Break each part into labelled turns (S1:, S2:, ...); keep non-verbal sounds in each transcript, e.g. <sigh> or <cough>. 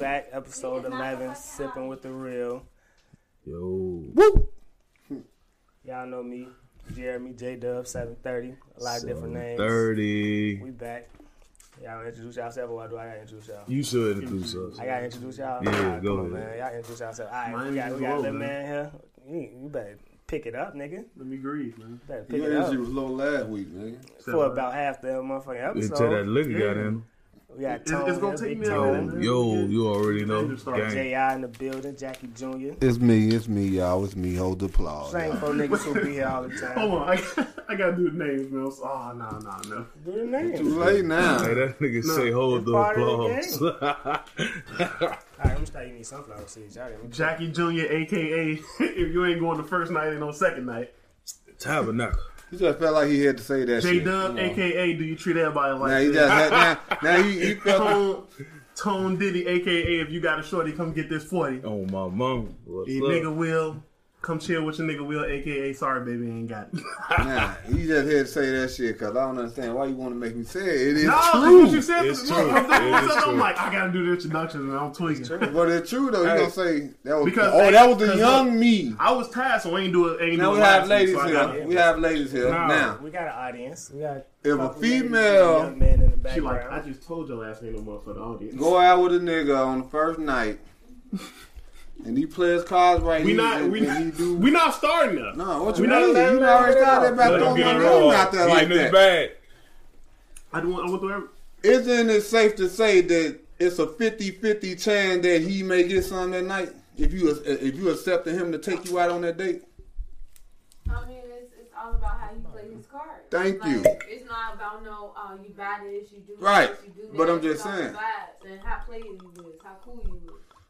S1: episode eleven, sipping with the real.
S2: Yo.
S1: Woo! Y'all know me, Jeremy J Dub, seven thirty. A lot of different names.
S2: 30.
S1: We back. Y'all introduce yourself, or why do I gotta introduce y'all?
S2: You should introduce us.
S1: I gotta introduce y'all.
S2: Yeah,
S1: Alright,
S2: go
S1: come on,
S2: ahead.
S1: man. Y'all introduce yourself. All right, we
S3: Mine's
S1: got we got a
S3: Jerome,
S1: little man
S3: man.
S1: here. You, you better pick it up, nigga. You
S3: Let me grieve, man.
S1: better pick
S4: Your
S1: it up
S4: energy was low last week, man.
S1: for about half the motherfucking
S2: Until that
S1: episode.
S2: liquor got in.
S1: We got
S3: It's- it's
S1: Tone.
S3: gonna
S1: here,
S3: take
S1: Big
S3: me a
S1: Tone,
S3: minute, man.
S2: Yo, you already know. Gang.
S1: Ji in the building, Jackie
S3: <laughs>
S1: Junior.
S4: It's me, it's me, y'all. It's me. Hold the applause.
S1: Same for niggas who be here all
S3: Oh.
S1: the time.
S3: Hold on, I, <laughs> I gotta do the names, man. Oh, nah, nah, no.
S1: Do the names.
S4: Too late now.
S2: Hey, that nigga say hold
S1: It's
S2: the
S1: part of the
S2: applause.
S1: All right, I'm just eating these sunflower seeds. Y'all didn't-
S3: Jackie Jr., aka, <laughs> if you ain't going the first night and on second night.
S2: <laughs> Tabernacle.
S4: He just felt like he had to say that
S3: J
S4: shit.
S3: Dub,
S4: Come on.
S3: aka, do you treat everybody like
S4: Now he
S3: this?
S4: just had, now, now he, he felt
S3: Tone, Tone Diddy, aka, if you got a shorty, come get this 40.
S2: Oh, my mom. What's
S3: The
S2: up?
S3: nigga will, come chill with your nigga will, aka, sorry, baby, ain't got it.
S4: <laughs> nah, he just had to say that shit because I don't understand why you want to make me say it. It is
S3: <laughs> no, 'cause
S4: true.
S3: what you said,
S2: It's
S3: look,
S2: true.
S3: <laughs> I'm, thinking
S2: It is
S3: myself, I'm
S2: true.
S3: like, I gotta do the introduction, and I'm tweaking.
S4: But it's true though.
S2: Hey.
S4: You gonna say that was
S3: Because-
S4: oh that was the
S3: because
S4: young
S3: look-
S4: me.
S3: I was tired, so I ain't do it. Ain't
S4: Now
S3: do it
S4: we have
S3: last week,
S4: ladies
S3: so I gotta-
S4: here. We have ladies here.
S2: Nah.
S4: Now
S1: We got an audience. We got
S4: If a
S1: couple
S4: female-
S1: ladies and young man in the
S3: She like, I
S1: background.
S3: just told your last name no more for the audience.
S4: go out with a nigga on the first night, and he plays cards right
S3: we
S4: here.
S3: not,
S4: and,
S3: we,
S4: and he do
S3: we not starting now.
S4: No, what
S3: We
S4: you
S3: not
S4: mean? You
S3: allowed
S4: done
S3: to
S4: already
S3: let it
S4: started
S3: out.
S4: about
S2: Let him
S4: throwing
S2: get
S4: my
S2: it
S4: name
S2: raw.
S4: out there
S2: He
S4: like
S2: in his
S4: that.
S2: bag.
S3: I don't want, I want to.
S4: Isn't it safe to say that it's a 50-50 chance that he may get some that night if you if you accepted him to take you out on that date?
S5: I mean, it's, it's all about how you play his cards.
S4: Thank
S5: Like,
S4: you.
S5: It's not about no, uh, you buy this, you do
S4: Right.
S5: this, you do that.
S4: But I'm just
S5: It's all
S4: saying.
S5: vibes and how player you is, how cool you is.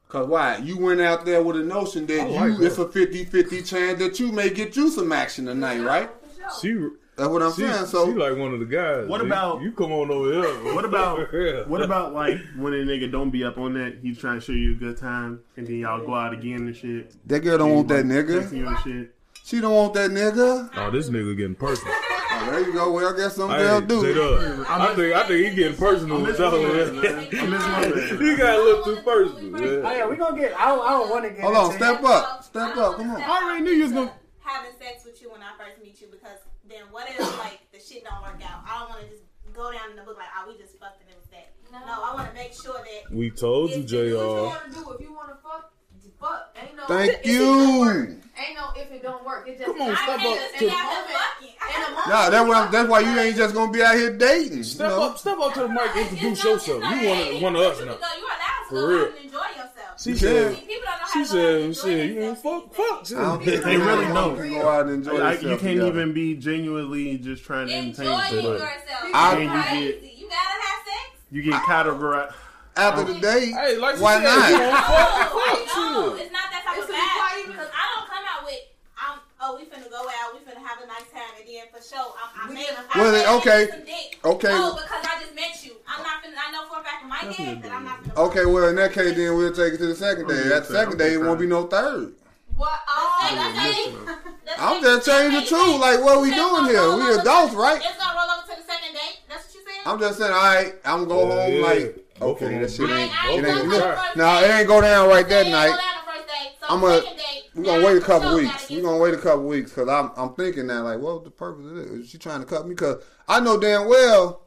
S4: Cause why? You went out there with a notion that you it's a 50-50 chance that you may get you some action tonight, right?
S5: For sure.
S2: She,
S4: That's what I'm
S2: she,
S4: saying. So
S2: she like one of the guys.
S3: What
S2: G.
S3: about-
S2: You come on over here.
S3: What <laughs> about
S2: Yeah.
S3: what about like when a nigga don't be up on that? He's trying to show you a good time, and then y'all go out again and shit.
S4: that girl don't want that
S3: Texting
S4: nigga.
S3: you and shit.
S4: She don't want that nigga.
S2: Oh, this nigga getting personal.
S4: Oh, there you go. Well, I guess some
S2: Hey,
S4: girl
S2: J
S4: do.
S2: Dub, I think I think he getting personal with
S3: I'm
S2: y'all.
S3: listening,
S2: <laughs>
S3: man. I'm listening, man.
S2: You got a little too personal.
S1: Oh
S2: Yeah.
S1: yeah, we gonna get. I don't, I don't want to get.
S4: Hold
S1: into
S4: on,
S1: it.
S4: step up, step up. Come on.
S3: I already knew you was gonna-
S6: having sex with you when I first meet you because then what if like the shit don't work out? I don't want to just go down in the book like oh we just fucked and it was that. No, I want to make sure that
S2: We told you,
S6: It's-
S5: Do what you
S2: JR.
S5: want to do. If you want to fuck, fuck. Ain't no,
S4: Thank you.
S5: ain't no if it don't work. It just,
S2: on,
S5: I
S2: step
S5: can't
S2: up
S5: just
S2: to-
S5: in that moment.
S6: fucking.
S5: In a moment.
S4: Nah, that's why, that's why you ain't just gonna be out here dating.
S2: Step
S4: you know?
S2: up, step up to the mic. Introduce yourself. You one of one of us now.
S6: You are allowed to
S2: For
S6: go
S2: real.
S6: out and enjoy yourself.
S2: She
S4: Yeah.
S2: said,
S6: See, people don't know how
S2: she
S6: to go out and
S2: said,
S6: enjoy
S2: shit, you want
S6: themselves
S2: fuck,
S6: these
S2: fuck.
S6: days.
S2: shit.
S4: I don't think
S3: They really
S4: want
S3: don't.
S4: to Go out and enjoy
S3: Like, you
S4: yourself
S3: can't
S4: together.
S3: even be genuinely just trying to entertain
S6: Enjoy
S3: somebody.
S6: yourself.
S4: I-
S6: You're
S3: And you get-
S6: crazy. You gotta have sex.
S3: You get categorized.
S4: after the date.
S2: Hey, like she
S4: why
S2: said,
S4: not?
S2: you want fuck, fuck,
S6: No,
S2: shit.
S6: it's not that type
S5: It's
S6: of
S5: a requirement.
S6: vibe. Because I don't come out with, I'm, oh, we finna go out, we finna have a nice time, and then for sure, I'm, I may, I
S4: Well,
S6: may
S4: then, okay.
S6: get some dick.
S4: Okay.
S6: No, because I just met you. I'm not finna, I know for a fact in my head that I'm not finna.
S4: Okay, well in that case, then we'll Oh, take it to the second day. That second day, it won't be no third.
S6: What?
S5: Oh,
S4: I'm just telling the truth. Like, what we doing here? We adults, right?
S6: It's gonna roll over to the second date. That's what you saying?
S4: I'm just saying, all right, I'm going
S2: Yeah,
S4: home.
S2: yeah.
S4: Like,
S2: Both of
S4: okay,
S2: them.
S4: that shit
S6: I
S4: ain't.
S6: ain't- I
S4: It
S6: ain't
S4: ain't
S6: going
S4: look.
S6: on first
S4: No,
S6: date.
S4: it ain't go down right that
S6: You didn't
S4: night.
S6: go down the first date, so
S4: I'm
S6: the
S4: gonna-
S6: second date,
S4: We're gonna
S6: now
S4: wait a
S6: for
S4: couple
S6: sure
S4: weeks.
S6: gotta
S4: We're
S6: get
S4: gonna wait a couple weeks because I'm I'm thinking now like, what's the purpose of this? Is she trying to cut me? Because I know damn well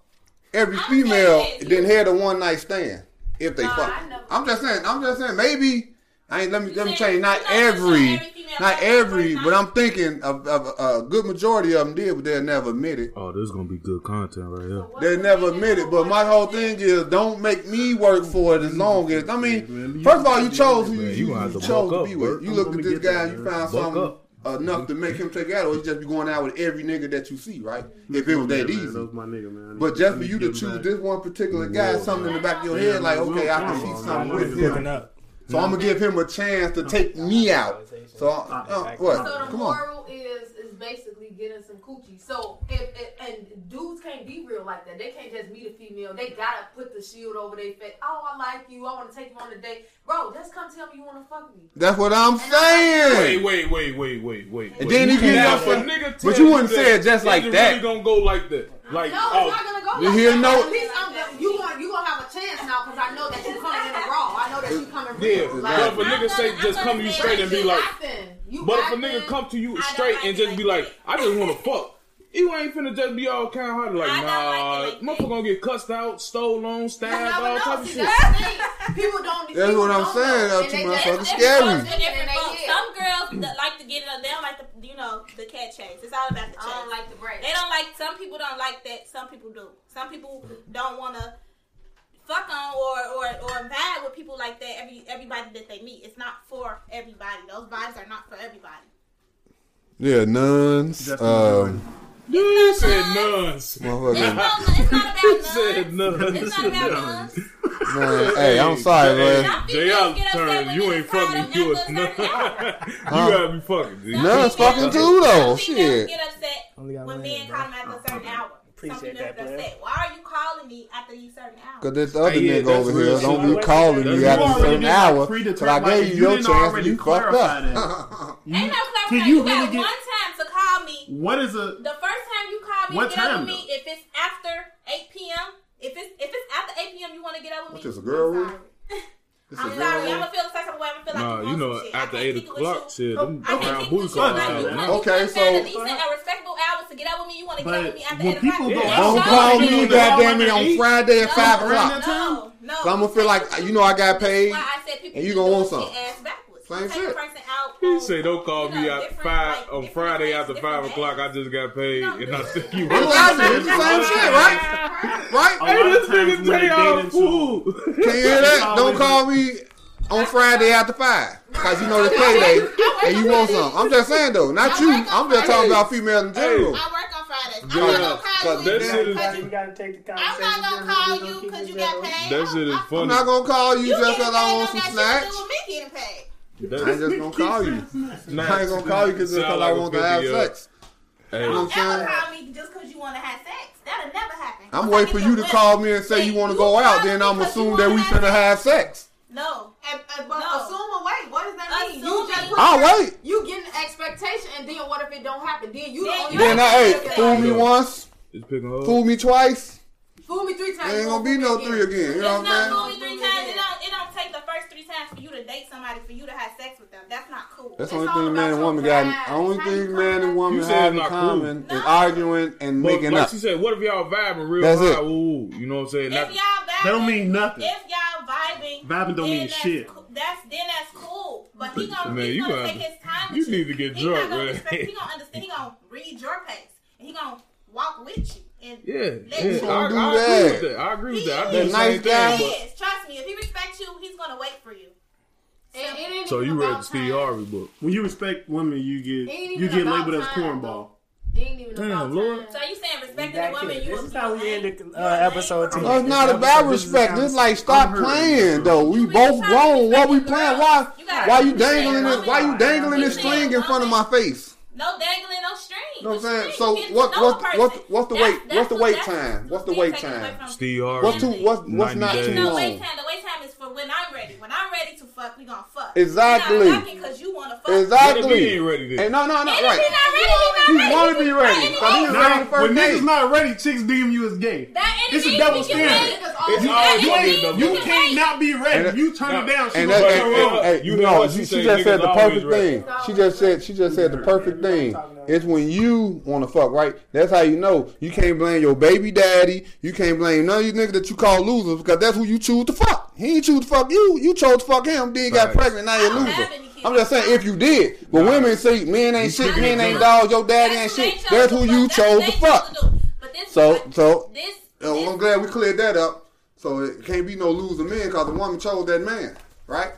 S4: every
S6: I'm
S4: female
S6: saying this.
S4: didn't have a one night stand if they
S5: Nah,
S4: fuck.
S5: I know.
S4: I'm just saying. I'm just saying. Maybe I ain't. Let me let me
S6: said
S4: change.
S6: you
S4: Not
S6: know that's not
S4: every,
S6: every female
S4: not
S6: fucks the
S4: every,
S6: first
S4: but
S6: night.
S4: I'm thinking of, of a good majority of them did, but they'll never admit it.
S2: Oh, this is gonna be good content right here.
S4: They never admit it, but my whole thing is don't make me work for it as long as I mean. First of all, you chose who you,
S2: Man, you gonna have
S4: you
S2: to
S4: chose
S2: buck
S4: to
S2: up,
S4: be
S2: Bert.
S4: with. You
S3: I'm
S4: look
S3: gonna
S4: at this
S3: get
S4: guy,
S3: that,
S4: and you
S3: Bert.
S4: found
S2: Buck
S4: something
S2: up.
S4: enough to make him take it out, or you just be going out with every nigga that you see, right? If it was
S3: Oh, Yeah,
S4: that
S3: man, that
S4: easy.
S3: was my nigga, man.
S4: But just
S3: I
S4: for
S3: need
S4: you to
S3: get him
S4: choose
S3: back.
S4: this one particular guy, something in the back of your head, like okay, I can see something with
S1: Picking
S4: him,
S1: up.
S4: so I'm gonna give him a chance to take me out. So I- uh,
S5: So
S4: what?
S5: the
S4: Come on.
S5: moral is is basically getting some coochie. So if, if and dudes can't be real like that. They can't just meet a female. They gotta put the shield over their face. Oh, I like you. I want to take you on a date, bro. Just come tell me you want to fuck me.
S4: That's what I'm saying.
S2: Wait, wait, wait, wait, wait, wait.
S4: And
S2: wait.
S4: then he
S2: You
S4: get
S2: can't
S4: up
S2: have
S4: and-
S2: a nigga
S4: but
S2: tell
S4: you wouldn't
S2: me
S4: say it just like
S2: it
S4: that.
S2: Really gonna go like that? Like,
S5: No, it's
S2: oh,
S5: not gonna go.
S4: You
S5: like
S4: hear
S5: that.
S4: no-
S5: At least I'm gonna, you gonna you gonna have a chance now because I know know that you coming in the raw. I know that you coming
S2: Yeah,
S5: real.
S2: but if a
S6: I'm
S2: nigga say
S6: gonna-
S2: just
S6: I'm
S2: come
S6: gonna
S2: to you
S6: say
S2: straight and be
S5: you
S2: like,
S5: acting. You
S2: but if a
S5: acting.
S2: nigga come to you
S6: don't
S2: straight
S6: like
S2: and
S6: it
S2: just
S6: like
S2: be like,
S6: that.
S2: I just want to fuck. You ain't finna just be all kind hearted like,
S6: I don't
S2: nah,
S6: like it like
S2: motherfucker gonna get cussed out, stole on,
S5: You
S2: stabbed,
S5: never
S2: all
S5: know.
S2: type of
S5: See,
S2: shit.
S5: that's the thing. People don't.
S4: That's
S5: people
S4: what I'm
S5: don't
S4: saying,
S5: know.
S4: up
S5: And
S4: to
S5: they
S4: my
S5: just-
S4: fucking
S5: they
S4: scary.
S5: just-
S6: It's different
S5: and they
S6: folks.
S5: get-
S6: Some girls that like to get it. They don't like the you know the cat chase. It's all about the
S5: I
S6: chase.
S5: don't like the break.
S6: They don't like. Some people don't like that. Some people do. Some people don't want to fuck on or, or or vibe with people like that. Every everybody that they meet, it's not for everybody. Those vibes are not for everybody.
S4: Yeah, nuns.
S3: Justin
S4: Um,
S2: You said nuns.
S6: It's,
S4: motherfucking-
S6: no, it's not
S2: You
S6: about
S2: said
S6: none.
S2: nuns.
S6: It's not about none.
S4: man, hey, I'm sorry,
S2: Hey,
S4: man.
S6: Y'all
S2: Jay,
S6: females
S2: I'll
S6: get upset
S2: turn.
S6: when
S2: You
S6: niggas
S2: ain't
S6: call
S2: fucking.
S6: them
S2: You
S6: nuns
S2: a nun. <laughs>
S6: or
S2: You
S4: Huh?
S2: gotta be fucking. dude.
S4: Nuns fucking too, though.
S6: Some females
S4: Shit.
S6: get upset
S1: Only got
S6: when
S1: one
S6: men
S1: hand,
S6: call them after a certain hour.
S1: Appreciate
S6: Some females
S1: that,
S6: get
S1: player.
S6: upset. Why are you calling me after these certain hours?
S4: Cause this other
S2: yeah,
S4: nigga
S2: that's
S4: over
S2: real
S4: here
S2: shit.
S4: don't be
S1: That's-
S4: calling
S2: that's-
S4: you
S2: you
S4: after
S2: already
S4: a certain
S3: did not
S4: hour.
S3: predetermine-
S4: But I
S3: like,
S4: gave you your
S3: didn't
S4: chance and
S3: already
S4: you fucked
S3: clarify
S4: up.
S3: that. <laughs> You-
S6: Ain't no
S3: can
S6: clarification.
S3: you
S6: You,
S3: really
S6: got
S3: get-
S6: one time to call me.
S3: What is a
S6: The first time you call me,
S3: What
S6: get up
S3: time,
S6: with me. If it's after 8 p.m., if it's if it's after 8 p.m., you want to get up with me.
S4: What, this a girl
S6: I'm
S4: rule?
S6: sorry. <laughs>
S4: This
S6: I'm
S4: is
S6: sorry.
S4: real.
S6: I'm <laughs> gonna feel the type of way. I'm gonna feel
S2: Nah,
S6: like you,
S2: you know,
S6: want some shit.
S2: after
S6: I can't
S2: eight
S6: kick it with
S2: o'clock,
S6: you.
S2: shit, them
S6: I can't
S2: brown
S6: kick it
S2: booty
S6: with you.
S2: calling
S3: Fuck
S2: out.
S3: that.
S2: now.
S4: Okay,
S6: Okay,
S4: so-
S6: so a decent and respectable hours to get up with me. You want to get
S3: But
S6: up with me after
S3: when
S6: eight
S3: people
S6: o'clock?
S3: go
S6: That's
S4: Don't
S6: your
S4: call
S6: business.
S4: me,
S2: People that
S4: goddamn it,
S2: wanna
S4: on
S2: eat.
S4: Friday at
S6: No,
S4: five
S3: no,
S4: o'clock.
S6: No, no.
S4: So I'm gonna feel like you know I got
S6: That's
S4: paid.
S6: why I said people
S4: and you
S6: should
S4: gonna
S6: do
S4: want
S6: shit
S4: something.
S6: Ass backwards.
S4: Same
S6: You take a
S4: shit.
S6: person out.
S2: He
S6: on-
S2: say don't call
S6: you know,
S2: me at
S6: different,
S2: five
S6: like,
S2: on
S6: different
S2: Friday
S6: places,
S2: after
S6: different
S2: five o'clock. I
S6: days.
S2: just got paid,
S6: No,
S2: and I
S6: this-
S2: think
S6: <laughs>
S2: you.
S4: It's
S2: right.
S4: obvious. It's the same shit, right? Right?
S2: Hey, this
S3: times
S2: nigga
S3: when they
S2: Jay all
S3: dating
S2: fool.
S4: <laughs> Can you hear that? Don't call me on Friday after five because you know it's payday and you want something. I'm just saying though, not you. I'm just talking about females in general.
S6: I work on Fridays. I'm
S2: Yeah,
S6: not gonna call
S4: but
S6: you.
S2: that
S6: because
S2: shit is-
S6: you-
S1: We gotta take the
S6: I'm
S1: conversation.
S6: not gonna call you because you got paid.
S2: That shit is
S6: I'm-
S4: I'm
S2: funny.
S4: not gonna call you
S6: You
S4: just
S6: getting
S4: because
S6: paid
S4: I want some
S6: don't got shit
S4: snacks.
S6: to do with me getting paid.
S4: I ain't just gonna call
S3: <laughs>
S4: you. I ain't
S2: Snacks.
S4: gonna call you because just
S2: Sound
S4: because I
S2: like a
S4: want to have
S2: 50-year-old.
S4: sex.
S2: Hey,
S4: You know what I'm
S6: Ever
S4: saying?
S6: call me just because you want to have sex? That'll never happen.
S4: I'm
S6: Once I
S4: waiting for
S6: get
S4: you to
S6: with-
S4: call me and say you want to go out. Then I'm assume that we finna have sex.
S6: No,
S5: And, and, but
S6: No.
S5: assume away. What does that mean?
S6: Assume
S5: You just put
S6: it.
S5: your-
S4: I'll wait.
S5: You get an expectation, and then what if it don't happen? Then you
S6: Then
S5: the only
S6: you-
S4: Then I
S5: person
S4: hey,
S5: that gets
S4: fool
S5: it.
S4: me once,
S2: it's picking her up.
S4: fool me twice.
S5: Fool me three times.
S4: There ain't gonna be no three again. You know
S6: it's
S4: what
S6: not
S4: I'm saying?
S6: only three times. It don't. It don't take the first three times for you to date somebody for you to have sex with them. That's not cool.
S4: That's the only
S5: It's all
S4: thing
S5: about
S4: man and
S5: your
S4: woman got.
S5: pride.
S4: The only
S5: How you
S4: thing
S5: come
S4: man and
S5: back.
S4: woman
S2: You said
S4: have
S2: it's
S4: in
S2: not cool.
S4: common
S6: No.
S4: is arguing and
S2: But
S4: making
S2: like
S4: up.
S2: she said, what if y'all vibing real
S4: That's
S2: high?
S4: it.
S2: Ooh, you know what I'm saying?
S6: If
S2: Not-
S6: y'all vibing,
S3: That don't mean nothing.
S6: If y'all vibing,
S3: Vibing don't
S6: then
S3: mean
S6: that's
S3: shit.
S6: coo- that's then that's cool. But he gonna,
S2: Man,
S6: he's
S2: you
S6: gonna
S2: gotta-
S6: take his time.
S2: you
S6: with you
S2: need to get
S6: He
S2: drunk,
S6: not gonna
S2: man.
S6: respect- He gonna understand. He gonna read your pace, and he gonna walk with you. And
S2: Yeah, yeah.
S6: Let's
S2: I,
S6: go
S2: I
S4: do
S2: agree with
S4: that.
S2: that. I agree with
S6: He
S2: that. I
S6: is.
S2: do the
S4: That nice
S2: same thing.
S4: guy.
S2: but-
S6: He is. Trust me. If he respects you, he's gonna wait for you.
S5: And it ain't
S2: So
S5: even
S2: you
S5: about
S2: read the Steve
S5: time.
S2: Harvey book?
S3: When you respect women, you get
S5: Ain't even
S3: you get
S5: about
S3: labeled as
S5: time,
S3: cornball.
S5: It ain't even
S2: Damn,
S5: about
S2: Lord.
S6: So
S5: time.
S6: you saying respecting a
S1: Back
S6: woman?
S1: here.
S6: You
S1: This
S6: a-
S1: is how
S6: you
S1: we
S6: a
S1: end
S6: lame.
S1: the uh, episode
S6: You a
S1: ten.
S6: lame.
S4: No, it's not
S1: This
S4: about
S1: episode- this is a
S4: respect. It's like
S3: I'm
S4: stop
S3: hurt.
S4: playing though. We
S6: You
S4: both
S6: trying to
S4: grown. What we
S6: respect
S4: playing?
S6: girls.
S4: Why?
S6: You gotta
S4: Why you
S6: respect
S4: dangling
S6: women.
S4: it? Why you dangling this
S6: You
S4: string in
S6: can't
S4: front of my
S6: woman.
S4: face?
S6: No dangling, no string.
S4: You know what I'm saying?
S6: String,
S4: So
S6: you get
S4: what?
S6: to know a
S4: What? What?
S6: person.
S4: What's the
S6: That's-
S4: wait?
S6: that's
S4: What's the
S6: what-
S4: wait
S6: that's
S4: time? What's the
S6: being
S4: wait
S6: taken away
S4: time?
S6: from-
S2: Steve Harvey.
S4: What's too? What's
S2: 90
S4: what's not
S2: days.
S4: too
S6: No wait
S4: long?
S6: time. The wait time is for when I'm ready. When I'm ready to fuck, we gonna fuck.
S4: Exactly.
S6: Because you wanna fuck.
S2: What if he
S4: Exactly.
S2: ain't ready
S4: Hey,
S2: then?
S4: no, no, no,
S6: And if
S4: right.
S6: he not ready, he not
S4: You
S6: ready.
S4: wanna be ready.
S6: That
S4: So this
S6: ain't
S4: is-
S6: it.
S3: Nah,
S4: Ready first
S3: when
S4: date.
S3: niggas not ready, chicks deem you as gay.
S6: That ain't
S3: It's a
S6: it.
S3: double
S6: We can
S3: standard.
S6: make-
S5: Niggas
S2: It's
S5: always-
S2: all
S6: you
S2: you
S6: can-
S2: double
S3: You
S6: can
S2: standard.
S3: can't
S6: make-
S3: not be ready.
S4: And-
S3: you turn
S2: Nah.
S3: it down. She
S4: And
S3: was
S4: that,
S3: like,
S2: But
S4: and-
S2: you're wrong.
S3: "Oh,
S4: hey,
S2: You
S4: you
S2: know
S4: know,
S2: what she
S4: she, she
S2: said,
S4: just said
S2: niggas
S4: the
S2: always
S4: perfect
S2: ready.
S4: thing. She just said she just said the perfect thing. It's when you want to fuck, right? That's how you know you can't blame your baby daddy. You can't blame none of you niggas that you call losers because that's who you choose to fuck. He ain't choose to fuck you. You chose to fuck him. Then got
S2: Facts.
S4: pregnant. Now you're a
S6: I'm
S4: loser.
S6: having kids.
S4: I'm just saying if you did, but
S2: Nah.
S4: women say men ain't
S2: You
S4: shit,
S2: speaking
S4: men
S2: in
S4: ain't
S2: general.
S4: dogs, your daddy ain't
S6: That's who they
S4: shit.
S6: chose
S4: That's
S6: to
S4: who you
S6: That's what
S4: chose
S6: they
S4: to fuck.
S6: do. But this
S4: So,
S6: one-
S4: so
S6: this.
S4: Oh, I'm
S6: this-
S4: glad we cleared that up. So it can't be no loser man because the woman chose that man, right?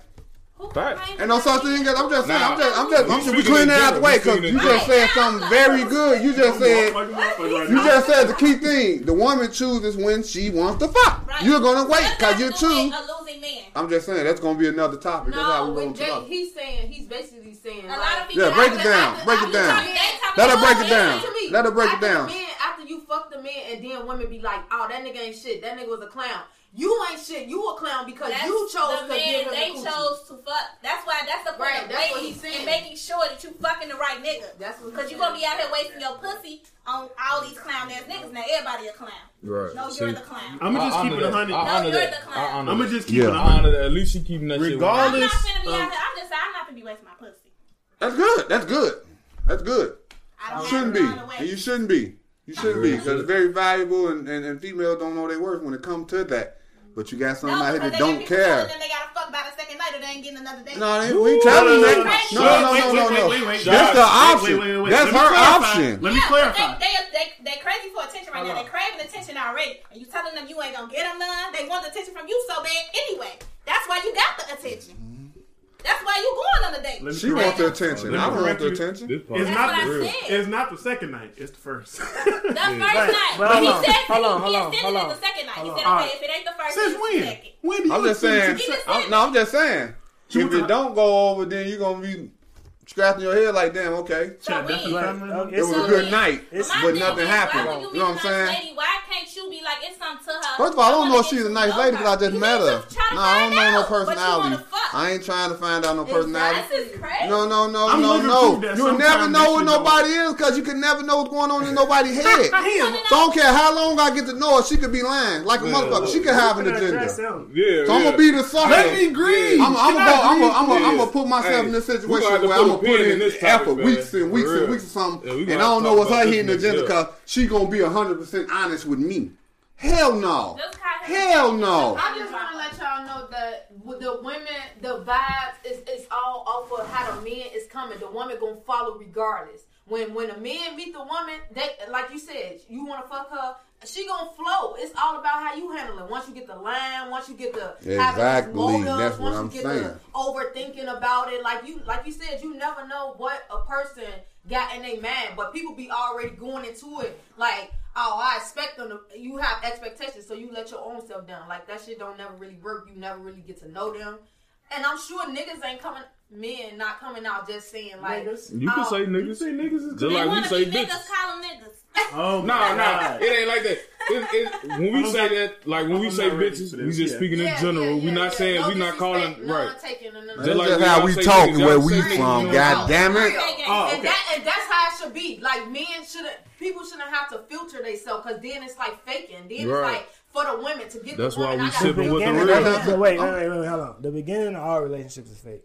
S6: who
S2: Facts.
S6: complained
S4: And no
S6: about
S4: such thing
S6: that?
S4: as I'm just saying. I'm
S2: Nah.
S4: just, I'm just, I'm just we clearing that out the way because you just said something very good. You just said,
S3: motherfucker, motherfucker right
S4: you
S3: now."
S4: just said the key thing. The woman chooses when she wants to fuck.
S6: Right.
S4: You're gonna wait
S6: That's
S4: because
S6: not
S4: you
S6: the way
S4: choose.
S6: A losing man.
S4: I'm just saying that's gonna be another topic. That's how
S5: No,
S4: we
S5: with
S4: want to
S5: Jay,
S4: talk.
S5: he's saying he's basically saying
S6: A
S5: like,
S6: lot of people.
S4: Yeah, break it
S6: I- I-
S4: down.
S6: I-
S4: Break it down.
S6: I- they talking
S4: Let her
S6: about-
S4: break it down.
S5: To me,
S4: Let her break it
S5: after
S4: down.
S5: the Man, after you fuck the man, and then women be like, "Oh, that nigga ain't shit. That nigga was a clown." You ain't shit. You a clown because
S6: That's
S5: you chose to
S6: the man
S5: give him
S6: they
S5: the coochie.
S6: chose to fuck. That's why that's the point
S5: Right,
S6: of
S5: that's what
S6: waiting
S5: he said.
S6: and making sure that you fucking the right nigga.
S5: That's what he
S6: Because you
S5: said.
S6: gonna be out here wasting your pussy on all these clown ass niggas. Now everybody a clown.
S7: Right.
S6: No,
S7: See?
S6: you're the clown.
S3: I'm gonna just
S7: I
S3: keep
S7: honor
S3: it a
S7: that.
S3: hundred.
S7: I
S6: No,
S7: honor
S6: you're
S7: that.
S6: the
S7: I
S6: clown.
S7: honor
S3: I'm gonna
S7: that.
S3: just keep
S4: Yeah.
S3: it a
S7: I
S3: hundred.
S7: honor that. At least she keeping that
S6: I'm
S3: Regardless-
S6: not
S3: Honest,
S6: finna
S3: um,
S6: be out here. I'm just I'm not finna be wasting my pussy.
S4: That's good. That's good. That's good.
S6: I don't
S4: shouldn't be.
S6: have to run away.
S4: And you shouldn't be. You shouldn't be. Because it's very valuable and, and, and females don't know their worth when it comes to that. But you got some out here that
S6: because they
S4: don't
S6: get people
S4: care.
S6: And then they gotta fuck by the second night or they ain't getting another date.
S4: No, they, we ain't telling
S3: no,
S4: them.
S3: no,
S4: that.
S6: no,
S4: No, no,
S3: wait,
S4: no, no,
S3: wait, wait,
S4: no.
S3: wait, wait.
S4: That's the
S3: Wait,
S4: option.
S3: wait, wait, wait.
S4: That's
S3: Let me
S4: her
S3: clarify.
S4: option.
S3: Let me
S6: Yeah,
S3: clarify.
S6: They, they, they, they crazy for attention right now. They craving attention already. And you telling them you ain't gonna get them none. They want the attention from you so bad anyway. That's why you got the attention.
S4: Mm-hmm.
S6: That's why you going on a date.
S3: Let me
S4: She
S3: correct
S4: wants the
S3: you.
S4: attention.
S3: Let me
S4: I don't want
S3: correct
S4: the
S3: you.
S4: attention.
S7: This part
S3: It's
S7: is
S3: not
S6: what
S3: the
S6: I
S7: real.
S6: said.
S3: It's not the second night. It's the
S6: <laughs>
S3: first. <laughs>
S6: The first
S1: But-
S6: night.
S1: but
S6: he
S1: hold on,
S6: said
S1: hold on,
S6: he
S1: hold on,
S6: extended
S1: hold
S6: it
S1: on,
S6: the second night. He
S1: hold
S6: said,
S3: on.
S6: okay, if it ain't the first,
S3: Since
S6: it's the
S3: when?
S6: second.
S3: When do you
S4: I'm just
S3: extend
S4: saying.
S3: to
S6: He
S3: the
S6: just
S3: second-
S4: I'm, no, I'm just saying.
S3: She
S4: If
S3: was
S4: it
S3: not-
S4: don't go over, then you're going to be scratching your head like, damn, okay.
S6: So
S3: That's the
S6: when?
S3: family
S1: But,
S3: night?
S1: okay,
S4: It was
S1: so-
S4: a good night,
S1: It's-
S6: My
S4: but
S6: thing
S4: nothing
S6: is, Why
S4: happened.
S6: would you,
S4: You know what I'm
S6: be a nice
S4: saying?
S6: Lady? Why can't you be like it's something to her?
S4: First of all, I don't know if
S6: wanna
S4: she's
S6: get
S4: a
S6: to
S4: nice
S6: know
S4: lady
S6: her.
S4: because I just
S6: You
S4: met her.
S6: just try to
S4: No, I don't know
S6: find
S4: no
S6: out, but you
S4: personality.
S6: wanna fuck.
S4: I ain't trying to find out no
S6: This
S4: personality.
S6: is crazy.
S4: No, no, no,
S3: I'm
S4: no,
S3: looking
S4: no.
S3: through that
S4: You'll never
S3: sometime this
S4: know what
S3: shit, though.
S4: nobody is because you can never know what's going on in nobody's
S6: <laughs>
S4: head.
S6: Damn.
S4: So I don't care how long I get to know her, she could be lying like a motherfucker. She could have an
S1: Can I
S4: agenda.
S1: address
S4: So
S1: them?
S7: Yeah. yeah.
S4: I'm gonna be the fucker.
S7: Let me agree.
S4: I'm
S7: Can I agree with
S4: gonna
S7: this?
S4: put myself
S7: Hey,
S4: in this
S7: we gonna
S4: situation
S7: have to
S4: where I'm gonna
S7: a
S4: put
S7: pin
S4: in
S7: this
S4: effort,
S7: topic,
S4: weeks
S7: man.
S4: and weeks
S7: For
S4: and
S7: real.
S4: weeks or something,
S7: Yeah, we
S4: and
S7: gonna
S4: I
S7: have to
S4: don't know
S7: talk
S4: what's her
S7: about
S4: hidden
S7: this
S4: agenda
S7: next
S4: because she gonna be hundred percent honest with me. Hell no.
S6: Just call her.
S4: Hell no.
S5: I just want to let y'all know that with the women, the vibes is it's all off of how the man is coming. The woman gonna follow regardless. When when a man meet the woman, they like you said, you want to fuck her. She gonna flow. It's all about how you handle it. Once you get the line, once you get the
S4: Exactly. That's what
S5: once
S4: I'm
S5: you get
S4: saying.
S5: the overthinking about it, like you like you said, you never know what a person got in their mind. But people be already going into it like oh, I expect them to. You have expectations, so you let your own self down. Like that shit don't never really work. You never really get to know them. And I'm sure niggas ain't coming, men not coming out just saying like,
S7: You can
S5: oh,
S7: say
S3: You
S7: niggas.
S3: say niggas is
S7: Just
S6: They
S7: like we
S6: wanna
S7: say
S6: be
S7: bitches.
S6: niggas, call them niggas.
S3: Oh
S7: Nah,
S3: my
S7: nah,
S3: God.
S7: it ain't like that. It, it, when we
S3: I'm
S7: say
S3: not-
S7: that, like when we
S3: I'm
S7: say
S3: not ready for
S7: bitches,
S3: this.
S7: we just
S3: Yeah.
S7: speaking
S5: yeah,
S7: in
S5: yeah,
S7: general.
S5: yeah,
S7: we not
S5: yeah.
S7: saying
S5: No
S7: we not calling
S5: disrespect,
S7: right.
S5: none taken, and none-
S7: Just
S4: That's
S7: like
S4: just
S7: we
S4: how
S7: all
S4: we
S7: say
S4: talk and
S7: niggas,
S4: where
S7: y'all
S4: we
S7: say
S4: from.
S7: niggas,
S4: God
S7: y'all-
S4: damn it.
S6: Okay,
S5: Oh,
S3: okay.
S5: and that and that's how it should be. Like men shouldn't, people shouldn't have to filter themselves because then it's like faking. Then
S7: Right.
S5: it's like for the women to get.
S7: That's
S5: the woman,
S7: why we
S5: I gotta
S7: sipping
S5: be-
S7: with the
S1: Beginning
S4: real.
S1: of- but Wait, wait, wait, wait, hold on. The beginning of all relationships is fake.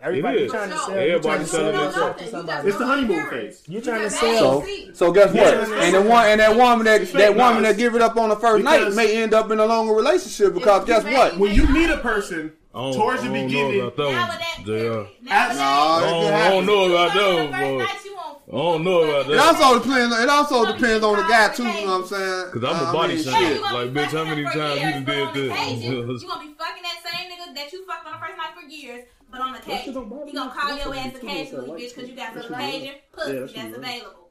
S1: Everybody
S7: is.
S1: trying to sell.
S7: Everybody
S1: you trying to
S7: selling
S1: sell
S7: themselves.
S1: yourself to somebody.
S3: It's the honeymoon phase.
S1: You trying to
S5: So-
S1: sell?
S4: So guess what?
S1: Yeah.
S4: And the one and that woman that that
S3: Nah,
S4: woman that
S3: it's-
S4: give it up on the first night
S3: because-
S4: may end up in a longer relationship because
S5: It's
S4: guess
S5: made-
S4: what?
S3: When you meet a person
S7: I don't-
S3: towards the
S7: I don't know
S3: beginning,
S7: about that
S6: Now
S7: one.
S6: with that,
S7: Yeah.
S6: now with
S4: No, it
S6: that-
S7: I
S4: can
S7: don't, I
S4: happen.
S7: don't know about
S6: You
S7: that
S6: go on
S7: one,
S6: the first
S7: boy.
S6: night, you won't-
S7: I don't know about
S4: It
S7: that.
S4: also depends. It also depends on the guy too. You know what I'm saying? Uh,
S7: Cause I'm a
S4: I
S7: body
S4: mean,
S7: shot.
S4: shit.
S6: Yeah, you
S7: Like, bitch, how
S6: gonna
S7: many
S6: be fucking
S7: times
S6: him
S7: you done
S6: for years,
S7: did
S6: but on
S7: <laughs> this?
S6: occasion, You gonna be fucking that same nigga that you fucked on the first night for years, but on occasion he gonna call your ass occasionally, bitch, because you got some major pussy
S3: Yeah, that
S6: that's,
S3: should be
S6: available.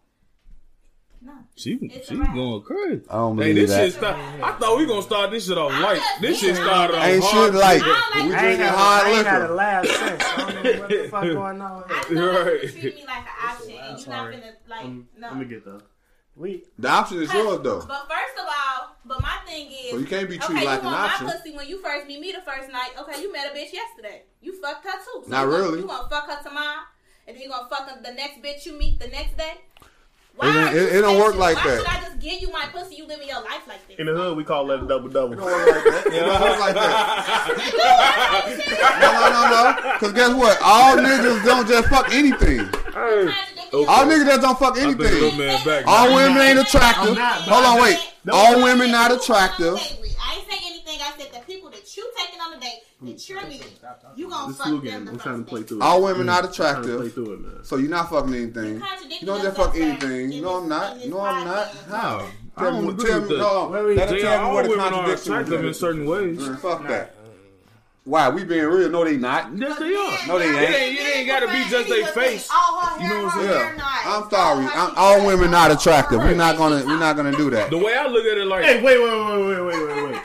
S6: No,
S7: She,
S6: It's
S7: she
S6: a wrap.
S7: going crazy.
S4: I don't
S7: Hey,
S4: believe
S7: this
S4: that.
S7: shit start. I thought we gonna start this shit off light. This shit started off
S4: Ain't
S7: hard.
S4: shit like
S6: I don't
S4: we
S6: like that.
S1: I ain't
S4: drinking
S1: had,
S4: hard
S1: I ain't had a
S4: liquor.
S1: laugh since. I don't know what the
S7: <laughs>
S1: fuck going on.
S6: I just don't want you
S7: Right.
S6: to treat me like an option, and you not
S1: Sorry.
S6: gonna like no.
S3: let me get that.
S1: We
S4: The option is yours though.
S6: But first of all, but my thing is,
S4: So you can't be treated
S6: okay,
S4: like
S6: you
S4: an
S6: want
S4: option.
S6: my pussy when you first meet me the first night. Okay, you met a bitch yesterday. You fucked her too. So
S4: Not
S6: you gonna-
S4: really.
S6: you gonna fuck her tomorrow, and then you gonna fuck the next bitch you meet the next day. Why
S4: It don't-
S6: are you
S4: it- it don't work
S6: special?
S4: like
S6: Why
S4: that.
S6: should I just give you my pussy? You living your life like this.
S3: In the hood, we call that a double double. <laughs>
S4: Just like that. No, no, no, no. Cause guess what? All niggas don't just fuck anything.
S6: Contradictory.
S4: Oh, All niggas that don't fuck
S7: I think
S4: anything.
S7: little man back.
S4: All
S7: now.
S4: women ain't attractive. Hold on, wait. All women not attractive.
S6: I ain't saying anything. I said the people that you taking on the date that
S3: Mm.
S6: you're meeting, you gonna
S3: This
S6: fuck
S3: flu
S6: them
S3: game.
S6: the
S3: I'm
S6: first
S3: trying to play
S6: day.
S3: through it.
S4: All women not
S3: I'm trying to play
S4: attractive.
S3: through it, man.
S4: So you're not fucking anything.
S6: Contradicting
S4: You don't just fuck
S6: yourself, sir,
S4: anything.
S6: in
S4: No, I'm
S6: this- in
S4: not.
S6: this
S4: No, I'm not.
S6: podcast.
S4: How?
S7: I
S4: Tell
S7: don't
S4: me,
S7: agree
S4: tell
S7: with
S4: me,
S7: that.
S4: no,
S1: Wait, wait,
S4: no. That'll
S7: They
S4: tell
S7: all
S4: me where the
S7: women are
S4: contradiction
S7: attractive in
S4: was.
S7: certain ways.
S4: Man, Fuck that. Why? We being real? No, they not.
S7: Yes, they are.
S4: No, they
S7: It
S4: ain't.
S7: ain't, it ain't gotta be just they face.
S5: All her hair,
S7: You know what I'm
S5: her
S7: saying?
S5: hair
S4: Yeah.
S5: nice.
S4: I'm sorry.
S5: All her
S4: I'm,
S5: shit
S4: all
S5: nice.
S4: women not attractive. We're not gonna. We're not gonna do that.
S7: The way I look at it, like
S3: Hey, wait, wait, wait, wait, wait, wait, wait.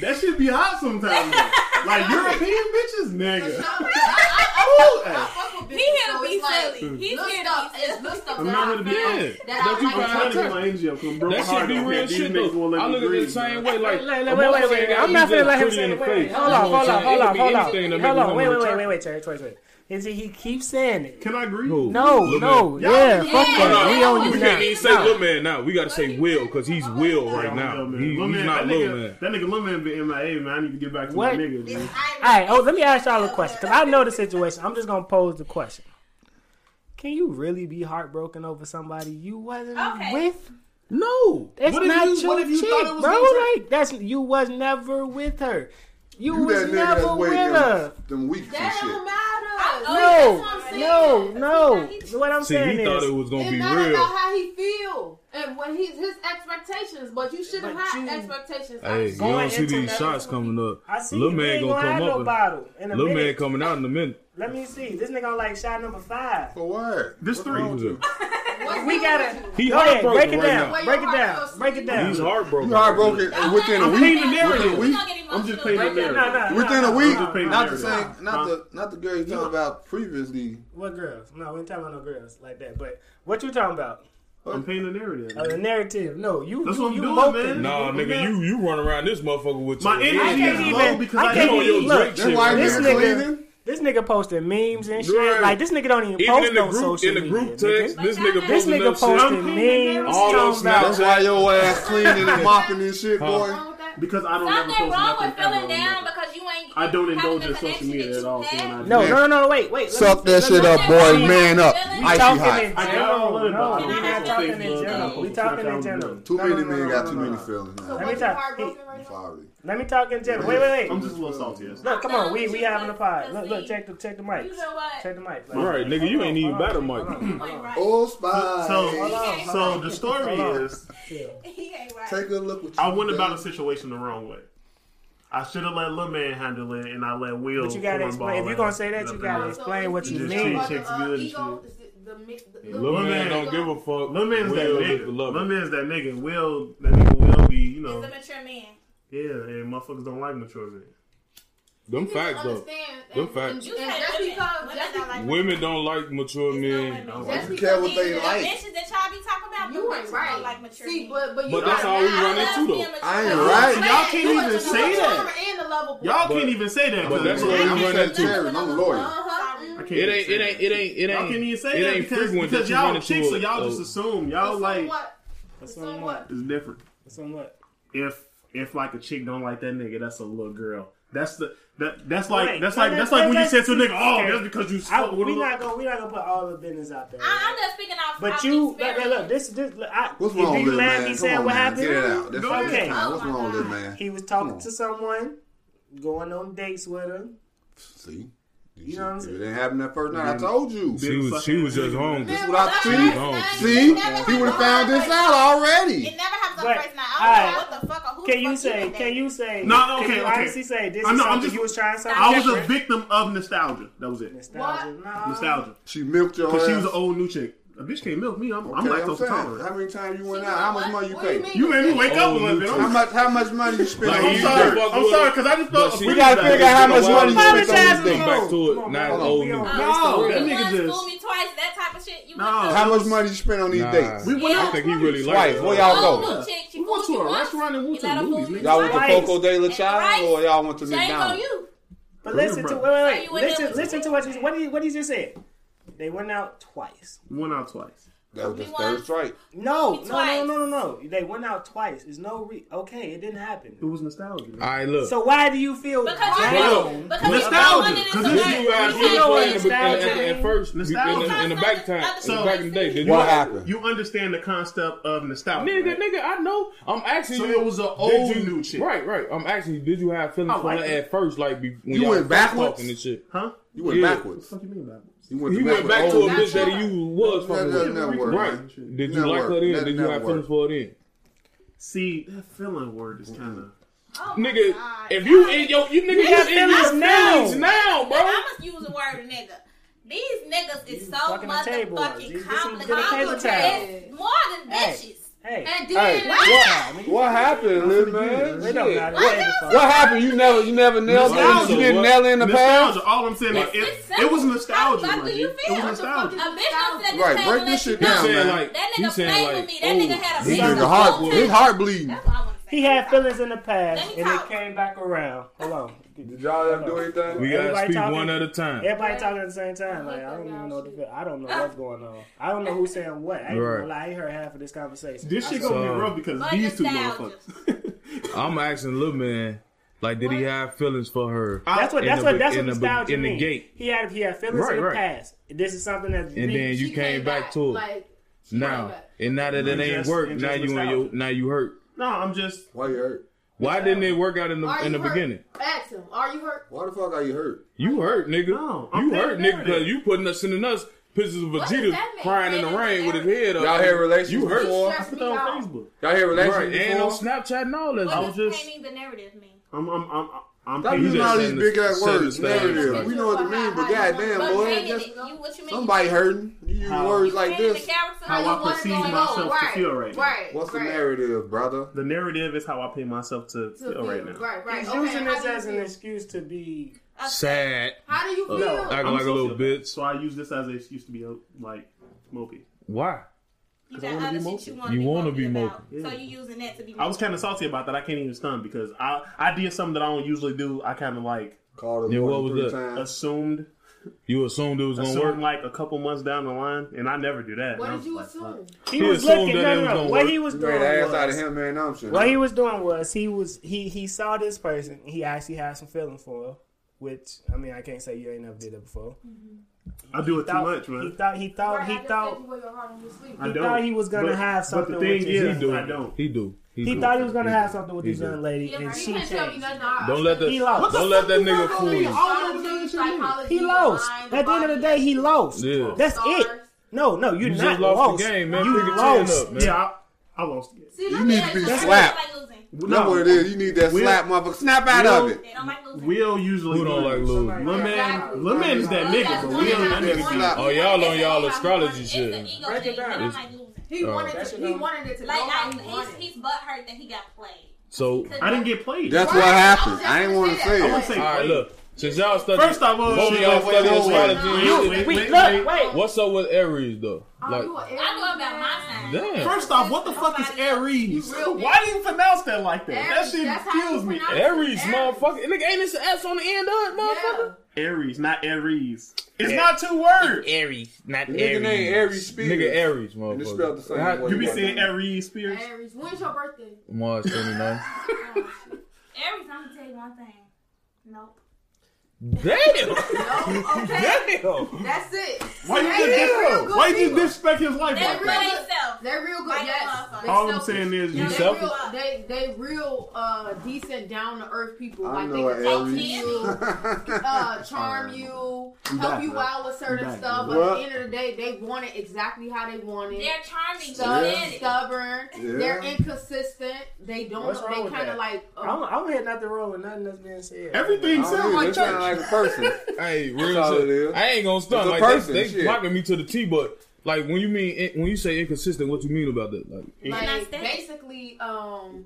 S3: That should
S6: <laughs>
S3: be hot sometimes. though. like European bitches, nigga.
S5: I,
S6: <laughs>
S5: I, I, I, I, fuck little
S6: He
S5: bit.
S6: here to
S5: so
S6: be
S5: it's like,
S6: silly. He's
S5: Look
S6: here
S5: stuff,
S6: to be
S5: it's
S6: silly.
S5: look stuff
S3: I'm
S5: that
S3: not
S5: I
S3: gonna be
S5: feel
S7: mad.
S5: that
S7: Don't you
S5: I
S7: find
S5: like.
S3: trying to get my energy up. 'cause I'm broke
S7: That
S3: hearted.
S7: should be
S3: I'm
S7: real
S3: like, these
S7: shit
S3: niggas
S7: though.
S3: won't let
S7: I
S3: me
S7: look at it the
S3: breathe,
S7: same
S3: man.
S7: way.
S1: Wait,
S7: Like,
S1: wait,
S7: a
S1: wait, wait,
S7: motherfucker
S1: wait.
S7: that
S1: I'm
S7: eat
S1: not
S7: that
S1: finna let him
S7: pretty in
S1: say
S7: the
S1: it. Wait,
S7: face.
S1: hold on, hold
S7: You know what
S1: on,
S7: I'm
S1: hold on,
S7: saying? It
S1: hold
S7: could
S1: on.
S7: be anything that
S1: Hold
S7: make
S1: on,
S7: him
S1: wait, wait, wait,
S7: attract-
S1: wait, wait, Terry, wait, wait. Is he, he keeps saying it.
S3: Can I agree?
S7: Who?
S1: No,
S7: Lil
S1: no,
S7: Man.
S1: yeah,
S5: Y'all-
S1: fuck
S5: yeah,
S1: that. We
S5: y'all-
S1: on
S7: we
S1: you
S5: we
S7: can't
S1: now.
S7: even say
S1: No.
S7: Lil Man now. We gotta say Will because he's Will right
S3: I'm
S7: now.
S3: Lil Man.
S7: He-
S3: Lil
S7: he's
S3: Man,
S7: not
S3: that
S7: Lil
S3: nigga,
S7: Man.
S3: That nigga Lil Man been MIA, man. I need to get back to
S1: What?
S3: my niggas,
S6: This
S3: man.
S6: Irish-
S1: All right, oh, let me ask y'all a question because I know the situation. I'm just gonna pose the question. Can you really be heartbroken over somebody you wasn't
S6: Okay.
S1: with?
S7: No.
S1: That's
S3: What if
S1: not
S3: you-
S1: your
S3: what if you
S1: chick,
S3: thought it was
S1: bro.
S3: gonna-
S1: Like that's you was never with her. You,
S4: You
S1: was
S4: that nigga that's
S1: never with
S4: waiting
S1: her.
S4: them, them weeks and
S5: That don't
S4: shit.
S5: matter.
S6: Oh,
S1: No,
S6: that's what I'm saying.
S1: no, no.
S6: That's
S1: What I'm
S7: See,
S1: saying
S7: he thought
S1: is,
S7: it was gonna
S5: It
S7: be
S5: matters
S7: real.
S5: about how he feel and what his his expectations, but you shouldn't
S1: But
S5: have
S1: you-
S5: expectations.
S7: Hey, you
S1: Going
S7: don't see
S1: into
S7: these
S1: that-
S7: shots coming up.
S1: I see
S7: Lil
S1: you
S7: Man
S1: ain't
S7: gonna
S1: gonna have
S7: come
S1: no
S7: up. and-
S1: bottle in a
S7: Lil Man
S1: minute.
S7: coming out in a minute.
S1: Let me see. This nigga on like shot number five.
S4: For what?
S3: This three.
S7: He was a-
S5: What's
S1: We
S5: wrong
S1: gotta
S5: with you?
S7: He
S1: go ahead.
S7: heartbroken
S1: Break it
S7: right
S1: down.
S7: now.
S1: Break it down. Break it down.
S7: He's heartbroken.
S4: You heartbroken within a
S6: I'm
S4: week?
S6: painting the
S4: Within a
S6: narrative.
S4: week?
S3: I'm just painting the
S1: No,
S3: narrative.
S1: no, no,
S4: Within
S1: no,
S4: a week?
S1: no, no, no.
S4: Not the
S3: Huh?
S4: same. Not the not the girl you talking about previously.
S1: What girls? No, we ain't talking about no girls like that. But what you talking about?
S3: I'm painting the narrative.
S1: Uh, the narrative. No, you
S3: That's
S1: you,
S3: what I'm
S1: you
S3: doing,
S1: moping.
S3: man.
S7: Nah, nigga, you you run around this motherfucker with
S3: My
S7: your
S1: I
S3: energy
S1: can't
S3: is
S1: even.
S3: low because
S1: I
S3: I
S1: can't
S3: know
S1: even.
S7: your
S1: Look,
S7: drink
S4: That's why
S1: this
S4: I'm
S1: nigga,
S4: cleaning.
S1: this nigga posting memes and shit.
S7: Right.
S1: Like this nigga don't even,
S7: even
S1: post
S7: in the
S1: on
S7: group
S1: social
S7: in the group
S1: media.
S7: text.
S1: nigga.
S7: This nigga
S1: This
S7: posting
S1: nigga
S7: up shit.
S1: posting memes.
S7: All on
S1: talking about-
S4: That's why your ass
S1: <laughs>
S4: cleaning and mopping and shit,
S7: Huh?
S4: boy.
S5: What's wrong with that?
S3: because I don't ever
S6: Something
S3: post
S6: wrong with
S3: nothing ever
S6: feeling
S3: on
S6: down
S3: nothing.
S6: because you ain't.
S3: I don't
S6: having
S3: indulge
S6: the
S3: in social
S6: connection
S3: media
S6: that
S3: at
S6: you
S3: all. so
S6: had.
S3: when I do
S1: No,
S4: Yeah.
S1: no, no, no, wait, wait. let me-
S4: Suck that
S1: let me-
S4: shit up, boy. Man up.
S1: We
S6: Icy
S4: Icy
S1: talking in general.
S4: hot.
S3: I
S1: No,
S3: got
S1: we not
S6: all of
S1: talking
S3: them.
S1: in general. We talking in general.
S4: Too
S1: No,
S4: many
S1: no, no,
S4: men
S1: no,
S4: got
S1: no,
S4: too
S1: no,
S4: many
S1: no.
S4: feelings.
S5: So
S4: Nah,
S1: Let
S5: let
S1: me
S5: me
S1: talk-
S5: Heartbroken
S4: I'm
S5: right now?
S4: sorry.
S1: Let me talk in general. Wait, wait,
S3: I'm
S1: wait.
S3: just a little salty. Yes.
S1: Look, come on. We we having a pod. Look, look. Check the check the mic.
S6: You know what?
S1: Check the mic. Like,
S7: Right, nigga, you ain't even better, Mike.
S6: You ain't right.
S4: Oh, spy.
S3: So, so the story
S1: Hold on.
S3: is,
S6: He ain't right.
S4: take a look what you
S3: I went about the
S4: done.
S3: situation the wrong way. I should have let Lil Man handle it, and I let Will.
S1: But you gotta
S3: cornball
S1: explain. If you
S3: out.
S1: gonna say that, you gotta
S5: So
S1: explain what
S5: it's
S1: you
S5: the
S3: Just
S1: mean.
S5: ego,
S3: cheat chicks
S5: uh,
S3: good and
S5: ego,
S3: shit.
S5: is it the mi- the- the-
S7: Lil
S3: Man
S7: Man don't
S5: ego?
S7: give a fuck.
S3: Lil Man's that
S7: Will
S3: nigga.
S7: is the lover.
S3: Lil Man's that nigga. Will that nigga will be, you
S6: He's
S3: know,
S6: a mature man.
S3: yeah. And motherfuckers don't like mature men.
S7: Them
S5: You need
S7: facts
S5: to
S7: though.
S5: understand,
S7: Them
S5: and-
S7: facts.
S5: And, and just because, just because
S7: Women don't like mature men.
S5: That's
S4: You care what they
S5: because
S6: The
S4: like.
S6: bitches that y'all be talking about,
S5: you
S6: them
S5: ain't
S6: bitches
S5: right.
S6: Don't like mature
S5: See,
S6: men.
S5: but but you
S7: But that's
S5: gotta
S7: how we
S5: balance-
S7: run into
S6: I love being
S7: though.
S6: mature.
S4: I ain't
S6: Y'all
S4: right.
S5: Man,
S3: Y'all can't
S5: you
S3: even
S5: a- you a
S3: say that.
S5: charmer And a lovable.
S3: Y'all
S7: But-
S3: can't even say that.
S7: but
S3: because
S7: that's
S3: I
S7: what we
S4: I'm
S7: run
S4: a
S7: into.
S4: secretarian. I'm a lawyer.
S5: Uh-huh. mm.
S7: It
S3: can't even
S7: ain't.
S3: say
S7: It
S3: that.
S7: ain't. It ain't. It
S3: Y'all
S7: ain't.
S3: can't even say
S7: it
S3: that
S7: ain't
S3: because,
S7: frequent that
S3: because
S7: you run
S3: y'all
S7: into
S3: chicks, so
S7: a-
S3: y'all just
S7: a-
S3: assume
S5: So
S3: y'all like
S5: what? So
S1: on
S5: what?
S3: it's different.
S1: It's on what?
S3: if if like a chick don't like that nigga, that's a little girl. That's the that that's like
S1: Wait,
S3: that's
S1: no,
S3: like
S1: no,
S3: that's
S1: no,
S3: like when you
S1: no,
S3: said to a nigga, oh,
S1: okay.
S3: that's because you
S1: I,
S3: fuck with a
S1: we
S3: little.
S1: not gonna we not gonna put all the business out there.
S6: I, I'm just speaking off.
S1: But
S6: off
S1: you,
S6: experience.
S1: look, look, look, this, this, look, I,
S4: What's wrong
S1: if
S4: with
S1: you
S4: this
S1: laugh,
S4: man?
S1: he
S4: Come
S1: said
S4: on,
S1: what
S4: man. Get it
S1: happened.
S4: out. That's
S3: Go
S4: okay.
S1: ahead.
S4: What's
S6: Oh,
S4: wrong with this
S6: my
S4: man?
S1: He was talking
S4: Come on.
S1: to someone, going on dates with her.
S4: See,
S1: You know what I'm
S4: If it
S1: saying?
S4: didn't happen that first night. I told you.
S7: She was. She was just hungry.
S4: That's what I see.
S7: Don't.
S4: See, he would have found this out
S6: It
S4: already.
S6: never happens on
S1: But,
S6: the first night. I
S1: alright.
S6: don't know what the fuck or who
S1: Can
S6: the
S1: you
S6: fuck
S1: say?
S6: did that.
S1: Can you say?
S3: No, no,
S1: Can
S3: okay,
S1: you
S3: okay.
S1: honestly say this
S3: I
S1: is
S3: know, I'm
S1: something
S3: just-
S1: you was trying something
S3: I was a
S1: different?
S3: victim of nostalgia. That was it.
S1: Nostalgia. No.
S3: Nostalgia.
S4: She milked your ass.
S3: Because she was an old new chick. A bitch can't milk me. I'm, I'm
S4: Okay, I'm
S3: lactose
S4: saying.
S3: intolerant.
S4: How many times you went
S5: See,
S4: out? How much
S5: what-
S4: money you
S5: what do you
S4: paid?
S5: mean?
S3: You made me wake up a little bit.
S4: How
S3: I'm,
S4: much? How much money you spent?
S7: Like,
S4: on
S3: I'm
S7: you
S4: these
S7: just-
S4: dates?
S3: sorry. I'm sorry because I just
S7: But
S3: thought
S7: she-
S3: we
S4: We gotta figure out how much money you
S7: Apologize
S4: spent on
S1: to
S4: these
S1: him.
S4: dates.
S7: Back to
S1: Come
S7: it.
S1: on, man.
S7: Now it's
S4: Hold on.
S7: old
S1: We
S7: news.
S1: on-
S3: No, that
S6: You
S3: nigga
S6: want to
S3: just-
S6: school me twice, that type of shit. You
S3: No.
S6: want to
S4: How much money you spent on these
S7: Nah.
S4: dates?
S3: We went
S7: I
S6: Yeah.
S3: out.
S7: think he really liked
S4: Right,
S7: it.
S4: where y'all
S6: Fooled
S4: go?
S6: you, chick.
S3: We went to a restaurant and went to the movies, nigga.
S4: Y'all went to
S1: Twice.
S4: Coco De La Child or y'all went to
S6: Django,
S4: McDonald's?
S6: you.
S1: But listen to
S3: Remember.
S1: wait, wait,
S6: So
S1: wait.
S6: you went there
S1: Listen,
S6: with
S1: listen
S6: your
S1: to what you what he what he just said. They went out twice.
S3: Went out twice.
S4: That was the
S6: We went-
S4: third strike.
S1: No,
S6: Twice.
S1: no, no, no, no, no. They went out twice. There's no re. Okay, it didn't
S3: It
S1: happen.
S3: was nostalgia. man.
S7: All right, look.
S1: So why do you feel
S6: Because you
S1: down?
S6: knew. Because
S3: Nostalgia.
S6: you
S3: Because
S6: wanted
S3: this
S6: it
S3: is
S6: to
S7: you
S6: work.
S7: asked
S6: You
S7: me
S1: know
S7: in
S1: what
S7: the
S1: it's down
S7: beginning, at, at
S1: to.
S7: first, in
S3: Nostalgia.
S7: the, in the back time, in the
S6: So-
S7: back in the day. Did you
S4: What happened?
S3: You understand the concept of nostalgia.
S7: Nigga,
S3: right?
S7: nigga, I know. I'm asking
S3: So
S7: you.
S3: it was an
S7: did
S3: old
S7: you-
S3: new chick.
S7: Right, right. I'm asking you. Did you have feelings
S3: I
S7: for
S3: like
S7: her
S3: it.
S7: at first, like be, when
S4: You
S7: y'all
S4: went
S7: first
S4: backwards?
S7: talking and shit?
S3: Huh?
S4: You went
S7: Yeah.
S3: What the
S4: backwards.
S3: fuck you mean by that?
S4: You went
S7: He
S4: to
S7: went
S4: back
S7: back
S4: with
S7: to a
S4: old
S7: bitch
S4: people.
S7: that he was
S4: That
S7: fucking
S4: doesn't
S7: with.
S4: never work.
S7: Right.
S4: man.
S7: Did you
S4: Never
S7: like her
S4: work.
S7: then?
S4: That
S7: Did you
S4: never
S7: have
S4: work.
S7: feelings for her then?
S3: See, that feeling word is kind of.
S6: Oh
S7: Nigga, if you in your you nigga
S1: got
S7: you in your
S1: feelings now.
S7: feelings now,
S6: But
S7: bro.
S6: I must use the word nigga. These niggas is so
S1: fucking the table.
S6: motherfucking
S1: This is the table
S6: complicated.
S5: table.
S6: It's more than
S1: Hey.
S6: bitches.
S1: Hey,
S5: And
S4: Hey,
S5: then
S4: what, what happened, little man?
S1: it don't matter.
S5: What?
S1: What?
S4: What happened? You never, you never nailed down. You didn't nail in the past.
S3: nostalgia. All I'm saying is,
S6: It's- it's
S3: it,
S6: simple.
S3: it was nostalgia.
S6: How the fuck
S3: my
S6: do
S3: G.
S6: you feel?
S3: It
S6: What
S3: was
S5: the
S3: nostalgia.
S6: A bitch don't sit at this
S4: Right,
S6: table
S4: break
S6: and
S4: this
S6: let
S4: shit
S6: you know.
S4: down, man.
S6: That
S7: he
S6: nigga
S7: saying,
S6: played
S7: like, oh,
S6: with me. That nigga had a
S4: This
S6: full
S4: nigga heart,
S6: time.
S4: his heart bleeding.
S6: That's what I want to say.
S1: He had feelings in the past,
S6: Let me
S1: and it
S6: talk.
S1: came back around. Hold on.
S4: Did y'all ever do anything?
S7: We gotta
S1: Everybody
S7: speak
S1: talking.
S7: one at a time.
S1: Everybody talking at the same time. Like I don't even know the. I don't know what's going on. I don't know who's saying what. I ain't
S7: Right.
S1: gonna lie. I ain't heard half of this conversation.
S3: This shit
S1: I-
S3: gonna
S7: So-
S3: be rough because
S6: But
S3: these two
S6: nostalgia.
S3: motherfuckers. <laughs>
S7: I'm asking little man, like, did he have feelings for her?
S1: That's what.
S7: In
S1: That's
S7: the
S1: what.
S7: be-
S1: That's
S7: in
S1: what
S7: the be-
S1: nostalgia
S7: in the
S1: means.
S7: gate.
S1: He had. He had feelings
S7: Right,
S1: in the
S7: right.
S1: past. This is something that's.
S7: And then you
S5: she
S7: came back to it.
S5: Like, she came
S7: Now
S5: back.
S7: and now that it
S3: And
S7: ain't
S3: just-
S7: work,
S3: and
S7: now
S3: just
S7: you in your
S3: nostalgia.
S7: now you hurt.
S3: no, I'm just.
S4: Why you hurt?
S7: Why didn't it work out in the
S5: Are
S7: in
S5: you
S7: the
S5: hurt?
S7: beginning?
S5: Ask him, are you hurt?
S4: Why the fuck are you hurt?
S7: You hurt, nigga.
S3: No, I'm
S7: you
S3: dead
S7: hurt,
S3: married.
S7: nigga, because you putting us sending us pictures of
S5: What does
S7: Vegeta
S5: that mean?
S7: crying in the
S5: Dead
S7: rain with his
S5: married.
S7: head up.
S4: Y'all had relations
S7: You hurt.
S4: before?
S5: Stress
S3: I put
S5: me
S3: that on
S5: out.
S3: Facebook.
S4: Y'all had relations
S7: Right, and on
S4: before?
S7: Snapchat and all that.
S6: What
S7: stuff.
S6: does
S3: just-
S6: painting the narrative mean?
S3: I'm. I'm. I'm. I'm.
S4: Stop
S3: I'm
S4: using all these
S7: setting the-
S4: big ass
S7: setting
S4: words.
S7: the stage.
S4: Narrative. We know what it means, but goddamn,
S6: But
S4: boy,
S6: painting
S4: just
S6: it, you, what you mean?
S4: somebody hurting. You use
S3: How-
S4: words
S6: You
S4: like
S6: painting
S4: this.
S6: The character
S3: How
S6: you
S3: I
S6: want
S3: perceive
S6: going
S3: myself
S6: on.
S3: to feel right now.
S5: Right.
S4: What's the
S5: right.
S4: narrative, brother?
S3: The narrative is how I pay myself to
S5: To
S3: feel
S5: feel.
S3: right now.
S5: Right, right.
S1: He's
S5: Okay,
S1: using
S5: how
S1: this
S5: do you
S1: as an
S5: feel?
S1: excuse to be.
S7: Sad.
S5: How do you feel?
S1: No.
S7: Acting
S3: I'm
S7: like a little
S3: sociopath.
S7: bitch.
S3: So I use this as an excuse to be uh, like mopey.
S7: Why?
S6: You
S3: I
S6: got
S3: wanna
S6: other
S3: be
S6: shit you want to
S7: You
S6: be
S7: wanna
S6: mopey
S7: be
S6: about.
S3: mopey.
S6: So you using that to be
S3: I was kind of salty about that. I can't even stun because I I did something that I don't usually do. I kind of like
S4: Called it
S7: Yeah,
S4: more
S7: what
S4: than
S7: was
S4: three times.
S3: assumed
S7: You assumed it was gonna work.
S3: assumed like a couple months down the line, and I never do that.
S5: What
S3: And I
S5: did you
S3: was like,
S5: assume?
S1: He
S7: He
S1: was
S7: assumed
S1: looking.
S7: that
S1: No,
S7: it
S1: no,
S7: was
S1: no.
S7: gonna
S1: What
S7: work.
S1: he was
S4: You
S1: doing
S4: made ass out of
S1: was.
S4: him, man. I'm sure.
S1: What he was doing was he was he he saw this person. He actually had some feeling for her. Which I mean, I can't say you ain't never did it before.
S3: I do it too
S1: Thought-
S3: much,
S1: He
S3: man.
S1: thought he thought
S5: Right,
S1: he
S5: I just
S1: thought
S5: said you wear your heart on your sleeve.
S3: I
S1: He
S3: don't.
S1: thought he was gonna
S3: But-
S1: have something
S3: But the
S1: with
S3: thing
S1: you.
S3: is,
S7: He do.
S3: I don't.
S7: He do.
S1: He
S7: do.
S1: thought he was gonna
S7: do.
S1: have something with
S7: He
S1: this
S7: do.
S1: young lady,
S5: Yeah,
S1: and
S5: right.
S1: she
S5: You can't tell me
S1: changed.
S5: nothing. I-
S7: Don't let that.
S1: He lost.
S7: Don't let that nigga fool
S5: Psychology,
S7: you.
S5: psychology,
S1: He lost.
S5: mind,
S1: At the end of the
S5: body,
S1: day, he lost.
S7: Yeah.
S1: That's it.
S5: stars.
S1: No, no, you're
S7: You
S1: not
S7: just lost
S1: lost.
S7: the game, man.
S1: You
S7: Pick your chin
S1: lost.
S7: up, man.
S3: Yeah, I, I lost. it.
S5: See,
S4: You
S5: that's
S4: need to
S5: it.
S4: be
S5: That's it.
S4: slapped.
S6: Like losing.
S4: That's what it is. You need that
S3: Will-
S4: slap, motherfucker. Snap out of
S3: Will-
S4: it.
S6: They don't like losing.
S3: Will usually
S7: Who don't like
S3: lose.
S7: losing?
S3: Lil man, Lil man is that
S5: Look,
S3: nigga,
S5: that's
S3: but
S5: one
S3: Will
S5: time
S3: that
S5: he
S3: nigga.
S5: wanted-
S4: slap.
S7: Oh, y'all on y'all
S6: It's
S7: astrology
S6: the
S7: shit.
S6: ego
S1: Break it
S6: thing. They
S1: down.
S6: don't like losing.
S5: He
S7: Oh.
S5: wanted
S1: That's
S5: to.
S1: your
S5: He
S1: number.
S5: wanted it to go
S6: Like,
S5: how
S6: I,
S5: he wanted.
S6: he's, he's butthurt that he got played.
S7: So,
S6: Because
S3: I didn't get played.
S4: That's
S5: Right,
S4: what
S5: I was
S4: happened.
S5: just
S4: I ain't
S5: gonna
S4: want to
S5: say
S4: say
S5: that.
S3: I won't
S4: it.
S3: say
S7: all right,
S3: played.
S7: look. Since y'all study,
S3: First of all,
S7: both of
S3: shit,
S7: y'all
S4: wait, wait,
S7: study
S4: wait,
S7: astrology.
S5: wait.
S7: and
S5: Wait,
S7: shit.
S1: We-
S3: wait,
S1: look,
S3: wait.
S1: wait.
S7: What's up with Aries though?
S5: Oh,
S7: Like,
S5: you a Aries
S6: I know about
S5: man.
S6: my sign.
S7: damn.
S3: First off, what the fuck is Aries?
S5: You real bitch.
S3: Why do you pronounce that like that?
S5: Aries,
S3: that shit
S5: that's how
S3: kills
S5: you
S3: me.
S5: pronounce it.
S7: Aries,
S5: Aries.
S7: motherfucker. Nigga, ain't this an S on the end of it, motherfucker?
S5: Yeah.
S3: Aries, not Aries. It's not two words.
S7: Aries, not
S4: The nigga named Aries Spears.
S7: Nigga Aries, motherfucker.
S4: And it's spelled the same
S7: How-
S4: way.
S3: You be saying Aries Spears?
S5: Aries. When's your birthday?
S7: Mars 29.
S6: Aries, I'm gonna tell you one thing. Nope.
S7: Damn!
S5: No. Okay.
S7: Damn!
S5: That's it.
S3: Why you
S5: They-
S3: just
S5: they
S3: dis-
S5: real good
S3: why you just
S5: people.
S3: disrespect his life
S6: They're
S3: like
S6: real
S3: that?
S6: self.
S5: They're real good.
S6: Like
S5: Yes.
S6: a motherfucker.
S5: They
S3: All I'm
S5: selfish.
S3: saying is
S5: Yeah,
S3: you
S5: they
S7: selfish?
S5: real- They they real uh decent down to earth people.
S4: I
S5: Like they
S4: know
S5: can
S4: an
S5: talk to
S4: <laughs> Aries.
S5: you, uh,
S3: <laughs>
S5: charm you, help
S3: back,
S5: you
S3: bro.
S5: out with certain
S3: back,
S5: stuff.
S4: bro.
S5: But at
S4: What?
S5: the end of the day, they want it exactly how they want it.
S6: They're charming.
S5: They're
S4: Yeah.
S6: Yeah.
S5: stubborn.
S4: Yeah.
S5: They're inconsistent. They don't.
S1: What's wrong
S5: they
S1: with
S5: kind
S1: that?
S5: of like. uh,
S1: I don't, I don't hear nothing wrong with nothing that's being said.
S3: Everything
S4: I don't
S3: sounds
S4: know,
S3: like
S4: this sound
S3: church.
S4: like a person.
S7: Hey, real
S4: all
S7: shit.
S4: it is.
S7: I ain't gonna
S4: It's
S7: stunt
S4: a
S7: like
S4: person,
S7: they, they
S4: shit.
S7: blocking me to the T, but like when you mean when you say inconsistent, what you mean about that? Like,
S6: I
S5: like
S6: stay?
S5: basically, um,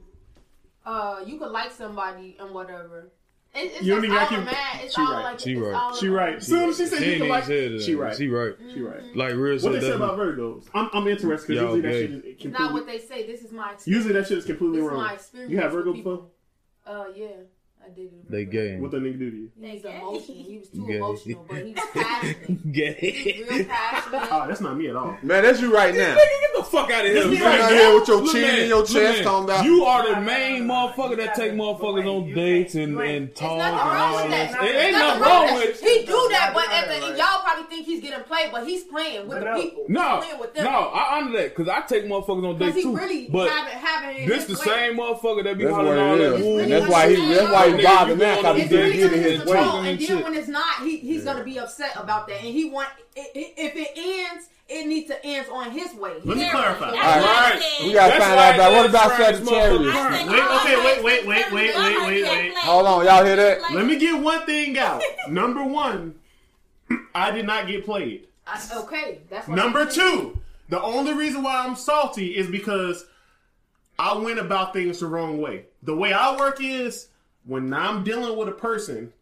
S5: uh, you could like somebody and whatever. It, it's
S3: You
S5: just
S3: don't even
S5: all
S3: like him.
S5: mad. It's
S3: She
S5: all
S3: right.
S5: like
S7: She
S5: it's
S7: right.
S5: all
S3: She right. Soon as she said
S7: she
S3: you
S7: ain't
S3: can
S7: even
S3: like,
S7: said it.
S3: she right.
S7: She right.
S3: She right.
S7: Like real
S3: What
S7: shit.
S3: they say
S7: doesn't-
S3: about Virgos? I'm, I'm interested because
S7: Y'all
S3: usually that
S7: gay.
S3: shit is
S5: It's not
S3: completely-
S5: what they say. This is my experience.
S3: Usually that shit is completely
S5: this is
S3: wrong.
S5: my experience.
S3: You have
S5: with
S3: Virgo
S5: people.
S3: before?
S5: Uh, yeah, I did it.
S7: They gay.
S3: What that nigga do to you?
S5: He's
S6: They
S5: emotional. He was too
S7: Yeah.
S5: emotional, but he was
S7: <laughs>
S5: passionate.
S7: Gay.
S3: <laughs>
S5: Real passionate.
S3: Ah, that's not me at all.
S4: Man, that's you right now.
S7: Nigga, get the fuck out of here.
S4: You
S7: man.
S4: right here with your
S7: Look,
S4: chin
S7: man,
S4: in your
S7: look,
S4: chest
S7: man,
S4: talking about-
S7: You are the main
S1: You gotta-
S7: motherfucker that take
S1: you
S7: motherfuckers
S1: gotta-
S7: on
S1: you
S7: dates
S1: ain't-
S7: and,
S1: you ain't-
S7: and talk and
S5: nothing wrong
S7: all
S5: with
S7: that.
S5: that.
S7: It ain't
S5: There's
S7: nothing
S5: nothing
S7: wrong
S5: wrong
S7: with it.
S5: He do that, but at the, and y'all probably think he's getting played, but he's playing with
S1: No.
S5: the people.
S7: No,
S5: he's playing with them.
S7: no, I honor that because I take motherfuckers on
S5: because
S7: dates
S5: he
S7: too.
S5: really
S7: but
S5: haven't having it. in
S7: this the
S5: his way.
S7: same motherfucker that be
S4: That's what
S7: hollering all
S4: it
S7: that
S4: is,
S7: woo.
S4: and that's why he. That's why he
S5: Nigga, you
S4: bothing
S7: go
S4: now. Cause he
S7: on
S5: It's really
S4: didn't
S7: dates
S4: get in
S5: under
S4: his
S5: control,
S4: way.
S7: and
S5: and then
S7: shit.
S5: when it's not, he, he's gonna be upset about that, and he want i- i- if it ends, it needs to end on his way.
S3: Let me
S6: Yeah.
S3: clarify.
S6: All
S4: All
S6: That's
S4: right,
S6: why I said-
S4: we gotta
S7: That's
S4: find
S7: why
S4: out about
S7: I
S4: what
S7: said
S4: about
S7: Frank is
S4: Sagittarius.
S7: motherfucking
S6: said
S3: Wait,
S6: all
S3: okay,
S6: my
S3: wait, wait, wait,
S6: friends
S3: wait,
S6: love
S3: wait,
S6: her.
S3: wait,
S6: She
S3: wait.
S6: got
S4: Hold on, y'all hear that?
S6: played.
S3: Let me get one thing out. Number one, <clears throat> I did not get played.
S5: I- okay, that's what
S3: Number
S5: I'm saying.
S3: two, the only reason why I'm salty is because I went about things the wrong way. The way I work is when I'm dealing with a person,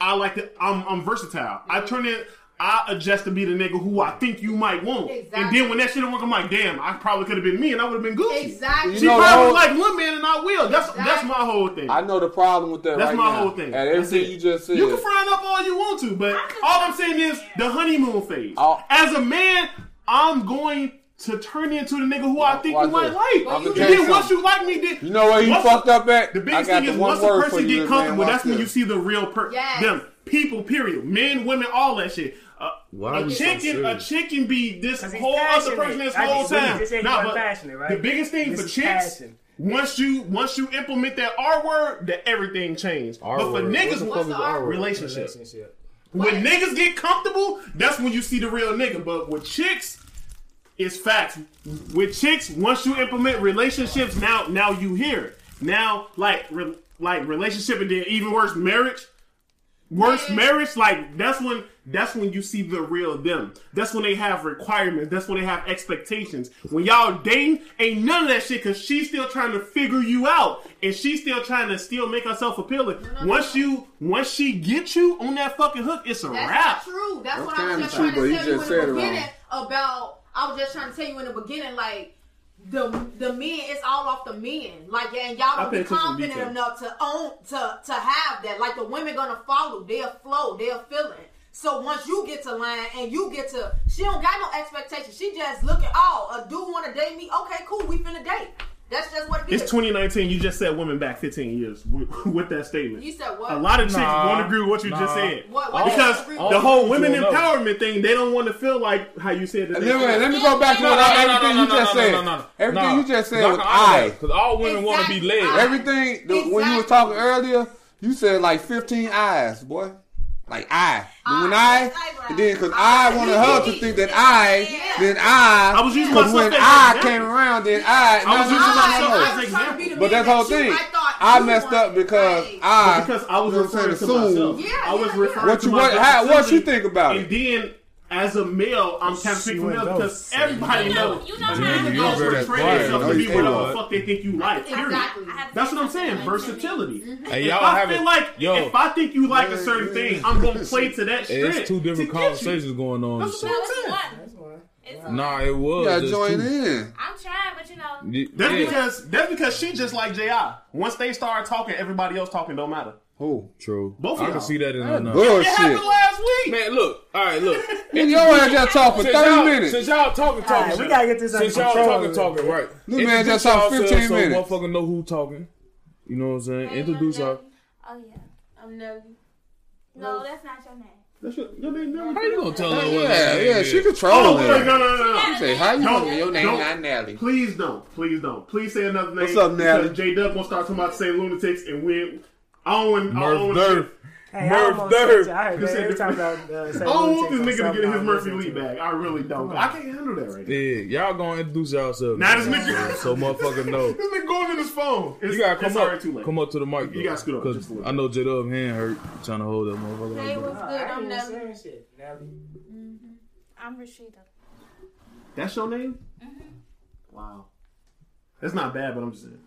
S3: I like to I'm I'm versatile. I turn it I adjust to be the nigga who I think you might want. And
S5: Exactly.
S3: then when that shit don't work, I'm like, damn, I probably could have been me and I would have been Gucci.
S5: Exactly.
S4: You
S3: She
S4: know,
S3: probably
S4: whole-
S3: like one man and I will. That's that's
S5: Exactly.
S3: my whole thing.
S4: I know the problem with that.
S3: That's
S4: right
S3: my
S4: now.
S3: whole thing.
S4: And
S3: That's
S4: everything
S3: it.
S4: you just said.
S3: You can frown up all you want to, but all I'm saying is the honeymoon phase.
S4: Oh.
S3: As a man, I'm going to turn into the nigga who I think
S4: Watch
S3: you might
S4: this.
S3: like.
S5: Well, you
S3: And
S5: can't
S3: then once
S4: come.
S3: you like me, then
S4: You know where you
S3: once-
S4: fucked up at?
S3: The biggest
S4: I got
S3: thing
S4: the
S3: is
S4: one
S3: once a
S4: word for
S3: person
S4: you,
S3: get
S4: man.
S3: comfortable,
S4: Watch
S3: that's when
S4: this.
S3: you see the real person.
S5: Yes.
S3: Them people, period, men, women, all that shit. Uh,
S7: Why are
S3: a
S7: we so
S3: chicken, a
S7: serious?
S3: chicken be this
S1: 'Cause he's
S3: whole other
S1: passionate.
S3: person this
S1: That's
S3: whole
S1: just what it is.
S3: time.
S1: This ain't
S3: Nah, but
S1: unpassionate, right?
S3: The biggest thing
S1: This
S3: for
S1: is
S3: chicks,
S1: passion.
S3: once you once you implement that R word, that everything changed.
S7: R
S3: but for
S7: word. What
S3: niggas,
S7: the fuck
S5: what's
S7: is
S5: the R word?
S3: relationship.
S1: Relationship.
S3: When niggas get comfortable, that's when you see the real nigga. But with chicks, it's facts. With chicks, once you implement relationships, now now you hear it. Now like re, like relationship and then even worse marriage. Worse marriage, like that's when that's when you see the real them. That's when they have requirements. That's when they have expectations. When y'all dating, ain't none of that shit because she's still trying to figure you out and she's still trying to still make herself appealing. once you once she gets you on that fucking hook, it's a
S5: That's
S3: wrap.
S5: not true. That's
S4: That's
S5: what I was
S4: kinda
S5: just
S4: true,
S5: trying
S4: but
S5: to
S4: he
S5: tell you
S4: just
S5: in
S4: said it
S5: the
S4: wrong.
S5: beginning about. I was just trying to tell you in the beginning, like the the men, it's all off the men. Like yeah, and y'all
S3: I
S5: don't
S3: pay
S5: be
S3: attention to
S5: confident
S3: detail.
S5: enough to own to to have that. Like the women gonna follow. They'll flow. They'll feel it. So once you get to line and you get to, she don't got no expectations. She just looking. Oh, a dude want to date me? Okay, cool. We finna date. That's just what it is.
S3: It's 2019. You just said women back 15 years with, <laughs> with that statement.
S5: You said what?
S3: A lot of chicks
S7: Nah.
S3: won't agree with what you just
S7: Nah.
S3: said.
S5: What- what
S3: because
S5: disagree
S3: the
S5: with?
S3: whole women
S7: No.
S3: empowerment thing, they don't want to feel like how you said that.
S4: And
S3: they
S4: then,
S3: feel.
S4: wait, let me go back to
S6: No,
S4: what
S6: no,
S4: I-
S6: no,
S4: everything you just said. Everything you just said was I.
S7: Because all women want to be
S5: Exactly.
S7: led.
S4: Everything the, when you were
S5: Exactly.
S4: talking earlier, you said like fifteen eyes, boy. Like I. But when I
S6: Eyes, eyebrows.
S4: and then because I wanted her to think that I, then I.
S3: I was using
S4: Because when
S3: myself as an
S4: I
S3: example.
S4: came around, then I.
S3: I was
S4: no, no,
S3: using
S4: no, no,
S3: myself
S4: no.
S3: as an example.
S4: But that's the whole thing. I messed up because I.
S3: because I was
S4: you know what I'm
S3: referring to
S4: saying, assumed
S3: myself.
S5: Yeah,
S3: I was
S5: yeah,
S3: referring
S5: yeah.
S4: What
S3: to
S4: you what?
S3: myself
S4: How, what you
S3: simply.
S4: think about
S3: And
S4: it?
S3: then as a male, I'm kind of
S1: She
S3: picking
S1: went
S3: male
S1: dope.
S3: because everybody
S6: You know,
S3: knows.
S6: you know how
S7: Yeah, you
S6: I
S3: Girls
S7: know
S6: feel.
S7: very
S3: portray
S7: quiet.
S3: themselves
S4: No,
S3: to
S4: you
S3: be
S4: stay
S3: whatever the
S4: loud.
S3: fuck they think you like. period.
S5: Exactly.
S6: I have
S3: That's what I'm saying. Mm-hmm.
S6: to-
S3: Versatility.
S7: Hey,
S3: if
S7: y'all
S3: I
S7: having-
S3: feel like
S7: yo.
S3: if I think you like a certain thing, I'm
S4: <laughs>
S3: gonna play to that shit.
S7: It's two different conversations going on.
S3: That's
S6: No, it's one. It's one.
S7: Nah, it
S4: You
S7: was.
S4: gotta
S7: It's
S4: join
S7: two.
S4: in.
S6: I'm trying, but you know.
S7: Y-
S3: That's
S7: yeah,
S3: because that's because she just like Ji. Once they start talking, everybody else talking don't matter.
S4: Who?
S7: true.
S3: Both of
S7: I
S3: y'all.
S7: can see that in her now.
S3: It
S4: Oh. Bullshit.
S3: happened last week.
S7: Man, look. All right, look.
S4: And your ass just talked for
S7: Since
S4: 30
S7: y'all,
S4: minutes.
S7: since y'all talking, talking,
S1: right, we
S7: shit.
S1: gotta get this
S7: Since
S1: under
S7: y'all
S1: control.
S7: talking, talking, right?
S4: This man
S7: Introduce
S4: just talked
S7: yourselves
S4: 15 minutes.
S7: So motherfucker know who talking. You know what I'm saying? Introduce y'all.
S6: Oh yeah.
S5: I'm nervous.
S6: No, that's not your name.
S3: That's your, your name never.
S7: How you gonna tell her what
S4: Yeah,
S7: her name
S4: yeah,
S7: is?
S4: she
S3: Oh,
S4: controlling
S3: wait, no,
S4: it.
S3: no, no, no.
S6: Yeah.
S4: Say, how you
S3: Don't-
S4: know your name
S3: don't-
S4: not Natalie?
S3: Please don't. Please don't. Please say another name.
S4: What's up, Natalie?
S3: J Dub gonna start talking about say lunatics and we. I don't want. I don't
S7: Murph
S3: want.
S7: Durf.
S1: Hey, I
S7: Merv
S1: almost said
S7: Durf.
S1: you- I heard
S3: You
S1: that
S3: said
S1: every
S3: that-
S1: time about uh, say
S3: I don't
S1: lunatics
S3: want
S1: or
S3: this nigga to
S1: something,
S3: get his
S1: I'm
S3: Murphy
S1: listening
S3: Lee
S1: to it.
S3: back. I really don't. I can't handle that right now.
S7: Yeah, y'all gonna introduce yourself.
S3: Now this nigga-
S7: So motherfucker
S3: <laughs>
S7: know.
S3: This nigga going in his phone. It's,
S7: You gotta come
S3: it's
S7: up,
S3: already too late.
S7: come up to the mic.
S3: You gotta scoot up just a little
S7: I know J Dub hand hurt trying to hold that motherfucker. like
S6: Hey,
S7: that.
S6: what's
S1: Nah,
S6: good?
S1: I
S6: I'm
S1: ain't
S6: Nelly.
S1: saying shit. Nelly.
S6: I'm Rashida.
S3: That's your name? Wow. That's not bad, but I'm just saying.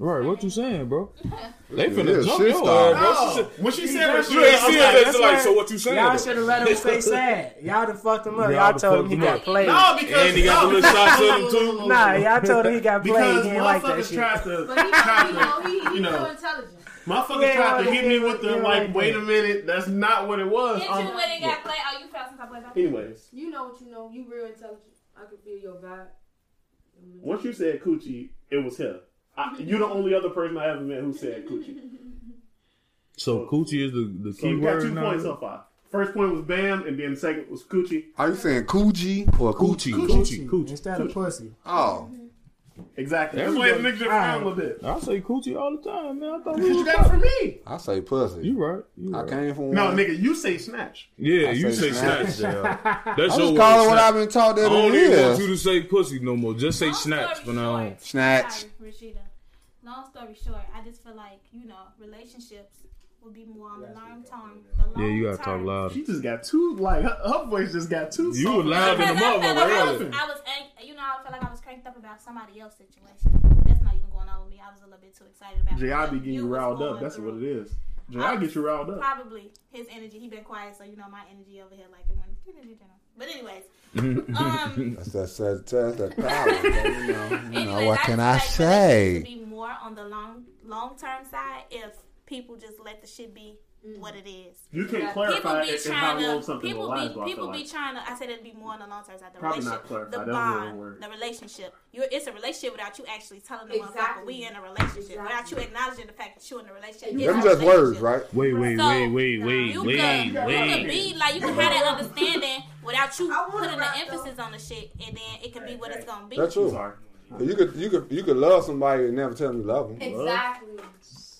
S7: Right, what you saying,
S3: <laughs>
S7: bro? They
S4: Yeah,
S7: finna jump
S4: shit
S7: your ass, bro.
S4: star,
S1: bro.
S6: Oh.
S7: She should-
S3: When she Oh. said that, she
S7: You ain't
S3: I'm
S7: see
S3: like,
S7: it.
S1: that's
S7: Like,
S1: why
S7: so what you saying?
S1: Y'all
S7: though?
S1: should have let him say sad. Y'all done fucked him up.
S7: Y'all
S1: Y'all
S7: done
S1: told him
S7: fucked
S1: he
S7: him
S1: got
S7: up.
S1: played.
S3: No, because
S7: And he got the little shots in him
S3: <laughs>
S7: too.
S1: Nah, y'all told him he got played.
S3: Because
S1: He ain't like that
S3: motherfuckers
S1: shit.
S3: tried to,
S5: But he, know,
S3: tried
S5: he,
S3: to,
S5: he,
S3: you
S5: so
S3: know,
S5: intelligent.
S3: motherfuckers
S1: Yeah,
S3: tried to
S1: yeah,
S3: hit me with
S1: yeah,
S3: the like,
S1: yeah.
S3: wait a minute, that's not what it was.
S6: Did you
S3: Um,
S6: when it got played? Oh, you fell since I played back.
S3: Anyways,
S5: You know what you know. You real intelligent. I can feel your vibe.
S3: once you said coochie, it was him. I, you the only other person I ever met who said <laughs> coochie.
S7: So coochie is the the
S3: So
S7: key
S3: you got
S7: word
S3: two
S7: now?
S3: points so far. First point was Bam, and then second was coochie.
S4: Are you saying coochie or coochie?
S7: Coochie, coochie.
S1: Instead of pussy.
S4: Oh,
S3: Exactly. That's
S7: There we
S3: why
S7: go.
S3: the nigga just
S1: Alright.
S3: frowned a little bit.
S7: I say coochie all the time, man. I thought we
S3: You
S7: was
S3: got it
S7: cops.
S3: from me.
S4: I say pussy.
S7: You right? You
S4: I
S7: right.
S4: came from
S3: No,
S4: one.
S3: nigga, you say snatch.
S7: Yeah,
S4: I
S7: you say
S4: say
S7: snatch. <laughs> yeah. That's
S4: I
S7: your
S4: just
S7: word.
S4: call it what
S7: snatch.
S4: I've been taught that
S7: I
S4: it
S7: don't even want you
S4: is.
S7: to say pussy no more. Just say snatch
S6: story
S7: for now
S3: um,
S7: on.
S6: short,
S4: Snatch.
S6: sorry, Rashida. Long story short, I just feel like you know relationships will be more on the long term. The long
S7: Yeah, you gotta talk
S6: term.
S7: loud.
S3: She just got too like her, her voice just got too.
S7: You
S3: soft.
S7: were loud in
S6: <laughs> Because
S7: the
S6: I felt like
S7: motherfucker
S6: I was,
S7: earlier.
S6: I was ang- you know, I felt like I was cranked up about somebody else's situation. That's not even going on with me. I was a little bit too excited about.
S3: Jay, I
S6: what
S3: be getting you
S6: was
S3: riled up.
S6: going
S3: That's what
S6: through.
S3: it is. Jay, I get you riled up.
S6: Probably his energy. He been quiet, so you know my energy over here like it went.
S4: <laughs>
S6: But anyways, um,
S4: That's that, that, that, that power. but, you know,
S6: <laughs>
S4: you know
S6: anyways,
S4: what
S6: I
S4: can
S6: just
S4: I
S6: like relationships To
S4: say?
S6: be more on the long long term side, if people just let the shit be
S5: Mm.
S6: what it is.
S3: You can't
S6: People
S3: clarify
S6: be
S3: it and how long
S6: trying to
S3: something
S6: people
S3: will last.
S6: be
S3: but I feel
S6: people
S3: like-
S6: be trying to. I said it'd be more on the long term side. The
S3: Probably not
S6: relationship,
S3: clarify.
S6: the
S3: That was the wrong word.
S6: bond, the relationship. You're, it's a relationship without you actually telling the motherfucker
S5: Exactly.
S6: we in a relationship, without you
S5: Exactly.
S6: acknowledging the fact that you're in a relationship.
S5: Them
S6: It's
S4: Them
S6: a
S4: just words,
S6: relationship.
S4: right?
S7: Wait, wait,
S6: So,
S7: wait, wait, wait,
S6: You
S7: wait,
S6: could, you
S7: wait.
S6: could be like you can have that understanding without
S5: I
S6: you
S5: wanna
S6: putting the
S5: rap, though.
S6: emphasis on the shit, and then it could be what it's gonna be.
S4: That's true.
S3: Sorry.
S4: You could you could you could love somebody and never tell them you love them.
S5: Exactly.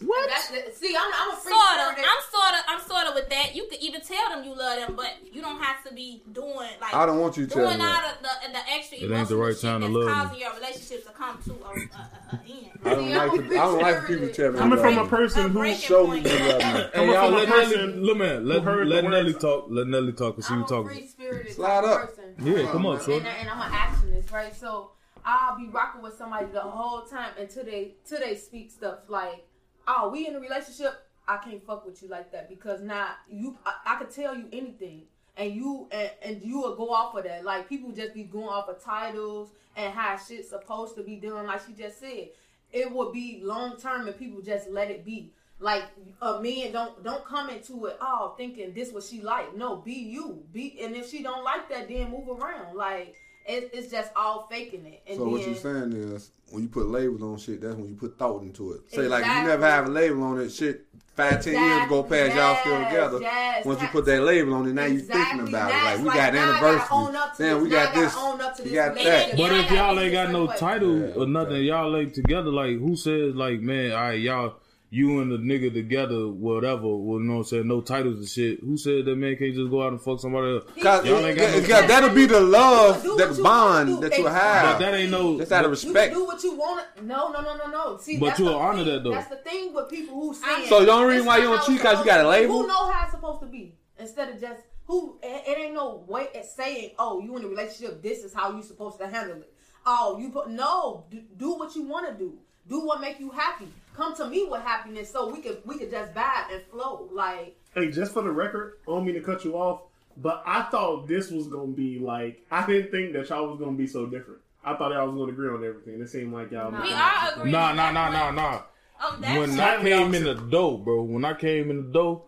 S6: What?
S5: That's it. See, I'm, I'm a free
S6: Sort of.
S5: spirit.
S6: I'm sort of. I'm sort of with that. You could even tell them you love them, but you don't have to be doing like
S4: I don't want you to tell
S6: doing all
S4: me. that.
S6: the, the the extra
S7: It ain't the
S6: emotional
S7: right
S6: shit
S7: time to
S6: that's
S7: love
S6: causing your relationship to come to a, a, a, a end.
S4: I don't
S5: See, I'm
S4: like
S5: a
S4: to, I don't like
S5: big
S4: people to tell me.
S3: Coming
S4: they
S3: from a
S4: love me.
S6: A
S3: person who
S6: breaking
S4: show me
S6: point.
S4: you love me.
S7: Hey,
S3: Coming
S7: y'all,
S3: from a
S7: let Nelly,
S3: person
S7: look, man, let,
S3: who heard
S7: let
S3: the
S7: Nelly
S3: words.
S7: talk. Let Nelly talk and see
S5: I'm
S7: who
S5: a
S7: talking.
S5: free spirited
S4: Slide
S5: type
S4: up.
S5: of person.
S7: Yeah, come on, son.
S5: And, I- and I'm an actionist, right? So I'll be rocking with somebody the whole time until they till they speak stuff like, "Oh, we in a relationship. I can't fuck with you like that because now you I, I could tell you anything." And you and, and you will go off of that. Like people just be going off of titles and how shit's supposed to be done. Like she just said, it would be long term and people just let it be. Like a man don't don't come into it all thinking this what she like. No, be you. Be and if she don't like that, then move around. Like it, it's just all faking it. And
S4: So
S5: then,
S4: what you're saying is, when you put labels on shit, that's when you put thought into it. Say like you
S5: Exactly.
S4: never have a label on it, shit. Five ten years
S5: Exactly.
S4: ago, past y'all still
S5: Yes,
S4: together.
S5: yes.
S4: Once you put that label on it, now you
S5: Exactly.
S4: thinking about
S5: Now
S4: it. Like
S5: it's
S4: we got
S5: now I gotta own
S4: anniversaries.
S5: up to
S4: Then we
S5: this. Now I
S4: got
S5: gotta
S4: this.
S5: own up to
S4: We
S5: this
S4: got
S5: relationship.
S4: that.
S7: But
S6: Yeah,
S7: if
S6: I
S7: y'all
S6: gotta
S7: ain't
S6: be
S7: got no
S5: different, but-
S7: title
S4: Yeah,
S7: or nothing,
S4: okay.
S7: y'all ain't together. Like who says like, man, all right, y'all, you and the nigga together, whatever. Well, you know what I'm saying? No titles and shit. Who said that man can't just go out and fuck somebody else?
S4: Cause
S7: Y'all ain't got
S4: it-
S7: no
S4: it's got-
S7: title.
S4: that'll be the love, that bond that you
S7: But
S4: have.
S7: that ain't no.
S4: That's out of
S5: You
S4: respect.
S5: can do what you want. No, no, no, no, no. See,
S7: But
S5: that's
S7: you
S5: the
S7: will honor
S5: thing-
S7: that, though.
S5: That's the thing with people who say.
S4: So the only reason why you don't cheat 'cause you got a label?
S5: Who know how it's supposed to be instead of just who? It, it ain't no way at saying, "Oh, you in a relationship. This is how you supposed to handle it." Oh, you put no. Do, do what you want to do. Do what make you happy. Come to me with happiness, so we could we could just vibe and flow. Like
S3: Hey, just for the record, I don't mean to cut you off, but I thought this was gonna be like I didn't think that y'all was gonna be so different. I thought y'all was gonna agree on everything. It seemed like y'all.
S6: We are agreeing.
S7: Nah,
S6: on
S7: nah,
S6: that Oh,
S7: nah,
S6: one.
S7: nah, nah.
S6: On that
S7: When
S6: one.
S7: I came in the door, bro. When I came in the door,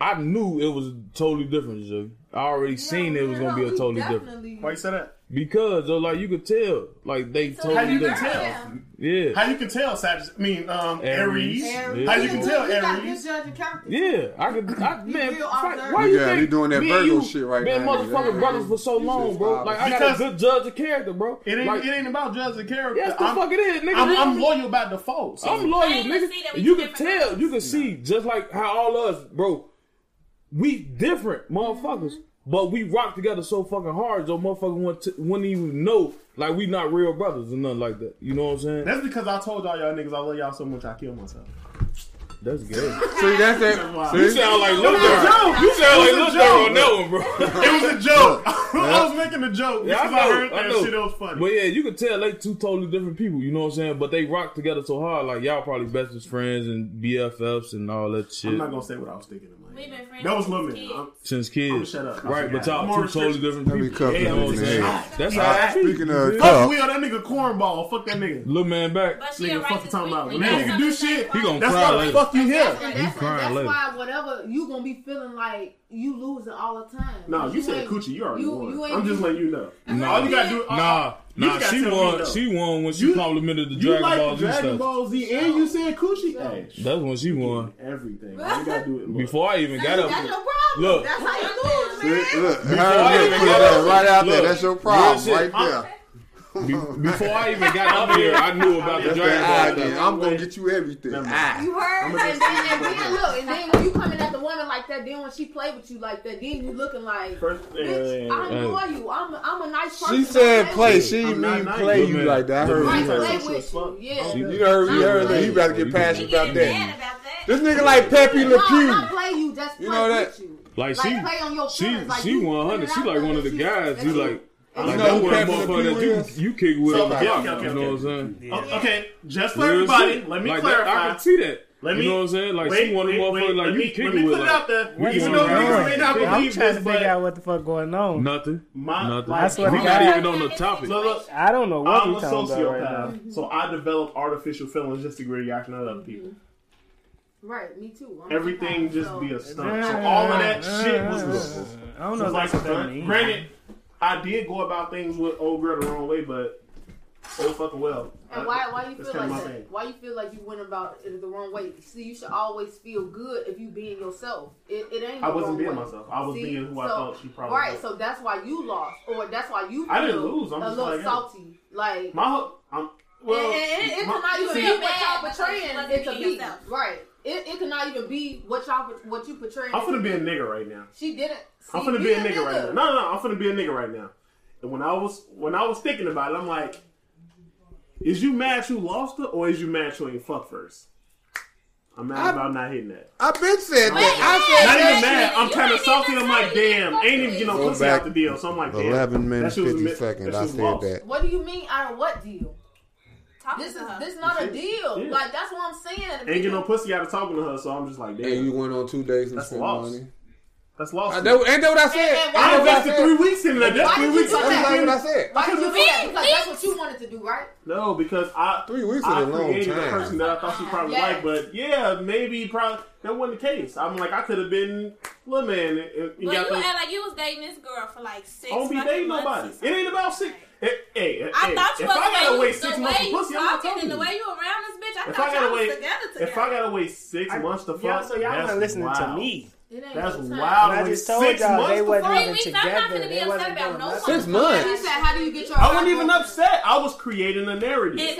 S7: I knew it was totally different. Joe. I already seen it was gonna be a
S5: we
S7: totally different
S5: definitely-
S3: Why you say that?
S7: because, though, like you could tell, like they
S3: How
S7: totally
S3: you can
S7: different.
S3: tell?
S7: Yeah.
S3: How you can tell, Sag? I mean, um,
S7: Aries.
S3: Aries.
S7: Aries.
S3: How you can
S7: Yeah.
S3: tell,
S8: We got good
S3: Aries?
S8: judging characters.
S7: Yeah, I could. I, man,
S8: real
S7: why,
S8: observant.
S7: why you
S4: Yeah,
S7: think
S4: we doing that
S7: me
S4: Virgo
S7: and you
S4: shit right
S7: been
S4: now,
S7: motherfucking
S4: nigga.
S7: brothers for so
S4: This
S7: long,
S4: is
S7: bro?
S4: wild.
S7: Like I
S3: Because-
S7: got a good judge of character, bro.
S3: It ain't.
S7: like,
S3: it ain't about judging character.
S7: yes, the
S3: I'm,
S7: fuck it is, nigga.
S3: I'm, I'm loyal by default. So.
S7: I'm loyal,
S6: ain't gonna see that
S7: nigga.
S6: we
S7: You
S6: two
S7: can
S6: different
S7: tell, you can see, just like how all us, bro, we different motherfuckers,
S6: Mm-hmm.
S7: but we rock together so fucking hard, so motherfuckers want to, wouldn't even know, like, we not real brothers or nothing like that. You know what I'm saying?
S3: That's because I told y'all y'all niggas I love y'all so much I kill myself.
S7: That's
S3: <laughs>
S7: good.
S4: See, that's that.
S3: Wow.
S4: See,
S7: like
S3: It was a joke.
S7: You sound
S3: It was a joke.
S7: that one,
S3: <laughs>
S7: bro.
S3: It was a joke. <laughs> I was making a joke
S7: Yeah,
S3: because I, heard that shit. It was funny.
S7: But yeah, you could tell they two totally different people. You know what I'm saying? But they rock together so hard, like y'all probably bestest friends and BFFs and all that shit
S3: I'm not gonna say what I was thinking in my
S6: We've
S3: head.
S6: been friends.
S3: That was
S6: since
S3: Lil
S6: kids.
S3: Minute. I'm-
S7: since
S3: I'ma
S7: kids.
S3: shut up. I
S7: Right, but
S3: forgot.
S7: y'all
S3: More
S7: two totally
S3: restrictions.
S7: different
S4: Let me
S7: people.
S4: cuff
S7: Yeah, you know what I'm
S4: this
S7: saying?
S4: nigga.
S7: That's
S3: All
S7: how I
S3: right.
S7: feel.
S4: Speaking of
S7: You feel?
S3: Fuck
S4: cuff,
S3: Will, that nigga cornball. Fuck that nigga.
S7: Little man back.
S6: But she
S3: Nigga,
S6: a
S3: fuck you
S6: righteous
S3: talking about. When
S6: weakling.
S3: that nigga do shit,
S7: He gonna
S3: that's
S7: cry
S3: why the
S7: later.
S3: fuck you here.
S5: That's, and that's,
S7: crying
S5: and
S7: later.
S5: that's why whatever you gonna be feeling like you losing all the time.
S3: No, you said
S5: ain't-
S3: coochie. You already
S5: you-
S3: won.
S5: you ain't-
S3: I'm just letting you know.
S7: Nah.
S3: All you gotta do.
S7: Nah,
S3: uh, you
S7: nah,
S3: gotta
S7: she
S3: tell me
S7: won.
S3: no.
S7: She won when she
S3: You-
S7: complimented the
S3: You
S7: Dragon Ball
S3: like
S7: Z
S3: Dragon
S7: stuff.
S3: Ball Z, and you said coochie. Hey, sh-
S7: That's when she won.
S5: <laughs>
S3: everything. All you gotta do it. Before
S7: Before I even got up,
S8: That's your
S7: there.
S8: problem.
S7: Look.
S8: That's how you lose, man.
S4: see, look,
S7: Before
S4: how
S7: I
S4: it
S7: even
S4: is, put
S7: get
S4: that
S7: up-
S4: right out there.
S7: Look,
S4: That's your
S7: real
S4: problem,
S7: shit.
S4: right
S3: I'm-
S4: there.
S7: be- before I even got up here, I knew about the
S4: That's that
S7: Dragon
S4: eye
S7: Ball
S4: again.
S7: stuff.
S4: I'm gonna get you everything.
S3: Never
S4: Eye.
S8: You heard?
S3: I'ma just-
S8: And then- and then look.
S5: Look, and then when you coming at the woman like that, then when she play with you like that, then you looking like,
S3: first,
S5: bitch, I
S7: yeah.
S5: enjoy you. I'm, I'm a nice person.
S4: She
S5: to
S4: said play.
S5: with.
S4: She
S3: I'm
S4: mean
S3: not nice.
S4: play
S7: Look,
S4: you
S7: man.
S4: like that. I heard
S7: Look,
S5: Like,
S4: you.
S7: man.
S5: play
S4: heard.
S5: with you. Yeah.
S4: You heard you heard that. You better get
S6: She
S4: passionate about
S6: getting
S4: that.
S6: mad about that.
S4: This nigga like Pepe
S5: No,
S4: Le
S5: not
S4: Pew.
S5: play you, just play
S4: You know that-
S5: with you.
S7: Like
S5: Like,
S7: she,
S5: play on your
S7: she,
S5: feelings. Like,
S7: she
S5: you
S7: 100.
S5: putting it
S7: She
S5: out
S7: like
S5: there
S7: one of the
S5: that you-
S7: guys.
S5: that
S7: You
S5: you-
S7: like, I
S4: You
S7: like
S4: know
S7: that
S4: who
S7: one
S4: Patrick
S7: motherfucker that
S4: Ewing is?
S7: you, you kick with
S3: So,
S7: on the
S3: okay,
S7: block.
S3: okay,
S7: You
S3: okay,
S7: know
S3: okay.
S7: what I'm saying?
S1: Yeah.
S3: O- Okay, just for
S7: Real
S3: everybody,
S7: shit.
S3: let me
S7: like that, I
S3: clarify.
S7: can see that.
S3: Let
S7: you
S3: me.
S7: know what I'm saying? Like
S3: wait,
S7: she one of the
S3: wait, wait,
S7: motherfuckers like
S3: let
S7: you
S3: me,
S7: kick
S3: let
S7: it
S3: me put
S7: with
S3: it
S7: like
S3: out there.
S1: What
S3: Even
S1: is
S3: though
S1: going
S3: niggas
S1: on?
S3: may not
S7: Yeah,
S1: I'm
S3: believe
S1: trying to
S3: this,
S1: figure out
S3: but
S1: what the fuck going on.
S7: nothing.
S3: my
S7: Nothing.
S1: I
S3: like,
S1: swear to
S7: we
S1: God.
S7: not even on the topic.
S3: Look, look.
S1: I don't know what
S3: I'm
S1: we
S3: a
S1: talking about right now.
S3: sociopath, so I develop artificial feelings just to get a reaction out of other people.
S5: Mm-hmm. Right, me too. I'm
S3: Everything
S5: surprised,
S3: just
S5: so-
S3: be a stunt. So all of that shit was good.
S1: I don't
S3: So
S1: know
S3: it's like
S1: what
S3: a
S1: that
S3: stunt.
S1: means.
S3: Granted, I did go about things with old girl the wrong way, but oh fucking well.
S5: And
S3: I-
S5: why why you
S3: that's
S5: feel
S3: kinda my
S5: like
S3: thing.
S5: that? Why you feel like you went about it the wrong way? See, you should always feel good if you being yourself. It, it ain't.
S3: I
S5: the
S3: wasn't
S5: wrong
S3: being
S5: way.
S3: myself. I was
S5: See?
S3: being who I
S5: So-
S3: thought she probably
S5: Right,
S3: was.
S5: so that's why you lost, or that's why you.
S3: I didn't
S5: feel
S3: lose. I'm
S5: a
S3: just
S5: little
S3: like, yeah.
S5: salty, like.
S3: My ho- I'm well.
S5: and, and it, it
S3: my-
S5: cannot even
S6: see-
S5: be what
S6: Bad,
S5: y'all
S6: but she
S5: portraying
S6: wasn't
S5: it to
S6: being
S5: be.
S6: yourself.
S5: Right. It, it cannot even be what y'all what you portraying.
S3: I'm
S5: it to
S3: finna be a nigga right now.
S5: She didn't.
S3: I'm
S5: see,
S3: finna be a
S5: you
S3: nigga right now. No, no, no, I'm finna be a nigga right now. And when I was when I was thinking about it, I'm like, is you mad you lost her or is you mad you ain't fuck first? I'm mad
S4: I-
S3: about not hitting that.
S4: I been said that.
S6: I
S3: Not even
S6: Exactly.
S3: mad. I'm
S6: You
S3: kind of
S6: ain't
S3: salty.
S6: even
S3: I'm like,
S6: salty.
S3: damn, ain't even get no
S4: Go
S3: pussy
S4: back
S3: out the deal. So I'm like, damn.
S4: 11
S3: that
S4: minutes,
S3: shit was
S4: 50
S3: mi-
S4: seconds.
S3: that
S4: I
S3: shit
S4: said
S3: was
S4: that.
S5: What do you mean out of what deal?
S6: Talk
S5: This
S6: to
S5: is
S6: her.
S5: this not a
S3: Shit.
S5: deal.
S3: Yeah.
S5: Like that's what I'm saying.
S3: Ain't get no pussy out of talking to her. So I'm just like,
S4: And you
S3: damn,
S4: went on two dates and
S3: That's
S4: spent
S3: lost.
S4: money.
S3: that's lost.
S4: I, that, ain't that what I said?
S5: And- and
S3: I
S5: why
S4: Ain't that
S3: invested three weeks in that. That's
S5: Why
S3: three
S5: did you
S3: weeks.
S5: do
S4: That's
S5: that?
S4: exactly what I
S3: of-
S4: said.
S5: Why did you do that? Because that's what you wanted to do, right?
S3: No, because I
S4: Three weeks
S3: I
S4: is a long
S3: created the
S4: time.
S3: person that I thought she probably
S5: Yeah.
S3: liked, but yeah, maybe probably that wasn't the case. I'm like, I could have been little man. and- and you
S6: But
S3: got
S6: you
S3: the,
S6: act like you was dating this girl for like six.
S3: I don't be
S6: fucking
S3: dating
S6: months
S3: nobody. It
S6: or
S3: ain't
S6: something.
S3: about six. Hey, hey,
S6: I
S3: hey,
S6: thought you
S3: if
S6: was
S3: I gotta
S6: the way
S3: wait
S6: you-
S3: six
S6: the
S3: months
S6: way
S3: for
S6: you
S3: pussy, I'm not
S6: talking
S3: talking
S6: and the
S3: you.
S6: way you around this bitch, I
S3: If
S6: thought
S3: I gotta
S6: y'all was
S3: wait,
S6: together together.
S3: if I gotta wait six months to fuck,
S1: Y'all, so y'all
S3: that's
S1: not listening
S3: wild.
S1: to me.
S5: It ain't
S3: That's
S5: no time.
S3: wild.
S1: And I
S3: Wait,
S1: just told
S3: six
S1: y'all
S3: months
S1: they
S3: to
S1: wasn't
S3: fuck?
S1: even
S6: Three weeks, I'm not
S1: together.
S6: finna be
S1: They
S6: upset
S1: wasn't
S6: about
S1: doing
S6: no
S1: nothing.
S4: Six
S5: She
S4: months.
S5: said, "How do you get your?"
S3: I wasn't even
S5: back open?"
S3: upset. I was creating a
S6: It-
S3: narrative.
S5: Said,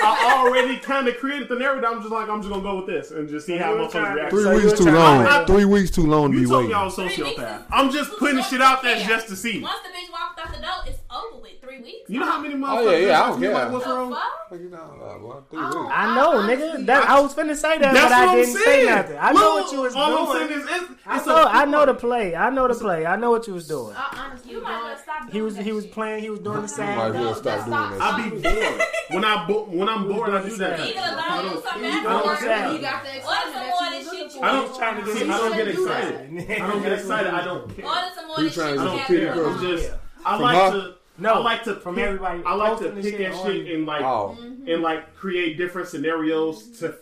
S5: "How-
S3: I already kind of created the narrative. I'm just like, I'm just gonna go with this and just see how
S1: You were
S3: motherfuckers
S1: trying-
S3: react.
S4: Three
S1: So you
S4: weeks
S1: were
S4: too
S1: trying
S4: long.
S1: to-
S4: Three weeks too long to
S3: You
S4: be
S3: told me
S4: waiting.
S3: I was a sociopath. I'm just putting shit out there just to see.
S6: Once the bitch walked out the door, it's over with. Three weeks.
S3: You know how many motherfuckers?
S4: Oh, yeah, yeah, I
S3: ask
S4: don't
S3: me,
S4: care.
S3: like, what's
S6: The
S3: wrong?
S6: fuck?
S4: Fuck you talking about, boy. Three
S5: I don't-
S4: weeks.
S1: I know,
S5: honestly-
S1: nigga. That, I was finna say that,
S3: That's
S1: but I
S3: what
S1: didn't
S3: I'm
S1: say
S3: saying.
S1: nothing. I know
S3: Look,
S1: what you was
S3: all I'm
S1: doing.
S3: saying is, it's, it's
S1: I
S3: a-
S1: know, I know the play. I know the play. I know what you was doing.
S5: I honestly
S6: You might as well
S5: don't.
S6: stop.
S1: He
S6: doing
S1: was
S6: that
S1: he was
S6: shit.
S1: playing. He was doing the
S4: Might as
S1: sound.
S4: well
S5: Stop,
S4: stop
S5: stop,
S4: doing that.
S3: <laughs> I be bored when I bo- when I'm bored. I do that.
S1: Either
S6: Either lie or do something.
S3: I
S6: else.
S3: don't
S5: Or
S3: understand.
S5: you got the
S6: Order
S5: excitement
S6: some
S5: that
S6: more of
S5: you was
S6: this shit.
S5: looking
S6: you
S3: I
S5: for.
S3: don't trying
S1: to
S3: to
S1: get-
S3: see. I don't get
S5: You shouldn't do
S3: excited. I don't get excited. I don't care.
S6: Order some more
S4: He
S6: of this shit.
S4: trying
S3: I
S4: to
S6: you
S3: don't
S6: have
S4: pretty
S3: care.
S6: going
S4: girl.
S3: I'm
S6: on.
S3: just. I
S4: From
S3: like
S4: her?
S3: to.
S1: No,
S3: I like to
S1: from
S3: pick-
S1: everybody
S3: I like to
S1: posting this
S3: pick
S1: shit
S3: that
S1: on-
S3: shit and like
S4: Oh.
S3: and like create different scenarios to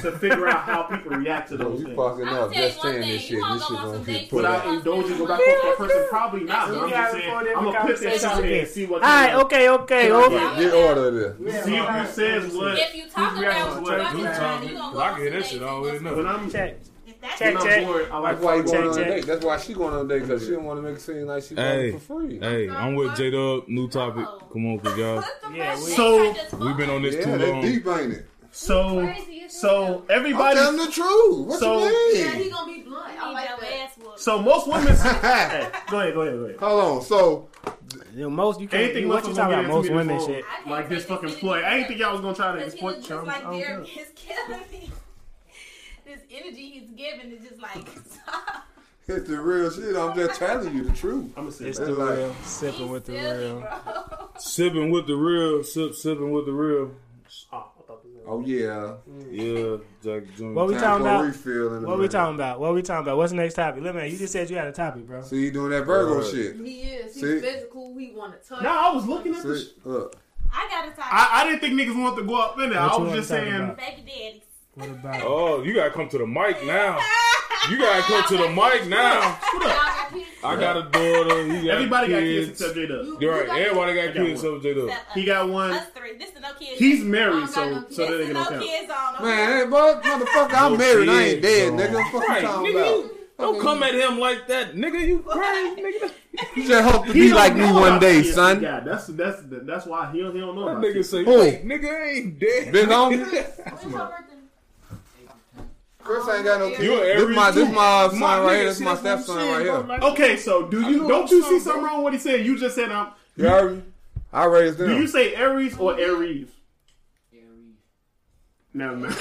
S3: to figure out how people
S4: <laughs>
S3: react to
S4: Bro,
S3: those
S4: you
S3: things.
S4: fucking
S6: I'll
S4: up
S6: tell you
S4: just
S6: one
S4: saying
S6: thing,
S4: this
S6: you
S4: shit.
S6: wanna
S4: This
S6: go
S4: shit
S6: on
S4: gonna
S6: some
S4: get
S6: dates
S4: put
S3: Without
S4: out.
S3: indulging about that person, probably not.
S1: We
S3: I'm
S1: gotta
S3: just saying,
S1: record every
S3: I'm gonna put that
S1: conversation
S3: out there
S1: again.
S3: and see what.
S1: All right, okay, okay,
S3: Can I
S1: okay.
S6: get-
S4: Get order of this.
S3: See if you says what.
S6: If you talk
S3: Who's
S6: about
S3: reacting
S6: what
S3: to
S6: you're
S3: it?
S6: fucking
S3: Who's
S6: around, you gonna
S7: Cause
S6: go
S7: I can
S6: on
S7: hit
S6: some
S7: that
S6: dates.
S7: shit
S6: and
S7: always
S6: go-
S3: When I'm
S1: Check.
S6: If that's
S1: Check,
S3: when I'm
S1: check.
S3: bored, I like
S4: That's why you
S3: fucking
S4: going on
S1: check.
S4: a date. That's why she going on a date because she don't want to make it seem like she
S7: Hey.
S4: going for free.
S7: Hey, I'm with J Dub. New topic.
S6: No.
S7: Come on, quick y'all.
S6: What's the
S1: Yeah,
S6: first
S1: we-
S6: date
S3: So-
S6: I just
S7: We've been on this
S4: Yeah,
S7: too
S4: that
S7: long.
S4: deep ain't it?
S3: So, so
S4: I'm
S3: everybody,
S4: telling the truth. What
S3: So-
S4: you
S5: Yeah,
S4: mean?
S5: he gonna be blunt. I like
S6: Need your
S5: that.
S6: ass whooped.
S3: so most
S1: <laughs>
S3: women. hey, go ahead, go ahead, go ahead.
S4: Hold on. So
S1: You know, most you can't.
S3: Anything
S1: what you
S3: left
S1: talking
S3: over
S1: about? Most
S3: here is
S1: women
S3: gonna
S1: shit.
S3: be
S6: I can't
S3: Like this
S6: take
S3: fucking
S6: this
S3: play. I
S6: video.
S3: ain't think y'all was gonna try to
S6: Because he
S3: exploit
S6: looks
S3: y'all.
S6: just like
S3: I
S6: Derek
S3: don't care.
S6: is killing me. this energy he's giving is just like <laughs> stop.
S4: it's the real shit. I'm just telling you the truth.
S3: I'm gonna sit
S1: It's
S3: back.
S1: the
S4: It's like-
S1: real sipping
S6: He's
S1: with the
S6: silly,
S1: real.
S6: bro.
S7: Sipping with the real. Sip, sipping with the real.
S3: Oh, I thought this was-
S4: Oh yeah.
S7: Yeah, Jack Jones.
S1: What we talking
S4: Time for a
S1: about?
S4: Refill in a
S1: What we
S4: minute.
S1: talking about? What we talking about? What's the next topic? Look, man, you just said you had a topic, bro.
S4: So you doing that Virgo
S7: Right.
S4: shit?
S5: He is. He's
S4: See?
S5: physical. He wanna touch.
S3: No, I was looking at this.
S4: See, look.
S6: I got to talk.
S3: I, I didn't think niggas wanted to go up in there.
S1: What
S3: I
S1: you
S3: was
S1: wanna
S3: just
S1: talk
S3: saying.
S1: about?
S6: Baby daddies.
S1: What about?
S7: Oh, you gotta come to the mic now. You gotta come to the mic now.
S3: What
S5: Y'all
S3: up?
S5: got kids?
S7: I got a daughter. He got
S3: Everybody got kids except J Dub.
S5: You-
S7: Uh, You're
S5: you
S7: right.
S5: got
S7: Everybody got
S3: I got
S7: kids
S3: one.
S7: except J Dub.
S6: Except
S3: He
S6: us.
S3: got one.
S6: Us three. This is no kids.
S3: He's
S5: I
S3: married,
S5: don't
S3: so
S5: got no
S3: so that
S5: kids.
S6: this
S3: ain't
S6: is
S3: gonna
S6: no
S3: count.
S6: kids on. okay?
S4: Man, hey, boy, motherfucker, I'm married. I ain't dead,
S7: Right,
S4: nigga. Fuck you talking
S7: nigga,
S4: about?
S7: you- Don't come at him like that, nigga. You crazy, nigga.
S4: You just hope to
S3: He
S4: be
S3: don't
S4: like me
S3: know
S4: one
S3: about
S4: day,
S3: kids.
S4: son.
S3: Yeah, that's that's that's why he don't, he don't know
S7: That
S3: about
S7: nigga
S3: kids.
S7: say,
S4: Who?
S7: "Wait, nigga I ain't dead."
S4: Big homie?
S7: <laughs>
S5: When's your birthday?
S4: Chris ain't got no
S5: You
S4: kids.
S7: an
S4: This
S7: Aries
S4: my this
S7: too.
S4: my son
S7: My
S4: right
S7: nigga,
S4: here. This
S7: see,
S4: my
S7: that's what I'm
S4: stepson
S7: saying,
S4: right
S7: bro.
S4: here.
S7: Like,
S3: Okay, so do
S7: I
S3: you
S7: know
S3: don't
S7: what
S3: you
S7: you're
S3: see
S7: talking
S3: something
S7: about.
S3: wrong with what he said? You just said um.
S4: You heard me? I raised them.
S3: Do you say Aries or Aries? Never mind. <laughs>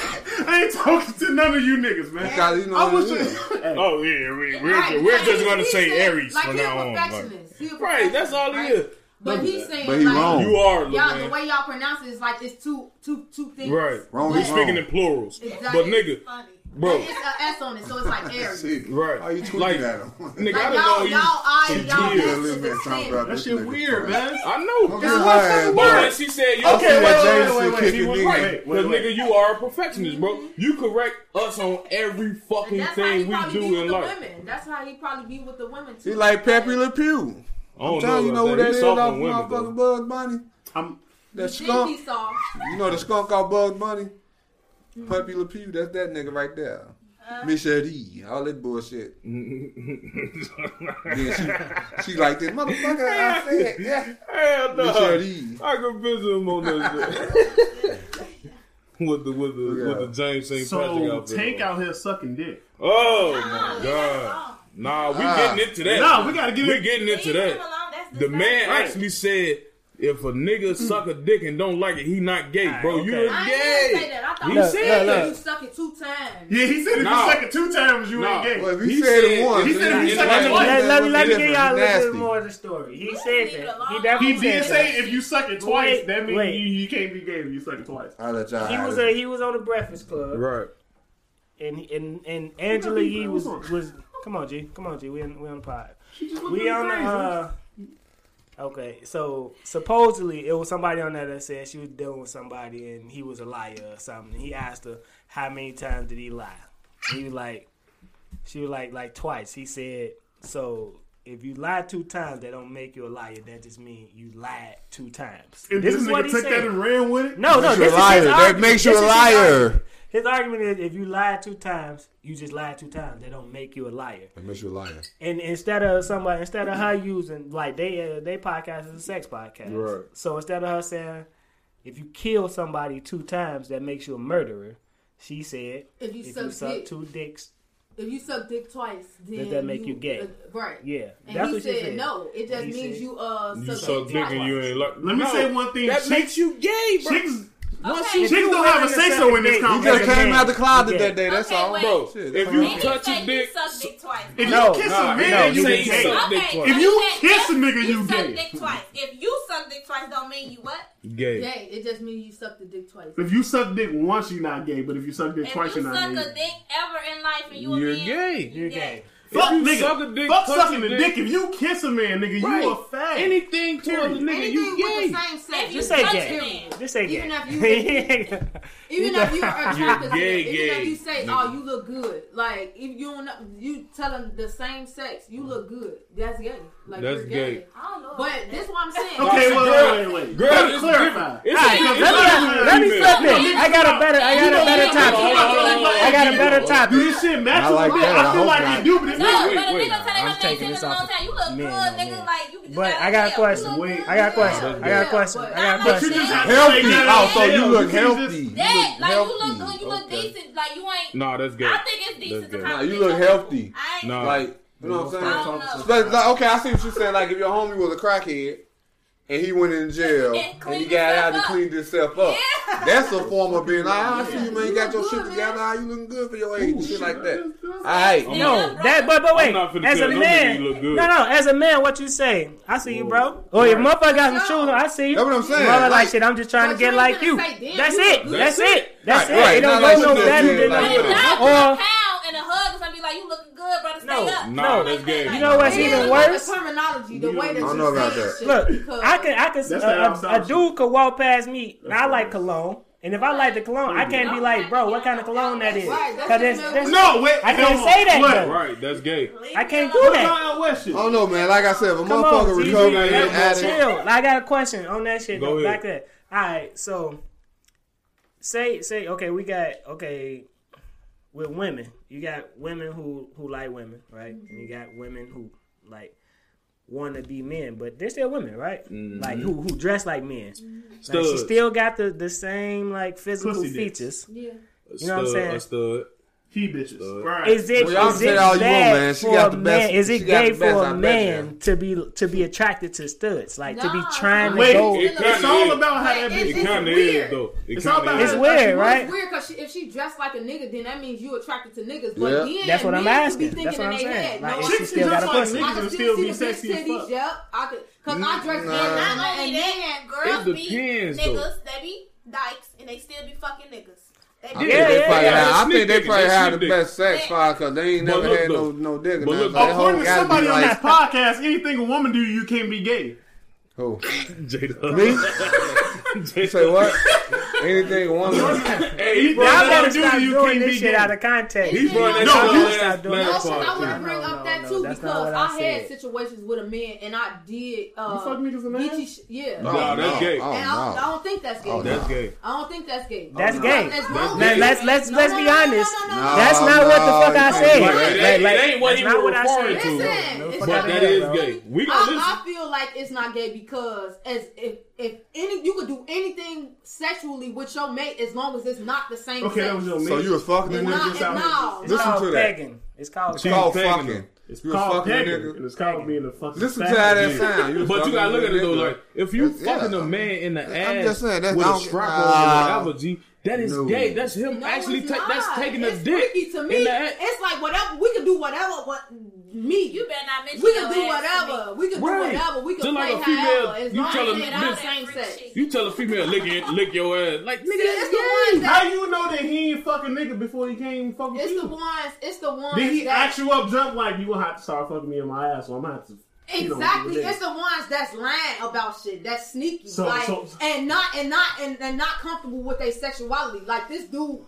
S3: I ain't talking to none of you niggas, man.
S4: Because you know
S3: I
S4: what
S3: wish.
S4: it is.
S3: Hey,
S7: Oh yeah, we,
S5: Right,
S7: we're, we're
S5: like,
S7: just
S5: he-
S7: gonna
S5: he
S7: say
S5: said,
S7: Aries
S5: like
S7: from
S5: he a
S7: now on. like-
S5: perfectionist. He a
S7: Right, that's all it
S5: perfectionist,
S7: is.
S5: right? But
S7: Don't do
S5: he's
S7: that.
S5: saying
S4: But he
S5: like,
S4: wrong.
S7: You are, Lil
S5: Y'all, the
S7: Wayne.
S5: way y'all pronounce it is like it's two, two, two things.
S7: Right.
S4: Wrong
S7: We
S4: is
S7: speaking
S4: wrong.
S7: in plurals.
S5: Exactly.
S7: But nigga,
S6: Funny.
S5: Bro.
S7: bro,
S5: It's an S on it, so it's
S7: <laughs>
S5: like Aries.
S4: See,
S7: Right.
S4: How you tweeting
S7: Like-
S4: at him?
S7: nigga,
S5: Like
S7: I done
S5: y'all,
S7: know
S5: y'all,
S7: you.
S5: I,
S7: some
S5: y'all,
S7: years.
S5: that's
S4: This
S5: the
S4: man talking
S5: extent.
S4: about
S3: That
S4: this
S3: shit
S4: nigga
S3: weird,
S4: crazy.
S3: man.
S7: I know.
S4: Don't
S7: It's
S4: get
S7: one
S4: high
S7: fucking
S4: ass,
S7: word.
S4: bro.
S7: And she said, you
S4: Okay,
S7: okay, wait,
S4: wait, wait, wait, wait,
S7: was
S3: wait, wait,
S7: right.
S3: wait,
S7: Because,
S3: wait,
S7: nigga,
S3: wait.
S7: you are a perfectionist, bro. You correct us on every
S5: Mm-hmm. And
S7: fucking
S5: that's how he
S7: thing we
S5: probably be
S7: do
S5: with
S7: in
S5: the
S7: life.
S5: women. That's how he probably be with the women too.
S4: He like Pepe Le Pew.
S7: I don't
S4: Tell you know
S7: know
S4: who
S7: about
S4: that
S7: that.
S4: is
S7: He's
S4: off
S7: soft
S4: of
S7: on women,
S4: motherfucking
S7: though.
S4: Bugs Bunny.
S3: I'm
S4: That
S5: You think he
S4: skunk.
S5: saw?
S4: You know the skunk off Bugs Bunny? Pepe Le Pew, that's that nigga right there.
S1: Uh-huh.
S4: Michelle D, all that bullshit. Then she, she like this motherfucker. I said, yeah.
S7: <laughs> Hell
S4: Michelle
S7: no.
S4: D.
S7: I can visit him on that shit. with the with the
S4: Yeah.
S7: with the James St. Patrick
S3: so
S7: outfit.
S3: Tank
S7: on.
S3: out here sucking dick.
S7: Oh
S6: Oh,
S7: my
S6: leave that
S7: god.
S6: alone.
S7: Nah, we
S4: Ah.
S7: getting into that.
S3: Nah, we gotta get
S7: we
S3: in-
S7: getting into
S6: Leave
S7: that.
S6: him alone. That's
S7: The man
S3: Right.
S7: actually said, "If a nigga suck a dick and don't like it, he not gay, bro.
S3: Alright,
S7: You
S3: Mm. okay.
S7: a
S5: I ain't gonna say
S7: gay."
S5: that. I thought
S7: He
S5: you
S7: said
S5: said
S7: that.
S5: you suck it two times.
S3: Yeah, he said if
S7: Nah.
S3: you suck it two times, you
S7: Nah.
S3: ain't gay.
S4: Well, if he,
S7: He
S4: said,
S7: said-
S4: it once,
S3: he said
S4: then
S3: he
S4: it
S3: said
S4: ain't-
S3: it
S4: that
S3: once.
S1: Let, let, let me
S4: different.
S1: give y'all a little
S4: Nasty.
S1: bit more of the story. He said
S6: Leave it
S1: that.
S6: alone.
S1: He definitely
S3: He did
S1: said
S3: say
S1: that.
S3: if you suck it twice,
S1: Wait,
S3: that
S1: wait.
S3: means you, you can't be gay if you suck it twice.
S4: I'll let y'all
S1: He
S4: have
S1: was
S4: it.
S1: a, he was on the Breakfast Club,
S7: Right.
S1: and and and Angela
S3: Who the
S1: Yee
S3: hell
S1: was
S3: was on?
S1: was come on G, come on G, we on we on the pod.
S3: She just looked
S1: We
S3: at
S1: on the
S3: his face.
S1: uh, okay. So supposedly it was somebody on there that said she was dealing with somebody and he was a liar or something. He asked her how many times did he lie. He was like, she was like like twice. He said so. If you lie two times, that don't make you a liar. That just means you lied two times.
S3: If this, nigga took that and ran with it.
S1: No, no,
S4: Makes
S1: this
S4: you a
S1: is
S4: liar.
S1: His
S4: That
S1: argument.
S4: makes
S1: This
S4: you a
S1: is his argument.
S4: liar.
S1: His argument is if you lie two times, you just lied two times. That don't make you a liar.
S4: That makes you a liar.
S1: And instead of somebody, instead of her using like they uh, they podcast is a sex podcast,
S7: Right.
S1: so instead of her saying if you kill somebody two times, that makes you a murderer. She said
S5: If you
S1: if
S5: suck
S1: you suck
S5: dick,
S1: two dicks,
S5: if you suck dick twice, then
S1: Does that make you gay?
S5: uh, right.
S1: yeah,
S5: And
S1: that's
S5: he
S1: what
S5: said,
S1: she said.
S5: no. It just
S1: He
S5: means
S1: said-
S5: you uh
S7: You
S5: suck,
S7: suck dick
S5: dick twice.
S7: and you ain't like.
S3: Let me
S7: No,
S3: say one thing.
S7: That
S3: Chicks-
S7: makes you gay, bro.
S3: Chicks,
S6: Okay.
S1: you-
S3: chicks don't have a
S1: If you
S3: say so in this
S1: win the
S4: He
S1: second
S4: just
S3: conversation.
S1: date,
S4: came
S1: man.
S4: out the closet
S1: Yeah.
S4: that day. That's
S6: Okay,
S4: all.
S6: wait.
S7: Bro,
S4: Shit,
S7: if
S4: that's
S7: you
S4: all.
S6: And he
S7: touch
S6: said
S7: a
S6: you
S7: dick,
S6: suck dick twice.
S3: If you
S1: No,
S3: kiss
S4: nah,
S3: a
S4: no,
S3: man,
S4: you
S3: you say
S4: didn't
S3: gay.
S4: say-
S7: Suck dick
S6: Okay,
S7: twice.
S3: If you
S6: said
S3: kiss a nigga, you
S6: suck
S3: gay.
S6: dick twice. If you suck dick twice, don't mean you what?
S7: gay.
S5: Gay. It just means you suck the dick twice.
S3: If you suck dick once, you not gay. But if you suck dick
S6: If
S3: twice,
S6: you
S3: you're not
S6: suck
S3: gay.
S6: a dick ever in life and you a
S7: You're
S6: man,
S7: gay.
S6: you
S1: You're gay.
S3: Fuck
S7: If you
S3: nigga.
S7: suck a dick,
S3: Fuck
S7: touch
S3: sucking
S7: a
S3: a
S7: dick.
S3: dick. If you kiss a man, nigga,
S7: Right.
S3: you a fag.
S7: Anything towards a nigga, you
S5: with
S7: gay.
S5: the same sex,
S6: If
S1: Just
S6: you
S5: is
S1: say
S6: Touch
S1: gay.
S6: him.
S1: Just say gay.
S5: Even if Even if you're attracted to them,
S7: gay,
S5: even
S7: gay,
S5: if you say,
S7: nigga.
S5: "Oh, you look good," like if you don't, know- you tell them the same sex, "You look good." That's gay. Like
S7: That's
S5: you're gay.
S7: gay.
S6: I don't know.
S5: But this is what I'm saying.
S3: Okay,
S7: Girl,
S3: wait, wait, wait, wait.
S7: girl,
S3: Let me
S7: it's
S3: clarify.
S7: different. It's
S1: All right, let
S7: different.
S1: me
S7: It's
S1: let me
S7: different.
S1: flip it. I got a better I got a better
S3: Hold on, hold on, hold
S1: topic.
S3: on.
S1: I got a better topic.
S3: Do this shit match
S4: I
S3: a
S4: like
S3: bit?
S4: that. I
S3: I feel
S4: hope
S3: like
S4: not.
S3: it do, but it's
S6: No,
S3: not.
S7: wait,
S6: but a
S7: wait,
S6: nigga tell
S1: I'm
S6: their man
S1: taking
S6: since
S1: this
S6: a
S1: off
S6: long
S1: of
S6: time. You look
S1: men
S6: good,
S1: on men.
S6: nigga. Like you.
S1: But
S6: gotta
S1: I got a
S6: tell.
S1: question.
S6: You look
S3: Wait.
S6: good.
S1: I got a question. I got a question. I got a
S3: But you
S1: question.
S3: just have to say
S4: Healthy.
S3: that.
S4: Oh, so you look
S3: can't
S4: healthy.
S3: just-
S4: You
S6: That,
S4: look
S6: like you look
S4: healthy.
S6: good, you look
S4: Okay.
S6: decent. Like you ain't.
S7: Nah, that's gay.
S6: I think it's decent to
S7: That's
S6: compliment.
S7: gay.
S4: Nah, you look healthy.
S6: I ain't.
S7: Nah.
S4: Like, you know what
S6: I
S4: I'm
S6: don't
S4: saying?
S6: know.
S4: So, like, okay, I see what you're saying. Like, if your homie was a crackhead and he went in
S6: <laughs>
S4: jail
S6: And
S4: and he
S6: cleaned
S4: got
S6: himself
S4: out and
S6: up.
S4: cleaned himself up,
S6: Yeah.
S4: that's a form of being, ah, I see you, man, you got
S5: You
S4: your
S5: look
S4: shit
S5: good,
S4: together, ah, you looking good for your age, and shit like that. All
S6: I'm
S4: right.
S1: No, that but but wait.
S7: I'm not finna
S1: As a
S7: tell no nigga
S1: man,
S7: you
S1: no,
S7: look good.
S1: no. As a man, what you say? I see you, bro. Or if motherfucker got some shoes on, I see you.
S4: That's what I'm saying.
S1: Mother like
S4: Like-
S1: shit. I'm just trying to
S5: But
S1: get
S5: you
S1: like
S5: ain't
S1: you.
S5: gonna say, damn,
S1: That's
S5: you
S1: it.
S5: look
S1: That's
S7: good.
S1: it. That's
S4: Right,
S1: it. It
S4: right.
S1: don't
S4: Not like
S1: go no
S4: you
S1: better
S4: said,
S1: than
S4: like,
S6: But
S4: Or-
S1: that.
S6: not
S1: Or
S6: a pound and a hug or something like you looking good, brother. Stay
S1: No,
S6: up.
S7: no,
S6: Something
S7: that's
S6: like
S7: gay.
S6: that.
S1: You know what's
S5: It is
S1: even
S5: about
S1: worse?
S5: The terminology, the way that
S4: I
S5: you
S4: don't know about
S5: say
S4: that.
S5: shit,
S1: Look,
S5: because-
S1: I can, I can.
S3: That's
S1: a-
S3: that
S1: a-
S3: outside
S1: a
S3: shit.
S1: dude could walk past me. and I
S3: That's
S1: like
S3: right.
S1: cologne, and if I like the cologne, I can't be like, bro, what kind of cologne that is?
S5: Right, that's
S1: Because
S5: just
S1: that's,
S5: no-
S1: that's
S3: No, wait.
S1: I
S3: hell
S1: can't
S3: no.
S1: say that,
S3: What?
S1: though.
S7: Right, that's gay.
S6: Leave
S1: I
S6: me
S1: can't
S6: alone.
S1: do
S3: What
S1: that.
S3: Kanye West shit?
S4: I don't know, man. Like I said, if a
S1: Come
S4: motherfucker
S1: on, G.
S4: recovering
S1: Chill.
S4: and addict,
S1: Chill. I got a question on that shit.
S7: Go
S1: though. Back
S7: ahead.
S1: that. All right. So, say say okay, we got okay with women. You got women who who like women, right? And you got women who like want to be men, but they're still women, right?
S3: Mm-hmm.
S1: Like who who dress like men. Like she
S7: Studs.
S1: still got the the same like physical
S3: Pussy dicks.
S1: features.
S5: Yeah.
S1: You know what I'm
S7: Stud,
S1: saying?
S7: a Stud.
S3: He bitches. Right.
S1: Is it,
S4: Well, y'all
S1: is
S4: can
S1: it
S4: say all you want,
S1: bad
S4: man. She
S1: for
S4: got
S1: a
S4: the
S1: man?
S4: best-
S1: Is
S4: she
S1: it
S4: got
S1: gay
S4: the best
S1: for a
S4: out
S1: man
S4: there.
S1: to be to be attracted to studs, like to be
S5: Nah.
S1: trying
S3: Wait,
S1: to go?
S7: it-
S3: It's all about how that
S5: Wait,
S3: bitch.
S5: it-
S7: It kind of
S5: weird.
S7: is though. It
S3: It's all
S7: kind of
S3: about
S7: is.
S1: It's weird,
S5: Well,
S1: right?
S5: It's weird because if she dressed like a nigga, then that means you attracted to niggas. But
S4: Yeah.
S5: then
S1: That's what I'm
S5: men could
S1: asking.
S5: Be thinking
S1: That's what
S5: in
S1: I'm
S5: their
S1: saying.
S5: Head,
S1: Like,
S5: no,
S1: is
S5: I
S1: she
S5: can
S1: still got a
S3: just like
S1: pussy?
S3: niggas
S5: I
S3: will
S5: could
S3: still
S5: still
S3: be
S5: see the big
S3: sexy as
S5: titties.
S3: fuck.
S5: Yep. I could. Cause I dress
S4: Nah.
S5: every
S6: And
S5: night,
S6: not only
S5: and then
S6: that, girls
S7: It
S6: be
S7: depends, though.
S6: niggas, they be dykes, and they still be fucking niggas. They
S4: I
S6: be
S4: think
S1: Yeah,
S4: they
S1: yeah,
S4: probably
S1: yeah.
S4: had- I
S7: Sneak
S4: think they
S7: dick,
S4: probably
S7: they
S4: had the
S7: sneak dick.
S4: best sex file because they ain't
S7: But
S4: never
S7: look,
S4: had no
S7: though.
S4: no digger.
S7: But look,
S4: now, so that
S3: According
S4: whole
S3: to
S4: gotta
S3: somebody
S4: be
S3: on
S4: like
S3: that podcast, anything a woman do, you can't be gay.
S7: <laughs> <laughs>
S4: who?
S7: Jada.
S4: <laughs> Me? You say what? Anything a woman?
S7: Hey,
S1: Bro,
S7: bro,
S1: I
S3: Y'all
S1: gotta
S3: gotta do
S1: stop
S3: you
S1: doing
S3: can't
S1: this
S3: be
S1: shit
S3: gay.
S1: out of context.
S7: he brought that
S5: No,
S7: shit
S3: you-
S7: on
S1: No,
S7: last- last
S1: shit,
S5: No, shit, I want
S7: podcast.
S1: would've-
S5: to bring
S1: No, no,
S5: up that
S1: no,
S5: too
S1: that's not
S5: because
S1: what
S5: I,
S1: I
S5: had
S1: said.
S5: situations with a man and I did. Uh,
S3: You fuck niggas in the
S5: get you
S3: ass?
S5: sh- yeah.
S7: No, Nah, that's gay.
S4: Oh,
S5: and I, don't- I
S4: no.
S5: don't think that's gay.
S4: Oh,
S7: That's gay.
S5: I don't think that's gay.
S1: That's
S4: no.
S1: gay.
S5: That's wrong.
S1: Let- Let's let's
S5: No,
S1: let's
S5: no,
S1: be
S5: no, no,
S1: honest.
S5: No, no, no,
S4: No,
S1: That's not what the fuck I
S4: no,
S1: said.
S4: you
S7: Right,
S1: Like,
S7: it
S4: ain't.
S7: ain't-
S1: like,
S7: it ain't what
S1: that's
S7: he
S1: not
S7: was
S1: what I
S7: referring
S1: said.
S7: to.
S5: Listen, it's
S1: fuck
S5: not
S1: out
S7: But
S1: of
S7: that
S1: here,
S7: is
S1: bro.
S7: gay. We gonna listen.
S5: I, I feel like it's not gay because as if if any you could do anything sexually with your mate as long as it's not the same.
S3: Okay,
S5: sex.
S3: that was your man.
S4: So you was fucking a
S5: It's not,
S4: nigga?
S5: it's
S3: just out here.
S5: no,
S1: It's
S5: no.
S4: Listen to
S1: called
S4: that.
S1: pegging. It's called
S4: It's called
S7: She's tagging
S4: fucking.
S7: him.
S3: It's
S4: You was
S3: called
S4: fucking a
S3: pegging.
S4: nigga.
S3: And it's called being a fucking
S4: Listen to
S3: faggot.
S4: how that sound. was
S7: But you
S4: fucking
S7: gotta
S4: a
S7: look at it though,
S4: nigga.
S7: like if you
S4: Yeah.
S7: fucking a man in the ass
S4: I'm just saying, that's-
S7: with
S4: I
S7: a
S4: don't-
S7: strap
S4: Ah.
S7: on or whatever, G, that is
S4: No.
S7: gay. That's him
S5: No,
S7: actually.
S5: it's
S7: Ta- that's
S5: not.
S7: taking
S5: it's
S7: a dick
S5: freaky to me.
S7: in the ass.
S5: It's like whatever we can do whatever. What me?
S6: You better not mention
S5: we
S6: your
S5: can do
S6: ass to me.
S5: whatever. We can
S7: Right.
S5: do whatever. We can
S7: Just like
S5: play
S7: a female,
S5: however. As
S7: you
S5: long as
S7: tell a
S5: it's
S7: bitch-
S5: not the same sex.
S6: Freak
S7: You tell a female lick it, lick your ass like
S5: See,
S7: nigga.
S5: it's the ones
S3: How
S5: that
S3: you know that he ain't fucking nigga before he came fucking
S5: it's the
S3: you?
S5: ones it's the ones
S3: Did he
S5: that
S3: act you up jump like you gonna have to start fucking me in my ass? Well, I'm gonna have to. you know,
S5: Exactly,
S3: do that.
S5: it's the ones that's lying about shit, that's sneaky,
S3: So-
S5: like,
S3: so-
S5: and not and not and, and not comfortable with their sexuality. Like this dude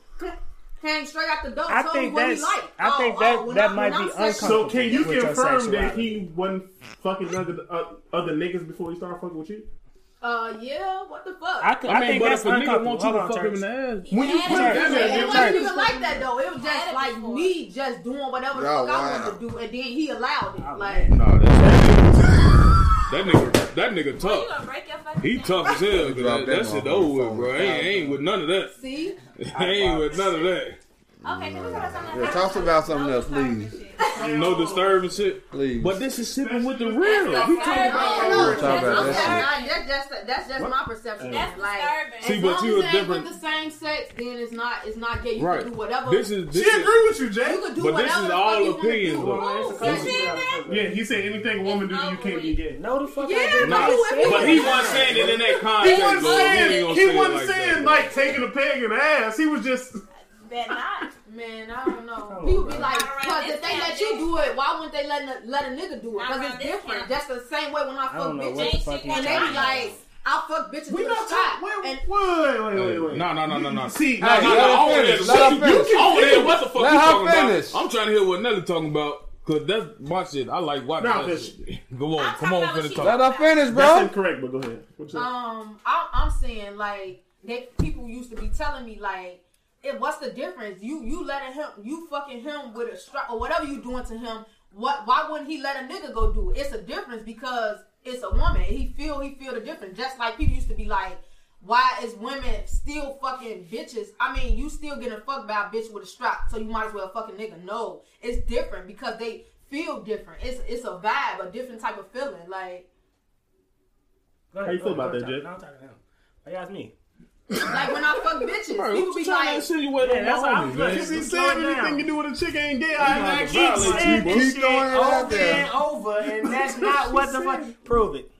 S5: came straight out the door,
S1: I
S5: told me
S1: think
S5: what he
S1: that's-
S5: like.
S1: I
S5: Oh,
S1: think
S5: oh,
S1: that-
S5: when
S1: that
S5: I,
S1: might
S5: when
S1: be
S5: I'm sexual-
S1: uncomfortable.
S3: So can you
S1: With your
S3: confirm that
S1: sexuality.
S3: he wasn't fucking other, uh, other niggas before he started fucking with you?
S5: Uh, yeah, what the fuck?
S1: I, could,
S7: I
S1: I,
S7: mean,
S1: think
S7: but
S1: that's
S7: if a nigga
S1: uncomfortable.
S7: wants you
S1: Hold
S7: to
S1: on,
S7: fuck him in
S1: Terrence.
S7: the ass,
S6: When you
S3: put it down there,
S5: It
S3: you're
S5: wasn't
S3: right.
S5: even like that though. It was
S6: Had
S5: just
S6: it
S5: like
S6: before.
S5: me just doing whatever the
S4: Y'all
S5: fuck I wanted
S4: wild.
S5: to do, and then he allowed it. Like,
S1: man.
S7: nah, that's that nigga. That nigga, that nigga
S6: Well, you
S7: tough.
S6: gonna break your fucking
S7: He
S6: neck.
S7: tough as hell. but
S4: Drop
S7: That,
S4: that
S7: that shit
S4: motherfucker
S7: over with,
S4: phone.
S7: bro. I ain't, I ain't with none of that.
S5: see,
S7: I ain't with none of that.
S6: Okay, can we talk about something
S4: Yeah,
S6: else?
S4: talk about something
S6: No
S4: else, please.
S6: <laughs> disturbing shit.
S7: No disturbing shit.
S4: Please.
S7: But this is sipping with the real. We talking
S5: I
S7: about
S5: don't know.
S4: We're talking about
S5: that's,
S4: that
S5: not- that's just that's just my perception.
S6: That's
S5: like,
S6: disturbing.
S7: See,
S5: as
S7: but
S5: long
S7: you
S5: as
S7: a
S5: it ain't
S7: different-
S5: with the same sex, then it's not it's not gay. You
S7: right.
S5: can do whatever.
S7: This is this
S3: She
S7: is,
S3: agree with you, Jay.
S5: you can do
S7: but
S5: whatever
S7: this is
S5: the
S7: all
S5: fuck you wanna
S7: opinions,
S5: do.
S7: though.
S5: Ooh, that's it.
S3: Yeah, he said anything a woman do to you can't be gay.
S1: No, the fuck.
S5: Yeah,
S1: I did
S5: but
S1: not
S5: you-
S1: say
S5: if you-
S1: that.
S7: But he wasn't saying it in that
S3: He
S7: context.
S3: wasn't
S7: though.
S3: saying
S7: ain't gonna
S3: he
S7: say it
S3: wasn't
S7: like that,
S3: saying
S7: though.
S3: like taking a peg in the ass. He was just
S6: Better not.
S5: Man, I don't know. People be
S1: bro.
S5: like,
S6: Not around
S5: because
S6: this
S5: if they
S6: town,
S5: let you
S6: dude.
S5: do it, why wouldn't they let a, let a nigga do it?
S6: Not
S5: Because
S6: around
S5: it's
S6: this
S5: different.
S6: town.
S5: That's the same way when I
S1: I
S5: fuck
S1: don't know
S5: bitches.
S1: what the fuck you
S5: and they be
S1: talking
S5: like, I fuck bitches
S3: we
S5: to the
S3: not
S5: spot.
S3: talking. Wait,
S5: and
S3: wait, wait, wait, wait.
S7: No, no, no, no, no.
S3: See,
S7: No, no,
S4: let
S7: no.
S4: her
S7: Over there,
S4: finish. Let her
S7: what you-
S4: finish.
S7: over there, what the fuck
S4: Let
S7: you
S4: her
S7: talking
S4: finish.
S7: about? I'm trying to hear what Nelly talking about because that's my shit. I like watching
S3: Nah,
S7: that
S3: bitch.
S7: shit. Go on,
S6: I'm
S7: come
S6: talking
S7: on,
S6: about what
S7: finna
S6: she-
S7: talk.
S4: Let her finish,
S3: that's
S4: bro.
S3: incorrect. But go ahead. What's up?
S5: Um, I, I'm saying like that people used to be telling me like, it, what's the difference? You you letting him, you fucking him with a strap or whatever you doing to him. What? Why wouldn't he let a nigga go do it? It's a difference because it's a woman. He feel he feel the difference. Just like people used to be like, why is women still fucking bitches? I mean, you still getting fucked by a bitch with a strap, so you might as well fuck a nigga. No, it's different because they feel different. It's it's a vibe, a different type of feeling. Like
S1: Go ahead,
S3: How you
S1: go
S3: feel
S1: ahead,
S3: about
S1: go
S3: that,
S1: ahead,
S3: Jay?
S1: I'm talking to him. Why you ask me?
S5: like when I fuck bitches,
S7: Right,
S5: people
S7: what
S5: be
S7: you trying to
S5: like.
S7: insinuate
S1: Yeah,
S7: on
S1: that's
S7: my
S1: what I'm like.
S7: homies, man?
S3: If he
S1: Slow
S3: said anything
S1: down.
S3: you do with a chick ain't gay, I
S7: You
S1: Keep
S3: ain't
S7: Keep
S3: gay.
S7: violate
S1: saying this
S7: you,
S4: bro.
S1: shit
S4: Keep throwing it out
S1: over
S4: there.
S1: and over, and that's not what the fuck. Prove it.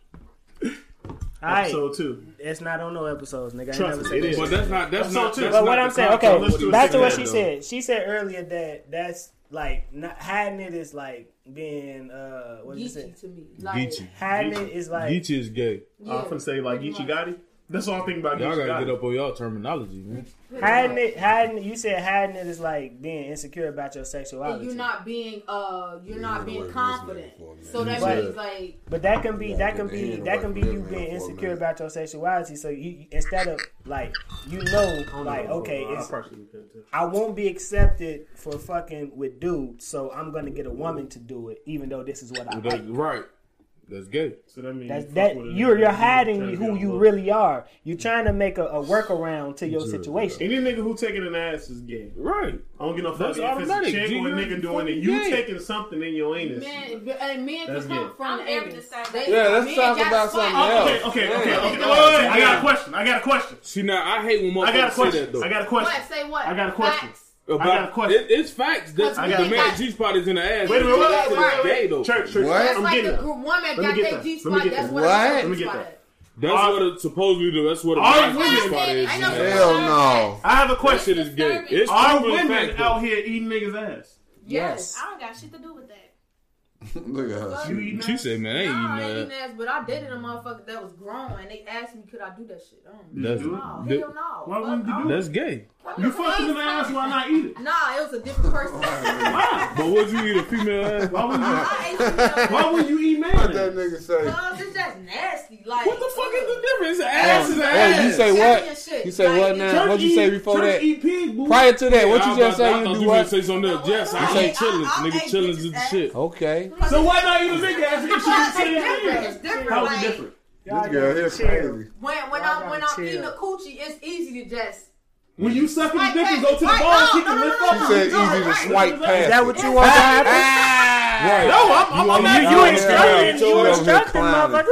S1: All right,
S3: Episode two.
S1: it's not on no episodes, nigga. I ain't
S3: Trust
S1: never
S3: me,
S1: said
S3: it
S1: that.
S3: is.
S7: But that's not that's
S3: So
S7: not.
S3: too-
S7: that's
S1: But
S7: not
S1: what
S7: the
S1: I'm saying,
S7: context.
S3: Let's
S1: okay,
S3: do it
S1: back to what
S3: together,
S1: she
S3: though.
S1: said. She said earlier that that's like not hiding it is like being uh what did you say?
S5: Geechee to me. Like,
S7: Geechee.
S1: Hiding it is like
S7: Geechee is gay.
S5: Yeah.
S3: I'm gonna say like Geechee Gotti. That's all I'm thinking about.
S7: Y'all
S3: Geechee
S7: gotta
S3: Gotti.
S7: get up on y'all terminology, man.
S1: hiding it. Hiding it. You said hiding it is like being insecure about your sexuality.
S5: You're not being uh you're not being
S4: away from this
S5: confident.
S4: nigga for a minute.
S5: So that
S1: Right.
S5: means like
S1: But that can be that can
S4: get the
S1: be
S4: hand
S1: that
S4: away
S1: can
S4: from
S1: be
S4: that
S1: you
S4: man
S1: being
S4: for a
S1: insecure
S4: minute.
S1: about your sexuality. So you you- instead of like you know like okay it's, I won't be accepted for fucking with dudes, so I'm gonna get a woman to do it, even though this is what I like.
S7: That's right. That's gay.
S3: So that means
S1: That's that you're you're hiding who you really are. You're trying to make a, a workaround to your situation.
S3: Any nigga who taking an ass is gay.
S7: Right.
S3: I don't give no fuck
S7: That's
S3: if it's a
S7: automatic.
S3: chick
S7: G,
S3: or a
S7: you're
S3: nigga doing it.
S7: fucking
S3: You
S7: gay.
S3: taking something in your anus.
S5: men and men
S3: That's
S5: can come
S3: good.
S5: from
S6: I'm
S5: the
S6: very
S5: anus.
S6: disturbed.
S5: They-
S4: Yeah, let's
S5: men
S4: talk
S5: got
S4: about
S5: spot.
S4: something
S5: Oh,
S4: else. Yeah.
S3: Okay, okay, okay, okay.
S5: Yeah.
S3: Wait, wait, wait. I got a question. I got a question.
S7: See now, I hate when motherfuckers
S3: I got a
S7: say that
S3: question.
S7: though.
S3: I got a
S5: What?
S3: question.
S5: Say what?
S3: I got a question.
S5: Facts.
S7: About,
S3: got a question.
S7: It, it's facts that
S3: I got
S7: the
S3: a
S7: man
S5: question.
S7: G spot is in the ass.
S3: Wait a minute, wait, wait, wait,
S7: Gay,
S3: wait,
S7: though.
S3: wait. Church, church.
S4: What?
S5: That's
S3: I'm
S5: like the
S3: getting that.
S5: gr- woman
S3: me
S5: got
S3: get
S5: their
S3: that.
S5: G
S3: Let
S5: spot.
S3: me get
S5: That's
S3: that.
S5: what
S4: What?
S5: the
S4: Let
S3: me
S5: G
S3: get
S5: spot
S3: that.
S5: is.
S7: That's
S3: All-
S7: what a, supposedly the, that's what a
S3: All
S7: black
S3: women-
S7: G spot is.
S6: I
S7: in
S6: know
S7: the
S6: some
S7: ass.
S4: Hell no.
S6: surveys.
S3: I have a
S6: This
S3: question.
S7: Shit is gay.
S6: disturbing.
S7: It's
S3: Are
S7: proven
S3: women
S7: fact, though.
S3: out here eating niggas ass?
S5: Yes.
S6: I don't got shit to do with that.
S4: Look at her.
S3: You eating
S7: She
S3: ass?
S7: said, man, I ain't
S5: No, I ain't
S7: eating
S5: eating ass, but I dated a motherfucker that was grown, and they asked me, could I do that shit? Um,
S7: that. That's,
S5: no, hell no.
S7: that-
S3: Why
S5: Fuck
S3: wouldn't you
S5: no.
S3: do
S7: that's gay.
S3: You fucking in the ass, why not eat it?
S5: Nah, it was a different person.
S3: Why?
S7: But would you eat a female ass?
S3: <laughs> Why would you?
S5: I ate some of
S3: Why
S5: that.
S3: would you eat man?
S4: What that
S3: ass?
S4: nigga say?
S5: Cause it's just nasty. Like
S7: What the fuck is the difference? Ass is ass.
S4: Hey, you say what? You say what now?
S3: Church
S4: What'd you say
S3: eat-
S4: before
S3: church
S4: that?
S3: Eat pig, boo.
S4: Prior to that, what
S7: I
S4: you
S7: was
S4: just
S7: about to-
S4: say?
S7: I
S4: You
S7: thought
S4: do
S7: you was
S4: what?
S7: gonna say something else. Yes,
S5: I-
S7: I
S5: I-
S7: eat chillings.
S5: I- I
S7: Nigga,
S5: ate
S7: chillings
S5: bitches'
S7: is the
S5: ass.
S7: shit.
S4: Okay.
S3: So why not eat a big ass? It should be
S5: It's different.
S3: How is
S5: like,
S3: it different?
S4: This girl here crazy.
S5: When when
S1: Y'all
S5: I'm when
S1: gotta
S5: I'm eating
S1: chill.
S5: a coochie, it's easy to just.
S3: When you suck in the
S5: Like,
S3: dick and go to the
S5: like,
S3: balls,
S5: no,
S3: she can
S5: no, no,
S3: lift
S5: no,
S3: up.
S4: She said
S5: no,
S4: easy to
S5: right.
S4: swipe past.
S1: Is that
S4: it. Ah.
S1: what you want to happen?
S4: Right.
S3: No, I'm, I'm, I'm
S1: You,
S4: You
S1: you
S4: over
S3: asking.
S4: here-
S1: instructed, you
S4: you over here
S1: instructed,
S4: clowning.
S1: motherfucker.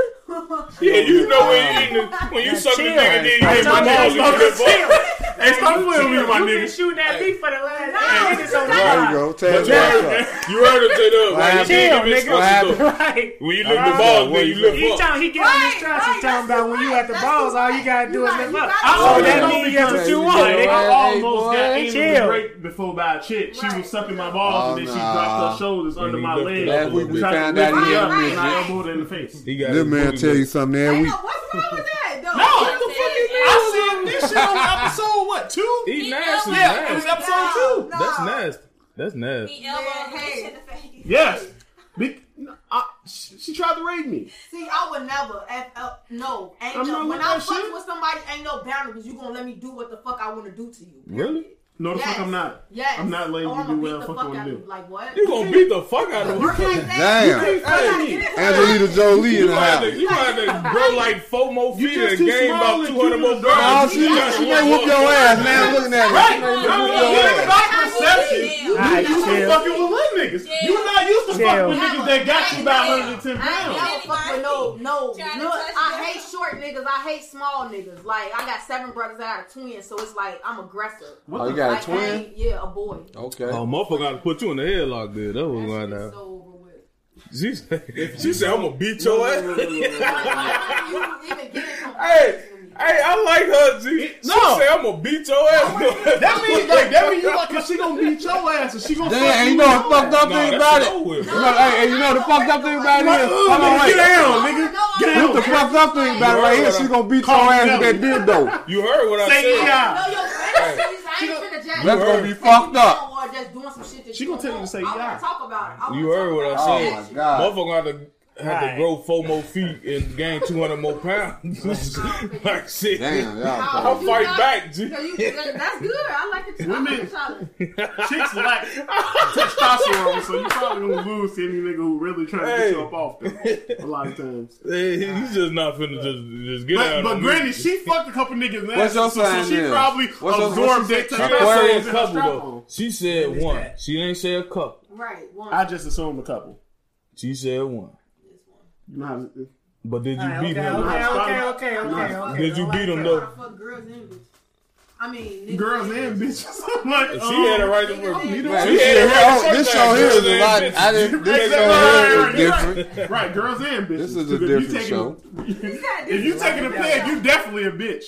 S7: Yeah, you know when you eating the, when you
S1: Now
S7: sucking the
S1: chill.
S7: nigga, then you
S1: I'm
S7: hit my
S1: talking about
S7: balls. You hit
S1: you.
S7: my balls.
S3: Hey, stop playing with me, my
S1: You've been
S3: nigga.
S1: shooting at me for the last
S5: Nah,
S1: eight minutes on the
S4: There
S1: block.
S4: you go. Tell
S7: You
S4: her
S7: heard
S4: what's
S7: him.
S4: up.
S7: You heard him say that.
S4: What
S7: Like, you
S4: happened?
S7: didn't give him
S1: Chill,
S4: What
S7: excuses, though.
S1: <laughs> Right.
S7: When you lick the
S4: Ah,
S7: balls,
S4: what
S7: then
S4: you
S7: you lift
S1: He,
S7: up.
S1: talk, he get on
S5: Right,
S1: his tracks
S5: right,
S1: and talking
S5: that's
S1: about
S5: too
S1: when you
S5: right,
S1: at the
S5: that's
S1: balls,
S5: too
S1: all you
S5: right.
S1: gotta do
S5: You
S1: is
S5: gotta-
S1: live
S5: you
S1: up.
S5: gotta-
S1: I owe
S4: Yeah,
S1: that nigga that's
S4: you
S1: what
S4: gotta-
S1: you
S4: you
S1: want.
S4: gotta-
S1: nigga.
S4: Hey, boy.
S3: almost got anal
S1: Chill.
S3: raped before by a chick. She
S5: Right.
S3: was sucking my balls and then she
S4: Oh,
S3: dropped
S4: nah.
S3: her shoulders under
S7: he
S3: my
S7: looked
S3: leg.
S7: it up. That's
S4: what we
S3: Tried to
S4: found
S3: lift
S4: out
S3: me
S5: he
S3: up,
S5: was
S3: and I
S5: mixed.
S3: elbowed her in the <laughs> face.
S7: He got
S4: This
S7: his
S4: man
S7: booty
S4: tell you
S7: licked.
S4: something every
S5: Ain't
S4: week.
S5: no, what's wrong with that? though?
S3: No, what the fuck is
S6: I
S3: I seen this shit on episode what two?
S7: He nasty.
S6: Yeah,
S3: Yeah, it
S7: nasty.
S3: was episode two.
S5: No,
S7: That's
S5: no.
S7: nasty. That's nasty.
S6: He elbowed
S5: Yeah,
S6: me
S5: hey.
S6: in the face.
S3: Yes, Be- I, she, she tried to rape me.
S5: See, I would never. F- uh, no, ain't
S3: I'm
S5: no.
S3: not
S5: When
S3: with
S5: I'm
S3: that
S5: fucking
S3: shit.
S5: with somebody, ain't no boundaries. You gonna let me do what the fuck I want to do to you?
S7: Really?
S3: No, the
S5: Yes.
S3: fuck I'm not.
S5: Yes.
S3: I'm not letting
S5: Or
S3: you
S5: I'ma
S3: do
S5: beat
S3: what the
S5: the
S3: fuck I
S5: fuck
S3: want
S5: out
S3: to
S5: of
S3: do.
S5: you. Like what?
S7: You gonna beat the fuck out of
S5: Work
S7: him.
S5: like
S4: Damn.
S5: that.
S7: Hey,
S4: Angelina Jolie in
S7: You
S4: the
S7: had
S4: house.
S7: to, you had to grow like four more feet
S3: just
S7: and
S3: too
S7: gain
S3: small
S7: about
S3: and
S7: 200 more
S3: cute. Nah,
S4: Oh,
S7: pounds.
S4: she,
S7: You got
S4: she
S7: to
S4: may
S7: walk
S4: whoop your
S7: up.
S4: ass, man. I'm looking at her. She may
S3: I'm
S4: whoop
S3: not
S4: your
S3: living
S4: ass.
S3: by perception.
S1: Nah,
S3: You used to
S1: chill.
S3: fucking with little niggas. You not used to fucking with niggas that got you about 110
S5: I
S3: pounds.
S5: ain't never fuck with no, no. Look,
S6: Trying to touch
S5: I
S6: them.
S5: hate short niggas. I hate small niggas. Like I got seven brothers. I got a twin, so it's like I'm aggressive.
S4: Oh, you
S5: like,
S4: got a
S5: I
S4: twin?
S5: ain't- yeah, a boy.
S7: Oh,
S4: Okay.
S7: motherfucker, got to put you in the headlock, dude. That was
S5: That
S7: going
S5: shit
S7: down.
S5: is so over
S4: <laughs>
S5: with.
S7: She said, she said, I'm gonna beat your ass.
S5: Why you even get
S7: Hey,
S5: in conversation with me?
S7: hey, I like her. G. She
S3: No.
S7: said, I'm gonna beat your ass.
S3: That means like that means you like, cause she gonna beat your ass and she gonna. fuck
S4: Damn, and you
S3: you
S4: know
S3: up.
S4: the fucked up thing about it? You know, hey, and you know the fucked up thing about it is? Hold on,
S3: Get
S4: wait.
S3: down, nigga. Get
S4: What the
S3: down.
S4: fucked up thing about it right here? She gonna beat your
S3: Calm
S4: ass with that
S3: down.
S4: dildo.
S7: You heard what I
S3: Say
S7: said.
S3: yeah.
S5: No, your fantasies, I ain't finna judge.
S4: That's
S5: you.
S4: gonna be
S5: If
S4: fucked
S5: you
S4: up.
S5: know Or just doing some shit that
S3: She gonna tell you to say
S5: I wanna
S3: yeah.
S5: talk about it. I wanna
S7: You heard
S5: talk
S7: what I
S5: about it.
S7: said.
S4: Oh, my God.
S7: Motherfucker had to, had to
S1: Right.
S7: grow four more feet and gain 200 more
S3: <laughs>
S7: pounds. like, shit.
S4: Damn, y'all.
S7: I'll
S5: You
S7: fight
S5: not-
S7: back, G.
S5: No, you- that- That's good. I like the I like
S3: Women-
S5: the challenge.
S3: Chicks lack testosterone, so you probably gonna lose to any nigga who really trying to
S7: Hey.
S3: get you up off them. A lot of times.
S7: Hey, he's just not finna just, just get
S3: But,
S7: out
S3: but
S7: of
S3: granted, she fucked a couple niggas last
S4: What's your
S3: so,
S4: sign
S3: so she
S4: then?
S3: probably
S4: What's your- what's
S3: absorbed
S4: your
S3: that
S4: sign?
S7: She didn't say a
S3: testosterone.
S7: couple, though. She said one. She didn't say a couple.
S5: Right. One.
S3: I just assumed a couple.
S7: She said one.
S5: This one.
S3: You know how-
S7: But did you beat
S1: Okay,
S7: him?
S1: okay, okay, okay, okay, okay.
S7: Did you beat him,
S5: I
S7: though?
S5: wanna fuck girls and bitches. I mean, niggas
S3: girls and bitches. <laughs> I'm like,
S7: She
S3: um,
S7: had a right to work.
S5: Man,
S4: Man,
S7: She
S4: this
S7: had
S4: shit
S7: a
S4: here,
S7: right to
S4: oh, this
S7: work
S4: show here
S7: that
S4: is a lot.
S7: bitch.
S4: I didn't.
S3: Right,
S4: This
S3: right,
S4: show
S3: right,
S4: here is
S3: right,
S4: different.
S3: Right, Right, girls and bitches.
S4: This is a
S3: Because if you
S4: different
S3: taking-
S4: show.
S3: If you taking a peg, you definitely a bitch.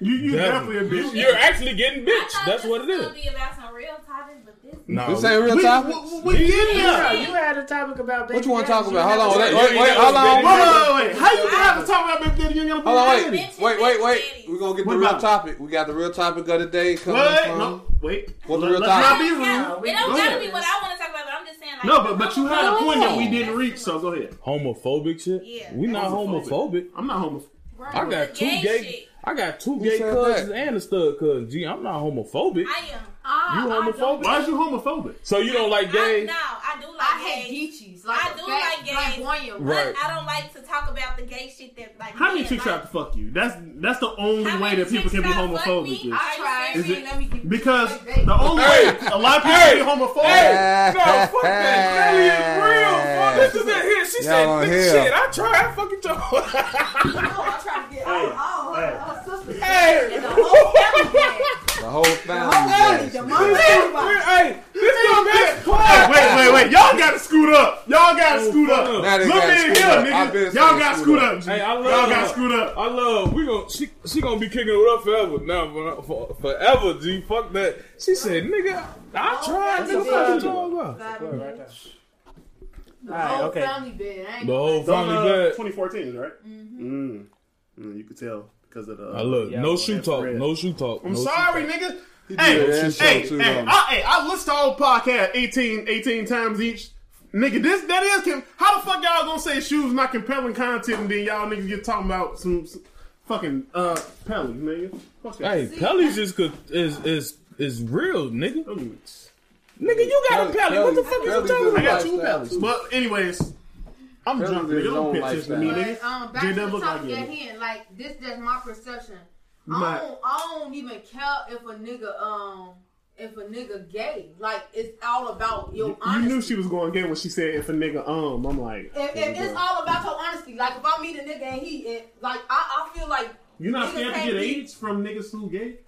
S3: You you definitely, a bitch.
S7: You're actually getting
S6: I
S7: bitch.
S6: thought
S7: That's
S6: this
S7: what it
S6: was
S7: is.
S6: gonna be about some real topics, but this
S7: No.
S4: This ain't real
S3: we,
S4: topic.
S3: we, we, we get
S1: Yeah,
S3: there.
S1: you had a topic about baby
S4: What you want to
S1: daddies.
S4: talk about? Hold on.
S1: never
S4: Wait,
S1: said-
S4: wait, wait, hold on.
S3: Wait, wait, wait, wait. How you gonna have to talk about baby daddy? You ain't got
S4: Hold
S3: a
S4: on,
S3: baby daddy.
S4: wait, wait, wait, wait. We're gonna get
S3: What
S4: the real
S3: about it?
S4: topic. We got the real topic of the day coming
S3: What?
S4: from.
S3: No, wait.
S4: What's the
S3: Let-
S4: real
S3: let's not
S4: topic?
S3: be
S6: It don't
S3: rude. Go
S6: gotta be
S3: ahead.
S6: what I want to talk about, but I'm just saying like
S3: No, but but you had a point that we
S4: on.
S3: didn't reach, so go ahead.
S7: Homophobic shit?
S6: Yeah.
S7: We not homophobic.
S3: I'm not homophobic.
S7: I got two
S6: gay
S7: gay.
S6: shit.
S7: I got two gay
S4: said
S7: cousins
S4: that?
S7: and a stud cousin. Gee, I'm not homophobic.
S6: I am.
S5: I,
S7: you
S5: I don't-
S7: homophobic?
S3: Why is you homophobic?
S7: So you don't like
S6: I,
S7: gay?
S6: no, I do like
S5: I
S6: gay.
S5: hate geechies. Like
S6: I
S5: a
S6: do
S5: fat
S6: like gays.
S5: flamboyant
S6: but
S5: one.
S7: Right.
S6: I don't like to talk about the gay shit that like.
S3: How many
S6: men
S3: chicks
S6: like.
S3: out to fuck you? That's that's the only
S6: How
S3: way
S6: many
S3: that people
S6: chicks
S3: can be
S6: tried to fuck
S3: homophobic.
S6: me?
S3: Is.
S5: I tried.
S3: Is it-
S5: man, let me get-
S3: Because
S5: Like, baby.
S3: the only
S7: Hey.
S3: way a lot of people
S7: Hey.
S3: be homophobic.
S7: Hey, no, fuck that. Gay is real. Fuck this is it here. She said,
S4: Y'all on
S7: "Nigga,
S4: here.
S7: shit, I tried. I fucking tried. <laughs>
S5: No, I tried to get all, all, all, all sisters.
S7: Hey.
S5: And the whole family.
S4: The whole family.
S9: Early,
S4: is
S9: the
S4: Jackson.
S9: mama, everybody.
S2: Hey, this your best
S3: Wait, wait, wait. Y'all gotta scoot up. Y'all gotta scoot up. Look
S4: Oh, Now they gotta
S3: at
S4: scoot
S3: him,
S4: up. I've been
S3: nigga.
S4: saying
S3: Y'all gotta
S4: scoot
S3: scoot
S4: up.
S3: up. G.
S7: Hey, I
S3: Y'all
S7: love
S3: gotta
S7: her.
S3: scoot up.
S7: I love. We gon' she she gonna be kicking it up forever now for, for, forever. G, fuck that. She said, nigga, I tried. Nigga, what you talking about?
S5: The
S1: Alright,
S5: whole
S1: okay.
S5: family bed. I ain't
S7: The whole
S3: Don't,
S7: family
S3: uh,
S7: bad.
S3: 2014, right?
S7: Mm-hmm.
S3: Mm. Mm, you could tell because of the.
S7: I look.
S1: Yeah,
S7: no
S1: well,
S7: shoe
S1: that's
S7: talk.
S1: red.
S7: No shoe talk.
S3: I'm
S7: no shoe
S3: sorry,
S7: talk.
S3: nigga.
S4: Yeah,
S3: Hey,
S4: that
S3: hey,
S4: shit too,
S3: hey,
S4: though.
S3: I, hey, I listen to all podcast 18, 18 times each. Nigga, this that is com- how the fuck y'all gonna say shoes not compelling content and then y'all niggas get talking about some, some fucking uh pelly, nigga. Fuck that.
S7: Hey, Pelly's is good. Is is is real, nigga. Nigga, you got a
S4: Pelly-
S7: Pelly. What the
S4: Pelly-
S7: fuck is you
S4: Pelly's
S7: talking
S4: good.
S7: about?
S3: I got two
S4: Lifestyle,
S3: pellets.
S4: too.
S3: But anyways, I'm
S4: Pelly's
S3: drunk,
S4: is
S3: nigga. Don't
S4: his own
S3: pitch this to me,
S4: lifestyle.
S3: nigga.
S5: But, um, back
S3: J
S5: to the
S3: Dub
S5: topic
S3: look
S5: at
S3: like you.
S5: hand, like this, that's my perception.
S3: My-
S5: I don't, I don't even care if a nigga, um, if a nigga gay. Like it's all about your
S3: You
S5: honesty.
S3: knew she was going gay when she said if a nigga um, I'm like
S5: if, if it's all about your honesty, like if I meet a nigga and he, and, like I, I feel like
S3: You're not
S5: niggas
S3: scared to
S5: can't
S3: get
S5: be-
S3: AIDS from niggas who gay?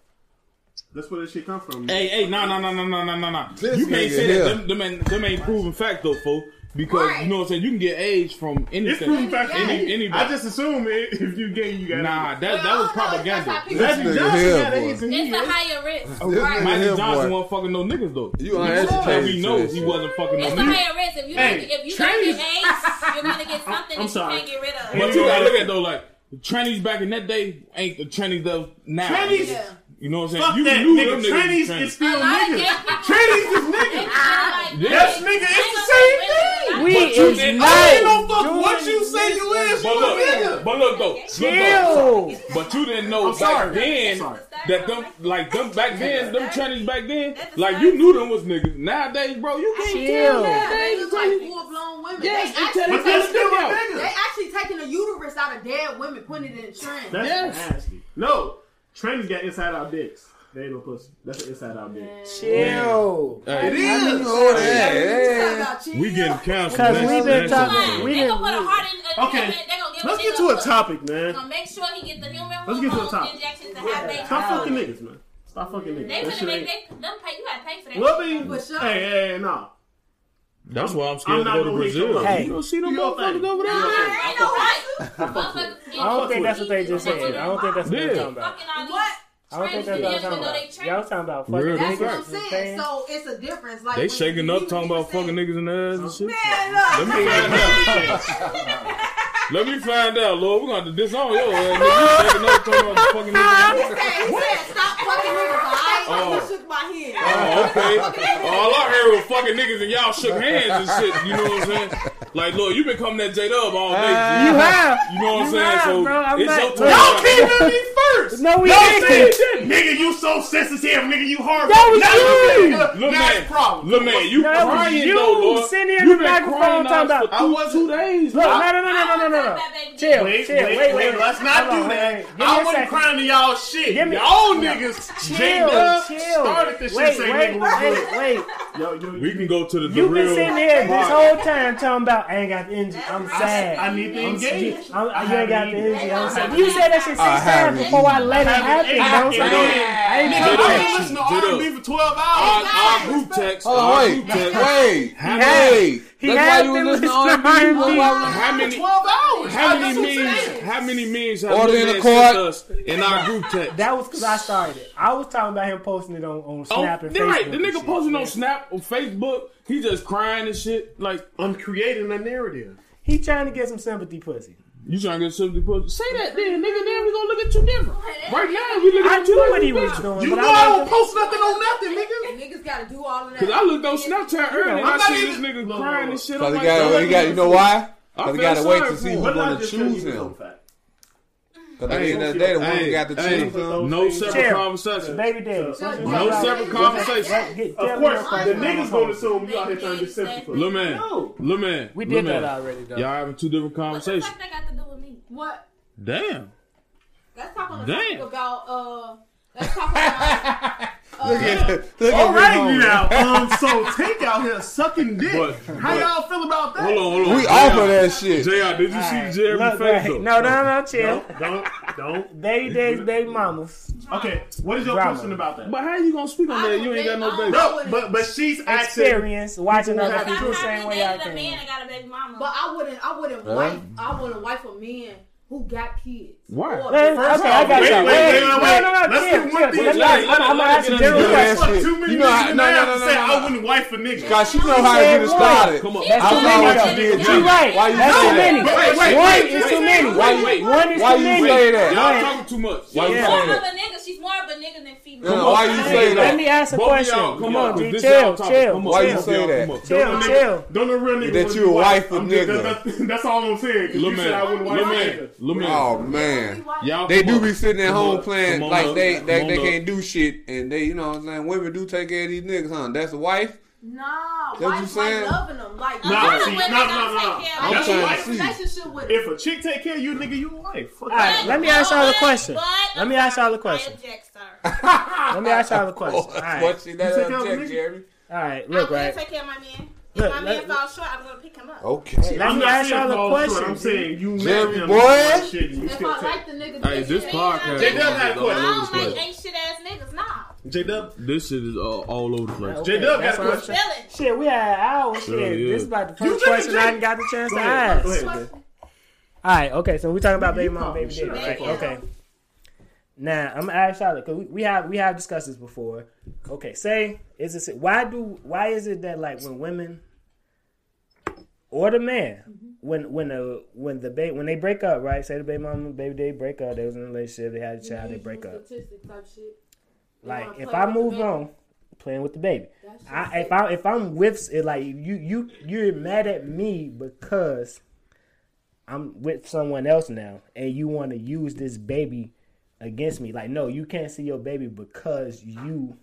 S3: That's where that shit come from.
S7: Hey, hey, no, no, no, no, no, no, no, no.
S4: This
S7: You can't
S4: nigga
S7: say that.
S4: here.
S7: Them, them, ain't, them ain't proven fact though, folk. Because
S5: Right.
S7: you know what I'm saying. You can get AIDS from
S3: It's
S7: anything.
S3: proven fact.
S5: Any-
S3: Any-
S7: anybody.
S3: I just assume it, if you gay, you got
S7: Nah, that
S5: Well, I
S7: that was
S5: don't know, it's just
S7: propaganda.
S5: how people-
S4: This
S3: Magic
S4: nigga
S3: Johnson
S4: here,
S3: got
S4: boy.
S3: AIDS and he
S6: It's a
S3: gay.
S6: higher risk.
S4: This
S5: Right.
S4: nigga
S7: Magic
S4: here,
S7: Johnson
S4: boy.
S7: wasn't fucking no niggas though.
S4: You
S7: And
S4: uneducated.
S7: we
S4: to
S7: know
S4: this
S7: he
S4: shit.
S7: wasn't fucking no
S6: It's a
S7: niggas.
S6: higher risk. If you
S3: Hey,
S6: don't get- if you don't get
S3: trans-
S6: AIDS, you're gonna get
S3: <laughs> I'm
S6: something that you
S3: sorry.
S6: can't get rid of.
S7: But you gotta look at though, like the trannies back in that day ain't the trannies though now.
S3: Trannies?
S5: Yeah.
S7: You know what I'm saying?
S3: Fuck
S7: you
S3: that,
S7: knew
S3: nigga.
S7: them niggas was
S3: Trannies is still
S6: A lot of
S3: niggas.
S6: gay people-
S3: Trannies is niggas.
S6: Like,
S7: Yes,
S6: hey,
S3: nigga, Ah, it's the
S6: I ain't
S3: same
S6: gonna say
S3: thing.
S6: women,
S9: We
S6: like,
S9: is
S3: I
S9: not
S3: don't give no fuck what you
S9: doing
S3: say you is. You
S7: But
S3: a
S7: look,
S3: nigga.
S7: but look though, look,
S9: Chill.
S7: though. But you didn't know
S3: I'm
S7: back
S3: sorry.
S7: then
S3: I'm sorry.
S7: that them like them back then, them Chinese back then,
S6: That's the
S7: like
S6: same.
S7: you knew them was niggas. Nowadays, bro, you can't tell
S9: Chill.
S5: Yeah,
S7: nowadays.
S5: they look like full blown women.
S7: Yes,
S5: they,
S7: you tell
S5: actually,
S3: But that's still a
S7: Out.
S5: they
S3: nigga.
S5: actually taking the uterus out of dead women, putting it in trans.
S3: That's
S7: Yes.
S3: nasty. No, trannies got inside out dicks. They ain't no pussy. That's an inside out dick.
S1: Chill.
S7: Hey,
S4: You know that.
S9: Talking
S4: Hey.
S9: about chill.
S7: we getting canceled.
S9: Cause
S7: That's-
S9: we been
S7: that's
S9: talking-
S7: okay.
S6: Like,
S9: We
S6: they
S9: didn't-
S6: gonna put a heart in a
S3: Okay.
S6: They gonna give
S3: Let's
S6: nigga
S3: get to a
S6: hook.
S3: topic, man.
S6: Gonna make sure he get the human
S3: Let's get to a
S6: hormone
S3: topic.
S6: injections to have babies.
S3: Stop fucking niggas, man. Stop fucking niggas.
S6: They
S3: That
S6: gonna
S3: shit
S6: make
S3: ain't.
S6: they them pay. You gotta pay for that.
S3: Well, I mean,
S5: For sure.
S3: Hey, hey, hey, nah.
S7: That's why I'm scared
S3: I'm not
S7: to go to
S3: gonna hit
S7: Brazil.
S3: you up.
S7: You don't see them
S3: You your
S7: motherfuckers
S3: thing.
S7: over
S6: Nah,
S7: there.
S6: there ain't no right. Motherfuckers get
S1: I don't think that's what they just
S6: fucking
S1: said. I don't think that's what
S7: Yeah.
S1: they're talking about.
S6: fucking all these
S5: What?
S1: I don't think that's what they're talking about. Y'all talking about fucking
S7: Real
S5: That's what I'm
S1: niggas and
S5: saying.
S1: things.
S5: So it's a difference. Like
S7: They
S5: when
S7: shaking
S5: you
S7: up,
S5: even
S7: talking
S5: hear
S7: about fucking
S5: saying-
S7: niggas in the ass and shit.
S5: Man, look.
S7: Let me find out. Let me find out, Lord. We're gonna have to disown your ass. nigga. You taking up talking about fucking
S5: He
S7: niggas.
S5: said, he said, stop fucking niggas, alright?
S7: Oh.
S5: He shook my hand.
S7: Oh, okay. All I heard was fucking niggas and y'all shook hands and shit. You know what I'm saying? Like, Lord, you been coming at J Dub all day. G.
S9: You have.
S7: you know what I'm
S9: you
S7: saying?
S9: have,
S7: so
S9: bro. I'm
S7: it's
S9: not-
S7: your turn.
S3: Y'all came at me first.
S9: No, we
S3: Y'all
S9: didn't.
S3: said, Nigga, you so sensitive. Nigga, you hard.
S9: That was you.
S3: now
S7: Look,
S3: now
S7: man.
S3: it's problem.
S7: Look, man. You
S9: That was
S7: crying
S9: you
S7: though, Lord.
S9: sitting here in
S7: You
S9: the
S7: been
S9: microphone
S7: crying
S9: talking
S7: now for
S9: about-
S3: I was
S7: two days.
S9: Look,
S7: Lord.
S9: no, no, no, no, no, no, no. Chill,
S3: Wait,
S9: chill.
S3: wait, wait, Let's not
S9: Hold
S3: do
S9: on,
S3: that.
S9: wait. Give me
S3: I
S9: a
S3: wasn't
S9: second.
S3: crying to y'all shit.
S9: Give me-
S3: y'all niggas.
S9: Chill,
S3: J-Dub
S9: chill.
S3: started this shit.
S9: Wait,
S3: saying
S9: wait,
S3: nigga was
S9: wait,
S3: good.
S9: wait.
S3: Yo, yo,
S7: We can go to the, the
S9: You've
S7: real.
S9: been sitting there this whole time talking about I ain't got the energy. I'm sad.
S3: I need to engage.
S9: I'm, I, you ain't got the energy. I'm sad.
S3: haven't
S9: You said that shit six
S4: I haven't
S9: times before I let it happen.
S3: I
S9: bro.
S3: haven't
S9: So I
S3: eaten.
S9: ain't
S3: Nigga,
S9: doing
S3: I
S9: that.
S3: ain't listened to
S7: J-Dub.
S3: R&B for 12
S7: Our,
S3: hours.
S7: our group text.
S4: Oh,
S7: our
S4: wait.
S7: group text.
S4: Wait.
S7: has-
S4: Wait.
S9: he
S4: That's
S9: has
S4: why you
S9: been
S4: was listening to
S9: listening to
S4: R&B.
S9: R&B.
S4: Why
S7: How many?
S3: 12 hours.
S7: How
S3: That's
S7: many
S3: what I'm saying.
S7: memes? How many memes have
S4: Order
S7: Order
S4: in the
S7: sent
S4: court.
S7: us in our group text?
S1: That was because I started. it. I was talking about him posting it on, on
S7: Oh,
S1: Snap and
S7: they're
S1: Facebook.
S7: right. The
S1: and
S7: nigga
S1: shit.
S7: posting on Snap or Facebook. He just crying and shit. Like
S3: I'm creating a narrative.
S1: He trying to get some sympathy pussy.
S7: you trying to get something posted. Say that then, nigga. Then we gonna look at you different. Right now we looking
S1: I
S7: at you
S1: knew what he
S7: different.
S1: was
S7: bitch.
S1: doing, but
S3: You know
S1: I
S3: I
S1: wasn't
S3: don't post nothing on nothing, nigga.
S5: Niggas gotta do all of that.
S7: Cause I looked on Snapchat earlier and
S1: I'm
S7: I
S3: not
S7: see this
S3: even-
S7: nigga
S3: Look,
S7: crying and
S3: look.
S7: shit. I'm
S4: Because he
S7: like,
S4: got, he got, you know why?
S7: I
S4: Because he
S7: feel
S4: got to wait
S7: sorry
S4: to see
S7: for him.
S4: who's
S3: But
S4: going
S3: not
S4: to
S3: just 'cause
S4: choose
S3: you
S4: him.
S3: know fact.
S4: Because at the end of the day, the woman got to
S7: <laughs>
S4: choose him.
S7: No separate
S1: Chill.
S7: conversation.
S1: Baby daddy.
S3: So-
S7: No separate conversation.
S1: Get-
S3: Of
S1: tell me
S3: course,
S1: your fucking
S3: the niggas gonna
S1: problem.
S3: assume you out here trying to get sympathy for
S7: Little man.
S3: No.
S7: Little man.
S1: We
S7: Lil
S1: did that
S7: man.
S1: already, though.
S7: Y'all having two different
S6: What the
S7: conversations.
S6: fuck that got to do with me?
S5: What?
S7: Damn.
S5: Let's talk on the
S7: Damn.
S5: topic about, uh, let's talk about,
S4: Look at that. Look
S3: All
S4: at
S3: right
S4: this homie.
S3: now, um, so Tank out here sucking dick.
S7: But-
S3: How
S7: but-
S3: y'all feel about that?
S7: Hold on, hold on.
S4: We
S7: JR,
S4: offer that shit.
S7: JR, did you see Jeremy
S1: Look,
S7: face
S1: right.
S7: though?
S1: No, no, no, chill.
S3: Don't, don't, don't.
S1: Baby daddies, baby mamas.
S3: Okay, what is your
S1: Drama.
S3: question about that?
S7: But how you gonna speak on
S5: I
S7: that?
S5: don't
S7: You ain't got
S5: think-
S7: no
S5: I
S7: baby.
S5: don't-
S3: No, but but she's asking.
S1: Experience watching
S6: Because
S1: other
S6: I'm
S1: people the same
S6: happy
S1: way I
S6: dated a man
S1: can.
S6: and got a baby mama.
S5: But I wouldn't. I wouldn't
S4: Huh?
S5: wife. I wouldn't wife a man who got kids.
S7: Why?
S5: Or-
S1: Man, okay, I got
S3: wait,
S1: you.
S3: wait, wait, wait, wait.
S1: No, no, no, chill, chill.
S3: Let's do one
S1: Let
S3: thing.
S1: me
S3: Let-
S1: ask-
S7: let-
S1: I'm gonna
S7: let-
S1: ask a
S7: let- let-
S1: general
S7: let-
S1: question.
S4: Yes,
S3: Fuck
S4: shit.
S3: too many
S4: You know
S3: niggas
S4: how-
S3: in
S4: no,
S3: the
S4: no,
S3: ass
S4: no,
S3: and
S4: no,
S3: say,
S4: no,
S3: I
S4: no.
S3: wouldn't wife a nigga.
S4: Cause you know how to get a started.
S7: Come on.
S4: I
S1: That's
S4: don't
S1: too
S4: know
S1: many.
S4: what I did.
S3: That's
S1: She
S4: Jimmy.
S1: right.
S4: Why you
S1: That's
S4: say
S1: too
S4: that?
S1: many.
S7: Wait, wait,
S1: One
S7: wait,
S1: is
S7: wait,
S1: too many.
S7: wait, wait.
S1: One is
S4: Why
S1: too
S4: you
S1: many.
S4: say that?
S7: Y'all
S1: Why-
S7: talking too much.
S4: Why
S1: Yeah.
S4: you say
S6: More of
S4: that?
S6: a nigga. She's more of a nigga than female.
S4: No, no, why you say
S1: Let
S4: that?
S1: me ask a
S7: Both of
S1: question.
S7: y'all,
S1: Come on,
S7: this
S1: G.
S7: is y'all
S1: Chill,
S7: topic.
S1: chill,
S7: Come
S4: Why
S7: both
S4: you
S1: chill.
S4: say
S7: y'all,
S4: that?
S7: come on.
S1: Chill,
S3: Don't a
S1: chill.
S3: Nigga, don't a real nigga.
S4: That
S3: wouldn't
S4: you a
S3: be
S4: wife of
S3: I'm just-
S4: nigga.
S3: That's, <laughs> that's, that's all I'm saying. 'cause
S7: Little
S3: you said I
S7: man,
S3: wouldn't
S7: little
S3: wife a
S7: man,
S3: nigga.
S7: little
S4: Oh
S7: man.
S4: man.
S7: Y'all
S4: They
S7: come
S4: do
S7: on.
S4: be sitting at
S7: Come
S4: home
S7: on.
S4: playing
S7: Come on
S4: like
S7: up.
S4: they they,
S7: Come
S4: they
S7: on up.
S4: can't do shit and they you know what I'm saying women do take care of these niggas huh that's the wife
S5: Nah,
S4: what you
S5: wife,
S4: saying?
S5: wife loving them. Like,
S3: Nah,
S6: lot of
S3: see,
S6: women
S3: nah,
S6: don't
S3: nah,
S6: take
S3: nah.
S6: care
S4: of
S3: That's
S4: their
S3: a
S4: kids.
S3: wife.
S4: see.
S5: relationship with
S3: If a chick take care of you, nigga, you a wife. Fuck
S1: All right,
S3: that.
S1: let me ask y'all a question.
S6: But-
S1: Let me ask y'all a
S6: I
S1: question.
S6: object, sir.
S1: Let me ask y'all a question.
S4: oh
S1: All
S4: that's
S1: right,
S4: <laughs> what she
S3: You take
S4: that
S3: care of the
S4: object
S3: nigga?
S4: Jeremy
S1: all right.
S6: I'm
S1: Look,
S6: gonna
S1: right.
S6: take care of my man. If
S1: Look,
S6: my
S1: let-
S6: man falls short, I'm gonna pick him up.
S4: okay
S1: Let
S3: I'm
S1: me
S3: not
S1: ask
S3: saying
S1: y'all
S3: Paul
S1: a
S3: Stewart,
S1: question.
S3: I'm saying you
S4: Jerry
S3: married him
S4: boy.
S3: and shit, and you
S5: If
S3: still
S5: I
S3: take
S5: like the nigga,
S7: Hey, this
S5: then-
S7: podcast.
S3: J-Dub
S7: is
S3: had a
S7: all over the
S3: question.
S6: I
S7: place.
S6: don't like ain't shit ass niggas. Nah.
S3: J Dub.
S7: This shit is all, all over the place.
S1: Okay,
S3: J-Dub got
S1: that's
S3: a
S1: what I'm
S3: question.
S1: saying.
S6: Feeling.
S1: Shit, we had an hour. Shit,
S7: Yeah, yeah.
S1: this is about the
S3: You
S1: first
S3: take it,
S1: question I
S3: Jay.
S1: didn't got the chance
S3: Go
S1: to
S3: ahead,
S1: ask.
S3: go
S1: All
S3: ahead.
S1: right, okay. So we talking about baby
S3: You
S1: mom,
S3: talking
S1: baby daddy,
S3: shit.
S1: right?
S6: Yeah.
S1: Okay. Now I'm gonna ask y'all because we, we have we have discussed this before. Okay, say is this why do why is it that like when women or the man when when the when the baby when they break up right say the baby mom and baby daddy break up they was in a relationship they had a child they break up
S5: Statistic type shit.
S1: like
S5: wanna
S1: if
S5: play
S1: I
S5: with the
S1: move
S5: baby.
S1: on, playing with the baby.
S5: That's
S1: I if I if I'm with it like you you you're mad at me because I'm with someone else now, and you want to use this baby against me. Like no, you can't see your baby because you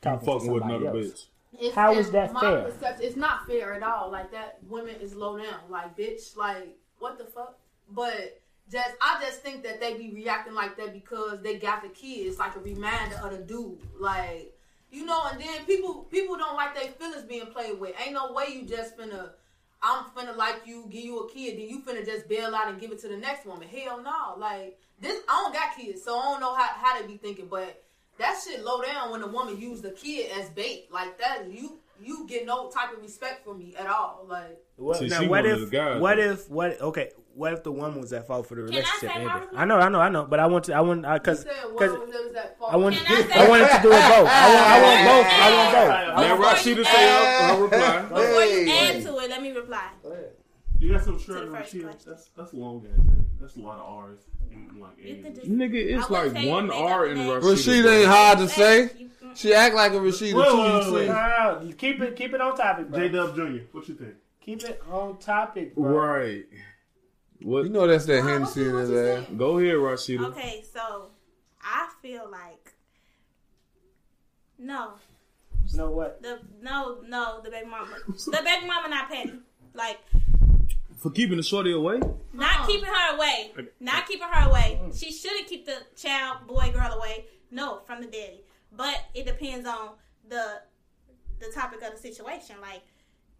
S1: talking to
S7: Fucking with
S1: somebody
S7: another
S1: else.
S7: bitch.
S5: It's,
S1: How
S5: it's
S1: is that
S5: my
S1: fair?
S5: Perception, it's not fair at all. Like that women is low down. Like bitch, like what the fuck? But just I just think that they be reacting like that because they got the kids like a reminder of the dude. Like you know, and then people people don't like their feelings being played with. Ain't no way you just finna I'm finna like you, give you a kid, then you finna just bail out and give it to the next woman. Hell no. Like this I don't got kids, so I don't know how, how they be thinking, but that shit low down when a woman use the kid as bait. Like that you you get no type of respect from me at all. Like
S1: What,
S7: See,
S1: now,
S7: she
S1: what
S7: wanted
S1: if
S7: the guy,
S1: what
S7: though.
S1: if what okay what if the woman was at fault for the
S6: I
S1: relationship?
S6: say my
S1: ending?
S6: rela-
S1: I know I know I know, but I want to I want
S5: you
S1: because
S5: said what
S1: because
S5: was there was that fault.
S1: I want
S6: Can I say-
S1: I wanted to do it both. I want I want both. I want both.
S7: Let Rashida say her, her
S6: <laughs>
S7: reply.
S6: Before you
S4: Hey.
S6: add to it, let me reply.
S3: You got some
S6: To the
S3: shredded
S6: first
S3: shit.
S6: question.
S3: That's that's long ass. name. That's a lot of R's. and, like,
S6: You could
S3: A's.
S6: just-
S7: Nigga,
S6: I
S7: it's
S6: would
S7: like
S6: say
S7: one
S6: they
S7: R
S6: got
S7: in
S6: the
S7: Rashida.
S6: name.
S4: Rashida ain't hard to say
S6: You- mm.
S4: she act like a Rashida
S3: Whoa,
S4: too
S3: whoa,
S4: you
S3: whoa.
S4: see
S1: No, no, keep it keep it on topic, bro.
S3: J Dub Jr. What you think?
S1: Keep it on topic, bro.
S7: Right. What?
S4: you know that's that
S5: Nah, what
S4: Hennessy
S5: you-
S4: in
S5: what
S4: his
S5: you
S4: ass
S5: saying?
S7: Go ahead, Rashida.
S6: Okay, so I feel like no,
S1: You know what?
S6: the no, no, the baby mama, the baby mama not petty. Like
S7: For keeping the shorty away?
S6: not
S5: Uh-uh.
S6: keeping her away, not keeping her away.
S4: Mm.
S6: She shouldn't keep the child, boy, girl away. No, from the daddy. But it depends on the the topic of the situation. Like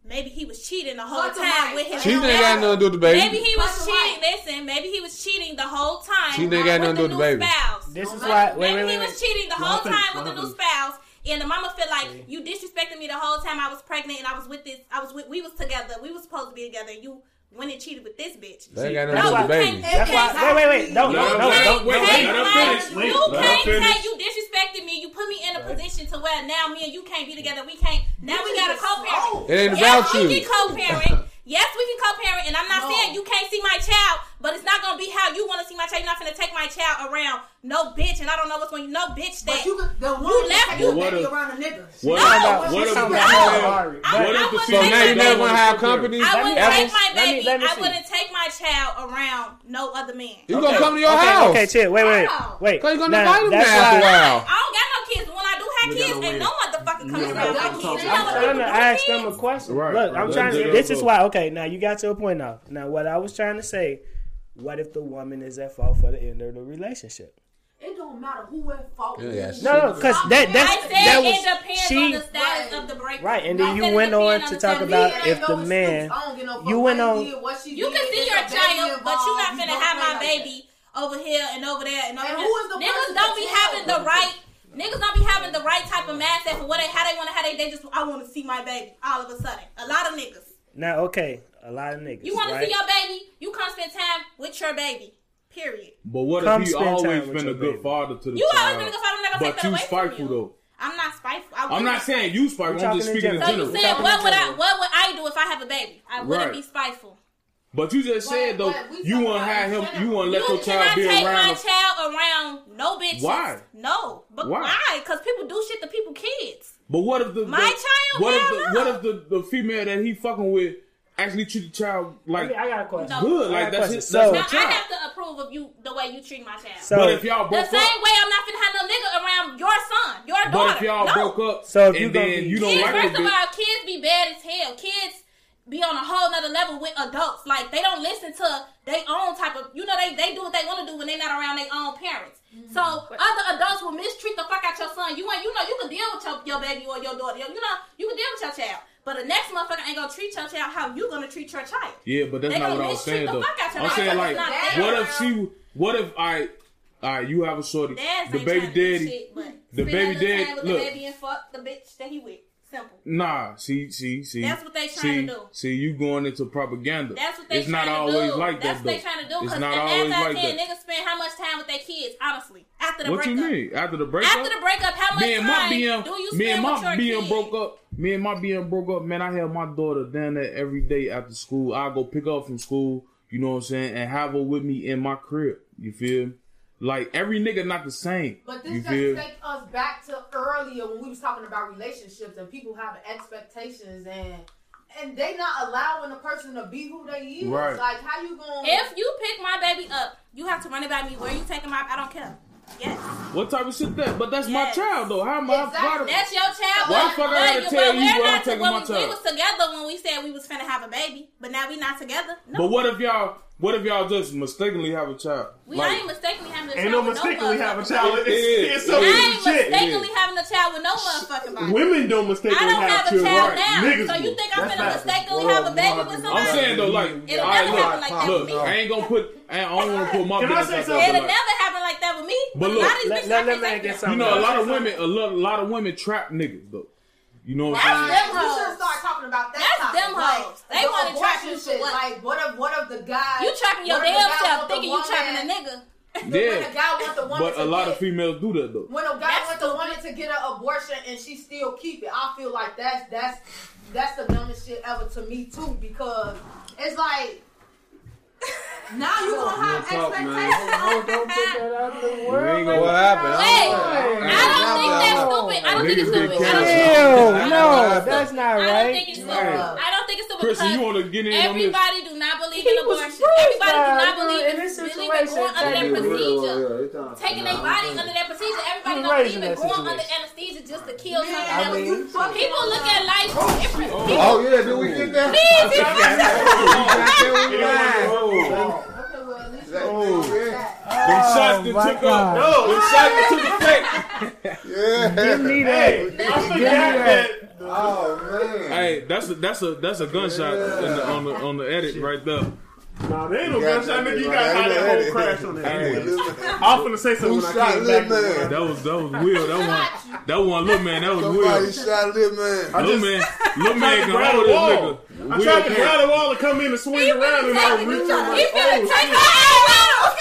S6: maybe he was cheating the whole
S5: Fuck the wife.
S6: time with his.
S4: she ain't
S6: own
S4: got nothing to do with the
S6: Maybe
S4: baby
S6: he
S5: Fuck
S6: was
S5: the
S6: cheating. Listen, maybe he was cheating the whole time.
S4: She done got
S6: with
S4: nothing to do with the
S6: new
S4: baby.
S6: spouse.
S1: This is
S5: Don't
S1: why.
S5: let-
S1: Wait,
S6: Maybe
S1: wait, wait.
S6: he was
S1: wait.
S6: cheating the
S3: What
S6: whole
S3: happened?
S6: time with
S3: What
S6: the new
S3: happened?
S6: spouse, and the mama feel like you disrespected me the whole time I was pregnant, and I was with this. I was with, we was together. We was supposed to be together. And you went and cheated with this bitch.
S4: That ain't got
S1: That's
S4: nothing to do with
S1: why-
S4: the baby
S1: That's why. Wait, wait, wait. Don't,
S7: Let
S1: don't,
S7: her
S1: don't,
S7: finish.
S1: don't.
S7: Wait,
S1: don't-
S7: wait,
S6: Hey,
S7: let her
S6: like,
S7: finish.
S3: Wait,
S6: you
S3: let her
S6: can't
S7: finish.
S6: say you disrespected me. You put me in a position to where now me and you can't be together. We can't. Now we got to co-parent.
S4: it ain't
S6: Yes,
S4: about
S6: we
S4: you
S6: can
S4: <laughs>
S6: co-parent. Yes, we can co-parent, and I'm not
S5: No.
S6: saying you can't see my child, but it's not gonna be how you want to see my child. You're not gonna take my child around, no bitch, and I don't know what's going. No bitch, that
S5: But you could- the woman that
S6: You left-
S5: take
S6: you-
S5: the
S7: What
S5: baby
S7: if-
S5: around a nigga.
S7: What,
S6: No,
S7: about-
S1: she's
S7: what if
S1: talking
S7: the
S1: about
S7: female?
S1: Ferrari.
S7: What
S6: I- I
S7: if the
S6: wouldn't
S4: so
S7: female?
S6: take
S4: now you
S6: my
S4: never
S6: baby.
S4: gonna have company
S6: I
S1: Let me-
S6: wouldn't
S1: let
S6: take
S1: me-
S6: my
S1: let me-
S6: baby.
S1: let me
S6: I
S1: see.
S6: wouldn't take my child around no other man.
S4: you gonna come to your
S1: okay,
S4: house
S1: Okay, chill. Wait, wait,
S6: Wow.
S1: wait.
S4: Cause you gonna
S1: Now,
S4: invite him
S1: that's
S4: after a
S1: why-
S4: while.
S6: I don't got no kids. When I do have
S3: You
S6: kids,
S3: gotta
S6: ain't
S3: win.
S6: no motherfucker
S3: gotta
S6: comes around
S5: win.
S6: my kids.
S5: I'm
S6: You know
S1: I'm
S6: what
S1: trying
S6: people
S1: to
S6: do
S1: ask
S6: with kids?
S1: them a question.
S7: Right.
S1: Look, I'm
S7: Let
S1: trying
S7: them
S1: to.
S7: do
S1: This
S7: their
S1: is
S7: vote.
S1: why. Okay, now you got to a point now. Now, what I was trying to say, what if the woman is at fault for the end of the relationship?
S5: It don't matter who at fault.
S4: Yeah,
S5: who
S4: yeah,
S5: is.
S4: shit.
S1: No, no, because that
S6: I
S1: that's
S6: said
S1: that
S6: it
S1: was
S6: depends on
S1: she
S6: the status of the breakup.
S1: right, and
S6: I
S1: then
S6: said
S1: you
S6: it
S1: went on
S6: depends
S1: to
S6: the
S1: talk
S6: status.
S1: about
S5: It
S1: if
S5: ain't no
S1: the
S5: excuse.
S1: man.
S5: I don't get no fuck
S1: you
S5: what
S1: went
S5: he
S1: on-
S5: did, what she
S6: You
S5: did,
S6: can see
S5: if
S6: your
S5: the baby
S6: child, but you're not
S5: involved,
S6: finna
S5: don't
S6: have
S5: play
S6: my
S5: like
S6: baby over here and over there and over
S5: And
S6: there.
S5: who is the
S6: Niggas
S5: person
S6: don't
S5: to
S6: be
S5: tell?
S6: having the right. Niggas don't be having the right type of mindset for what they, how they want to how they they just I want to see my baby all of a sudden. A lot of niggas.
S1: Now, okay, a lot of niggas.
S6: You want
S1: right?
S6: to see your baby? You come spend time with your baby. Period.
S7: But what
S1: Come
S7: if he
S1: spend time
S7: always
S1: with
S7: been
S1: your
S7: a good
S1: baby.
S7: father to the
S6: You always
S7: child?
S6: been a good father. I'm not gonna take
S7: But
S6: that
S7: you
S6: away from
S7: spiteful
S6: you.
S7: though.
S6: I'm not spiteful. I
S7: I'm not
S6: wouldn't-
S7: saying you spiteful. I'm
S1: talking
S7: just
S1: in
S7: speaking in
S1: general.
S6: So
S7: general.
S6: you said what would I
S1: General.
S6: what would I do if I have a baby? I wouldn't
S7: Right.
S6: be spiteful.
S7: But you just said though,
S5: But- but we
S7: you
S5: talking
S7: want to
S5: about
S7: have
S5: in
S7: him.
S5: general.
S7: You want to let
S6: you
S7: your
S6: cannot
S7: child be
S6: take my
S7: around.
S6: child around no bitches.
S7: Why?
S6: No, but
S7: Why?
S6: why? Because people do shit to people kids.
S7: But what if the
S6: My
S7: the-
S6: child,
S7: What if
S6: hell
S7: the
S6: no.
S7: what if the, the female that he fucking with actually treat the child like
S9: I got a question.
S6: No.
S7: good?
S1: I got
S7: Like that's
S1: a
S7: his,
S1: question.
S7: that's
S6: Now
S7: his
S6: I
S7: child.
S6: have to approve of you the way you treat my child.
S1: So-
S7: but if y'all
S6: the
S7: broke
S6: same
S7: up,
S6: way I'm not finna have no nigga around your son, your daughter.
S7: but if y'all
S6: no.
S7: broke up,
S1: So if you
S7: and
S1: gonna
S7: then
S1: be-
S7: you don't
S6: kids,
S7: like
S6: first
S7: the
S6: of
S7: bitch,
S6: all, kids be bad as hell. Kids be on a whole nother level with adults. Like they don't listen to their own type of you know, they they do what they want to do when they not around their own parents. So other adults will mistreat the fuck out your son. You ain't you know you can deal with your, your baby or your daughter. You know, you can deal with your child. But the next motherfucker ain't gonna treat your child how you gonna treat your child.
S7: yeah, but that's
S6: they
S7: not
S6: gonna
S7: what I was
S6: mistreat
S7: saying
S6: the
S7: though.
S6: fuck out your
S7: I'm
S6: child
S7: saying
S6: because
S7: like,
S6: it's not
S7: what
S6: their
S7: if she? What if I? All right, you have a shorty.
S6: Dads
S7: The
S6: ain't
S7: baby
S6: trying to do
S7: daddy.
S6: shit, but
S7: the
S6: spend
S7: baby
S6: other time
S7: dad-
S6: with
S7: look.
S6: the baby and fuck the bitch that he with. Simple.
S7: Nah, see, see, see.
S6: That's what they trying
S7: see,
S6: to do.
S7: See, you going into propaganda.
S6: That's what they
S7: It's
S6: trying
S7: not
S6: to
S7: always
S6: do.
S7: like
S6: That's
S7: that.
S6: what they
S7: though.
S6: trying to do.
S7: It's
S6: Because
S7: not
S6: as
S7: always
S6: I
S7: like
S6: said,
S7: that.
S6: niggas spend how much time with their kids, honestly, after the
S7: What you
S6: breakup.
S7: mean? After the breakup?
S6: After the breakup, how much
S7: me and my
S6: time
S7: BM,
S6: do you spend
S7: me and my
S6: with
S7: BM
S6: your kid?
S7: broke up. Me and my BM broke up. Man, I had my daughter down there every day after school. I go pick her up from school. You know what I'm saying? And have her with me in my crib. You feel? me? Like every nigga not the same.
S5: But
S7: you
S5: this just
S7: feel? me?
S5: takes us back to earlier when we was talking about relationships and people having expectations and and they not allowing the person to be who they is.
S7: Right.
S5: Like how you going
S6: If you pick my baby up, you have to run it by me. Where you taking my? I don't care. Yes,
S7: What type of shit that? But that's my
S6: Yes.
S7: child though. How am I?
S5: Exactly.
S7: proud of-
S6: that's your child.
S7: Why the
S6: but-
S7: fuck I
S6: but
S7: gotta
S6: you-
S7: tell
S6: but
S7: you
S6: we're
S7: where I'm
S6: not-
S7: taking
S6: when
S7: my
S6: we, We
S7: child?
S6: was together when we said we was finna have a baby, but now we not together. No,
S7: But what if y'all? What if y'all just mistakenly have a child?
S6: we
S7: Like-
S6: I ain't mistakenly having a child.
S3: Ain't no
S6: with
S3: mistakenly have a
S6: motherfucker.
S3: child. It's,
S7: Yeah.
S3: it's so
S6: I ain't
S3: legit.
S6: mistakenly having a child with no motherfucking body.
S3: Women don't
S6: I
S3: mistakenly
S6: don't have,
S3: have
S6: a
S3: children.
S6: child
S3: Right.
S6: now.
S3: Niggas
S6: so you
S3: do.
S6: think I'm
S3: That's
S6: gonna
S3: facts.
S6: mistakenly have a baby with somebody?
S7: I'm saying though, like,
S6: It'll
S7: all right,
S6: never
S7: look,
S6: happen like that
S7: look,
S6: with me.
S7: I ain't gonna put, I don't want to put my
S3: Can I
S7: business
S3: say
S7: out
S3: something?
S7: there,
S6: It'll
S7: like,
S6: never happen like that with me.
S7: But
S6: a
S7: look,
S6: lot of these
S1: let-
S6: bitches
S1: let-
S6: I
S1: let
S6: can't
S1: me
S6: take
S1: get something.
S7: You
S6: them.
S7: know, a lot of women, a lot, a lot of women trap niggas though. You know what I'm
S6: That's
S7: saying?
S5: Like, you should start talking about that.
S6: That's
S5: topic.
S6: them
S5: Like,
S6: hoes. They
S5: the
S6: wanna
S5: abortion
S6: trap you for
S5: shit.
S6: what?
S5: Like what if what if the guy
S6: You trapping your
S5: what if the
S6: damn
S5: guy
S6: self
S5: want the
S6: thinking you trapping a
S5: woman-
S6: nigga.
S5: When a
S7: Yeah,
S5: guy wants the woman
S7: but
S5: to
S7: a lot
S5: get,
S7: of females do that though.
S5: when a guy
S6: That's
S5: wants the woman to get an abortion and she still keep it, I feel like that's that's that's the dumbest shit ever to me too because it's <laughs> like now you gonna have
S2: Real talk, man.
S5: expectations.
S9: Don't put that out in the
S4: You
S9: world.
S4: ain't gonna what happened.
S6: Wait,
S4: I
S6: I don't think that's stupid. I don't think it's
S7: Niggas been
S6: stupid. I
S7: canceled.
S6: don't,
S1: Ew, no,
S4: That's
S1: that's not
S6: I don't
S1: right.
S6: think it's stupid.
S5: Yeah.
S6: I don't think it's stupid.
S7: Kristen, you
S6: because
S7: want to get in on this?
S6: Everybody do not believe
S9: He
S6: in
S9: was
S6: abortion.
S9: raised by
S6: Everybody do
S9: a
S6: not
S9: girl
S6: believe
S9: in this
S6: believe in
S9: situation.
S6: going
S9: That
S6: under that
S9: dude
S6: procedure.
S2: Taking
S6: Taking their body under that procedure. Everybody
S9: He
S6: don't
S9: raised
S6: believe
S9: in that
S6: in going under
S9: situation.
S6: anesthesia just to kill something
S5: Yeah,
S6: that
S5: but
S6: was.
S5: you fucking-
S6: People look at life different.
S4: Oh yeah, did we get that? We got that
S7: Oh,
S5: Okay, well, at
S4: one
S5: least you
S4: right.
S5: that.
S7: them shots
S9: my
S7: that took
S9: God.
S7: up.
S3: No,
S7: Them shots that took effect.
S4: Yeah.
S9: Give me
S3: hey,
S9: that.
S3: I forgot that.
S4: Oh man.
S7: Hey, that's a that's a that's a gunshot in the, on the on the edit right there.
S3: Nah, they ain't no
S4: You got
S3: gunshot,
S4: that,
S3: nigga. You
S4: bro.
S3: gotta hide
S4: That
S3: that
S4: is-
S3: whole crash on that.
S7: Hey.
S3: Anyway,
S4: Little man.
S3: I was finna say
S4: Who
S3: something when I
S4: shot
S3: came
S4: little man?
S3: back.
S7: That was that was Will. That one that one little man. That was
S4: Somebody
S7: Will.
S4: shot little man.
S7: Little man,
S3: <laughs>
S7: little man can
S3: grab
S7: hold
S3: the
S7: this
S3: wall.
S7: nigga.
S3: I
S7: Will
S3: tried to
S7: can't.
S3: grab the wall and come in and swing around, and I was "Oh." reaching for
S6: He
S3: my
S6: finna
S3: phone.
S6: take her out. Oh,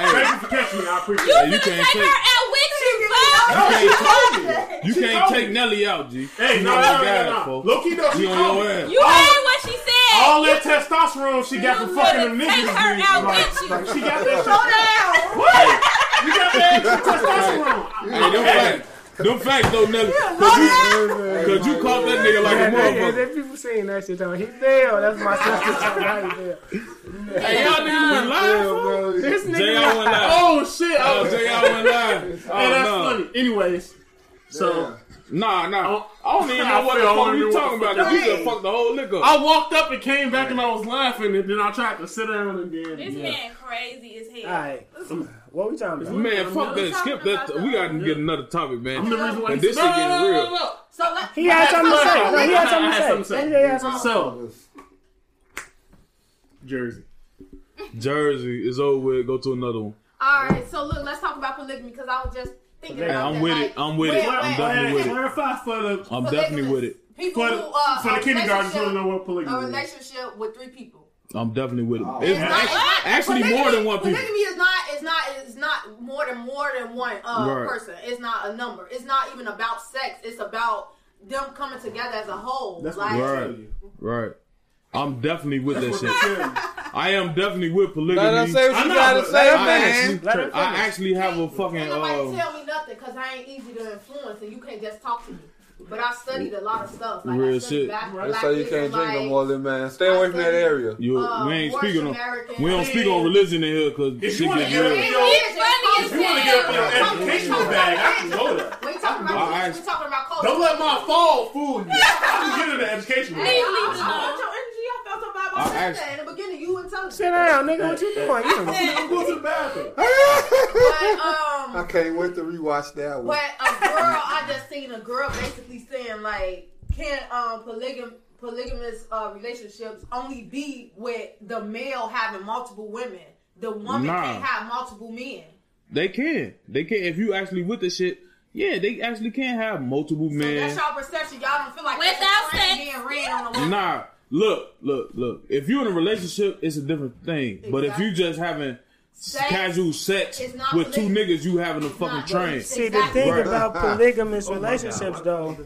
S7: Hey,
S3: Thank you for catching me. I appreciate
S6: You
S3: it.
S7: you
S6: finna
S7: can't
S6: take
S7: take-
S6: her out with you, bro.
S3: No, she told me.
S7: You
S3: She
S7: can't
S3: told
S7: take
S3: me.
S7: Nelly out, G.
S3: Hey,
S7: You
S3: no,
S7: on
S3: no,
S7: your guard,
S3: no, no.
S7: folks.
S3: Look, he knows she
S7: You on
S3: told
S7: your
S3: me.
S7: ass.
S6: You heard what she said.
S3: All
S6: you
S3: that testosterone she got from
S6: finna
S3: fucking them
S6: take her
S3: niggas.
S6: out
S3: Right.
S6: with you.
S3: She got that shit. What? You got that <laughs> extra testosterone.
S7: Hey, them facts. Them facts though, Nelly. Because you caught that nigga like a
S9: And they- and
S7: motherfucker.
S9: then people saying that shit, talking, he nailed. That's my
S7: <laughs>
S9: sister talking about he nailed.
S7: Hey, y'all niggas been lying, fool.
S9: This nigga,
S7: J.I. went live.
S3: Oh shit!
S7: Oh,
S3: Oh,
S7: J.I. went live.
S3: hey, that's
S7: Oh,
S3: funny. Anyways, so
S7: no. Nah, nah.
S3: Oh.
S7: I don't even
S3: <laughs> I
S7: know what the
S3: feel I
S7: fuck
S3: don't
S7: we
S3: even know
S7: talking
S3: what
S7: about
S3: the
S7: because we
S3: fuck
S7: just fucked the whole liquor. up.
S3: I walked up and came back and I was laughing and then I tried to sit down again.
S6: This man crazy as hell.
S1: All right. What we talking about?
S7: Man, fuck
S6: we
S7: that.
S6: talking
S7: Skip that.
S6: about
S7: We gotta
S3: that.
S7: get another topic, man.
S3: I'm the reason why
S7: And this shit getting real.
S5: So let
S1: He had something to
S3: I
S1: say.
S3: had
S1: No, he had something to say.
S3: something to say.
S1: Yeah, he had something to
S3: So, Jersey.
S7: Jersey is over with. Go to another one.
S5: all right. So look, let's talk about polygamy because I was just thinking
S7: Hey,
S5: about
S7: I'm
S5: that.
S7: with
S5: like,
S7: it. I'm with it.
S5: where-
S7: I'm
S5: where-
S7: definitely with it.
S3: Clarify for the
S7: I'm
S5: polygamists,
S7: definitely with it.
S5: People
S3: for
S5: who
S3: the,
S5: uh,
S3: for the
S5: a
S3: kindergartners who
S5: relationship-
S3: don't know what polygamy
S5: a
S3: is.
S5: relationship with three people.
S7: I'm definitely with it.
S5: It's
S7: It's-
S5: not, it's not,
S7: actually more than one
S5: polygamy-
S7: people.
S5: Polygamy is not it's not it's not more than more than one uh,
S7: Right.
S5: person. It's not a number. It's not even about sex. It's about them coming together as a whole.
S3: That's what
S5: like
S3: I'm
S7: Right.
S3: telling you.
S7: Right. I'm definitely with that
S3: That's what
S5: <laughs>
S7: shit.
S3: I'm <laughs> telling you.
S7: I am definitely with polygamy.
S10: Let her say what
S3: I
S10: she
S3: know,
S10: gotta
S3: but
S10: say,
S3: let her
S7: I
S10: man.
S7: actually, I actually have a fucking.
S5: Ain't nobody
S7: Uh,
S5: tell me nothing because I ain't easy to influence and you can't just talk to me. But I studied a lot of stuff. Like
S7: Real
S5: I studied
S7: shit.
S10: That's
S5: Black, black
S10: how you
S5: history,
S10: can't drink
S5: like,
S10: no more, little man. Stay away from that area.
S7: you,
S5: uh,
S7: we ain't
S5: Moorish
S7: speaking on.
S5: American.
S7: We don't speak on religion in here because
S3: If
S7: shit
S3: you wanna
S7: get
S3: get
S7: real.
S3: it-
S6: It's
S3: Yo,
S6: funny as
S3: If you want to get up in your
S6: hell.
S3: educational bag, I can go there.
S5: We talking about
S7: I-
S5: religion, we talking about culture.
S3: Don't let my fall fool you. I can get in the educational
S6: Leave
S3: bag.
S5: I
S6: me alone.
S5: want your energy. I felt so bad
S7: I
S5: about
S7: asked-
S5: that. In the beginning, you intelligent.
S1: Sit down, nigga. What you doing? You know.
S3: I'm going to the bathroom.
S4: <laughs>
S5: But
S10: I
S5: um,
S10: can't wait to rewatch that one.
S5: but a girl, I just seen a girl basically saying like, can um polygam polygamous uh, relationships only be with the male having multiple women? The woman
S7: Nah.
S5: can't have multiple men.
S7: They can. They can. If you actually with the shit, yeah, they actually can have multiple
S5: So
S7: men.
S5: that's y'all perception. Y'all don't feel like
S6: Without
S5: that's a trend
S6: sex.
S5: being ran on the woman.
S7: Nah, look, look, look. If you're in a relationship, it's a different thing. But if you just having
S5: Sex
S7: casual sex
S5: is not
S7: with two
S5: polygamy.
S7: niggas, you having a fucking
S5: not
S7: train.
S5: polygamy.
S1: See, the thing
S7: Right. Oh
S1: about polygamous relationships, though,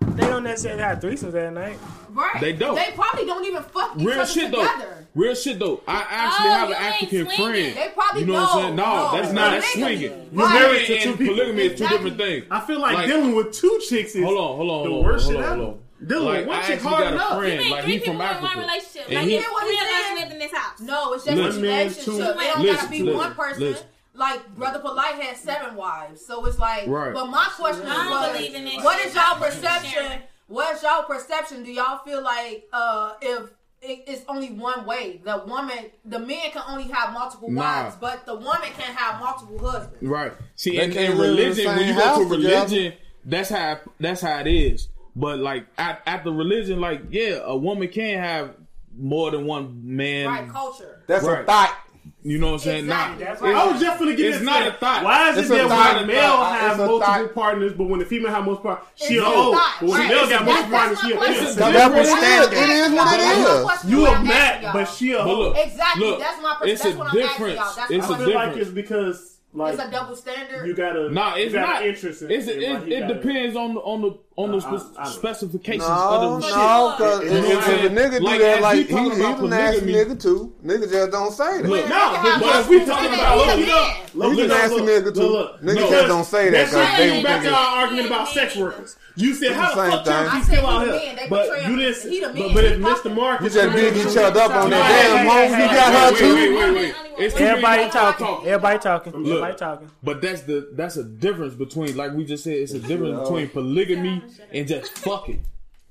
S1: they don't necessarily have threesomes at night.
S5: Right.
S7: They don't.
S5: They probably don't even fuck each
S7: Real
S5: other
S7: shit though.
S5: together.
S7: Real shit though. I actually
S6: Oh,
S7: have an
S6: you ain't
S7: African
S6: swinging.
S7: friend.
S5: They probably
S7: you know what I'm saying? No,
S5: don't.
S7: that's
S5: No.
S7: not that's
S5: Polygamy.
S7: swinging.
S5: You're
S3: married to
S7: and
S3: two people.
S7: polygamy is two
S5: Exactly.
S7: different things.
S3: I feel like,
S7: Like-
S3: dealing with two chicks is
S7: Hold on, hold on,
S3: the
S7: hold on.
S3: worst
S7: hold
S3: shit
S7: on,
S3: ever.
S7: hold on.
S3: Dealing
S7: Like,
S3: with one
S7: I
S3: chick
S7: actually
S3: hard
S7: got a
S3: enough.
S7: friend.
S6: Three
S7: Like he
S6: people in
S7: from
S6: one
S7: Africa.
S6: relationship.
S7: And
S6: Like
S7: he-
S6: if
S5: What
S6: three
S5: he
S6: of us
S5: said?
S6: lived in this house.
S5: No, it's just
S7: Listen,
S5: a relationship.
S3: man, two-
S5: it don't
S7: listen,
S5: gotta be
S7: listen,
S5: one person.
S7: listen.
S5: Like Brother Polite had seven wives, so it's like.
S7: Right.
S5: But my question
S6: I don't believe in
S5: is,
S6: that
S5: was, what
S6: shit.
S5: is y'all
S6: I believe in
S5: perception?
S6: sharing.
S5: What's y'all perception? Do y'all feel like uh if it, it's only one way, the woman, the man can only have multiple
S7: Nah.
S5: wives, but the woman can have multiple husbands.
S7: Right. See,
S10: They
S7: in,
S10: can't
S7: in
S10: live in the
S7: religion, when
S10: same
S7: you go to
S10: house together.
S7: religion, that's how that's how it is. But like at, at the religion, like yeah, a woman can have more than one man.
S5: Right? Culture.
S10: That's
S7: Right.
S10: a thought.
S7: You know what I'm saying?
S5: Exactly.
S7: Nah,
S5: That's
S3: I was just gonna get
S7: It's
S3: into
S7: not
S3: that.
S7: a thought.
S3: Why is
S10: It's
S3: it
S10: a
S3: that
S10: thought.
S3: when a male
S10: It's
S3: have
S10: a
S3: multiple
S10: thought.
S3: partners, but when the female have multiple partners, she
S5: It's
S3: a
S5: a
S3: old.
S5: thought,
S3: But when the
S5: right.
S3: male got
S5: That's- that's
S3: multiple partners, she a
S5: my
S7: It's a
S3: pimp.
S10: That
S7: different-
S10: representative. It is what
S5: That's my
S10: it is.
S5: question
S3: You
S5: I'm
S3: a
S5: asking
S3: Mac,
S5: y'all.
S3: but she a
S7: But
S3: hoe.
S7: look,
S5: Exactly.
S7: Look,
S5: that's my.
S7: it's
S5: that's
S7: a
S5: what I'm asking
S7: difference.
S5: y'all.
S7: It's
S5: That's my
S7: a
S3: I
S5: question.
S3: feel like
S7: difference.
S3: it's because like
S5: it's a double standard.
S3: you gotta
S7: nah,
S3: you
S7: it's
S3: got
S7: not.
S3: an interest in
S7: it's, it,
S3: him, like,
S7: it,
S3: you gotta-
S7: depends on the on the on the
S3: Nah, I-
S7: spe-
S3: I don't-
S7: specifications
S10: No,
S7: of the
S10: no,
S6: shit.
S10: because if,
S3: You know what
S10: if
S3: I'm
S10: a
S7: saying?
S10: nigga do
S7: Like, as
S10: that,
S7: we
S10: like, he,
S7: talking
S10: he's
S7: about
S10: an ass
S7: polygamy-
S10: nigga, too. Nigga just don't say that.
S7: Look,
S5: They
S3: No,
S5: can
S3: but
S5: have
S3: if we
S5: multiple
S3: talking
S5: women.
S3: about
S5: He a
S3: look, you know,
S5: man.
S3: look,
S10: You
S3: look,
S10: nasty
S3: look,
S10: nigga,
S3: look,
S10: too.
S3: look.
S10: Niggas
S3: Because
S10: just don't say that,
S3: that's
S10: guys.
S3: how
S10: They
S3: you
S10: don't
S3: back
S10: do
S3: to
S10: that.
S3: our argument about sex workers. You said
S10: It's
S3: how
S10: the
S3: the
S10: same
S3: fuck
S10: thing.
S3: Church
S5: I
S3: is
S5: said
S3: still
S5: he
S3: out
S5: the
S3: here,
S5: man. They
S3: but
S5: portray him
S3: you
S5: as- he the
S3: didn't. But,
S5: man.
S3: but if
S5: He fucked
S3: Mr.
S5: him.
S3: Mark,
S10: We just big each other up on
S3: Hey,
S10: that damn
S3: hey,
S10: hoes
S1: hey,
S10: we got her,
S7: Wait, wait,
S10: too.
S7: wait, wait, wait. It's too
S1: Everybody
S7: many-
S1: talking.
S6: talking.
S1: Everybody talking.
S7: Look.
S1: Everybody talking.
S7: But that's the that's a difference between like we just said it's a difference between polygamy and just fucking.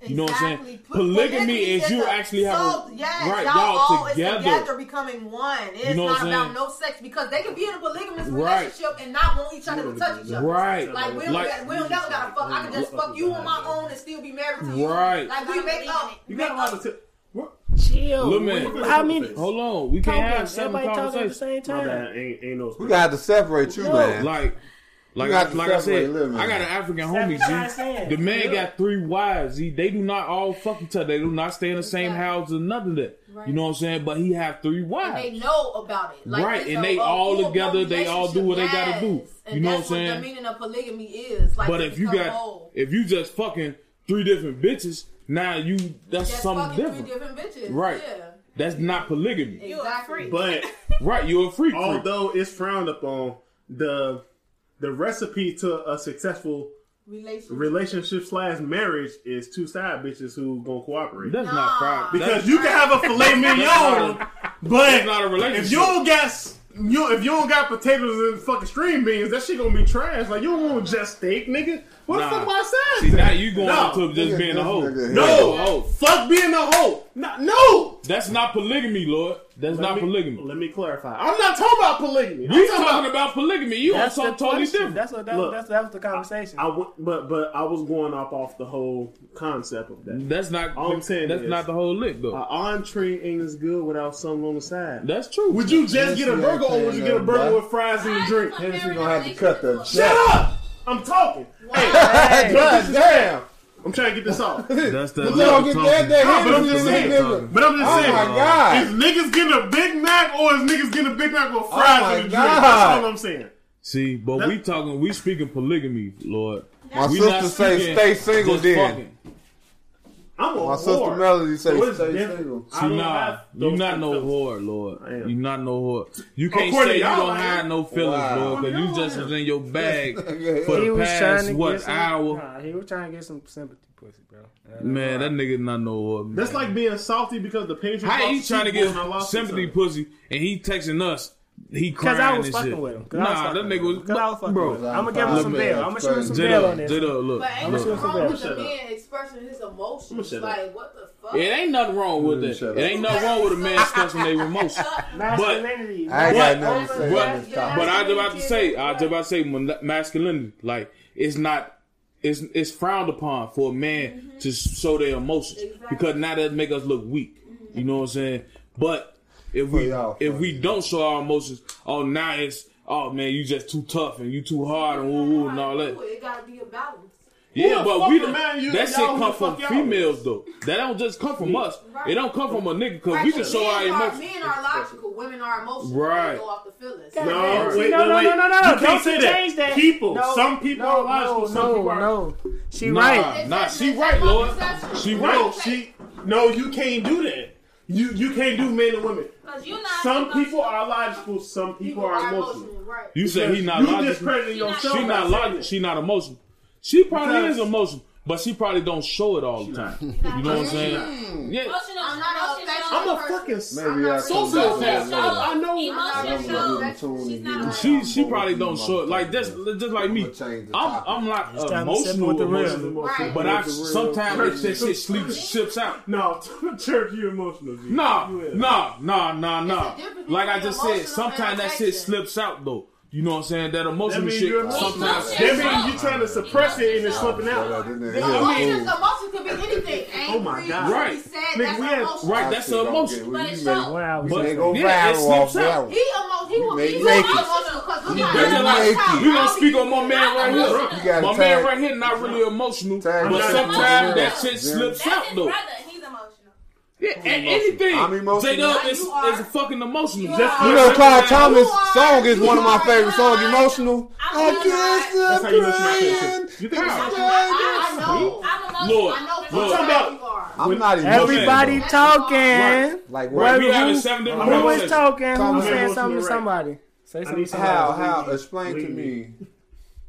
S7: You know what I'm saying?
S5: Exactly.
S7: Polygamy is you
S5: just a-
S7: actually have
S5: so,
S7: a-
S5: yes,
S7: right
S5: y'all,
S7: y'all
S5: all
S7: together.
S5: Is together becoming one. It's
S7: You know what
S5: not
S7: I'm saying?
S5: about no sex because they can be in a polygamous
S7: Right.
S5: relationship and not want each other to touch each other.
S7: Right.
S5: Like we don't,
S7: Like-
S5: got, we don't never gotta fuck. I can just fuck you on my own and still be married to you.
S7: Right.
S5: Like we make up.
S3: you got a lot of. t- what?
S1: Chill.
S7: Look, man.
S1: How many?
S7: Hold on, we can't have seven
S1: Everybody talking at the
S7: conversations.
S1: same
S3: My
S1: time.
S3: bad, ain't ain't no.
S10: We got to separate you, man.
S7: Like, like,
S10: You
S7: I,
S10: have to
S7: like I
S10: separate
S7: said,
S10: living.
S7: I got an African
S1: That's what I'm
S7: homie.
S1: saying.
S7: G. The man
S1: Yeah.
S7: got three wives. He, they do not all fuck each other. They do not stay in the same house or none of that. You know what I'm saying? But he have three
S5: And
S7: wives.
S5: they know about it, like,
S7: Right,
S5: it's
S7: and
S5: a-
S7: they
S5: a
S7: all
S5: full-blown
S7: together, they all do what they
S5: relationship.
S7: gotta do.
S5: Yes.
S7: You
S5: And
S7: know
S5: that's
S7: what I'm
S5: The
S7: saying?
S5: meaning of polygamy is like.
S7: But
S5: to
S7: if you
S5: become
S7: got,
S5: whole.
S7: if you just fucking three different bitches, now you that's
S5: Just
S7: something
S5: fucking
S7: different.
S5: three different bitches,
S7: Right.
S5: Yeah,
S7: That's not polygamy.
S6: You a
S5: exactly.
S7: <laughs>
S3: But
S7: Right, you're a freak. freak.
S3: although it's frowned upon, the the recipe to a successful
S5: Relationship.
S3: relationship slash marriage is two side bitches who gonna cooperate.
S7: That's not fried.
S3: because you can have a filet mignon,
S7: not
S3: but
S7: not a relationship.
S3: if you don't got s- You if you don't got potatoes and fucking string beans, that shit gonna be trash. Like you don't want just steak, nigga. What
S7: Nah.
S3: the fuck my size?
S7: See,
S3: at?
S7: now you going
S3: No.
S7: into just being a hoe.
S3: No.
S7: A hoe.
S3: Fuck being a hoe. No, no.
S7: That's not polygamy, Lord. That's
S3: Let
S7: not
S3: me-
S7: polygamy.
S3: Let me clarify. I'm not talking about polygamy. I'm
S7: We
S3: talking about
S7: talking about polygamy. You on
S1: That's the
S7: something totally
S1: question.
S7: different.
S1: That's what that,
S3: Look,
S1: that's, that was the conversation.
S3: I went, but but I was going off off the whole concept of that.
S7: That's not.
S3: All I'm saying
S7: that's
S3: is-
S7: not the whole lick
S3: An
S7: though.
S3: entree ain't as good without something on the side.
S7: That's true.
S3: Would you just get a
S4: ain't
S3: burger or
S4: paying
S3: would you get a
S4: no
S3: burger
S4: buy.
S3: with fries and a
S6: <laughs>
S3: drink?
S4: Hennessy gonna have to cut that
S3: Shut up! I'm talking.
S1: Hey,
S3: God
S4: damn.
S3: I'm trying to get
S4: <laughs>
S3: this off.
S7: That's the.
S4: You don't get that that
S3: No, but I'm
S4: Hennessy
S3: just
S4: in
S3: saying.
S4: this nigga.
S3: But I'm just
S4: Oh
S3: saying,
S4: my God. Oh
S3: is niggas getting a Big Mac or is niggas getting a Big Mac with fries
S4: my
S3: and a drink?
S4: God.
S3: That's all I'm saying.
S7: See, but we talking. We speaking polygamy, Lord.
S4: My
S7: we
S4: sister say
S7: speaking
S4: stay single
S7: just
S4: then.
S7: fucking.
S3: I'm a
S4: My sister
S3: whore.
S4: Melody
S3: So
S4: say
S3: it's
S4: stay
S3: different.
S4: single.
S3: I
S7: See,
S3: don't
S7: nah,
S3: have
S7: you
S3: those
S7: not no
S3: feelings.
S7: whore, Lord.
S3: am.
S7: You not no whore. You can't
S3: According
S7: say
S3: to
S7: you
S3: y'all,
S7: don't
S3: I
S7: hide
S3: am.
S7: no feelings,
S4: Wow.
S7: Lord, because you
S3: According to
S7: just
S3: y'all,
S7: was
S3: I
S7: in
S4: <laughs>
S7: your bag for
S1: he
S7: the
S1: was trying
S7: past
S1: to
S7: what
S1: get some,
S7: hour.
S1: Nah, he was trying to get some sympathy, pussy, bro. That's
S7: Man,
S1: why.
S7: that nigga not no whore. Man.
S3: That's like being salty because the Patriots.
S7: how
S3: lost
S7: he
S3: the
S7: trying to
S3: Super Bowl and I
S7: get
S3: lost
S7: sympathy
S3: to them.
S7: pussy, and he texting us. He crying
S1: Cause I was
S7: and
S1: fucking
S7: shit.
S1: with him. 'Cause I was
S7: Nah,
S1: fucking
S7: that nigga
S1: with him.
S7: was
S1: 'Cause I was fucking
S7: bro.
S1: with him. I'm gonna give him
S4: Look,
S1: some
S4: man,
S1: bail. I'm gonna shoot him some
S7: J
S1: bail on
S7: Dub, J
S1: this.
S7: Dub, look.
S5: But ain't
S1: I'ma
S5: nothing
S1: shoot some
S5: wrong
S1: back.
S5: with the
S3: Shut up.
S5: man expressing his emotions.
S3: shut up.
S5: Like, what the fuck?
S7: It ain't nothing wrong with that.
S4: shut up.
S7: It ain't nothing wrong with a man expressing their
S3: <laughs>
S7: emotions.
S1: Masculinity.
S4: I ain't
S7: But-
S4: got nothing to
S7: but-
S4: say about this topic.
S7: But I was about to say, I was about to say, mon- masculinity, like it's not, it's it's frowned upon for a man
S3: Mm-hmm.
S7: to s- show their emotions
S5: Exactly.
S7: because now that make us look weak.
S3: Mm-hmm.
S7: You know what I'm saying? But if we
S4: y'all,
S7: if
S4: for
S7: we don't show our emotions, oh now it's oh man, you just too tough and you too hard and woo woo and all that.
S5: It gotta be a balance.
S7: Yeah,
S3: the
S7: but
S3: fuck
S7: we
S3: the
S7: the
S3: man you-
S7: that
S3: y'all
S7: shit
S3: who
S7: come
S3: the
S7: from
S3: fuck y'all
S7: females though. That don't just come from us.
S5: Right.
S7: It don't come from a nigga because we
S5: Right,
S7: can
S5: but
S7: show our
S5: men are-
S7: emotions.
S5: Men are logical. Women are emotional.
S7: Right.
S5: They go off the feelings.
S3: No,
S1: See,
S3: wait,
S1: no,
S3: wait,
S1: no,
S3: wait.
S1: no, no, no.
S3: You can't
S1: Don't
S3: say
S1: you
S3: that.
S1: change that.
S3: People.
S1: No,
S3: some people
S1: no,
S3: are logical.
S1: No,
S3: Some
S1: no,
S3: people are.
S1: no. She
S7: Nah,
S1: right.
S7: nah,
S5: It's
S7: she
S5: just-
S7: right,
S5: it's
S7: Lord.
S5: perception.
S7: She right.
S3: No, she. No, you can't do that. You you can't do men and women.
S6: Cause you not
S3: Some people are logical. Some people are emotional.
S5: Right.
S7: You said he not
S3: you
S7: logical.
S3: discrediting
S6: not-
S3: yourself.
S7: She
S3: by
S7: not
S3: saying
S7: logical.
S3: that.
S7: She not emotional. She probably
S3: Because-
S7: is emotional, but she probably don't show it all the time. You know what I'm saying?
S5: Mm.
S7: Yeah.
S6: Emotional,
S5: I'm not
S6: emotional.
S5: affected.
S3: I'm a
S5: person.
S3: fucking.
S4: Maybe I come
S3: Sociopath.
S4: back with
S3: I- I know-
S6: Emotional shows. She's not
S4: Emotional
S6: a-
S7: She she probably don't show it like that's just like me.
S4: I'ma change the
S7: I'm
S4: topic.
S7: I'm not
S1: time to simmer
S7: emotional,
S1: with the real.
S7: emotional,
S5: Right.
S7: but I sometimes that shit sleeps slips out.
S3: No, <laughs> church, you emotional. dude.
S7: Nah,
S3: You is.
S7: nah, nah, nah, nah.
S5: It's a difference
S7: Like I
S5: between
S7: just said,
S5: emotional
S7: sometimes
S5: and
S7: that shit
S5: affection.
S7: slips out though. You know what I'm saying? That
S3: That
S7: emotional
S3: means
S7: shit
S3: you're
S7: sometimes
S3: sometimes.
S7: slips
S3: That means you trying to suppress it and it's slipping out.
S5: Emotions, emotions could be anything. Angry,
S3: <laughs> Oh my God.
S5: you
S7: Right.
S5: be Sad,
S3: Nigga,
S5: that's
S3: we had-
S5: emotion.
S7: right. That's an emotion.
S6: But
S4: But
S6: it
S4: you
S6: shows.
S4: make,
S1: One hour.
S4: you
S1: But
S4: ain't gonna
S7: Yeah, it
S4: viral off
S7: slips out.
S4: that one.
S5: He emo- he was
S4: make-
S5: he
S4: make
S5: was
S4: it.
S5: emotional because look
S4: make
S5: how
S4: it.
S5: like,
S4: Make it.
S7: We gonna speak on my man right here.
S4: You gotta
S7: My
S4: tag-
S7: man right here not really emotional,
S4: Tag
S7: but
S4: him.
S7: sometimes that
S4: Yeah.
S7: shit
S4: Yeah.
S7: slips
S6: That's
S7: out
S6: his
S7: though.
S6: brother. He's emotional.
S7: Yeah, a- anything.
S4: I'm emotional.
S7: J-Dub is,
S5: You are.
S7: is a fucking emotional.
S3: Just-
S7: for
S4: You know, Clyde
S7: sometimes-
S4: Thomas'
S5: You are-
S4: song is
S5: you
S4: one of my
S5: are
S4: favorite songs.
S5: not-
S4: Emotional. I
S5: I'm
S4: guess I'm
S5: not-
S3: how you listen to my
S4: crying.
S3: picture. You think
S4: It's
S3: I'm-
S4: crying.
S5: I, I know. I
S6: I'm emotional.
S7: Lord,
S5: I know for
S7: Look.
S5: a
S3: I'm
S5: fact
S3: talking
S5: you are.
S4: I'm not even.
S1: Everybody
S5: That's
S1: talking.
S4: Like
S7: Right,
S4: what?
S7: we
S1: Wait,
S7: having
S1: who-
S7: seven different
S1: Who is
S7: conversations.
S1: talking? Who
S4: Talking.
S1: was saying something to
S3: Right.
S1: somebody? Say something
S3: need
S1: to
S3: some-
S1: somebody.
S4: How? How? Explain to me.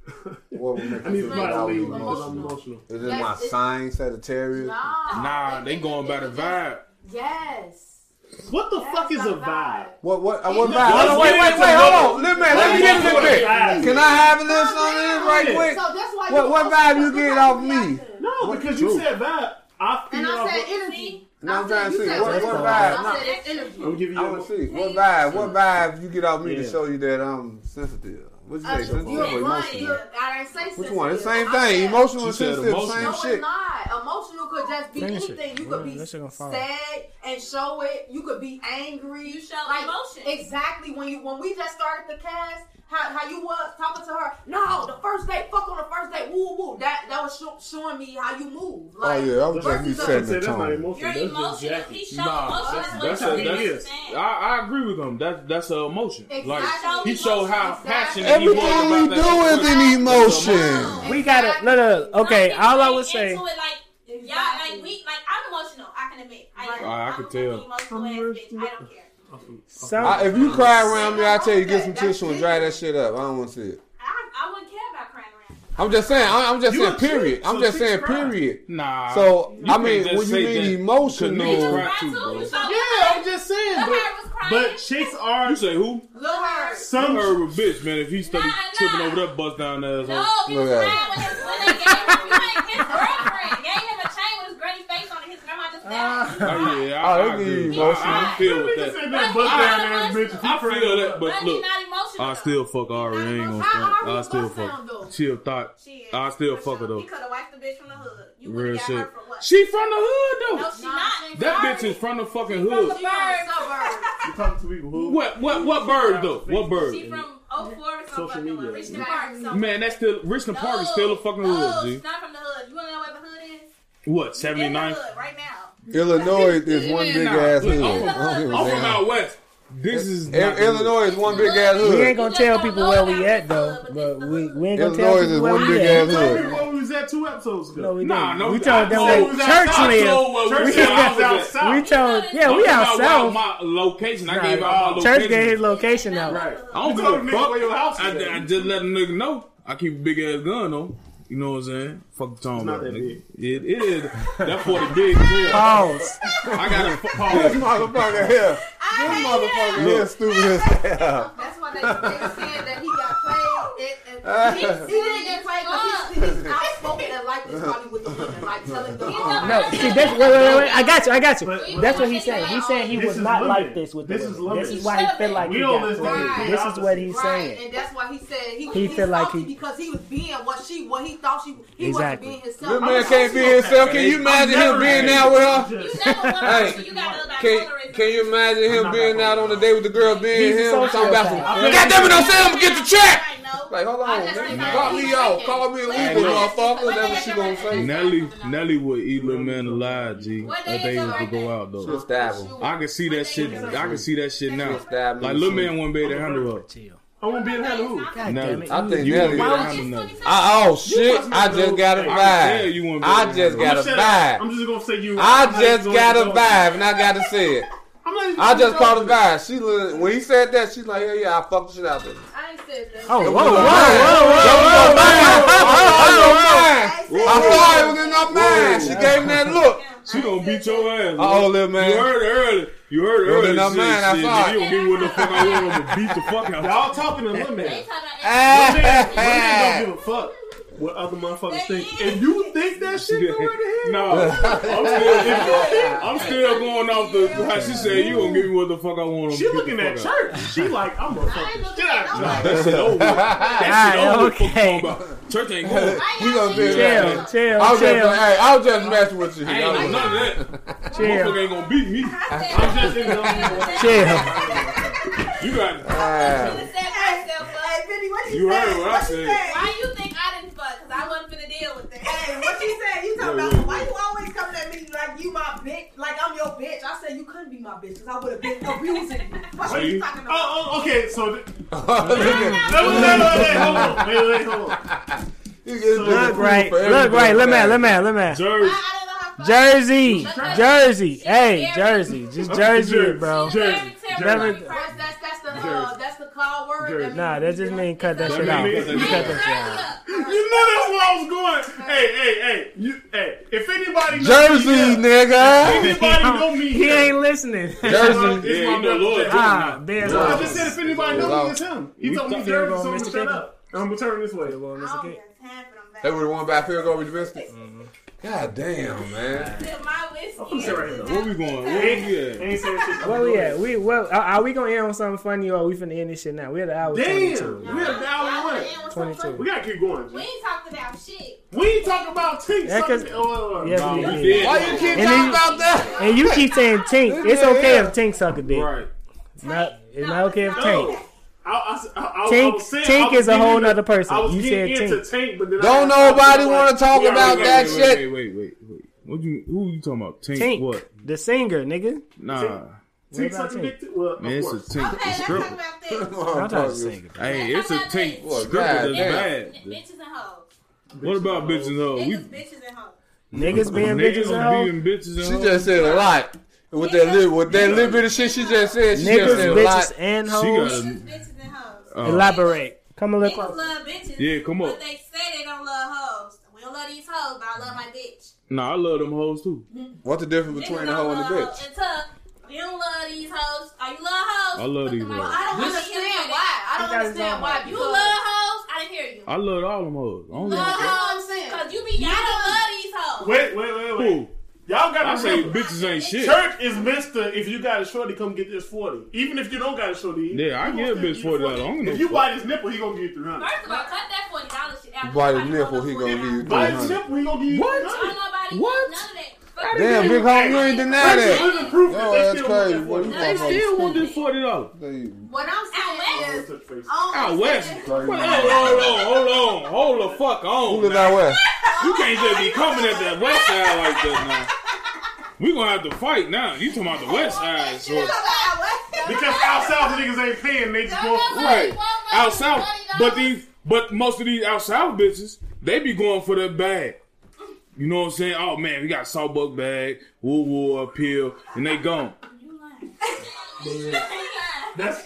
S4: <laughs> What would make
S3: I
S4: you
S3: need
S4: think
S3: somebody
S4: I
S3: to
S4: was
S3: leave because I'm
S4: emotional?
S3: emotional.
S4: Is it my sign, Sagittarius?
S5: Nah.
S7: Nah, they going by the vibe.
S5: Yes.
S3: What the
S5: That's
S3: fuck is
S5: not
S3: a vibe?
S4: What? What? uh, What
S3: Look,
S4: vibe? Hold on,
S3: let's
S4: wait,
S3: get
S4: wait,
S3: into
S4: wait.
S3: what-
S4: Hold on. Little man, let me get a little bit.
S3: Vibe.
S4: Can I have a little
S5: Calm
S4: something
S5: down.
S4: right
S5: So
S4: quick?
S5: that's why
S4: What-
S5: you
S4: what
S5: emotional
S4: vibe you
S5: because
S4: get
S5: got
S4: off
S5: the
S4: me?
S5: reaction.
S3: No, because you said vibe. I feel.
S5: And I said
S3: I'm
S5: energy.
S4: No, I'm
S5: I
S4: trying to
S5: said-
S4: see.
S5: you said
S4: What-
S5: energy.
S4: what vibe?
S5: I said it's energy.
S3: gonna give you.
S4: I
S3: your-
S4: want to see what vibe. What vibe you get off me
S3: Yeah.
S4: to show you that I'm sensitive? What you say?
S5: Uh,
S4: Sensitive
S5: you're
S4: or
S5: right.
S4: emotional?
S5: You're- I didn't say
S4: Which one? It's the same
S5: sensitive. I
S4: thing.
S5: said-
S4: Emotional
S7: She
S4: and
S7: said
S4: sensitive,
S7: emotional.
S4: same
S5: No,
S4: shit.
S5: it's not. Emotional could just be
S1: Finish it.
S5: anything. You could
S1: Yeah,
S5: be
S1: that shit gonna fall.
S5: sad and show it. You could be angry.
S6: You show emotion.
S5: Exactly. When you when we just started the cast, how, how you was talking to her. No, the first date, fuck on the first date. Woo woo. That that was sho- showing me how you move.
S4: Oh
S5: Like,
S4: yeah, that was
S5: versus
S4: just me
S5: the-
S4: setting the
S3: Say that's not
S4: tone.
S3: emotional.
S6: You're
S3: That's just
S6: emotional.
S3: Jackie.
S6: He shows
S7: Nah,
S6: emotion.
S7: that's-
S6: That's
S7: that's
S6: what
S7: a-
S6: you
S7: that's-
S6: understand.
S7: I, I agree with him. That that's an emotion.
S5: Exactly.
S7: Like he
S5: Emotion,
S7: showed how
S5: exactly.
S7: passionate he was
S4: Everything
S7: about
S4: we
S7: that
S4: do is
S7: situation.
S4: an
S7: That's an
S4: emotion.
S1: We gotta no, no, no. Okay,
S6: Some people
S1: all I
S6: ain't
S1: would say.
S6: Into it, like, yeah, like we, like I'm emotional. I can admit. I, am.
S5: Right.
S7: I
S6: I'm
S7: could
S6: a
S7: tell.
S6: fucking Emotional ass bitch. I don't care.
S1: Some,
S4: I, if you cry around me, I tell you get some tissue and dry that shit up. I don't want to see it.
S6: I, I wouldn't care about crying around.
S4: I'm just saying. I'm, I'm just
S3: You
S4: saying.
S3: a chick,
S4: Period. I'm
S3: so
S4: just
S3: chicks
S4: saying.
S3: cry.
S4: Period.
S7: Nah.
S4: So
S7: You
S4: I
S7: can't
S4: mean,
S7: just
S4: when you
S7: say
S4: mean
S7: that. Cause niggas
S4: emotional,
S7: cry too, bro.
S6: You saw
S3: Yeah, I'm just saying.
S6: Somebody
S3: But
S6: was
S3: But chicks are.
S7: You say who?
S6: Lil Herb.
S3: Some-
S7: Some herb a bitch, man. If he started tripping over that bus down there,
S6: No, he
S7: Look
S6: was lying
S7: at
S6: when, his, when they gave him his ring. His girlfriend gave him a chain with his granny face on it. His grandma
S1: Ah.
S6: just died.
S7: Oh, yeah, I, I,
S10: Oh, he
S7: agree.
S10: emotional.
S7: I, I feel with
S3: Nigga said
S7: that.
S3: that bust down ass bitch. if
S7: I
S3: you pray
S7: feel that, but
S3: up.
S6: But he
S7: look,
S6: not emotional.
S7: I still fuck
S1: Oh,
S7: Ari. I ain't gonna front. I still fuck. Chill thought. I still fuck her
S6: He
S7: though.
S6: could have wifed the bitch from the hood. You would
S7: Real
S6: have got her
S7: shit.
S6: for what?
S7: She from the hood
S6: No,
S7: though.
S6: she not.
S7: That bitch is from the fucking hood.
S6: She from the suburbs.
S3: You talking to people who?
S7: What what what bird though? What
S6: She
S7: bird?
S6: from Oak Forest,
S3: Social
S6: motherfucker,
S3: media.
S6: Richmond Park. something.
S7: Man, that's still Richmond Park is still a fucking
S6: no,
S7: hood,
S6: It's
S7: G.
S6: not from the hood. You wanna know where the hood is?
S7: What,
S6: It's
S7: seventy
S6: in the
S7: nine?
S6: hood right now.
S4: Illinois is one big ass hood. I don't give
S7: I'm
S4: a
S7: from
S4: damn.
S7: out west. This is
S4: Il-
S7: not-
S4: Illinois is one big ass
S1: We
S4: hood.
S1: ain't gonna tell people where we at though, but we, we ain't gonna tell
S4: Illinois is
S1: people where
S4: one
S1: we
S4: big
S1: at.
S4: ass
S3: Tell
S4: hood.
S3: people where we was at two episodes ago.
S1: No, we
S7: Nah,
S1: didn't.
S7: no,
S1: we told them
S7: I
S1: they
S7: told-
S1: church
S7: I
S1: live.
S7: told what
S3: Church
S7: we- I
S3: lives
S7: was
S3: out
S7: at.
S1: We
S3: south.
S1: told, yeah, we
S7: I'm
S1: out
S7: talking about
S1: south.
S7: My location. I
S1: Nah,
S7: gave out my
S1: Church
S7: location.
S1: gave location out.
S3: Right.
S7: I
S3: You
S7: don't
S3: told
S7: give
S3: a
S7: a
S3: nigga
S7: fuck.
S3: where your house is
S7: I,
S3: at.
S7: I just let a nigga know. I keep a big ass gun on. You know what I'm saying? Fuck the tone.
S3: not
S7: bro,
S3: that
S7: nigga. It, it is. That 40 big. Yeah.
S1: Pause.
S7: I got
S4: <laughs>
S7: a fu-
S4: This motherfucker
S5: <laughs>
S4: here. This motherfucker here stupid as hell.
S5: That's why they, they said that he got played. And, and he, he didn't get played because he's, he's outspoken and like this probably with the women, like telling the women.
S1: No, see that's wait, wait, wait, wait. I got you, I got you. That's what he said. He said he
S3: This
S1: was
S3: is
S1: not
S3: limited.
S1: like this with
S3: This
S1: the
S3: is
S1: women. This
S3: limited.
S1: is why he feel like
S3: We
S1: he
S3: don't
S1: got
S3: listen to
S1: played.
S5: the
S1: This is what he's
S5: Right,
S1: saying.
S5: and that's why he said he,
S1: He
S5: he
S1: feel like
S5: salty
S1: he-
S5: because he was being what she what he thought she he
S1: Exactly.
S5: wasn't being
S4: This
S5: himself.
S4: man can't be himself. Can you imagine him being out with her?
S6: You never wanna
S4: Hey,
S6: you got a
S4: Can, can you imagine him being out on a date with the girl being
S1: He's a
S4: him? Talking about some,
S1: sociopath.
S4: God damn it, don't say I'm gonna get the check!
S6: I know.
S4: Like, hold on,
S6: I just
S4: man.
S6: think
S4: Call
S6: I-
S4: me out. Call me a
S6: Hey,
S4: weeper,
S6: look.
S4: motherfucker. That's what she gonna say.
S7: Nelly, Nelly would eat little man alive, G.
S6: What
S7: If
S6: day
S7: they was
S6: is your
S7: to go
S6: birthday?
S7: out though.
S4: She'll stab him.
S7: I can see that shit. I can see that shit now.
S4: Stab him.
S7: Like little man won't be able to handle her.
S1: Chill.
S3: I won't be in hell who?
S1: God
S7: No.
S1: damn it.
S4: I think
S7: You won't be able
S4: Nelly.
S7: to
S4: I,
S7: handle nothing.
S4: oh shit!
S3: must
S4: I
S3: not
S4: just
S3: know.
S4: got a
S7: I can tell
S4: vibe.
S7: you won't be
S4: I
S7: able to
S4: just
S7: handle
S4: got a
S3: Shut up. I'm
S4: vibe.
S3: just gonna say you. I'm
S4: I
S3: not
S4: just
S3: gonna
S4: got a
S3: go-
S4: vibe, and I gotta say it.
S3: I'm not even
S4: I
S3: gonna
S4: just
S3: go
S4: caught a
S3: with it.
S4: vibe. She look- when he said that, she's like, yeah, yeah, I fucked the shit out of him.
S5: I ain't said that.
S1: Oh, whoa,
S4: Whoa,
S1: whoa,
S4: whoa,
S1: whoa, whoa, whoa.
S4: I saw it was in her mind. She gave him that look.
S7: She gonna beat your ass.
S4: Uh oh, little
S7: You
S4: man.
S7: heard it earlier. You heard it
S4: Well,
S7: earlier.
S4: then I'm
S7: Shit,
S4: mad. I
S7: shit,
S4: thought-
S7: You gonna be what the fuck I want. I'm gonna beat the fuck out.
S3: Y'all talking to little man.
S6: They talking about
S3: Ah.
S1: <laughs>
S3: Women don't give a fuck what other motherfuckers think. If you think that shit, go
S7: <laughs>
S3: right ahead.
S7: No,
S3: <laughs>
S7: I'm still, I'm still going off the. How she said, you gonna give me what the fuck I want. I'm
S3: She
S7: gonna
S3: looking
S7: beat the
S3: at
S7: fuck
S3: church. She like, I'm gonna fuck the shit out of you.
S7: out. Nah, that shit over. with. That shit
S1: Alright,
S7: over. with. Fuck you
S1: okay.
S7: talking about. Church ain't good.
S4: <laughs> We gonna figure that
S1: Chill,
S4: out. I
S1: chill,
S4: was just,
S1: chill,
S4: hey, I was just messing with you.
S7: I ain't
S4: Y'all
S7: with
S4: know. <laughs>
S7: none of that. Motherfucker
S1: chill,
S7: ain't gonna beat me.
S3: I'm just in the
S1: chill.
S7: You got.
S4: Ah,
S7: You heard what I said.
S6: Why you think I didn't fuck? Cause I wasn't finna deal with that.
S8: Hey, what you said? You talking about why you always coming at me like you my bitch, like I'm your bitch? I said you couldn't be my bitch because I would have been abusing you. What
S7: See?
S8: you talking about?
S3: Oh, oh, okay. So th-
S4: Look at-
S3: wait, wait, wait, wait, hold on. Wait, wait, hold on.
S4: <laughs> you get
S1: Look
S4: disapproval
S1: right,
S4: for
S1: look right.
S4: everything.
S1: Let me, at, let me, at, let me. at.
S7: <laughs> Jersey.
S1: Jersey, Jersey, hey, Jersey, just Jersey, it, bro.
S6: Jersey.
S1: Never-
S5: That's, that's, that's the uh, that's the call word.
S3: Jersey.
S5: means-
S1: Nah, that just mean cut that
S5: That
S1: shit out.
S7: means-
S1: You cut that shit out.
S3: You knew that's where I was going. Hey, hey, hey. You, hey. If anybody knows
S4: Jersey,
S3: me,
S4: nigga.
S1: <laughs>
S3: if anybody know me,
S1: He ain't listening.
S4: Jersey.
S3: It's
S7: Yeah,
S3: my
S7: you know Lord.
S3: representation.
S1: <laughs> Ah, bears.
S3: I just said if anybody knows me, it's him. He
S7: We
S3: told me
S7: thought-
S1: You're
S3: Jersey, so I'm
S1: going
S3: gonna
S1: Mr.
S3: shut
S1: Pickle.
S3: up. I'm gonna turn this way.
S1: Mr. Kidd.
S4: They would have won by field goal with the biscuits.
S1: Mm-hmm.
S4: God
S1: <laughs>
S4: damn, man.
S6: My whiskey.
S3: sit right here.
S7: Where we going? Where we at?
S3: Ain't saying shit.
S1: Where we at? We well, are, are we gonna end on something funny or are we finna end this shit now? We're at the hour
S3: Damn,
S1: twenty-two.
S3: we are down one. We gotta keep going.
S6: We
S3: G.
S6: ain't talked about shit.
S3: We ain't talking about teeth.
S1: Yeah, 'cause-
S3: sucking- oh, oh, oh.
S1: Yes,
S7: Nah,
S1: we
S7: we
S1: did.
S7: did.
S4: Why you keep
S1: And
S4: talking
S1: you-
S4: about that? <laughs>
S1: And you keep saying Tink. It's okay if Tink suck a dick.
S7: Right.
S1: Not, it's not okay if
S3: No.
S1: Tink.
S3: I, I, I, I, I
S1: Tink-
S3: was saying,
S1: Tink
S3: I was
S1: is a
S3: getting
S1: whole
S3: into-
S1: nother person.
S3: I was
S1: You
S3: getting
S1: said
S3: into Tank, but then
S4: Don't
S3: I,
S4: nobody want to talk
S3: Yeah,
S4: about
S3: wait,
S4: that
S7: wait,
S4: shit.
S7: Wait, wait, wait, wait. What you? Who you talking about? Tink?
S1: Tink,
S7: What?
S1: the singer, nigga.
S7: Nah,
S1: What
S3: Tink
S1: about
S3: sucking
S1: Tink?
S3: dick. too? Well,
S7: man,
S3: of
S7: it's a
S3: course.
S7: Tink.
S6: Okay,
S7: It's
S6: let's talk
S7: stripper.
S6: about this.
S1: I'm trying to sing.
S7: Hey, it's a Tink.
S6: Well,
S7: Stripper
S4: God
S7: that's
S4: damn.
S7: bad.
S6: Bitches and hoes.
S7: What about bitches and hoes?
S6: Niggas, bitches, and hoes.
S1: Niggas being bitches and
S7: Niggas
S1: hoes.
S7: being bitches and
S4: She
S7: hoes.
S4: just said a lot. With that little, with that little bit of shit she just said, she just said
S1: Niggas,
S4: a lot.
S1: bitches, and
S7: She got
S1: hoes.
S7: a.
S6: Niggas, bitches, and hoes.
S7: uh,
S1: Elaborate. Come a little
S6: Niggas
S1: closer.
S6: love bitches.
S7: Yeah, come on.
S6: But they say they don't love hoes. We don't love these hoes, but I love my bitch.
S7: Nah, I love them hoes too.
S4: What's the difference between the
S6: Niggas don't
S4: hoe and the
S6: love hoes.
S4: bitch?
S6: It's tough. You don't love these hoes. Are you love hoes.
S7: I love
S6: put
S7: these
S6: the mic-
S7: hoes.
S6: I don't
S5: I don't
S6: understand
S5: understand why. I don't understand why.
S6: You love hoes? I didn't hear you.
S7: I love all them hoes. I don't
S6: Love
S7: know.
S6: hoes?
S5: saying.
S6: Because you be, y'all don't love these hoes.
S3: Wait, wait, wait, wait.
S7: Who? I
S3: Y'all got to
S7: say
S3: remember.
S7: bitches ain't shit.
S3: Church is Mister. If you got a shorty, come get this forty. Even if you don't got a shorty,
S7: Yeah, I
S3: you
S7: give
S3: gonna
S7: a
S3: still
S7: bitch
S3: get
S7: $40. I don't give
S3: If
S7: a
S3: you
S7: fuck.
S3: buy this nipple, he gonna give you three hundred.
S6: First of all, cut that forty dollars shit out.
S4: By the
S6: Nobody
S4: nipple,
S6: knows
S4: he
S6: what
S4: gonna give you
S6: that-
S3: Buy this
S4: 300.
S3: nipple, he gonna give you
S7: What?
S3: three
S6: Don't
S3: hundred.
S6: nobody
S7: What?
S6: none of that. Fuck
S4: Damn,
S6: that.
S4: big homie, you ain't deny that.
S3: Living proof
S7: Oh,
S4: Yo,
S3: that
S4: that's
S3: they still want
S4: crazy.
S3: that
S4: Boy, you
S3: forty.
S7: They still want this forty dollars.
S5: What I'm saying
S6: Out
S5: is,
S3: Don't touch face.
S7: Out west. Hold
S4: Crazy.
S7: on, hold on, hold on, hold the fuck on.
S4: Who lives
S7: now.
S4: out west?
S7: You can't just be coming at that west side like that now. We gonna have to fight now. You talking about the west side? So.
S3: Because out south niggas ain't paying, they just going.
S7: Right. Out south. But these but most of these out south bitches, they be going for the bag. You know what I'm saying? Oh man, we got saltbuck bag, woo woo appeal, and they gone.
S3: That's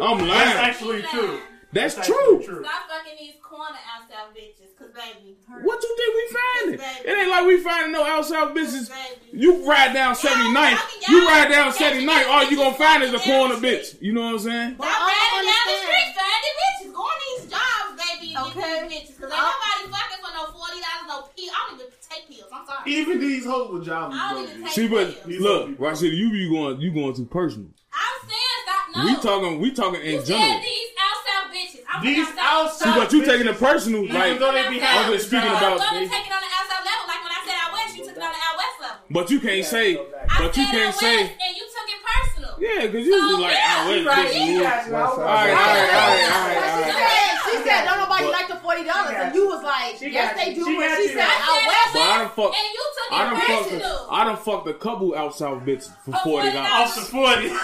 S7: I'm
S3: that's
S7: lying.
S3: actually true.
S7: That's
S3: That's actually
S7: true.
S3: true.
S6: <laughs> Stop fucking these corner ass out bitches, cause baby. hurt.
S7: What you think we finding? It ain't like we finding no out south bitches. You ride down 79th, you ride down 79th, all you gonna find is a corner bitch. You know what I'm saying?
S6: Stop riding down the street, finding bitches. Go on these jobs, baby, and get these bitches. Cause ain't nobody fucking for no forty dollars, no pill. I don't even take pills. I'm sorry.
S3: Even these hoes with jobs.
S6: I don't
S3: don't
S6: even
S3: do.
S6: take
S7: See,
S6: pills.
S7: but look, Rashida, you be going, you going too personal.
S6: I'm saying stop. No,
S7: We talking, we talking in
S6: You said
S7: general.
S6: these outside bitches. I'm
S3: These
S6: from
S3: out
S7: See,
S3: south.
S7: but you
S3: bitches,
S7: taking it personal,
S3: even
S7: like,
S3: though they be
S6: I'm
S3: having
S7: just speaking
S3: jobs,
S7: about-
S6: I'm gonna take it on the outside level, like when I said out west, you took it on the out west level.
S7: but you can't say,
S6: I
S7: but you
S6: said
S7: can't
S6: out
S7: say,
S6: west, and you took it personal.
S7: yeah, because you was like, ah, wait,
S6: Oh, Right.
S7: bitch, you-
S9: That's
S4: West
S9: what
S7: all right, all right, all
S4: side.
S7: right, all right, all
S5: she
S7: right.
S5: said, she said, don't nobody
S7: But-
S5: like the forty dollars, and
S9: got
S5: you was like,
S9: She
S5: yes,
S9: got
S5: they
S9: you.
S5: do.
S9: She
S5: But
S9: got
S5: she
S9: you.
S5: said,
S6: I
S5: I
S6: said
S5: west.
S6: out
S7: But I done
S6: west,
S7: fucked-
S6: and you took
S7: I
S6: it
S7: done fucked,
S6: personal. Oh,
S7: a- I done fucked a couple outside bitches for forty dollars.
S3: Off the <laughs> forty.
S6: But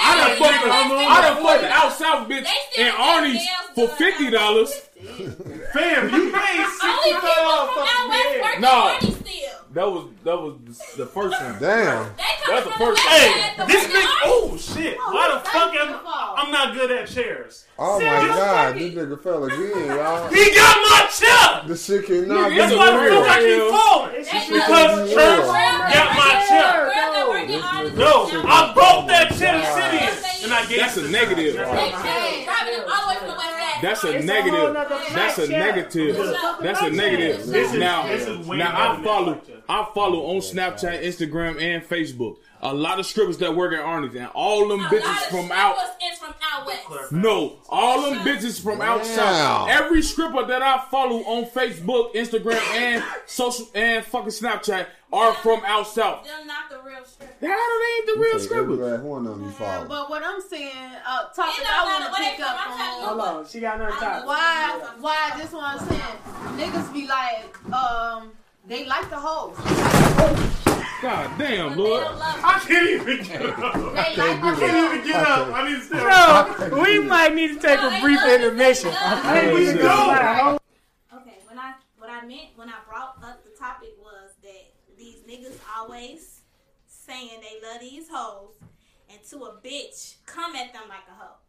S7: I done
S6: baby,
S7: fucked, a-
S6: they still-
S7: I done fucked an out south bitch
S6: they still
S7: and
S6: got
S7: Arnie's
S6: themselves
S7: for
S6: done.
S7: fifty dollars.
S3: Fam, you paid
S6: Only
S3: sixty
S6: people
S3: dollars
S6: from out
S3: fucking
S6: west
S3: bed.
S6: working
S7: No.
S6: Arnie still.
S7: That was that was the first time.
S4: Damn.
S6: They come
S7: That's the
S6: from
S7: first-
S6: west
S3: Hey,
S6: side to
S3: this
S6: work
S3: nigga.
S6: Arnie.
S3: Oh shit! Why the fuck am I'm not good at chairs?
S4: Oh my god, this nigga fell again, y'all.
S3: He got my chip.
S4: This shit cannot be
S7: That's
S3: That's why the fuck I
S4: real.
S3: keep falling.
S6: They come from
S3: Because
S6: the
S3: church
S6: world
S3: got my
S6: that
S3: chip.
S6: work in Arnie.
S3: No, I broke that chip city, and I gave
S7: That's a negative.
S6: They came, driving them all the way from the west side.
S7: That's a
S9: It's a whole
S7: negative.
S9: nother
S7: That's a
S9: flat shell.
S7: negative. That's a
S9: flat
S7: negative.
S6: shell.
S3: This is-
S7: now,
S3: this is way
S7: now I
S3: better
S7: follow.
S3: than
S7: I follow on Snapchat, Instagram, and Facebook. A lot of strippers that work at Arnie's, and all them
S6: A lot
S7: bitches
S6: of
S7: from out.
S6: strippers is from out west.
S7: No, all them bitches from outside.
S4: Wow.
S7: Every stripper that I follow on Facebook, Instagram, and social and fucking Snapchat are from out south.
S6: Them not the real strippers.
S7: How do they ain't the real
S4: Every
S7: strippers?
S4: last one of them you
S5: Yeah,
S4: follow.
S5: but what I'm saying, uh, topic
S6: It don't
S5: I want
S6: matter
S5: to
S6: where
S5: pick
S6: they from, I'm telling you
S5: up on.
S9: Hold on, she got another topic.
S5: Why? Why? This what I'm saying. Niggas be like, um, they like the hoes.
S7: God damn,
S6: They
S7: Lord.
S6: don't love them.
S3: I can't even get up.
S5: They like
S4: do
S5: the
S4: that.
S5: hoes.
S3: can't even get up. I need to stay up.
S9: So, we might need to take
S6: No,
S9: a
S6: they
S9: brief
S6: love them.
S9: intermission.
S6: They love them.
S9: Hey, we
S7: Yeah.
S9: can go. Wow.
S6: Okay, when I what I meant when I brought up the topic was that these niggas always saying they love these hoes, and to a bitch come at them like a hoe,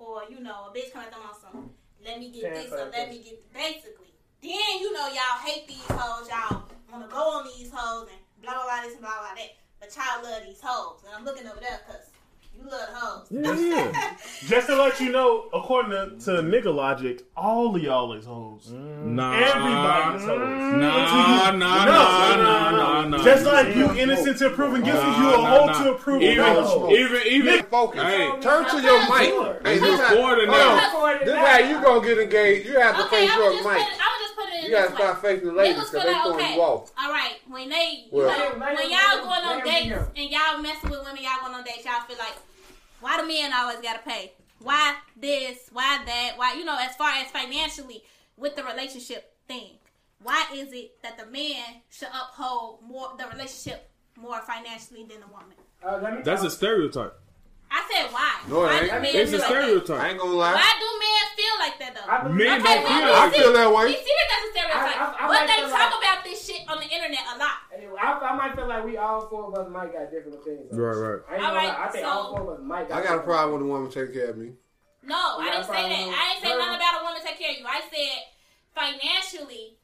S6: or you know a bitch come at them on some let me get
S9: Stand
S6: this
S9: for
S6: or
S9: that
S6: let me get basically. Then you know y'all hate these hoes, y'all want to go on these hoes and blah blah blah this and blah blah that, but y'all love these hoes, and I'm looking over there because you love hoes.
S7: Yeah, yeah.
S3: Just to let you know, according to, to nigga logic, all of y'all is hoes.
S7: Nah.
S3: Everybody's
S7: Nah,
S3: hoes.
S7: nah, Mm. nah, nah, nah, nah, nah.
S3: Just like you innocent to proven guilty,
S7: Nah,
S3: you a
S7: nah,
S3: hoe
S7: nah.
S3: to prove
S7: even,
S3: a
S4: No.
S3: hoe.
S7: even, even,
S4: Focus.
S7: Hey.
S4: Turn to your mic. Hey, this how-
S7: Recording
S4: hold on.
S7: now.
S4: This how you gonna get engaged. You have to
S6: Okay,
S4: face
S6: I
S4: your
S6: would just put
S4: mic.
S6: it. I would just put it in
S4: You
S6: this
S4: gotta
S6: way.
S4: start facing the ladies because
S6: Niggas feel
S4: they
S6: like,
S4: throwing
S6: okay,
S4: you off.
S6: All right, when they
S4: Well-
S6: you know, when y'all going on dates and y'all messing with women, y'all going on dates, y'all feel like why the men always gotta pay? Why this? Why that? Why you know as far as financially with the relationship thing? Why is it that the man should uphold more the relationship more financially than the woman?
S9: Uh, let me
S7: That's a stereotype.
S6: I said why?
S4: No, it
S6: why
S4: ain't.
S6: do men
S7: It's a
S6: feel like that?
S4: I
S7: stereotype.
S4: ain't gonna lie.
S6: Why do men feel like that though?
S9: I believe-
S7: Men
S6: Okay,
S7: don't
S6: we-
S7: feel
S6: we
S7: like
S4: I
S6: see-
S4: feel that way.
S6: We see that that's a stereotype,
S9: I- I- I
S6: but
S9: like
S6: they
S9: the
S6: talk
S9: line.
S6: about this shit on the internet a lot.
S9: I, I might feel like we all four of us might got different opinions. on
S7: Right,
S9: this.
S7: right.
S9: I, ain't
S6: All
S9: gonna lie,
S6: right,
S9: I think
S6: so-
S9: all four of us might got
S4: I got a problem with a woman taking care of me.
S6: No,
S9: Yeah,
S6: I
S9: I
S6: didn't say that.
S9: probably-
S6: I didn't say
S9: Girl.
S6: nothing about a woman take care of you. I said financially,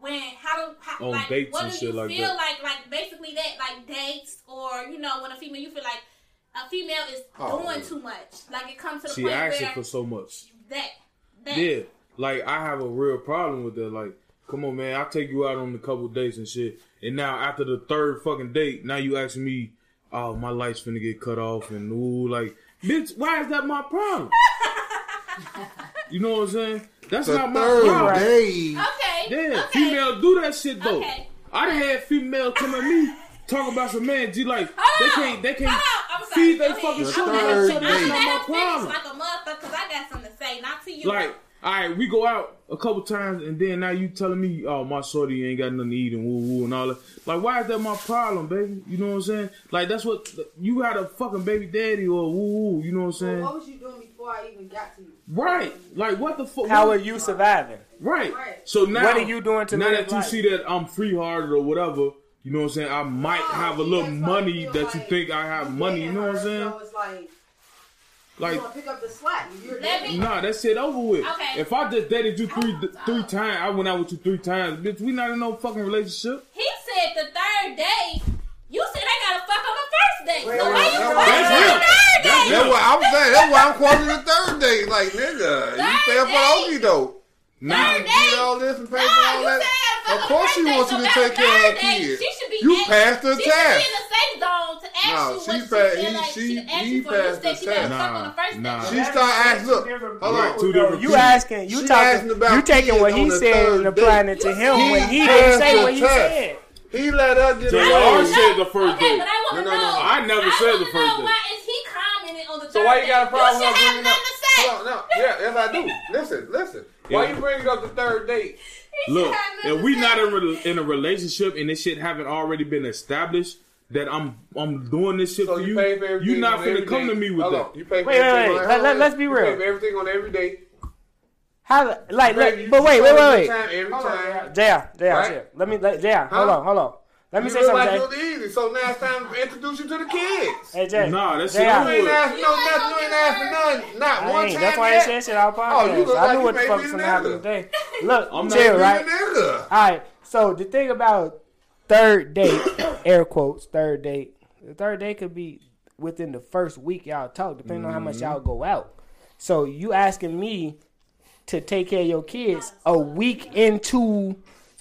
S6: when how do how,
S7: On
S6: like
S7: dates
S6: what
S7: and
S6: do
S7: shit
S6: you
S7: like
S6: feel
S7: that.
S6: like like basically that like dates or you know when a female you feel like. Uh, a female is
S10: Oh.
S6: doing too much. Like it comes to the
S7: She
S6: point
S7: asking
S6: where
S7: for so much.
S6: that that
S7: Yeah, <laughs> like I have a real problem with that. Like, come on, man, I take you out on a couple dates and shit, and now after the third fucking date, now you asking me, oh, my lights finna get cut off, and ooh, like, bitch, why is that my
S6: <laughs>
S7: problem? you know what I'm saying? That's
S4: The
S7: not my
S4: third
S7: problem.
S4: day.
S6: Okay.
S7: Yeah,
S6: Okay.
S7: female do that shit though.
S6: Okay.
S7: I done had female come at me talk about some man, G like they
S6: Hold on.
S7: can't they can't
S6: Hold on. I'm sorry.
S7: feed
S6: Go
S7: their
S6: ahead.
S7: fucking
S4: The
S7: children.
S4: third
S7: That's
S4: date.
S7: not my
S6: Let him finish
S7: problem.
S6: like a motherfucker because I got something to say, not to you.
S7: Like, all right, we go out a couple times, and then now you telling me, oh, my shorty ain't got nothing to eat and woo woo and all that. Like, why is that my problem, baby? You know what I'm saying? Like, that's what you had a fucking baby daddy or woo woo. You know what I'm saying?
S5: What was you doing before I even got to you?
S7: Right. Like, what the fuck?
S1: How are you surviving?
S7: Right.
S5: Right.
S7: So now,
S1: What are you doing to
S7: now
S1: live
S7: that you
S1: life?
S7: see that I'm free hearted or whatever? You know what I'm saying? I might
S5: Oh,
S7: have a
S5: see,
S7: little
S5: that's why I
S7: money
S5: feel
S7: that you
S5: like
S7: think I have money. You know what I'm saying?
S5: So it's like,
S7: Like,
S5: you gonna pick up the slack. You're
S6: Let
S5: dead.
S6: me-
S7: Nah, that shit over with.
S6: Okay.
S7: If I just dated you three
S6: Oh, God.
S7: three times, I went out with you three times, bitch. We not in no fucking relationship.
S6: He said the third day. You said I gotta fuck on the first day. So
S4: Wait,
S6: why
S4: wait, wait,
S6: you fucking
S4: wait,
S6: on the
S4: wait.
S6: third day?
S4: That's what I'm saying. That's why I'm quoting the third day. Like, nigga, you
S6: Third
S4: pay for
S6: day?
S4: Okie though.
S7: Nah,
S6: Third
S4: You
S6: day?
S4: did all this and pay for
S6: No,
S4: all
S6: you
S4: that.
S6: said
S4: Of course she
S6: you
S4: wants you to take care of her kids.
S6: She should be
S4: You
S6: at-
S4: passed the
S6: she should be
S4: test.
S6: in the safe zone to ask
S4: Nah,
S6: you
S4: she
S6: what she
S4: passed-
S6: feel
S4: he-
S6: like
S4: she-
S6: she, should ask
S4: he
S6: you for. You
S4: passed
S6: said
S4: the
S6: she gotta
S7: test.
S6: fuck on the first
S7: Nah,
S6: day.
S7: nah.
S4: She start asking, look, hold
S7: Right,
S4: on.
S7: two
S1: Yo,
S7: different
S1: you
S7: people.
S1: asking, you
S4: She asking
S1: talking,
S4: about
S1: you taking
S4: kids
S1: what
S4: on
S1: he
S4: the
S1: said and
S4: third
S1: applying
S4: date.
S1: it to him
S4: He
S1: when he
S4: passed
S1: didn't say
S4: the
S1: what he
S4: test.
S1: said.
S4: He let her get
S7: They
S4: away.
S7: all said the first
S6: okay,
S7: day.
S6: but I wanna
S4: No, no,
S6: know.
S4: no.
S7: I never
S6: I
S7: said the
S6: wanna
S7: first
S6: know
S7: day.
S6: Why is he commenting on the third
S10: So why you got a problem
S6: day? You
S10: with
S6: should have
S10: bringing up-
S6: nothing to say.
S4: Hold on, no, yeah, yes I do. Listen, listen.
S10: Why
S7: Yeah.
S10: you bringing up the third date?
S6: He should
S7: Look,
S6: have nothing
S7: if
S6: to
S7: we
S6: say.
S7: not in, re- in a relationship and this shit haven't already been established, that I'm I'm doing this shit
S10: So
S7: for
S10: you,
S7: you.
S10: pay for everything.
S7: You not
S10: on
S7: finna
S10: every
S7: come
S10: date.
S7: to me with
S10: Hold
S7: that.
S10: on, You pay for
S1: Wait, wait,
S10: everything
S1: wait.
S10: on-
S1: Let- let- let's be
S10: you
S1: real.
S10: pay for everything on every date.
S1: How, like,
S10: Baby,
S1: like
S10: you
S1: but wait, wait,
S10: control
S1: wait,
S10: your
S1: wait.
S10: Time every time.
S1: JR, JR,
S10: Right?
S1: JR. Let me, let, JR, hold
S10: Huh?
S1: on, hold on. Let me
S10: you
S1: say something,
S10: realize
S1: Jay.
S10: it was easy, so now it's time to introduce you to the kids.
S1: Hey, Jay.
S7: Nah, that's
S1: JR.
S7: it.
S10: You ain't asking no nothing.
S6: ain't
S10: You ain't asking nothing.
S6: gonna get
S10: Not
S1: I
S10: one
S1: ain't.
S10: time.
S1: That's why I
S10: yet.
S1: said shit out
S10: Oh,
S1: podcast.
S10: you look
S1: I
S10: like
S1: knew
S10: you
S1: what the
S10: may
S1: fuck
S10: be
S1: was
S10: the
S1: gonna happen
S10: nigga.
S1: today. Look,
S7: I'm
S1: I'm
S7: not
S1: chill,
S7: even
S1: right?
S10: Nigga.
S1: All right. So the thing about third date, <coughs> air quotes, third date. The third date could be within the first week y'all talk, depending on how much y'all go out. So you asking me to take care of your kids a week into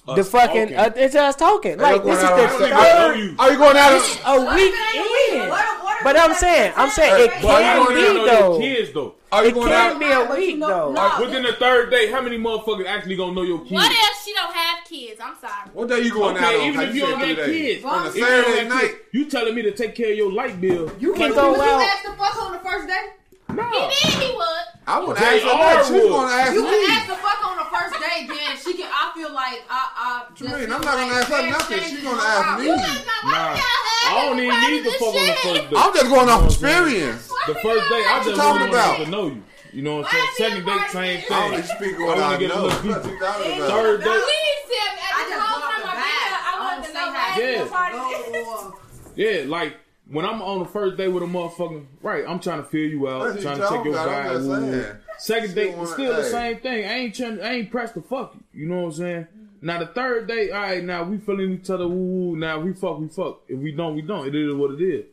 S1: the
S7: Us
S1: fucking
S7: talking.
S1: uh, it's us talking. Like this is
S4: going out
S1: the
S4: on a-
S1: third
S7: you.
S4: Are you going out? on-
S1: a week
S5: What
S1: in.
S5: a- what a-
S1: But I'm saying, I'm saying it
S7: Why you
S1: can
S7: going out on
S1: be
S7: your
S1: though.
S7: kids though?
S4: Are you
S1: It
S4: going out?
S1: can be a
S5: But you
S1: week
S5: know-
S1: though.
S5: no.
S7: Within the third day, how many motherfuckers actually gonna know your kids?
S6: What if she don't have kids? I'm sorry.
S4: What day you going out
S7: Okay,
S4: on?
S7: even
S4: How
S7: if you
S4: said
S7: don't
S4: three
S7: have
S4: days.
S7: kids,
S4: on a
S7: If you don't
S4: Saturday
S7: have
S4: night.
S7: kids, you telling me to take care of your light bill.
S1: You can
S7: Like,
S1: go
S5: Would you
S1: out.
S5: ask the fuck on the first day?
S6: He
S7: Nah.
S6: did. He would.
S4: I would
S7: They
S4: ask her.
S7: are
S4: that. She's
S7: rules.
S4: going to ask
S5: You can ask
S4: me.
S5: the fuck on the first day, then she can. I feel like I. I
S4: you mean? I'm not gonna ask her nothing. She gonna ask me.
S6: You look not
S7: Nah. I don't even need to fuck on the
S6: <laughs>
S7: first day.
S4: I'm just
S7: You know what
S4: going off
S7: I'm saying?
S4: experience.
S7: The first day, I
S4: you
S7: just
S4: talking
S7: want
S4: about?
S7: to know you. You know what
S6: Why
S7: I'm
S6: is he
S7: saying? Second day,
S6: a
S7: same
S6: part
S4: I
S6: of
S4: only
S7: thing.
S4: speak what
S7: I wanna
S4: I
S7: get a
S4: know.
S7: little
S4: What you talking about?
S7: Third
S6: We
S7: day,
S6: need to see if
S5: I
S6: every
S5: just
S6: whole
S5: want
S6: time
S5: the
S6: I
S5: vibe.
S6: pick up, I
S5: I
S6: want
S5: don't
S6: to know
S5: say
S6: how
S5: how
S7: you
S6: it's
S5: Go,
S6: party.
S5: uh,
S7: yeah, like when I'm on the first day with a motherfucker, right? I'm trying to feel you out,
S4: That's what
S7: trying
S4: you
S7: to check
S4: talking
S7: your
S4: about. I'm
S7: vibe.
S4: just
S7: woo, woo.
S4: saying.
S7: Second
S4: Still
S7: date,
S4: want-
S7: still the
S4: hey.
S7: same thing. I ain't trying, I ain't pressed to fuck you. You know what I'm saying? Now the third day, all right. Now we feeling each other. Woo, woo. Now we fuck, we fuck. If we don't, we don't. It is what it is.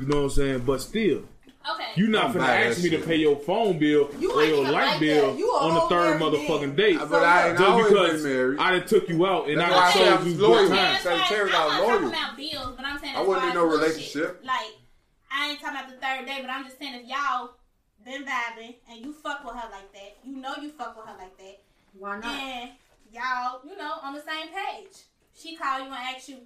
S7: You know what I'm saying? But still,
S6: <laughs> Okay.
S7: you not
S4: I'm
S7: finna
S4: about
S7: ask
S4: that
S7: me to
S4: shit.
S7: pay your phone bill
S5: You
S7: or
S5: ain't
S7: your
S5: even
S7: light
S5: like
S7: bill
S5: that. You a
S7: on the
S5: whole
S7: third
S5: married man.
S7: motherfucking date.
S4: But I ain't
S7: Just
S4: always
S7: because
S4: been married.
S7: I done took you out and
S4: That's
S7: I
S4: why I said
S7: showed
S4: I'm
S7: you
S4: loyal.
S7: good
S6: Yeah,
S7: times.
S6: as far as-
S4: Sagittarius
S6: I'm
S4: are
S6: not
S4: loyal.
S6: talking about bills, but I'm saying
S4: I
S6: as
S4: wouldn't in
S6: far as
S4: no
S6: bullshit.
S4: relationship.
S6: Like, I ain't talking about the third day, but I'm just saying if y'all been vibing and you fuck with her like that, you know you fuck with her like that,
S5: Why not?
S6: and y'all, you know, on the same page. She call you and ask you,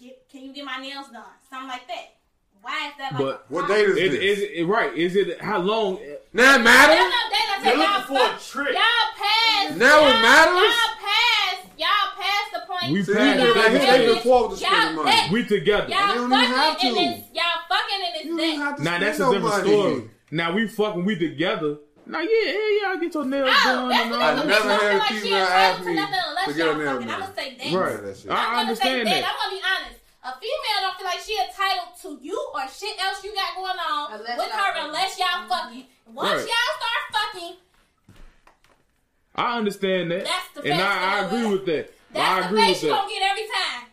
S6: get, "Can you get my nails done?" Something like that. Why is that like?
S7: But-
S6: a
S4: What
S6: problem?
S4: date is
S7: It,
S4: this?
S7: is it right? Is it how long?
S4: Now it
S6: Y'all
S4: matter.
S6: know they done
S3: They're
S6: said
S3: looking for
S6: y'all
S3: a
S6: fuck-
S3: trick.
S6: Y'all passed.
S4: Now it
S6: y'all-
S4: matters?
S6: Y'all passed. Y'all passed the point.
S7: We
S4: See,
S7: Yeah,
S4: right
S7: yeah,
S4: here,
S7: yeah.
S4: they been forward to
S6: Y'all
S4: spending money.
S6: let-
S7: We together.
S4: You
S6: Y'all
S4: don't even have
S6: fucking in
S4: to.
S6: this. Y'all fucking in
S4: You
S6: this dick.
S4: don't have to
S7: Now
S4: spend
S7: that's a
S4: no
S7: different
S4: money.
S7: story. Now we fucking we together. Now yeah, yeah, yeah. I get your nails
S6: Oh,
S7: done
S6: that's
S7: and
S6: what
S7: all
S4: I
S6: I'm
S7: that.
S4: never
S6: gonna
S4: had a
S6: like she
S4: female
S6: ain't
S4: ask
S6: entitled
S4: me
S6: to nothing unless
S4: to get
S6: y'all
S4: a nail
S6: fucking.
S4: done.
S6: I'm gonna say that.
S4: Right. that shit.
S7: I
S6: I'm gonna say
S7: understand
S6: that. I'm
S7: that.
S6: gonna be honest. A female don't feel like she entitled to you or shit else you got going on
S5: Unless
S6: with
S5: y'all
S6: her
S5: fucking.
S6: unless y'all fucking. Once
S7: Right.
S6: y'all start fucking,
S7: I understand that,
S6: That's the
S7: and
S6: facts
S7: I, I
S6: of
S7: agree
S6: it.
S7: with that.
S6: that's
S7: I
S6: the
S7: agree
S6: face
S7: with
S6: you
S7: that.
S6: gonna get every time.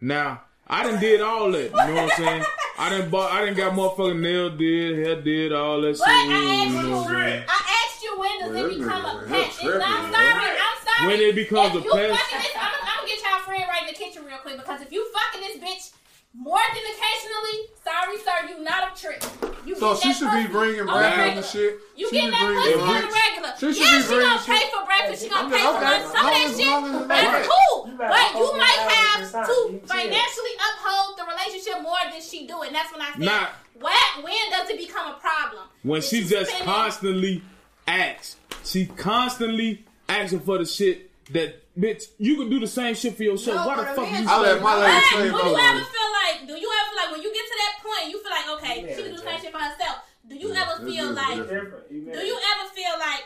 S7: Now I done did all that. You know what I'm saying? I didn't bought. I didn't got motherfucking nail did, hair did, all that shit.
S6: But I
S7: you
S6: asked
S7: know
S6: you,
S7: what I'm saying?
S6: I asked you when does
S10: Well,
S6: it become a
S10: that nigga,
S6: pet?
S10: that's
S6: It's not,
S10: tripping,
S6: I'm
S10: man.
S6: sorry, I'm sorry.
S7: When it becomes
S6: If
S7: a
S6: you
S7: pet-
S6: fucking this, I'm, I'm gonna get y'all friend right in the kitchen real quick because if you fucking this bitch more than occasionally, sorry sir, you not a trick. You
S10: So
S6: get
S10: she
S6: that
S10: should be
S6: pussy
S10: bringing
S6: on the
S10: rounds
S6: regular.
S10: and shit.
S6: You
S10: She
S6: get
S10: be
S6: that
S10: bringing
S6: pussy on the
S10: rounds.
S6: regular.
S10: She should
S6: yeah,
S10: be
S6: she
S10: bringing
S6: gonna
S10: shit.
S6: pay for breakfast. She gonna
S10: I'm
S6: pay
S10: like,
S6: for
S10: okay,
S6: lunch. Some
S10: long
S6: of that
S10: as-
S6: shit,
S10: long as it's
S6: that's
S10: right.
S6: cool.
S9: You better
S6: But you
S9: uphold
S6: might
S9: that
S6: have
S9: ass
S6: to
S9: inside. You chill.
S6: financially uphold the relationship more than she do, and that's when I said,
S7: Nah.
S6: what? When does it become a problem?
S7: When
S6: If
S7: she
S6: you
S7: just
S6: spending-
S7: constantly asks, she constantly asking for the shit that bitch. You can do the same shit for yourself.
S8: No,
S7: Why the
S8: but a
S7: fuck
S8: man-
S7: you?
S10: I let my
S6: But
S10: lady
S6: do
S10: say
S6: you
S10: about
S6: ever
S10: it.
S6: feel like? Do you ever feel like when you get to that point, you feel like, okay, she can do the same shit for herself. Do you ever
S10: this
S6: feel
S10: is
S6: like?
S10: different.
S9: Different. You
S6: Do
S9: married.
S6: you ever feel like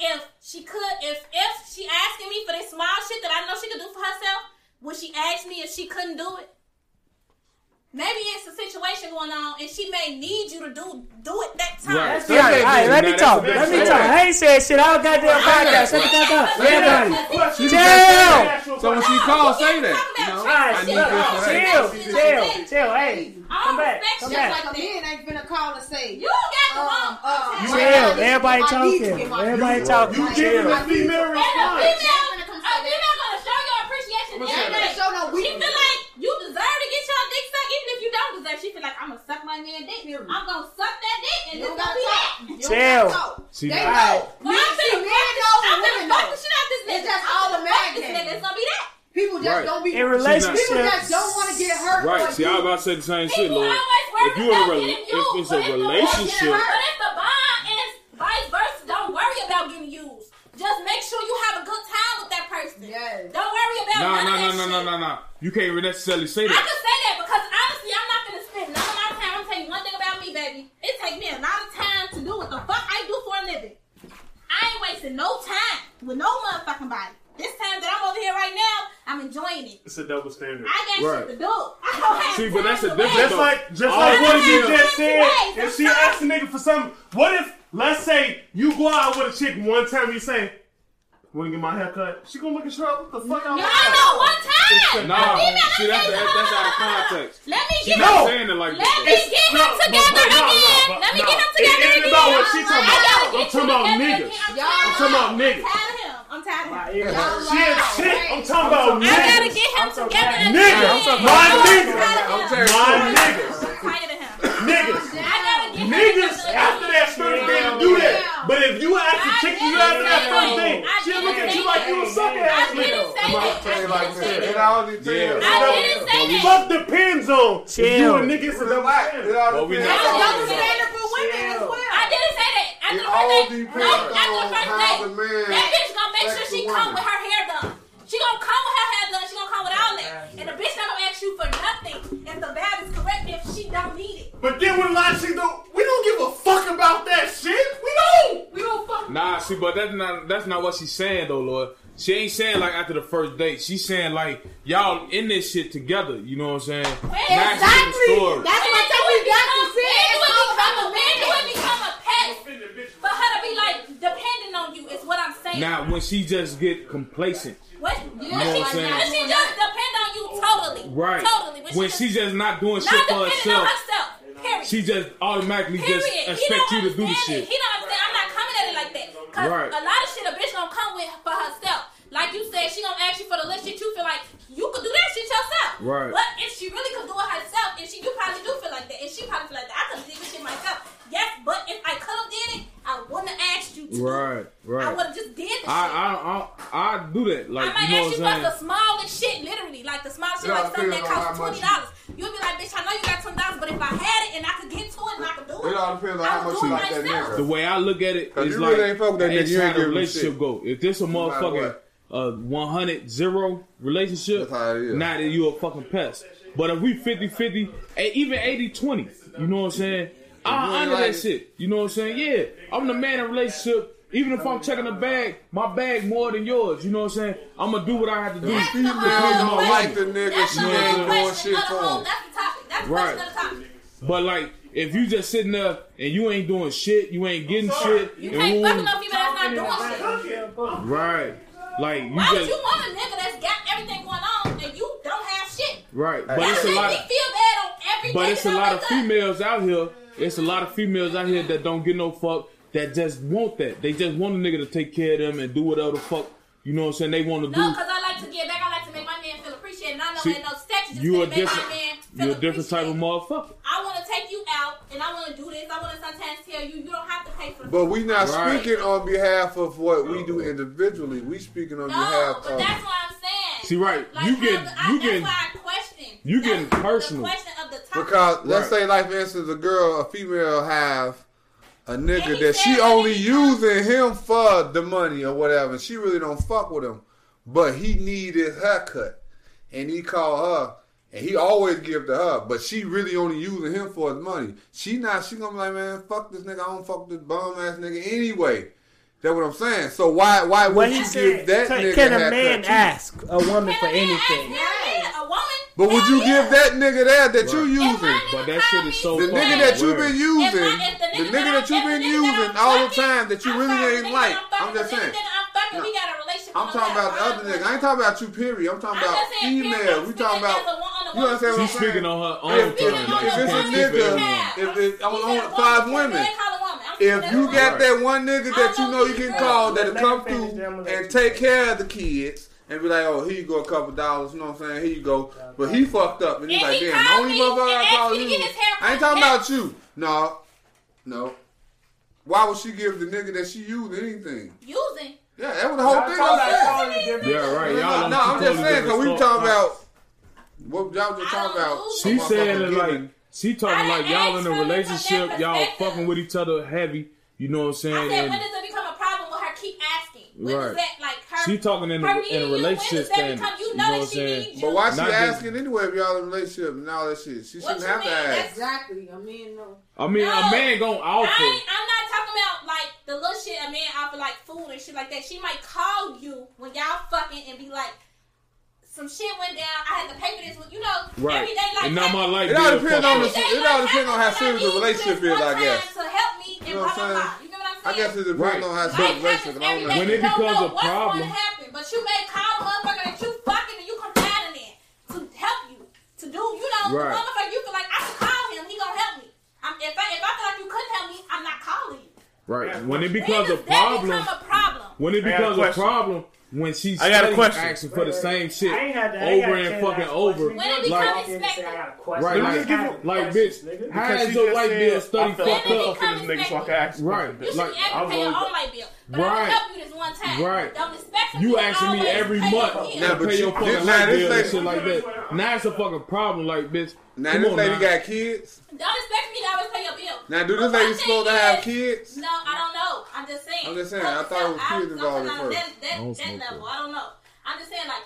S6: if she could, if if she asking me for this small shit that I know she could do for herself, would she ask me if she couldn't do it? Maybe it's a situation going on, and she may need you to do do it that time.
S7: Right.
S9: All right, all right, let me
S7: Now,
S9: talk.
S7: that's
S9: Let me
S7: the
S9: talk.
S7: best.
S9: I ain't said shit. I was goddamn podcast. Shut the fuck up. Everybody.
S6: Everybody.
S9: Chill.
S10: So when she calls, say that. You know,
S9: Alright,
S10: I need this today.
S9: chill, chill, chill, chill. Hey, come
S6: I don't
S9: back,
S6: respect
S9: come
S6: shit
S9: back.
S6: like
S8: Like a man ain't finna call and say,
S6: You got the wrong.
S8: Um, uh,
S5: Oh,
S6: contact.
S9: Chill. Everybody talking. Everybody talking.
S3: You giving
S9: Chill.
S3: a female
S6: And a
S3: response.
S6: female, a female gonna show your appreciation
S3: I'ma
S6: every
S3: say
S6: day.
S3: that.
S8: Show no
S6: She
S8: weakness.
S6: feel like you deserve to get your dick sucked, even if you don't deserve. She feel like I'm gonna suck my man dick.
S8: Period.
S6: I'm gonna suck that dick, and
S8: You
S6: it's
S8: don't gotta
S6: gonna be that.
S8: talk. You don't
S9: Chill.
S8: gotta talk.
S7: She-
S8: They
S7: All
S8: know.
S6: But I'm
S8: See,
S6: finna
S8: men
S6: fuck
S8: know
S6: I'm
S8: and
S6: finna
S8: women
S6: fuck
S8: know.
S6: the shit out this nigga.
S8: It's just
S6: I'm
S8: all
S6: finna
S8: a
S6: fuck
S8: man
S6: this
S8: game.
S6: nigga. It's gonna be that.
S8: People just
S7: Right.
S8: don't be.
S9: In
S8: people
S9: relationships,
S8: just don't want to get hurt.
S7: Right.
S8: or
S7: See, I
S8: do-
S7: about to say the same shit,
S6: People
S7: Lord.
S6: always worry
S7: If you in a
S6: about
S7: rela-
S6: getting
S7: if
S6: used,
S7: it's
S6: but
S7: a
S6: if the-
S7: relationship,
S6: but if the bond is vice versa, don't worry about getting used. Just make sure you have a good time with that person.
S8: Yes.
S6: Don't worry about
S7: nah, nah,
S6: none
S7: nah,
S6: of that
S7: nah,
S6: shit.
S7: nah, nah, nah. You can't necessarily say
S6: I
S7: that.
S6: can say that because honestly, I'm not gonna spend none of my time. I'm telling you one thing about me, baby. It takes me a lot of time to do what the fuck I do for a living. I ain't wasting no time with no motherfucking body. This time that I'm over here right now, I'm enjoying it.
S3: It's a double standard.
S6: I got
S7: Right.
S6: shit to do. <laughs> I don't have
S7: See,
S6: time
S7: but that's a
S6: to
S7: different-
S6: waste.
S3: Just like just
S7: All
S3: like what you
S7: females-
S3: just said,
S6: Right,
S3: if
S6: that's
S3: she
S6: right.
S3: asks a nigga for something, what if let's say you go out with a chick one time and you say, Wanna get my hair cut? She gonna look at you up, what the fuck I'm
S6: No, no, one time.
S7: Nah,
S6: A female
S7: see, that's,
S6: don't say,
S7: that, that's out of
S6: "Ah."
S7: context.
S6: Let me
S7: She
S6: get
S7: not
S6: up.
S7: saying it like
S6: Let me
S7: that.
S6: get him together again. Let me get him
S3: It
S6: together again.
S3: ain't about what she talking
S6: I gotta
S3: about. I'm
S6: get
S3: talking about
S6: you together
S3: niggas.
S6: again. I'm
S8: Y'all-
S3: I'm talking about niggas.
S6: I'm tired of him. I'm tired of him.
S8: Y'all
S3: She a
S8: loud,
S3: chick. I'm
S8: right?
S3: talking about
S6: I gotta
S3: niggas.
S6: get him together again.
S3: Niggas. My niggas.
S6: I'm
S3: My niggas.
S6: tired of him. I'm tired of him.
S3: Niggas.
S6: I gotta get him
S3: Niggas,
S6: together
S3: after
S6: again.
S3: that first day, to do that. But if you ask a chick, you after that first day, she'll look at you like you a sucker ass
S6: I
S3: nigga.
S6: didn't say
S10: I'll
S6: that.
S10: tell you
S6: I
S10: like
S6: didn't say
S10: that. It
S6: that.
S10: all depends.
S7: Yeah.
S6: I didn't say that.
S3: Fuck depends on if you
S9: Chill.
S3: a nigga is a double
S10: Relax.
S3: standard.
S10: It all
S7: But we
S10: depends.
S8: That's
S7: not-
S8: a
S10: on-
S8: double standard for women as well.
S6: I didn't say that. After
S10: It
S6: the
S10: all
S6: first day,
S10: depends
S6: no, after the
S10: on how
S6: first day,
S10: the man
S6: that bitch gonna make sure
S10: affects
S6: she
S10: the
S6: come
S10: woman.
S6: with her hair done. She gonna come with her hair done. She gonna come with all that. And the bitch not gonna ask you for nothing if the vibe is correct if she don't need it.
S3: But then when a lot of chicks don't, we don't give a fuck about that shit. We don't.
S6: We don't fuck.
S7: Nah, see, but that's not that's not what she's saying though, Lord. She ain't saying like after the first date. She's saying like y'all in this shit together. You know what I'm saying? Not just the
S8: Exactly.
S7: story.
S8: That's what I'm saying. We got to see
S6: When
S8: it.
S6: do it become a man? Do it become a pet for her to be like dependent on you? Is what I'm saying.
S7: Now when she just get complacent,
S6: What?
S8: know
S6: when
S7: what
S6: she,
S7: I'm saying?
S6: when she just depend on you totally.
S7: right?
S6: Totally.
S7: When she just not doing shit
S6: not
S7: for
S6: dependent on
S7: herself,
S6: herself. Period.
S7: she just automatically
S6: Period.
S7: just
S6: he
S7: expect
S6: don't
S7: you to do the
S6: understand
S7: shit.
S6: it. He don't understand. I'm not coming at it like that. Cause
S7: Right.
S6: a lot of shit a bitch gonna come with for herself. Like you said, she gonna ask you for the list shit. You feel like you could do that shit yourself.
S7: Right.
S6: But if she really could do it herself, and she you probably do feel like that, and she probably feel like that, I could do this shit myself. Yes, but if I could have did it, I wouldn't have asked you to.
S7: Right,
S6: I
S7: right.
S6: would have just did the shit.
S7: I I I I do that.
S6: I
S7: Like
S6: might
S7: you know
S6: ask
S7: what
S6: you
S7: I'm
S6: about
S7: saying?
S6: the smallest shit, literally, like the smallest shit,
S10: Yeah,
S6: like
S10: I
S6: something
S10: feel
S6: that
S10: it on
S6: costs
S10: how
S6: twenty
S10: much
S6: dollars. You'll be like, bitch, I know you got twenty dollars, but if I had it and I could get to it and I could do it,
S10: It all depends on
S6: I
S10: how
S6: would
S10: much
S6: do
S10: you
S6: it
S10: like that
S6: myself.
S10: nigga.
S7: The way I look at it
S10: Cause
S7: is
S10: you
S7: like
S10: really ain't fuck with that nigga,
S7: it's
S10: you ain't
S7: how the
S10: giving him
S7: relationship
S10: shit.
S7: go. If this a
S10: matter
S7: motherfucking uh, 100 0 relationship,
S10: That's how it is.
S7: now that you a fucking pest. But if we 50 50, even 80 20, you know what I'm saying?
S10: you
S7: I
S10: ain't
S7: honor
S10: like-
S7: that shit. You know what I'm saying? Yeah, I'm the man in a relationship. Even if I'm checking the bag, my bag more than yours. You know what I'm saying? I'm gonna do what I have to do.
S6: That's the
S10: Female
S6: whole
S10: don't like the
S6: question.
S10: nigga,
S6: That's
S10: she
S6: the
S10: ain't
S6: whole
S10: doing
S6: question
S10: shit
S6: of the
S10: for
S6: whole-
S10: him.
S6: That's the topic. That's the
S7: Right.
S6: question of the topic.
S7: But like, if you just sitting there and you ain't doing shit, you ain't getting shit.
S6: You
S7: and
S6: can't
S7: woo-
S6: fuck with no female that's not doing shit.
S7: right? Like you
S6: Why would
S7: just
S6: you want a nigga that's got everything going on and you don't have shit?
S7: right, but
S6: That
S7: it's a
S6: make
S7: lot.
S6: me feel bad on every
S7: But it's a lot of females out here. It's a lot of females out here that don't get no fuck. That just want that. They just want a nigga to take care of them and do whatever the fuck. You know what I'm saying? They want to
S6: No,
S7: do.
S6: because I like to give back. I like to make my man feel appreciated. And I know
S7: See,
S6: ain't no sex just
S7: You a
S6: to make
S7: different.
S6: my man feel
S7: You a different type of
S6: appreciated.
S7: motherfucker.
S6: I want to take you out, and I want to do this. I want to sometimes tell you, you don't have to pay for the
S4: But we not
S7: Right.
S4: speaking on behalf of what we do individually. We speaking on
S6: No,
S4: behalf
S6: but
S4: of.
S6: that's what I'm saying.
S7: See, right?
S6: Like,
S7: you
S6: how
S7: get.
S6: the- I,
S7: You
S6: that's
S7: get.
S6: why I question.
S7: you
S6: That's
S7: getting personal.
S6: The question of the topic.
S4: Because let's
S7: Right.
S4: say, like for instance, a girl, a female have a
S6: And
S4: nigga
S6: he
S4: that she
S6: said-
S4: only using him for the money or whatever, and she really don't fuck with him, but he need his haircut, and he call her, and he always give to her, but she really only using him for his money. She not, she gonna be like, man, fuck this nigga, I don't fuck with this bum ass nigga anyway. That's what I'm saying. So why why would
S1: What
S4: you
S1: he said,
S4: give that
S1: can,
S4: nigga
S1: can
S4: a
S1: a
S4: haircut
S1: man
S4: too?
S1: ask a woman
S6: Can
S1: for
S6: a man ask
S1: anything?
S6: me? Yeah, a woman.
S4: But would you give that nigga that that you
S6: If my
S4: using?
S6: nigga
S7: But that
S6: call
S7: shit is
S6: me-
S7: so
S4: The
S7: Fuck
S4: nigga
S7: word.
S4: that you've been
S6: If
S4: using,
S6: I- if
S4: the nigga that you've been
S6: if the nigga that
S4: using
S6: I'm
S4: all the
S6: fucking-
S4: time that you
S6: I'm
S4: really
S6: sorry,
S4: ain't
S6: the nigga
S4: like.
S6: that
S4: I'm just
S6: fucking- the nigga
S4: saying.
S6: that I'm fucking, we got a relationship
S4: I'm
S6: on
S4: talking
S6: that.
S4: about the
S6: Why
S4: other
S6: would-
S4: nigga. I ain't talking about you, period. I'm talking
S6: I'm
S4: about
S6: just saying, period.
S4: female.
S6: I'm
S4: We talking
S6: speaking as a
S4: about.
S6: one-on-one
S4: You understand what I'm
S7: She's
S4: saying?
S7: speaking on her own.
S4: If, if,
S6: speaking
S7: terms, like,
S6: on her
S7: she
S6: own
S7: can't
S4: if
S6: terms.
S7: speak
S4: it's
S7: for
S4: a
S7: everyone.
S6: Yeah.
S4: nigga, if it, on,
S6: You said a
S4: on
S6: woman,
S4: five
S6: you
S4: women,
S6: said call a woman. I'm
S4: if
S6: speaking as a
S4: you
S6: woman.
S4: got that one nigga that you know you can call that'll
S1: Let him
S4: come
S1: finish,
S4: through
S1: then I'm gonna let
S4: and
S1: you
S4: take care of the kids and be like, oh, here you go, a couple dollars. You know what I'm saying? Here you go. But he fucked up and he's
S6: And
S4: like,
S6: he
S4: damn, the
S6: called
S4: only
S6: me
S4: motherfucker
S6: and
S4: I
S6: asked
S4: call
S6: me to
S4: you.
S6: get his hair
S4: I ain't
S6: cut.
S4: talking about you. No, no. Why would she give the nigga that she used anything?
S6: using.
S4: Yeah, that was the whole thing.
S1: Talk
S4: I
S1: about
S4: said.
S1: totally different-
S7: Yeah, right.
S4: No,
S7: Y'all
S4: no,
S7: on
S4: no,
S7: two
S4: I'm just
S7: totally
S4: saying because we
S7: different
S4: talking
S7: thought-
S4: about what y'all just
S6: I
S4: talking
S6: don't
S4: about.
S6: lose
S4: a
S7: She
S6: Motherfucker
S7: saying it
S4: motherfucker
S7: like
S4: giving.
S7: she talking
S6: I
S7: like
S6: done
S7: y'all in
S6: asked
S7: a
S6: from a
S7: relationship,
S6: perspective.
S7: y'all fucking with each other heavy. You know what I'm
S6: I
S7: saying?
S6: said, when
S7: And
S6: does it become a problem with her keep asking? When does
S7: Right.
S6: that, like, her...
S7: she talking in
S6: her
S7: a,
S6: needing
S7: in a
S6: you, when
S7: relationship
S6: does that
S7: standard.
S6: become, you
S7: You
S6: know
S7: know what I'm
S6: that she
S7: saying?
S6: needs you.
S4: But why she
S7: Not just-
S4: asking anyway if y'all in a relationship and all that shit? She
S6: What
S4: shouldn't
S6: you
S4: have to
S6: mean?
S4: ask.
S6: That's-
S5: Exactly. I mean, no.
S7: I mean,
S6: No.
S7: a man gonna
S6: I
S7: offer.
S6: ain't, I'm not talking about like the little shit a man offer like food and shit like that. She might call you when y'all fucking and be like, some shit went down. I had to pay for this. You know,
S7: Right.
S6: every day like
S7: and now my
S6: that.
S7: life
S4: It all
S7: being
S4: depends
S7: fucked
S4: on
S7: up.
S4: the.
S6: Every day
S4: It
S6: like
S4: all depends on
S6: that,
S4: how
S6: I
S4: serious
S6: need
S4: the
S6: you
S4: relationship is.
S6: this
S4: I
S6: one
S4: guess.
S6: time To help me and
S4: You know
S6: blah
S4: what I'm
S6: blah blah.
S4: saying?
S6: You get what I'm
S4: I
S6: saying?
S4: guess it depends
S7: Right.
S4: on how serious
S6: Life
S4: the
S6: happens
S4: relationship. I
S6: every
S4: don't
S6: day.
S4: know.
S7: When
S6: you
S7: it
S6: don't
S7: becomes
S6: know
S7: a
S6: what's
S7: problem-
S6: going to happen, but you may call a motherfucker that you fucking and you confide in it to help you to do. You know,
S7: Right.
S6: the motherfucker you feel like I can call him, he gonna help me. I'm, if I if I feel like you couldn't help me, I'm not calling you.
S7: Right. When it
S6: When
S7: becomes a
S6: does that
S7: problem,
S6: become a problem?
S7: when it
S9: I got a
S7: becomes a
S9: question.
S7: problem, when she's
S9: I got a question.
S7: asking for
S1: Wait,
S7: the
S1: wait.
S7: same shit
S9: I ain't had to- I ain't
S7: over
S9: got a chance
S7: and
S9: to ask
S7: fucking
S9: a
S7: over.
S9: question.
S6: When it
S7: Like,
S6: becomes
S1: Didn't say I
S6: expected.
S1: got a question.
S7: Right,
S1: I
S7: like-
S1: just have
S7: like,
S1: questions,
S7: bitch,
S1: nigga.
S7: how
S9: Because
S7: is
S9: she
S7: your
S9: just
S7: life
S9: said,
S7: being
S9: I
S7: study
S9: felt like
S7: fucked up?
S9: fucking this nigga, so I can ask.
S7: Right.
S6: You should
S7: Like, I
S6: be able to pay your own light bill. But I'm
S7: Right.
S6: gonna help you this one time.
S7: Right.
S6: Don't expect
S7: You
S6: to
S7: asking me
S6: always
S7: every
S6: pay
S7: month
S4: Now,
S6: your
S7: to
S6: bill.
S4: but
S7: pay
S4: you-
S7: your fucking light
S4: this- now this
S7: bill and
S4: lady-
S7: shit like that. Now it's a fucking problem, like bitch.
S4: Now
S7: come
S4: this
S7: on
S4: lady
S7: now.
S4: got kids.
S6: Don't expect me to always pay your bill.
S4: Now do
S6: But
S4: this
S6: my
S4: lady
S6: thing
S4: supposed to
S6: is-
S4: have kids?
S6: No, I don't know. I'm just saying.
S4: I'm just saying,
S6: Help
S4: I thought it was kids
S6: yourself. I'm-
S4: involved
S6: I'm
S4: at
S6: not-
S4: first.
S6: That, that,
S7: I don't
S6: that
S7: smoke
S6: level,
S7: that.
S6: I don't know. I'm just saying, like,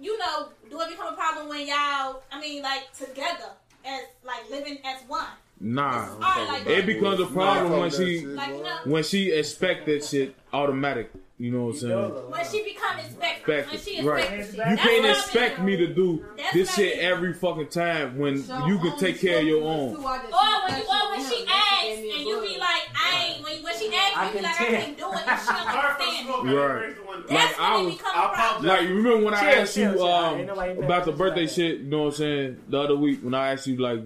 S6: you know, do it become a problem when y'all? I mean, like together as like living as one.
S7: Nah.
S6: Alright, like
S7: It becomes a problem when she-
S6: Like, you know,
S7: when she expect that shit automatic. You know what I'm saying?
S6: when she become expected,
S7: Expect
S6: when she
S7: it, right.
S6: expected,
S7: You
S6: That's
S7: can't
S6: what I
S7: expect
S6: mean.
S7: me to do
S6: That's
S7: this
S6: what I
S7: shit
S6: mean.
S7: every fucking time when
S5: So
S7: you can
S5: only
S7: take care of your
S5: two
S7: own.
S5: are the
S6: Or when you,
S5: two
S6: or when she
S5: that
S6: asks
S5: gave me a
S6: and you be
S5: buzz.
S6: like, I ain't. When, when she asks,
S1: I
S6: you be
S1: can
S6: like, I
S1: tell.
S6: can't do it.
S1: <laughs>
S6: And she don't understand. it.
S7: Right.
S6: That's
S7: I
S6: when
S7: was-
S6: it become
S3: I
S6: a problem.
S7: Like you remember when I
S1: Chill,
S7: asked
S1: chill,
S7: you
S1: chill.
S7: um,
S1: Ain't nobody
S7: about the
S1: mad.
S7: birthday shit, you know what I'm saying? The other week when I asked you like,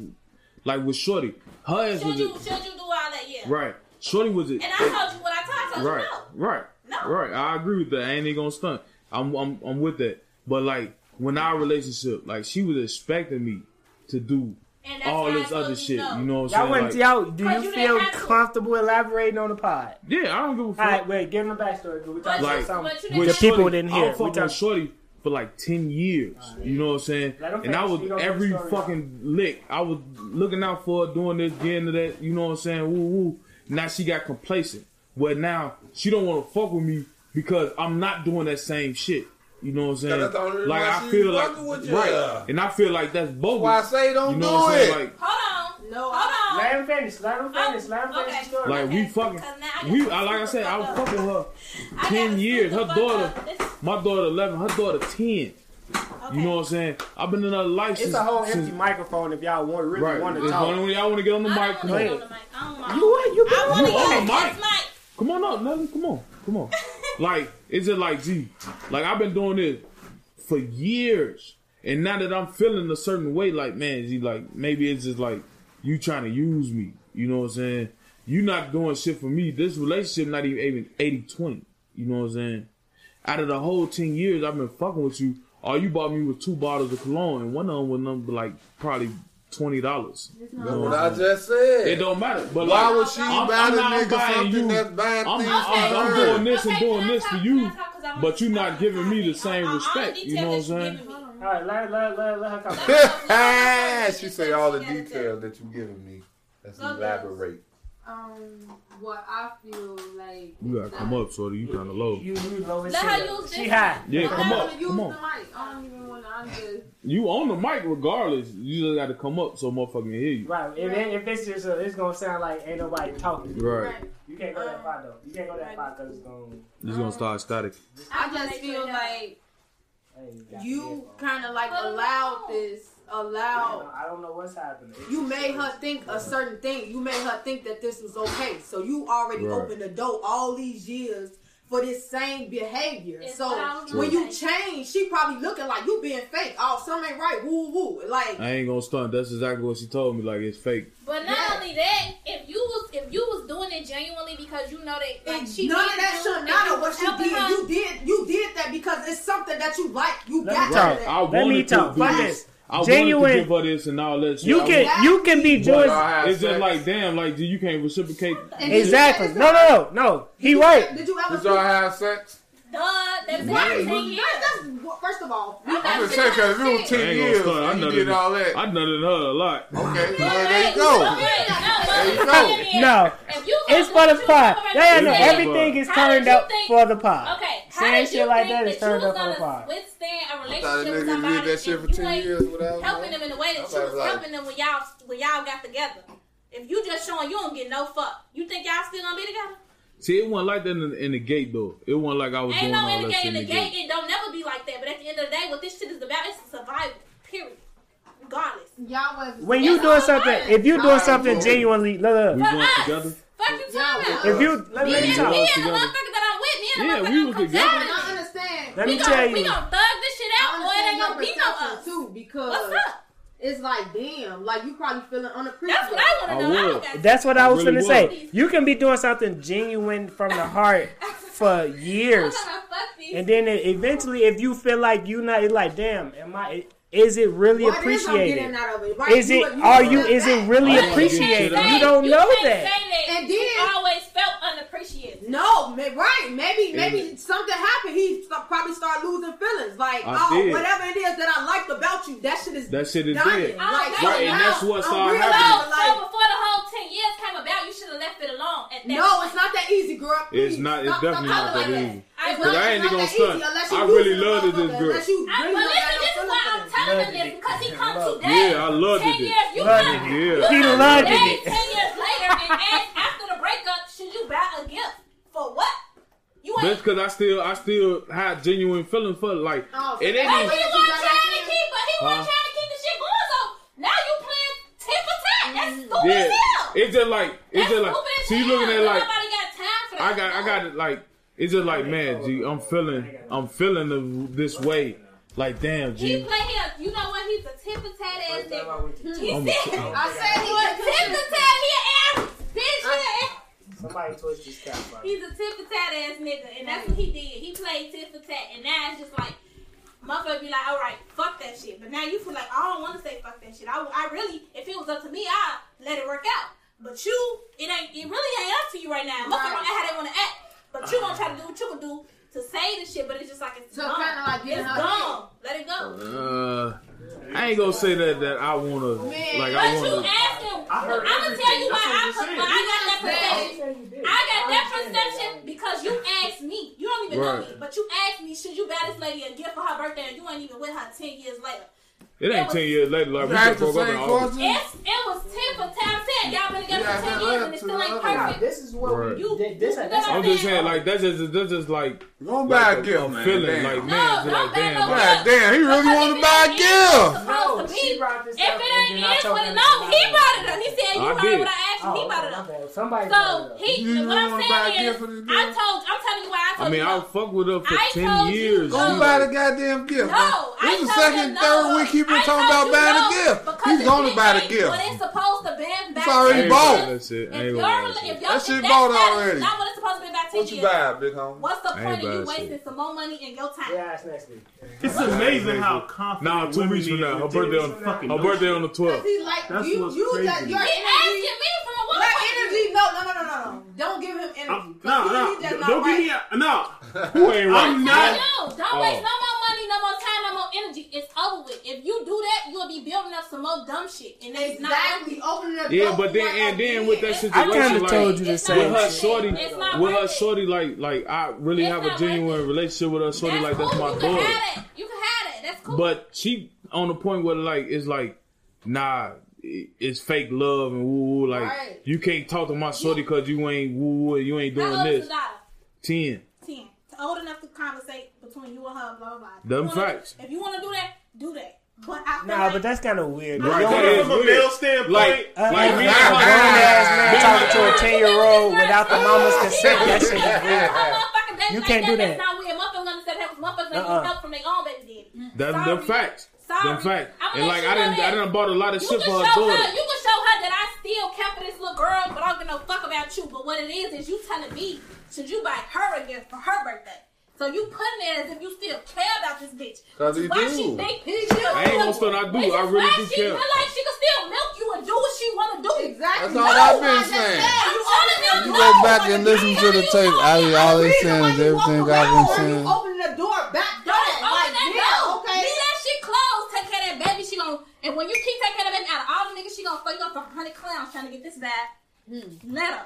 S7: like with Shorty, her ass
S6: Should
S7: was
S6: you,
S7: it
S6: should you do all that? Yeah.
S7: right? Shorty was it
S6: And I told you what I told you. I told
S7: right,
S6: you
S7: right,
S6: No.
S7: right. I agree with that. I ain't even gonna stunt. I'm, I'm, I'm with that. But like when our relationship, like she was expecting me to do
S6: no. And that's
S7: all
S6: why I
S7: this
S6: told
S7: other shit.
S6: no.
S7: You know what
S1: Y'all
S7: I'm saying?
S1: want
S7: Like,
S1: y'all? Do
S6: Cause you
S1: you
S6: didn't
S1: feel
S6: have to.
S1: comfortable elaborating on the pod?
S7: yeah, I don't give a
S1: All
S7: fuck.
S1: right, wait. Give them the backstory. 'cause We talking
S7: Like,
S1: about something.
S6: But you
S7: with
S6: didn't-
S1: The people
S7: Shorty,
S1: didn't
S7: I
S1: hear. We
S7: was fucking with
S1: talk-
S7: Shorty for like ten years. You know what I'm saying?
S1: Let 'em
S7: And I
S1: finish.
S7: was
S1: You gonna
S7: every
S1: get the story out.
S7: fucking lick. I was looking out for her, doing this, getting to that. You know what I'm saying? Woo woo. Now she got complacent. Well, now she don't want to fuck with me because I'm not doing that same shit. You know what I'm saying?
S4: that's the only reason
S7: like
S4: why
S7: I
S4: she
S7: feel
S4: ain't
S7: like
S4: fucking with you.
S7: right, and I feel like that's bogus.
S4: Why I say don't
S7: you know what
S4: do
S7: I'm
S4: it?
S7: saying? Like,
S6: Hold on.
S5: No,
S6: Hold on.
S1: Let him finish. Let him finish. Let him finish
S6: Oh, Okay.
S1: the story.
S7: like we
S6: Okay,
S7: fucking,
S6: 'cause now I gotta
S7: we
S6: scoop
S7: I, like I
S6: the
S7: said, I
S6: fuck
S7: was
S6: up.
S7: fucking her
S6: I gotta
S7: ten
S6: scoop
S7: years.
S6: the
S7: Her
S6: fuck
S7: daughter,
S6: up. This-
S7: my daughter eleven, her daughter ten.
S6: okay.
S7: You know what I'm saying? I've been in her life
S1: It's
S7: since,
S1: a whole
S7: since-
S1: empty microphone if y'all want really
S7: Right.
S1: want
S7: It's
S1: to
S7: the only
S1: talk.
S7: one y'all want to get on the mic.
S6: I don't
S7: Come
S6: wanna
S7: on.
S6: go on the mic. I don't want-
S1: You what? You
S6: I want
S7: You
S6: to go
S7: on
S6: on
S7: the
S6: this
S7: mic.
S6: mic.
S7: Come on up, Nelly. Come on. Come on. like, it's just like, gee, like I've been doing this for years. And now that I'm feeling a certain way, like man, you like maybe it's just like you trying to use me. You know what I'm saying? You not doing shit for me. This relationship not even 80 20. You know what I'm saying? Out of the whole 10 years I've been fucking with you, all you bought me was two bottles of cologne, and one of them was number like probably twenty dollars.
S4: That's what I just said.
S7: It don't matter. But
S4: Why
S7: like,
S4: would she
S7: I'm-
S4: buy
S7: I'm
S4: the
S7: not
S4: nigga
S7: buying
S4: something
S7: you.
S4: that's buying
S7: I'm,
S4: things
S7: I'm,
S4: for
S7: I'm
S4: her?
S7: doing this and
S6: Okay,
S7: doing
S6: can I
S7: this for
S6: talk-
S7: you,
S6: can I talk? 'Cause I wanna
S7: but you
S6: talk
S7: not giving me the same
S6: about all the
S7: respect. You know what I'm
S6: details that
S7: saying?
S6: you giving me.
S1: All right, let, let, let, let her come. back.
S4: <laughs> she say all the details that you giving me. Let's
S6: Go, girls.
S4: elaborate.
S5: Um, what I feel like.
S7: You gotta come up, so you kind of low.
S1: You, you low as
S6: Let her
S1: shit.
S6: use this
S1: She high.
S7: Yeah,
S5: I'm
S7: come
S5: not
S7: up,
S5: gonna use
S7: come
S5: the
S7: on.
S5: mic. I don't even want to. I'm just.
S7: You on the mic regardless. You just gotta come up so motherfucking hear you.
S1: Right. If, it- if it's just, a, it's gonna sound like ain't nobody talking.
S7: Right.
S1: You can't go
S6: Uh,
S1: that far though. You can't go that far because it's gonna.
S7: This gonna start static.
S5: I just feel like
S1: Hey, got
S5: you
S1: me.
S5: kind of like allowed this.
S1: I don't
S5: Allowed.
S1: know- I don't know what's happening.
S5: You made her think a certain thing. You made her think that this was okay. So you already
S7: Right.
S5: opened the door all these years for this same behavior.
S6: It's
S5: so
S6: what I was
S5: when
S6: gonna
S5: you
S6: say.
S5: change, she probably looking like you being fake. Oh, something ain't right. Woo woo. Like
S7: I ain't gonna stunt. That's exactly what she told me. Like it's fake.
S6: But not
S5: Yeah.
S6: only that, if you was if you was doing it genuinely because you know that like
S5: And
S6: she
S5: none of
S6: needed
S5: that
S6: you,
S5: should
S6: if
S5: matter
S6: you
S5: what
S6: was
S5: you
S6: helping
S5: did.
S6: her-
S5: You did you did that because it's something that you like. You
S1: Let me
S5: got to
S1: talk.
S5: do
S7: I
S5: that.
S1: Let me
S7: wanted to
S1: talk.
S7: do
S1: Like
S7: this.
S1: this.
S7: I wanted
S1: Genuine-
S7: to give her this, and all that. shit.
S1: You
S7: I
S1: can you can be doing
S7: It's just like damn, like dude, you can't reciprocate.
S5: And did you-
S1: exactly. No, no, no, no. He right.
S5: Did you ever?
S4: Did y'all have sex?
S6: Duh, that's
S4: Why?
S6: what I'm
S5: That's- that's- first of all, you
S4: I'm just saying, cause if it was
S7: I
S4: ten
S7: ain't gonna
S4: years
S7: stunt. I
S4: and you
S7: nutted
S4: did
S7: in-
S4: all that,
S7: I nutted her a lot.
S4: okay, well there you go. There you go.
S1: No,
S6: If you
S1: it's for the
S6: gonna do what you
S1: pod.
S6: already
S1: Yeah, yeah,
S6: did,
S1: no.
S7: It's
S1: Everything
S7: for
S1: is
S6: the pod.
S1: turned
S6: How did
S1: up
S6: you think-
S1: for the pod.
S6: Okay, how
S1: Saying
S6: did you
S1: shit like
S6: think
S1: that is
S6: that you
S1: turned
S6: was
S1: up on the
S6: gonna
S1: pod.
S6: withstand a
S4: Thought a
S6: relationship with
S4: nigga
S6: somebody
S4: did that shit for
S6: if you
S4: ten years
S6: ain't
S4: without
S6: helping them in the way that you
S4: Somebody
S6: was
S4: like-
S6: helping them when y'all when y'all got together? If you just showing you don't get no fuck, you think y'all still gonna be together?
S7: See, it wasn't like that in the, in the gate though. It wasn't like I was doing
S6: Ain't
S7: all
S6: no in the
S7: that
S6: gate
S7: shit
S6: in the gate. It don't never be like that. But at the end of the day, what this shit is about is survival. Period. Regardless.
S5: Y'all was
S1: When you doing something, if you doing something genuinely, look,
S7: We
S1: look.
S7: went
S6: us.
S7: together.
S6: Fuck you talking about.
S1: If you let
S6: me
S1: me
S6: and, me
S1: talk.
S6: and the
S7: together.
S6: motherfucker that I'm with, me and the
S7: Yeah, we
S6: motherfucker that
S7: was
S6: comes
S7: together.
S6: out
S5: I
S6: with.
S5: understand.
S1: Let
S6: We
S1: me
S6: gonna,
S1: tell
S6: we
S1: you.
S6: gonna thug this shit
S5: I
S6: out, boy. It
S5: understand
S6: ain't
S5: your
S6: gonna be no
S5: perception,
S6: us.
S5: too because
S6: What's up?
S5: it's like damn, like you probably feeling unappreciated.
S6: That's what I wanna
S7: I
S6: know. I
S7: will.
S6: don't got
S1: That's what I was
S7: really
S1: gonna
S7: was.
S1: say. You can be doing something genuine from the heart for years,
S6: I'm gonna fuck these.
S1: and then it, eventually, if you feel like you not, it's like, damn, am I? Is it really
S5: What is I'm getting
S1: appreciated?
S5: out of it? Right?
S1: Is it? Are you? Is it really
S7: I wanna get
S1: appreciated?
S7: to that.
S1: You don't
S6: you
S1: know
S6: can't
S1: that.
S6: Say that.
S5: And
S6: you
S5: then-
S6: always felt unappreciated.
S5: No, ma- right? Maybe, maybe something happened. He st- probably started losing feelings. Like,
S7: I
S5: oh,
S7: did.
S5: whatever it is that I liked about you, that shit is
S7: That shit is
S5: dying.
S7: dead.
S5: Like,
S6: Right, and
S7: that's what started
S5: I'm
S6: So,
S5: realizing,
S7: happening.
S6: so
S5: like,
S6: before the whole ten years came about, you should have left it alone. At that
S5: No,
S6: point.
S5: it's not that easy, girl. Please,
S7: It's not- it's
S5: stop-
S7: definitely
S5: stop
S7: not
S5: talking
S7: that
S5: like
S7: easy.
S6: I
S5: It's
S6: agree.
S5: not-
S7: I ain't
S5: it's
S7: even
S5: not
S7: gonna
S5: that easy
S7: stunt.
S5: unless you
S7: I
S5: lose
S7: really
S5: the
S7: loved this
S5: motherfucker,
S7: girl.
S5: unless you
S6: I,
S5: really
S6: but
S5: don't
S6: listen,
S5: got no
S6: this is why I'm
S5: feelings for them.
S6: telling him this because he comes today.
S7: Yeah, I loved
S6: Ten
S7: it.
S6: years, you
S1: Loved
S6: come,
S1: it,
S7: yeah.
S6: you
S1: He
S6: come
S1: loved
S6: today,
S1: it.
S6: Ten years later, and ask after the breakup, should you buy a gift for what? You ain't.
S7: That's because I still, I still had genuine feeling for like
S5: Oh,
S7: it
S5: okay.
S6: But
S7: ain't.
S6: he
S7: even-
S6: wasn't trying to keep, but he wasn't
S7: Huh?
S6: trying to keep the shit going. So now you playing tit for tat. That's stupid
S7: Yeah,
S6: as hell.
S7: it's just like it's
S6: That's
S7: just like.
S6: stupid as
S7: So you
S6: hell.
S7: looking at like
S6: nobody got time for that.
S7: I got, I got it like it's just like man, G, I'm feeling, I'm feeling the, this way. Like damn,
S6: He
S7: G.
S6: play him. You know what? He's a tit for tat ass nigga. He
S7: I'm
S6: said,
S7: a-
S5: I said he
S6: <laughs> "Tit for tat, he an ass bitch." He an ass-
S1: Somebody twist this cap. bro.
S6: He's a tit for tat ass nigga, and that's what he did. He played tit for tat, and now it's just like, motherfucker be like, all right, fuck that shit. But now you feel like, I don't want to say fuck that shit. I, I really, if it was up to me, I let it work out. But you, it ain't, it really ain't up to you right now. Motherfucker
S5: Right.
S6: act how they want to act, but you gonna try to do what you gonna do to say the shit. But it's just like it's
S5: So
S6: gone.
S5: kinda like getting
S6: it's
S5: her
S6: gone. Let it go.
S7: Uh, I ain't gonna say that that I wanna like
S6: But
S7: I
S6: you
S7: wanna.
S6: asking,
S1: I heard
S6: I'm gonna tell you
S1: everything.
S6: why I,
S1: That's what
S6: put,
S1: I'm
S6: why I got that perception.
S5: saying.
S6: I got that perception because you asked me. You don't even know
S7: Right.
S6: me, but you asked me, should you buy this lady a gift for her birthday and you ain't even with her 10 years later?
S7: It ain't ten years later. Like
S4: You
S7: we
S4: asked
S7: just
S4: the
S7: broke up in
S4: same
S7: August.
S4: question.
S6: It's, it was 10 for 10 10. Y'all been
S4: Hmm.
S6: together
S4: Yeah,
S6: for 10
S4: I
S6: years
S4: love
S6: and it
S4: to
S6: still ain't
S4: love.
S1: Nah,
S6: perfect.
S1: this is what
S7: Right.
S1: we. This, this,
S6: You-
S1: this,
S7: I'm just saying like that's just that's just like
S4: Go and buy
S7: like
S4: a
S7: a,
S4: gift,
S7: a
S4: man.
S7: feeling
S4: damn.
S7: like
S6: No,
S7: man,
S6: don't
S7: like
S6: buy
S7: damn.
S6: no
S7: like,
S4: God damn, he really wanted to buy a gift.
S6: Supposed to
S1: No,
S6: be.
S1: she brought this
S6: If
S1: up
S6: it
S1: and then
S6: ain't
S1: I
S6: is
S1: told
S6: what
S1: her
S6: it
S1: it's
S6: no, he
S1: not.
S6: brought it up. He said you
S7: I
S6: heard
S7: did.
S6: what I he
S1: Oh,
S6: brought it up.
S1: Somebody
S6: So he,
S4: You
S6: what I'm
S4: wanna buy a
S6: saying
S4: gift
S6: is, I
S4: for
S6: told,
S4: this girl?
S6: I'm telling you why I told
S7: I mean,
S6: you
S7: I
S6: no.
S7: fuck with her for
S6: I
S7: ten
S6: told you
S7: years.
S6: no.
S7: You-
S11: Go buy the goddamn gift.
S6: No, I
S11: this is the
S6: told
S11: second,
S6: you no.
S11: third week he been
S6: I
S11: talking
S6: told
S11: about
S6: you
S11: buying
S6: no,
S11: a gift.
S6: because
S11: He's
S6: if
S11: gonna
S6: it
S11: buy the
S6: ain't
S11: gift.
S6: What it's supposed to been back.
S11: It's already
S7: I ain't
S11: bought.
S7: gonna buy that shit. I ain't
S6: If you're,
S7: gonna buy that shit.
S6: if y'all,
S11: That
S6: if
S11: shit
S6: that's
S11: bought
S6: not-
S11: already.
S6: Not what it's supposed to be back ten
S4: What you
S6: years.
S4: buy, big homie?
S6: What's the
S7: I ain't
S6: point of
S7: buying
S6: you
S7: shit.
S6: wasting some more money and your time?
S1: Yeah, it's next week.
S3: It's amazing how confident.
S7: Nah, two
S3: women
S7: weeks from
S3: is
S7: now. Her
S3: with
S7: birthday
S3: this
S7: on
S3: fucking
S7: her
S3: notion.
S7: birthday on the twelfth.
S5: He like
S3: That's
S5: you.
S3: what's
S5: You
S3: crazy.
S5: that your
S6: He
S5: energy.
S6: asking me from a woman.
S5: Your energy. No, no, no, no, no, no. Don't give him energy.
S3: I'm- No, no,
S5: He just not
S3: don't give
S5: right.
S3: me a no.
S7: Who ain't
S3: I'm
S7: right?
S3: not.
S6: No, don't
S7: Oh.
S6: waste no more money, no more time, no more energy. It's over with. If you do that, you'll be building up some more dumb shit, and it's not.
S5: Exactly. Opening up.
S7: Yeah,
S5: door
S7: but
S5: for
S7: then
S5: one
S7: and then with that
S6: It's-
S7: situation,
S6: I
S1: kinda
S7: like,
S1: told you the
S6: It's
S1: same.
S6: not
S7: with
S6: worth
S7: her
S6: it.
S7: shorty,
S6: It's not
S7: with her
S6: worth it.
S7: shorty, like like I really
S6: It's
S7: have
S6: not
S7: a
S6: worth
S7: genuine
S6: it.
S7: relationship with her shorty, like that's
S6: cool.
S7: my
S6: you can
S7: daughter.
S6: have it. You can have it. That's cool.
S7: But she on the point where like it's like, nah, i- it's fake love and woo woo. Like
S5: Right.
S7: you can't talk to my shorty because you ain't woo woo and you ain't
S6: how
S7: doing
S6: old is
S7: this.
S6: your daughter?
S7: Ten.
S6: Ten. Old enough to conversate between you and her. Blah blah. blah. If
S7: Them
S6: you wanna-
S7: facts.
S6: If you want to do that, do that. But I feel
S1: Nah,
S6: like
S1: but that's kind of weird.
S6: Right.
S1: You don't-
S7: That
S3: Coming
S7: is
S3: from a
S7: weird.
S3: male standpoint,
S7: Like,
S1: Uh,
S7: like
S1: if
S7: me
S1: you
S7: and
S1: got a
S7: my-
S1: grown ass man
S7: me
S1: talking
S7: and
S1: to a ten year old without the mama's
S6: Oh,
S1: consent, that shit is weird.
S6: weird.
S1: You can't do that.
S6: That's not weird. Motherfuckers understand that motherfuckers ain't
S1: Uh-uh.
S6: getting help from their own baby daddy.
S7: Them,
S6: Sorry.
S7: them facts.
S6: Sorry.
S7: Them facts.
S6: I'ma
S7: And
S6: let
S7: like
S6: you
S7: I
S6: know
S7: didn't, I
S6: that.
S7: didn't bought a lot of
S6: You
S7: shit
S6: can
S7: for
S6: show
S7: her daughter.
S6: her. You can show her that I still care for this little girl, but I don't give no fuck about you. But what it is is you telling me should you buy her a gift for her birthday. So you putting it as if you still care about this bitch.
S4: 'Cause you
S6: Why
S4: do.
S6: she think I
S7: ain't gonna start, I do. I really do
S6: she
S7: care.
S6: feel like she can still milk you and do what she wanna do.
S5: Exactly.
S4: That's all I've been saying.
S6: I'm telling
S11: You
S6: you,
S11: go
S6: no,
S11: back
S6: like,
S11: and listen
S6: how
S11: to the
S6: you
S11: tape.
S6: gonna
S11: I all they
S5: Reason
S11: saying
S5: why
S11: is
S5: you walk
S11: everything
S5: around
S11: I've been
S5: or You
S11: saying.
S5: open the door back.
S6: Don't
S5: Don't
S6: open
S5: like
S6: that
S5: yeah,
S6: door.
S5: okay.
S6: Leave that shit closed. Take care of that baby. She gon' and when you keep taking care of that baby, out of all the niggas, she gonna fuck you up for hundred clowns trying to get this bag. Let her,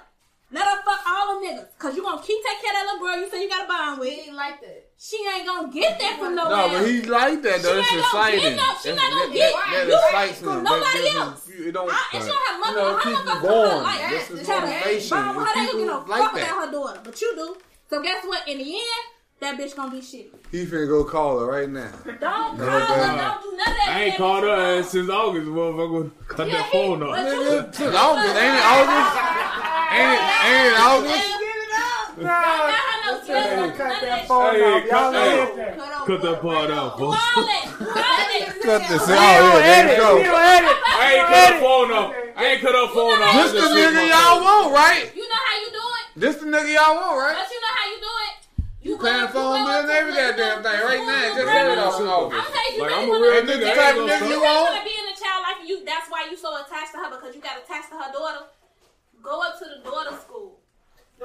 S6: let her fuck all the niggas, cause you gonna keep taking care of that little girl. You say you got a bond
S5: He
S6: with.
S5: ain't like that.
S6: She ain't gonna get that from no
S4: No,
S6: man.
S4: but he like that though.
S6: She
S4: It's
S6: not gonna get
S4: exciting.
S6: no- she
S4: That's-
S6: not gonna
S4: that-
S6: get
S4: that-
S6: you
S4: That excites me.
S6: from
S4: That
S6: nobody
S4: gives me-
S6: else.
S4: It don't.
S6: I, it's not her
S4: you
S6: mother.
S4: know,
S6: How
S4: keep you
S6: motherfuckers
S4: going.
S6: like that?
S4: This is
S5: Try to-
S4: motivation.
S6: Mom, how they
S4: People
S6: gonna give no
S4: like
S6: fuck
S4: that.
S6: about her daughter? But you do. So guess what? In the end, that bitch gonna be shitty.
S4: He finna go call her right now.
S6: Don't call
S4: God.
S6: her. Don't do none of that.
S7: I
S6: shit.
S7: ain't called her ass since August, motherfucker. Cut
S6: Yeah,
S7: that
S6: he-
S7: phone off.
S6: but you-
S4: Nigga, since August, <laughs> ain't it August? Ain't it, ain't it August?
S6: Not her no
S1: Hey,
S6: guilt, none
S1: cut that
S6: of that
S1: phone
S7: Hey,
S1: off. Y'all
S7: cut that.
S1: live there.
S7: Cut that part out,
S6: shit.
S7: folks.
S6: Call it. Call it.
S4: Cut this out.
S1: We don't
S4: Oh, yeah, there
S1: edit.
S4: you go.
S1: We don't edit.
S7: I ain't cut her phone off. I ain't cut her phone off.
S4: This the
S7: Just shoot
S4: nigga
S7: my
S4: y'all
S7: phone.
S4: want, right?
S6: You know how you do it,
S4: This the nigga y'all want, right?
S6: but you know how you do it. You
S4: Paying
S6: go-
S4: phone
S6: you go
S4: bills and
S6: to-
S4: every goddamn thing right
S6: you
S4: now.
S6: go
S4: Just
S6: to-
S4: let it off in
S6: I'm
S4: August.
S6: saying you
S7: Like,
S6: ain't
S7: I'm a
S6: gonna-
S7: real
S4: Ain't this
S7: nigga.
S4: the
S7: I ain't
S4: type
S7: gonna
S4: of nigga
S7: stop.
S4: you
S6: You
S4: want?
S6: want to be in a child life, and you that's why you so attached to her because you got attached to her daughter. Go up to the daughter school.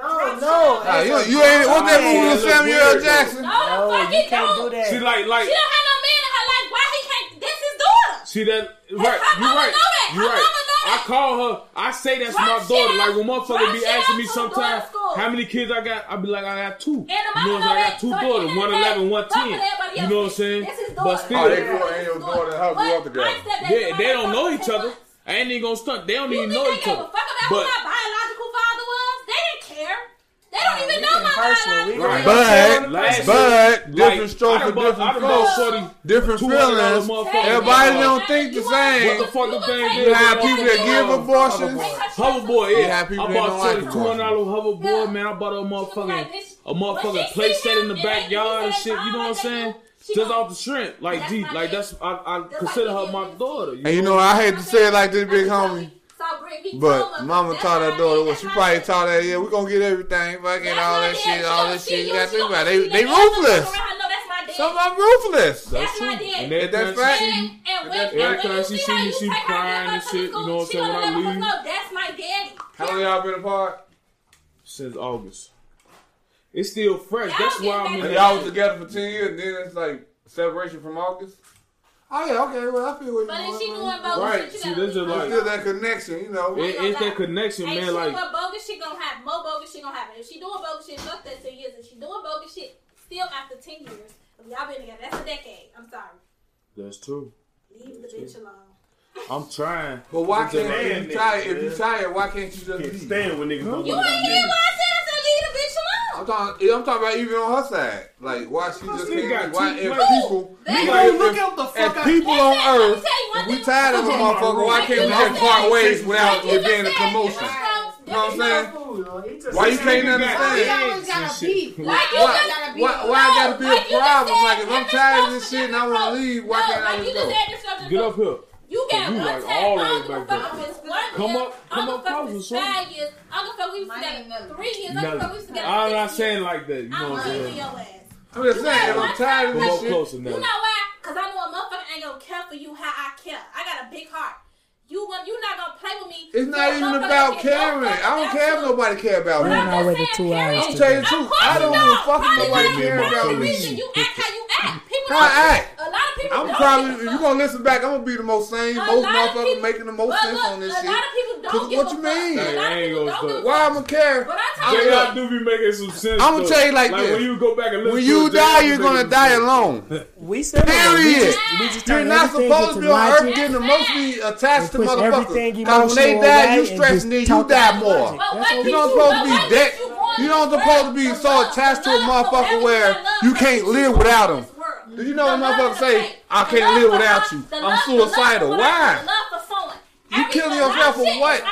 S1: No, no.
S4: Nah, you, you ain't what that movie with
S7: Yeah,
S4: Samuel
S7: look
S4: L.
S7: weird,
S4: Jackson?
S6: No,
S1: No,
S6: the fuck
S1: you
S6: he
S1: can't do
S6: don't.
S1: that.
S7: She like like
S6: She don't have no man in her life. Why he can't? This his daughter.
S7: she that right. You
S6: Her mama
S7: right.
S6: know that.
S7: You
S6: Her
S7: right.
S6: mama know
S7: I
S6: that.
S7: call her. I say that's my
S6: Drop shit
S7: daughter. Like when
S6: out.
S7: motherfucker be
S6: Drop shit
S7: asking me
S6: out to the
S7: sometimes
S6: daughter school.
S7: how many kids I got, I be like I got two.
S6: And the
S7: you
S6: mama
S7: know what I'm
S6: know
S7: saying? I
S6: that.
S7: got two
S6: So at the
S7: daughters,
S6: end of
S7: one
S6: the day,
S7: eleven, one
S6: fuck with
S7: ten.
S6: everybody
S7: You know what I'm
S6: else.
S7: saying?
S6: This is
S7: But
S6: daughter.
S7: still,
S4: Oh, they grew
S6: This
S4: and your
S6: is
S4: daughter and her
S6: But
S4: grew up together.
S6: I said that
S7: They,
S6: to my
S7: they don't know
S6: motherfucking
S7: each other.
S6: parents.
S7: I ain't even gonna stunt. They don't
S6: You
S7: even
S6: think
S7: know
S6: they
S7: each
S6: gave a
S7: other.
S6: fuck about who
S7: But
S6: my biological father was? They didn't care. They don't even
S1: we
S6: know
S1: getting
S6: my
S1: personal. We
S6: biological
S1: getting-
S6: father.
S4: But,
S7: Last
S4: but,
S7: like,
S4: different strokes
S7: I
S4: for
S7: done bought- I
S4: different
S7: done bought
S4: folks,
S7: shorty
S4: different
S7: $200
S4: feelings.
S7: motherfucker.
S4: Everybody don't think the
S6: You want-
S4: same.
S7: What the fuck the
S6: You
S7: thing
S6: would
S7: is?
S4: You
S6: take-
S4: have people that give abortions.
S6: They touch
S7: Hoverboard,
S6: your-
S7: yeah.
S4: You have people
S7: I
S4: that
S7: bought
S4: don't like
S7: shorty
S4: the
S7: $200 hoverboard,
S6: Yeah.
S7: man. I bought her a
S6: like,
S7: motherfucking,
S6: this-
S7: a
S6: but
S7: motherfucking
S6: she
S7: play
S6: see
S7: set in the
S6: them, and they-
S7: backyard
S6: they
S7: and
S6: say,
S7: shit. You know what
S6: "Oh,
S7: I'm
S6: they
S7: saying?
S6: do." She
S7: Just
S6: gonna-
S7: off the strength. Like,
S6: That's
S7: deep.
S6: my
S7: Like,
S6: thing.
S7: that's, I, I
S6: That's
S7: consider
S6: like
S7: her my
S6: you-
S7: daughter. You
S4: And you know, I hate to say it like this, big homie.
S6: So, Britt, he told
S4: But
S6: her,
S4: mama
S6: that's
S4: taught
S6: what
S4: her
S6: I
S4: daughter
S6: mean,
S4: what she
S6: that's
S4: probably
S6: how-
S4: taught her. Yeah, we gonna get everything, fucking
S6: That's
S4: all
S6: my
S4: that
S6: dad.
S4: shit,
S6: She
S4: all
S6: gonna-
S4: that
S6: she
S4: shit. You
S6: gonna-
S4: gotta
S6: she
S4: think
S6: gonna-
S4: about it.
S6: she
S4: They, they
S6: gonna look
S4: ruthless.
S6: around her, know that's my dad.
S4: Some of them ruthless.
S6: That's
S7: true.
S6: my dad.
S7: And
S4: If that's
S7: that's
S4: fact,
S7: she-
S6: And, and when,
S4: That's
S6: and
S4: right,
S6: when you
S7: cause she
S6: see
S7: see
S6: her,
S7: me,
S6: you
S7: she
S6: take her
S7: crying
S6: out
S7: and shit, you know what I'm
S6: She
S7: saying,
S6: gonna
S7: when I
S6: never
S7: leave.
S6: know that's my daddy.
S4: How long y'all been apart?
S7: Since August. It's still fresh.
S6: Y'all
S7: That's why
S6: get
S7: I'm
S6: back
S4: And
S7: in.
S6: together.
S4: y'all was together for ten years, and then it's like separation from August. Oh yeah, okay. Well, I feel what
S6: But
S4: you
S6: if she
S4: going
S6: doing bogus,
S7: Right,
S6: shit, you
S7: see,
S6: gotta
S7: this is
S6: leave her
S7: like-
S4: Still
S6: alone.
S4: that connection, you know.
S7: It- it's that connection,
S6: Ain't
S7: man.
S6: she
S7: Like,
S6: doing bogus, she gonna have more bogus shit gonna happen. If she doing bogus shit, fuck that ten years. If she doing bogus shit, still after ten years, if y'all been together, that's a decade. I'm sorry.
S7: that's true.
S6: Leave the bitch alone.
S7: I'm trying.
S4: But why
S7: It's just
S4: can't
S7: like-
S4: if you tired? If you tired, why can't you just
S3: Can't
S4: leave?
S3: stand when niggas don't
S6: You
S3: want
S6: ain't
S3: to
S6: hear why I said I said leave the bitch alone.
S4: I'm talking. I'm talking about even on her side. Like why she just
S7: nigga
S4: can't.
S7: got
S4: Why
S7: two
S4: if
S7: legs.
S4: people,
S6: They
S4: if-
S6: don't
S4: if-
S3: out the
S4: if people
S6: Let me tell-
S4: on
S6: let me
S4: earth,
S6: tell you one
S4: if we
S6: thing.
S4: tired of a motherfucker. Why
S6: Like
S4: can't we
S6: you
S4: just
S6: just
S4: part
S6: said.
S4: ways without
S6: Like you
S4: it being a
S6: just said,
S4: commotion?
S6: it's
S4: You know what I'm saying?
S1: saying?
S4: Why you can't understand?
S12: always gotta beef.
S6: Like you
S4: Why,
S6: just
S4: why, why I gotta be
S6: like you
S4: a
S6: just
S4: problem?
S6: said,
S4: Like if I'm
S6: different
S4: tired of
S6: strokes
S4: this
S6: for
S4: shit and I
S6: different
S4: want to leave, why
S6: no,
S4: can't
S6: like
S4: I
S6: you
S4: just
S6: just
S4: go?
S6: had this subject.
S7: Get up here.
S6: You
S4: Oh,
S6: got
S7: You
S6: one
S7: like all the
S6: time. I
S7: way
S6: don't give a
S7: back
S6: fuck
S7: there.
S6: if it's one
S7: Come
S6: year.
S7: up-
S6: I don't
S7: come up
S6: give a fuck if
S7: closer,
S6: it's
S7: son.
S6: five years. I don't give a fuck if we
S12: Mine ain't
S6: together
S12: nothing.
S6: three years. I don't give a fuck if we
S7: Nothing.
S6: together
S7: I'm not
S6: six
S7: saying
S6: years.
S7: like that. You know
S6: I'm
S7: what I'm
S6: leaving
S7: saying?
S6: your
S4: I'm just
S6: ass. You
S4: saying,
S6: got
S4: if I'm
S6: one
S4: tired of
S6: time
S7: Come
S4: this
S7: up
S6: left.
S4: shit,
S7: closer
S6: You know
S7: now.
S6: why? Cause I know a motherfucker ain't gonna care for you how I care. I got a big heart. You want you not gonna play with me.
S4: it's
S6: You a
S4: not even
S6: motherfucker
S4: about
S6: that get no
S4: caring.
S6: fucks
S4: I don't
S6: out
S4: care if
S6: you.
S4: nobody care about
S6: But
S4: me.
S6: I'm
S4: I'm
S6: just
S13: waited
S6: saying,
S13: two hours
S6: period.
S13: to
S4: telling you the
S6: Of
S4: truth.
S6: course
S4: I
S6: you
S4: don't give a fuck if
S6: Probably
S4: nobody
S6: not.
S4: care
S6: That's
S4: about
S6: the reason
S4: me.
S6: you act how you act. People
S4: How I
S6: don't-
S4: act?
S6: A lot of people
S4: I'm
S6: don't
S4: probably, if
S6: give a
S4: you're
S6: fuck.
S4: gonna listen back, I'm gonna be the most sane,
S6: A
S4: most
S6: lot of
S4: motherfucker
S6: people-
S4: making the most
S6: but
S4: sense
S6: look,
S4: on this
S6: a
S4: shit.
S6: lot of people
S4: Cause
S6: don't give
S4: what
S6: a
S4: you
S6: fuck.
S4: mean?
S6: A lot
S7: Hey,
S6: of people
S7: I ain't
S6: don't
S7: gonna
S6: give a
S4: Why I'm gonna care?
S6: But I
S4: I'm
S6: tell you
S4: not-
S7: Y'all do be making some sense.
S4: I'ma
S7: though.
S4: tell you like this.
S7: when you go back and listen
S4: When
S7: to
S4: you
S7: it, y'all
S4: die,
S7: be
S4: you're
S7: making
S4: gonna
S7: some
S4: die
S7: sense.
S4: alone.
S1: We said
S4: Period.
S1: We just, we just
S4: You're
S1: turn
S4: not
S1: everything
S4: supposed to
S1: into
S4: be on
S1: logic.
S4: earth getting emotionally attached to
S1: Push
S4: motherfuckers.
S1: everything
S4: Cause when they
S1: emotional
S4: die,
S1: away
S4: you
S1: and
S4: stress
S1: just
S4: and then you
S1: talk
S4: die
S1: about
S4: more.
S1: logic. That's what
S4: You
S1: we
S4: don't
S1: do.
S4: supposed to be dead. You don't supposed to be so attached to a motherfucker where you can't live without him. Do you know what motherfuckers say? I can't live without you. I'm suicidal. Why? You killing yourself for what?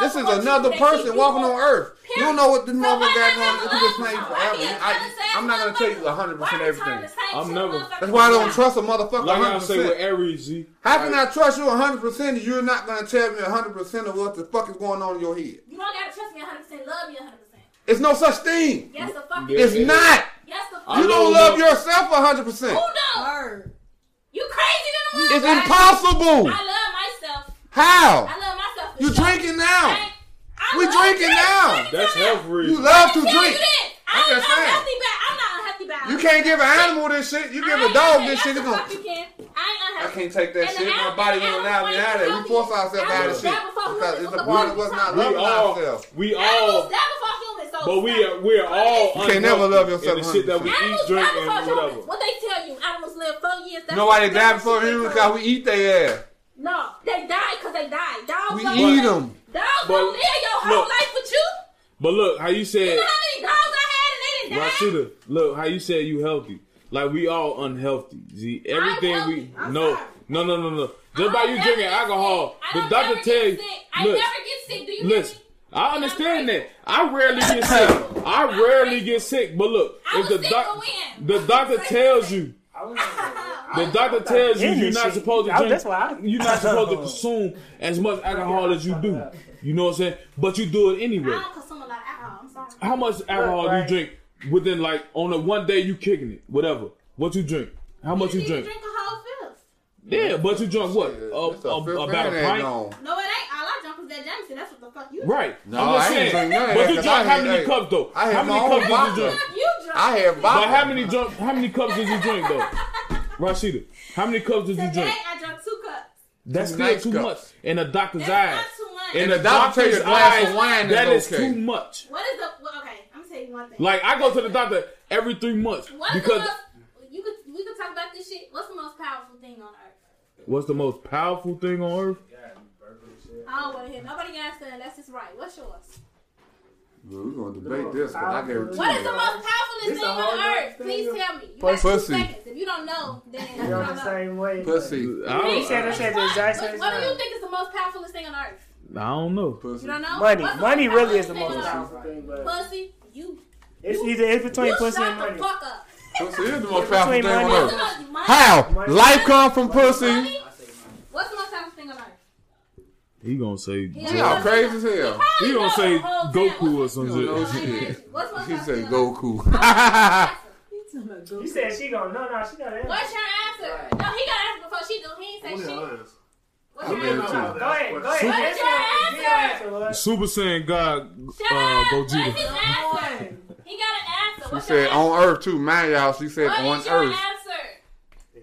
S4: This is another person walking on earth. You don't know what this motherfucker got going on. You just playing forever. I, am not gonna tell you 100 percent everything.
S7: I'm never-
S4: That's why I don't trust a motherfucker
S7: Like I
S4: 100
S7: say with
S4: percent.
S7: Aries, G.
S4: How can I trust you 100 percent if you're not gonna tell me 100 percent of what the fuck is going on in your head?
S6: You don't gotta trust me 100%. Love me 100%.
S4: It's no such thing.
S6: Yes, the fuck.
S7: Yeah.
S4: It's not.
S6: Yes, the
S7: I
S4: You
S6: fuck.
S4: don't
S7: know
S4: love
S7: that.
S4: yourself 100 percent.
S6: Who knows?
S5: Word.
S6: You crazy than
S4: It's
S6: the motherfucker.
S4: impossible.
S6: I love myself.
S4: How?
S6: I love myself. for
S4: You
S6: sure.
S4: drinking
S6: I
S4: now?
S6: ain't- I
S4: We
S6: love
S4: drinking
S6: drink.
S4: now.
S6: Fucking
S7: That's
S6: tell me-
S7: health
S4: You
S7: reason.
S4: love to
S6: Tell you
S4: drink.
S6: this.
S4: I'm
S6: I ain't
S4: just saying.
S6: unhealthy by. I'm not unhealthy by.
S4: You can't give an animal this shit. You
S6: I
S4: give a
S6: ain't
S4: dog
S6: unhealthy.
S4: this shit, it's
S6: Yes, the
S4: gonna.
S6: fuck you can. I ain't
S4: I
S6: unhealthy.
S4: can't take that
S6: And
S4: shit.
S6: the
S4: My
S6: animal-
S4: body
S6: the
S4: won't allow me
S6: animal
S4: out of that. We
S6: ain't
S4: force
S6: healthy.
S4: ourselves out of
S6: Animals
S4: shit
S6: die before
S4: because
S6: humans.
S4: it's a
S6: Look
S4: part
S6: at
S4: of us
S6: all
S4: not
S6: these
S7: We
S4: loving
S7: all,
S4: ourselves.
S7: we
S6: Animals
S7: all,
S6: die before humans. So
S7: but we
S6: stop.
S7: are, we are all.
S4: You can't never love
S7: unhealthy
S4: yourself
S7: in The shit that we eat,
S6: Animals
S7: drink,
S6: die before
S7: and
S6: humans.
S7: whatever.
S6: What they tell you? Animals live four years. That's
S4: Nobody died
S6: that's
S4: before
S6: what they
S4: humans
S6: told
S4: because we eat their ass.
S6: No, they died because they died. Dogs
S4: We
S6: don't
S4: eat
S6: live-
S4: 'em.
S6: Dogs
S7: But-
S6: don't live your whole
S7: look.
S6: life with you.
S7: But look, how you
S6: You
S7: said,
S6: know how many dogs I had and they didn't die?
S7: Rashida, look, how you said you healthy. Like we all unhealthy. See, everything
S6: healthy.
S7: we
S6: I'm
S7: no,
S6: sorry.
S7: no, no, no, no.
S6: I
S7: Just by
S6: don't
S7: you
S6: never
S7: drinking
S6: get
S7: alcohol,
S6: sick. I
S7: the
S6: don't
S7: doctor
S6: never
S7: tell
S6: get
S7: you.
S6: sick. I
S7: Look,
S6: never get sick. Do you hear
S7: Listen,
S6: me?
S7: I understand that. I rarely get sick. I rarely get sick. But look,
S6: I
S7: if
S6: was
S7: the
S6: sick
S7: doc-
S6: for when?
S7: the doctor tells you, the doctor tells you
S1: in
S7: you're
S1: this
S7: not
S1: shit.
S7: supposed to
S1: I-
S7: drink.
S1: that's why I-
S7: you're not
S1: <laughs>
S7: supposed to consume as much alcohol as you do. You know what I'm saying? But you do it
S6: I
S7: anyway.
S6: don't consume a lot of alcohol. I'm sorry.
S7: How much alcohol
S1: right.
S7: do you drink within like on a one day you kicking it? Whatever. What you drink? How much you
S6: You
S7: drink?
S6: drink a whole fifth.
S7: Yeah, but you drunk what? A,
S4: It's a
S7: a-
S4: fifth
S7: about
S4: round
S7: a
S4: ain't
S7: pint.
S4: gone.
S6: No, it ain't. All I drunk was that Jameson. That's what the fuck you drink.
S7: Right.
S4: No,
S7: I'm just
S4: I ain't
S7: saying.
S4: drink none of
S7: But
S4: that
S7: you
S4: 'cause
S7: drunk
S4: I
S7: how
S4: had-
S7: many
S4: hey,
S7: cups though?
S4: I had
S7: How
S4: my own
S7: many cups
S4: vodka.
S7: did you drink?
S6: Fuck you drunk.
S4: I had
S7: But how
S4: vodka.
S7: many drunk? How many cups did you
S1: <laughs>
S7: drink though, Rashida? How many cups did you
S6: Today,
S7: drink?
S6: I drank two cups.
S7: That's
S4: Two
S7: still
S4: nice
S7: too
S4: cups.
S7: much in a doctor's
S6: That's
S7: eyes.
S6: not too much.
S7: In
S4: The
S7: a
S4: doctor tell
S7: doctor's
S4: you a glass
S7: eyes,
S4: of wine is
S7: that is
S4: okay.
S7: too much.
S6: What is the... Well, okay, I'm going to tell you one thing.
S7: Like I go to the doctor every three months
S6: What's
S7: because
S6: the most... You could, we could talk about this shit. What's the most powerful thing on earth?
S7: what's the most powerful thing on earth?
S6: I don't want to hear nobody answering. That's just right. What's yours?
S4: We're gonna debate this because I guarantee
S6: What is the
S4: you.
S6: most powerful thing on earth? Please tell me. You got two
S4: Pussy.
S6: seconds. If you don't know, then I
S1: You're on
S6: don't
S1: the
S6: know.
S1: same way.
S7: I
S4: Pussy.
S7: don't,
S1: He said I said the exact
S6: What,
S1: same
S6: what do you
S1: thing.
S6: think is the most powerful thing on earth?
S7: I don't know.
S6: You
S4: Pussy.
S6: don't know?
S1: Money,
S6: What's the
S1: money
S6: most
S1: really is the
S6: powerful
S1: most
S6: thing on
S1: powerful thing,
S6: earth?
S1: but
S6: Pussy, you
S1: it's either it's between
S6: you
S1: pussy
S6: shut
S1: and
S6: the
S1: money.
S6: fuck up.
S4: Pussy is the most powerful thing on
S1: money.
S6: What's the
S4: earth.
S6: most money?
S4: How? Life come from pussy.
S6: Money? What's the most powerful thing on earth?
S7: He gonna say
S6: He
S7: Goku.
S6: don't
S4: We all
S6: know.
S4: crazy as hell.
S7: he
S6: probably
S7: gonna
S6: knows
S7: say
S6: the whole damn-
S7: Goku or
S6: what's
S7: some
S4: You don't know
S7: shit.
S4: shit.
S6: What's the most
S4: He said
S6: powerful thing on earth?
S4: Goku.
S5: He's talking about
S1: You
S5: Goku.
S1: said she gonna no, no, she gotta answer.
S6: What's your answer? No, he got answer before she do. He ain't say shit. What's
S4: I Uh,
S6: your
S4: mean,
S1: Go
S6: answer?
S1: ahead, go ahead.
S6: What's your
S1: Answer it.
S6: answer?
S1: Answer it.
S7: Super Saiyan God
S6: Shut
S7: uh,
S6: up. What's his
S7: Gogeta.
S6: answer? He got an answer.
S4: She
S6: What's your
S4: said
S6: answer?
S4: on earth too. Mind y'all, she said
S6: What is
S4: on
S6: your
S4: earth.
S6: answer? You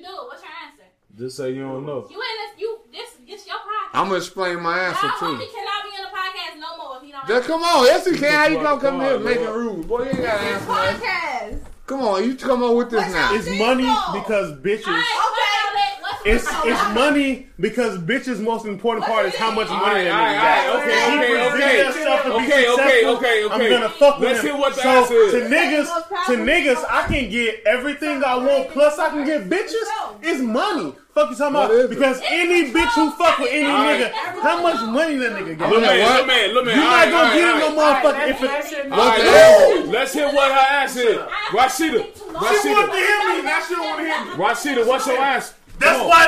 S6: do. it. What's your answer?
S7: Just say you don't know.
S6: You ain't this. You this. This your podcast.
S4: I'm gonna explain my answer
S6: Y'all
S4: too.
S6: homie cannot be on the podcast no more if he don't.
S4: Then come on, yes you can. How you gonna come
S7: God,
S4: here making
S7: Lord.
S4: rules? Boy, you ain't gotta answer. that.
S5: Podcast.
S4: Come on, you come on with this now.
S3: It's money because bitches.
S6: Alright, what's
S3: It's
S6: all that? What's
S3: it's money because bitches' most important part is how much
S7: Alright,
S3: money they
S7: alright,
S3: niggas got.
S7: alright, okay, okay, okay, okay. Okay, okay,
S3: yourself to be successful,
S7: okay, okay.
S3: I'm gonna fuck with
S7: Let's
S3: him.
S7: hear what the
S3: so
S7: answer is.
S3: to niggas, to niggas, I can get everything I want. Plus, I can get bitches. It's money. Fuck you talking
S4: What is
S3: about?
S4: it?
S3: Because any bitch who fuck with any
S7: All right.
S3: nigga, how much money that nigga
S7: Look
S3: got?
S4: at
S7: man,
S4: what?
S7: look man, look man.
S3: You're
S7: All
S3: not
S7: right,
S3: gonna
S7: all
S3: get
S7: right,
S3: no
S7: all
S3: motherfucker if it.
S4: What the
S7: right.
S4: hell?
S7: Let's hear what her ass is. Rashida,
S3: She wanted to
S7: Rashida,
S3: hear me, now she don't want to hear me.
S7: Rashida, what's your ass?
S3: That's
S7: Come on.
S3: why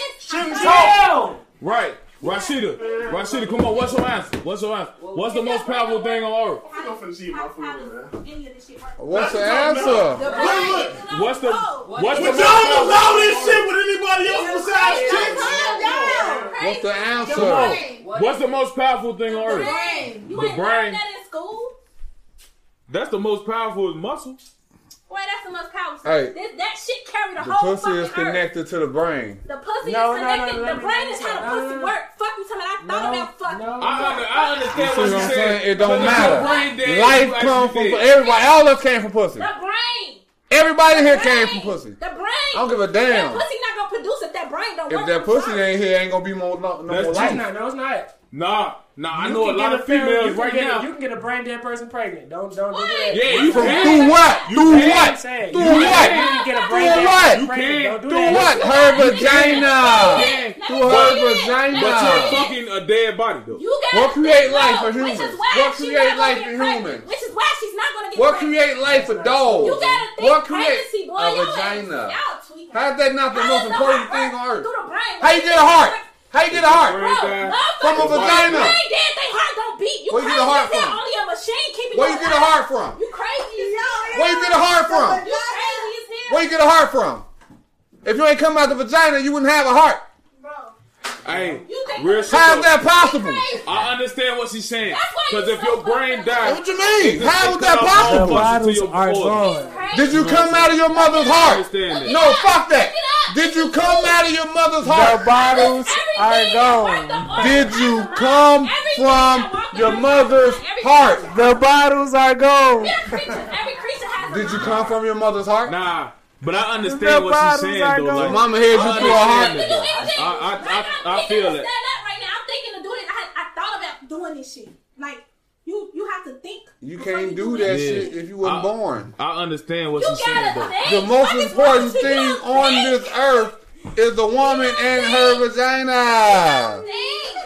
S3: chicks shouldn't talk.
S7: Right. Rashida, Rashida, come on. What's your answer? What's your answer? What's the most powerful thing on earth?
S3: I'm gonna finish eating my food, man.
S6: Any of this shit work.
S4: What's the answer?
S3: Look, look.
S7: What's the what's the
S3: Would
S7: most
S3: y'all
S7: powerful?
S3: allow this shit with anybody else besides chicks?
S4: What's the
S7: Come on.
S4: answer?
S7: What's the most powerful thing on earth?
S6: Brain. You
S7: The
S6: ain't
S7: brain.
S6: learned that in school.
S7: That's the most powerful is muscle.
S6: Well, that's the most powerful.
S4: Hey.
S6: This, that shit carried the,
S4: The
S6: whole
S4: pussy is
S6: fucking earth.
S4: connected to the brain.
S6: The pussy
S1: No, no, no,
S6: is connected.
S1: let
S6: the
S1: me- Uh,
S6: brain is how the
S1: no, no,
S6: pussy
S1: no.
S6: work. Fuck you, talking. I thought about fuck.
S7: I, under, I understand what
S4: See what
S7: you're
S4: I'm saying? It
S7: but
S4: don't
S7: your brain
S4: matter.
S7: dead, you
S4: Life
S7: actually
S4: comes from
S7: dead.
S4: everybody. All of us came from pussy.
S6: The brain.
S4: Everybody here
S6: brain.
S4: came from pussy.
S6: The brain.
S4: I don't give a
S6: That
S4: damn.
S6: pussy not gonna produce if that brain don't
S4: If
S6: work.
S4: that
S6: I'm
S4: pussy
S6: sorry.
S4: ain't here, ain't gonna be more no,
S7: That's
S4: no more
S7: true.
S1: That's
S4: life.
S1: not, no, it's not.
S7: Nah, nah. I
S1: You
S7: know a
S1: can
S7: lot
S1: get
S7: of
S1: fem- you
S7: females
S1: can
S7: right
S1: get a-
S7: now.
S1: you can get a brain dead person pregnant. Don't don't do
S6: What?
S1: that.
S7: yeah, you
S4: From
S7: can.
S4: through what? Through
S1: That's
S4: what?
S1: I'm saying.
S4: Through
S1: You can't
S4: what?
S1: really get a
S6: You
S1: brain dead
S4: what?
S1: person
S4: You
S1: pregnant.
S7: can't
S1: Don't do
S4: Through
S1: that.
S4: what? Her
S6: Yeah,
S4: vagina.
S6: let me
S4: Through
S6: tell
S4: her
S6: you this.
S7: But
S4: vagina.
S7: you're fucking a dead body though.
S6: You got
S4: What create life for
S6: which
S4: humans?
S6: Is why
S4: What
S6: she's
S4: create
S6: not gonna
S4: life
S6: get
S4: for
S6: pregnant,
S4: humans?
S6: Which is why she's not gonna get
S4: What
S6: pregnant.
S4: create life for dogs?
S6: You gotta think
S4: What
S6: pregnancy,
S4: create
S6: boy.
S4: a
S6: Y'all
S4: vagina?
S6: ain't- Y'all tweaking.
S4: How's that not the
S6: How
S4: most
S6: does
S4: important
S6: heart
S4: thing
S6: work?
S4: on earth?
S6: Through the brain.
S4: How you get a heart? How you get a heart?
S6: Bro,
S7: Brain
S4: From a
S6: motherfuckers-
S4: vagina.
S6: They ain't dead, they heart don't beat. You
S4: Where you
S6: crazy
S4: get a heart
S6: as hell.
S4: from?
S6: Only a machine keeping
S4: Where you get a heart from?
S6: You crazy as hell.
S4: Where you get a heart from?
S6: You crazy as hell.
S4: Where you get a heart from? If you ain't come out the vagina, you wouldn't have a heart.
S6: Bro,
S7: Hey,
S6: you think
S7: real shit.
S4: How's
S7: though.
S4: that possible?
S6: crazy.
S7: I understand what she's saying.
S6: That's why
S7: Because
S6: you
S7: if
S6: so
S7: your brain
S6: fucking-
S7: dies,
S4: What you mean? How is that
S1: The
S4: possible?
S1: bottles are
S7: gone.
S1: gone.
S6: Crazy.
S4: Did you come out of your mother's
S7: I
S4: heart?
S7: understand that.
S4: No, fuck that. Did you come out of your mother's
S1: The
S4: heart?
S1: bottles are
S6: Everything that worked the
S1: gone.
S6: heart
S4: Did
S6: worked
S4: you
S6: the mind.
S4: come
S6: Everything
S4: from
S6: that worked the
S4: your
S6: mind.
S4: mother's
S6: Every
S4: heart?
S6: creature-
S1: The bottles are gone.
S6: every creature- Every creature has a
S4: Did you
S6: mind.
S4: come from your mother's heart?
S7: Nah, but I
S1: The
S7: understand what she's
S1: bottles
S7: saying
S1: are
S7: though.
S1: gone.
S7: Like,
S4: Mama hears you through her
S7: understand
S4: heart.
S7: that.
S6: do anything.
S7: I- I-
S6: Right now,
S7: I- I
S6: I'm
S7: feel
S6: thinking
S7: it.
S6: to stand up right now. I'm thinking to do this. I, I thought about doing this shit. Like you, you have to think.
S4: You
S6: before
S4: can't do
S6: it.
S4: that
S7: Yeah. Uh,
S4: shit if you
S7: I-
S4: wasn't born.
S7: I understand what
S6: You
S7: she's saying
S6: gotta
S7: though.
S6: think.
S4: The most
S6: What is wrong
S4: important
S6: with you?
S4: thing
S6: You
S4: on
S6: think.
S4: this earth is the woman and her vagina.
S6: Think. Uh,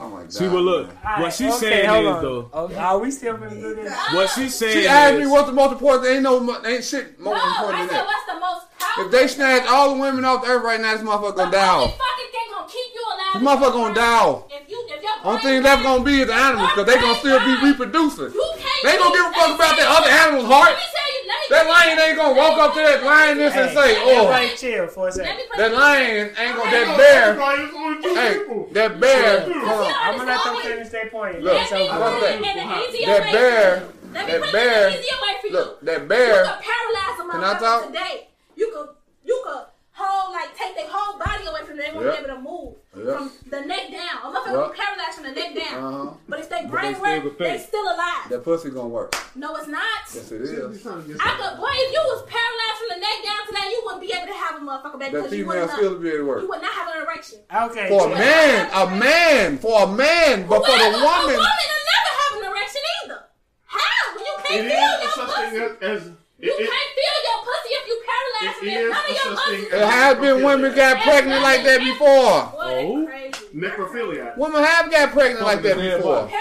S4: Oh my god.
S7: See, but look, what she's
S1: Okay,
S7: saying
S1: hold
S7: is
S1: on.
S7: though.
S1: Okay, Are we still gonna do this?
S6: Ah.
S7: What she's saying
S4: She asked
S7: is,
S4: me what's the most important. Ain't no, mo- ain't shit
S6: No,
S4: more
S6: I
S4: important than
S6: said
S4: that.
S6: what's the most powerful?
S4: If they snatch all the women off the earth right now, this motherfucker gonna
S6: the
S4: die.
S6: only
S4: off.
S6: fucking thing gonna keep you alive.
S4: This
S6: is
S4: motherfucker
S6: your
S4: gonna
S6: brain.
S4: die. off.
S6: If you, if your
S4: Only
S6: brain
S4: thing left
S6: dies,
S4: gonna be is the animals, cause they gonna still be reproducing.
S6: You can't.
S4: They gonna give a fuck about that
S6: that
S4: other animal's
S6: Let
S4: heart.
S6: me tell you. Let me
S4: That lion ain't gonna walk up to that lioness and say, "Oh,
S1: Everybody chill for a
S6: Let
S1: second.
S6: me put
S4: that
S6: it-
S4: lion ain't gonna." That bear,
S3: It's only two people.
S4: hey, that bear, come on.
S1: I'm gonna let them finish their point.
S4: Look,
S1: It's over.
S4: I love that.
S6: And the easier
S4: That
S6: way-
S4: bear-
S6: Let me
S4: that
S6: put it
S4: bear-
S6: in the easier way for you.
S4: Look, that
S6: You
S4: bear.
S6: could paralyze a
S4: Can I
S6: motherfucker
S4: talk?
S6: today. You could, you could whole like take their whole body away from them. They won't
S4: Yep.
S6: be able to move
S4: Yep.
S6: from the neck down. A motherfucker
S4: Yep.
S6: be paralyzed from the neck down.
S4: Uh-huh.
S6: But if they
S7: they
S6: brain
S7: still
S6: work,
S7: could
S6: they
S7: think.
S6: still alive.
S4: That pussy gonna work.
S6: No, it's not.
S4: Yes, it is.
S6: I could, boy, if you was paralyzed from the neck down today, you wouldn't be able to have a motherfucker baby
S4: That
S6: because you would
S4: female still
S6: not.
S4: be able to
S6: You
S4: work.
S6: would not have an erection.
S1: Okay.
S4: For a man, a man, for a man, but for
S6: Whoever-
S4: the
S6: a woman
S4: woman,
S6: will never have an erection either. How? When you
S3: It
S6: can't
S3: is
S6: feel
S3: a
S6: your
S3: such
S6: pussy.
S3: thing as- as it-
S6: You
S3: it-
S6: can't feel your pussy if you paralyzed
S3: It
S6: and
S3: is
S6: none of
S3: a
S6: your
S3: such thing
S6: muscles.
S3: as-
S4: it has been women got pregnant like that before.
S3: Oh.
S6: Boy, that's crazy.
S3: necrophilia.
S4: Women have got pregnant like that before.
S6: Paralyzed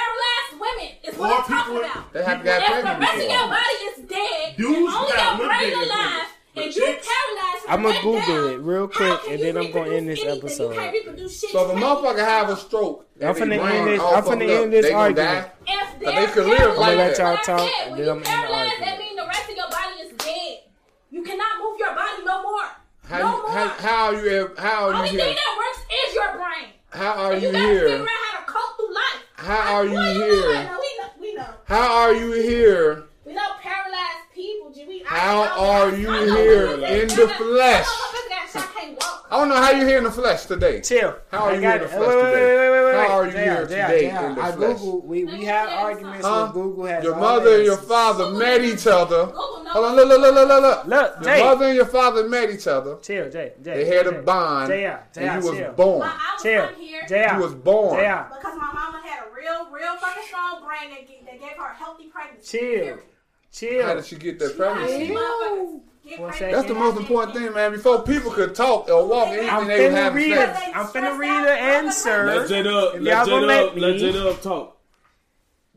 S6: women is
S3: Or
S6: what I'm talking
S3: people-
S6: about.
S4: They have got
S6: If the
S4: pregnant
S6: rest of your
S4: before.
S6: body is dead, and
S3: Dudes
S6: only
S3: got one
S6: your brain
S3: bigger
S6: alive,
S3: penis,
S6: and
S3: but
S6: you
S3: chicks-
S6: paralyzed from
S1: I'ma
S6: the neck
S1: Google
S6: down,
S1: it real
S6: how
S1: quick,
S6: can
S1: and
S6: you
S1: then I'm gonna end
S6: reproduce
S1: this
S6: anything? You can't
S1: episode.
S6: reproduce shit.
S4: So if a
S6: You can't
S4: motherfucker have a
S6: reproduce
S4: stroke,
S1: I'm
S4: and his
S1: finna end
S4: brain
S1: this-
S4: all
S1: I'm
S4: fucked
S1: finna end
S4: up,
S1: this
S4: they gonna
S1: argument.
S4: die.
S6: If
S4: But
S6: they're
S4: they could live
S6: paralyzed,
S4: like
S1: I'ma let
S4: that.
S1: y'all talk,
S6: said,
S1: and then I'm
S6: When you
S1: gonna end the
S6: paralyzed, that
S1: argument.
S6: means the rest of your body is dead. You cannot move your body no more.
S4: How
S6: no
S4: you
S6: more.
S4: how, how are you ev- how are
S6: Only
S4: you
S6: thing
S4: here?
S6: that works is your brain.
S4: How are
S6: And
S4: you
S6: gotta figure
S4: here?
S6: out how to cope through life.
S4: How are you
S6: Boy, know I
S4: here?
S6: know. We know. We know.
S4: How are you here?
S6: We know paralyzed people. G. We, I
S4: How
S6: know-
S4: are you
S6: I know
S4: here
S6: motherfuckers
S4: in
S6: that-
S4: the
S6: I know
S4: flesh?
S6: motherfuckers that shot can't walk.
S4: I don't know how you here in the flesh today.
S1: Chill.
S4: How are
S1: I
S4: you
S1: got
S4: in the
S1: it.
S4: flesh
S1: Wait, wait, wait,
S4: today?
S1: wait, wait, wait,
S4: How
S1: wait.
S4: are you
S1: Jay,
S4: here
S1: Jay,
S4: today
S1: Jay,
S4: in the
S1: I
S4: flesh?
S1: Googled, we,
S6: Let
S1: we
S6: me
S1: had
S6: tell you
S1: arguments
S6: something.
S1: with Google has
S4: Your
S1: all
S4: mother and
S1: the
S4: your
S1: answers.
S6: Oh,
S4: father met each other.
S6: Google knows.
S4: Hold on, look, look, look, look, look, look.
S1: Look,
S4: Your
S1: Jay.
S4: mother and your father met each other.
S1: Chill, Jay. Jay.
S4: They had
S1: Jay.
S4: a bond,
S1: Jay, Jay,
S4: and you
S1: chill.
S4: was born.
S6: My- I was
S1: Chill.
S6: from here
S1: Jay,
S4: You was born.
S1: Jay.
S6: because my mama had a real, real fucking have a strong brain that, gave, that gave her a healthy pregnancy.
S1: Chill.
S4: How
S1: Chill.
S4: did she get that
S6: She
S4: pregnancy?
S6: motherfuckers get
S1: One
S6: pregnant
S1: second.
S4: That's the most important thing, man. Before people could talk or walk,
S1: I'm
S4: anything they was
S1: finna
S4: having
S1: read
S4: sex.
S1: it. I'm finna read the
S7: Let
S1: answer.
S7: J
S1: If
S7: Dub,
S1: y'all
S7: let J
S1: gonna
S7: Dub,
S1: let
S7: let
S1: me-
S7: J Dub talk.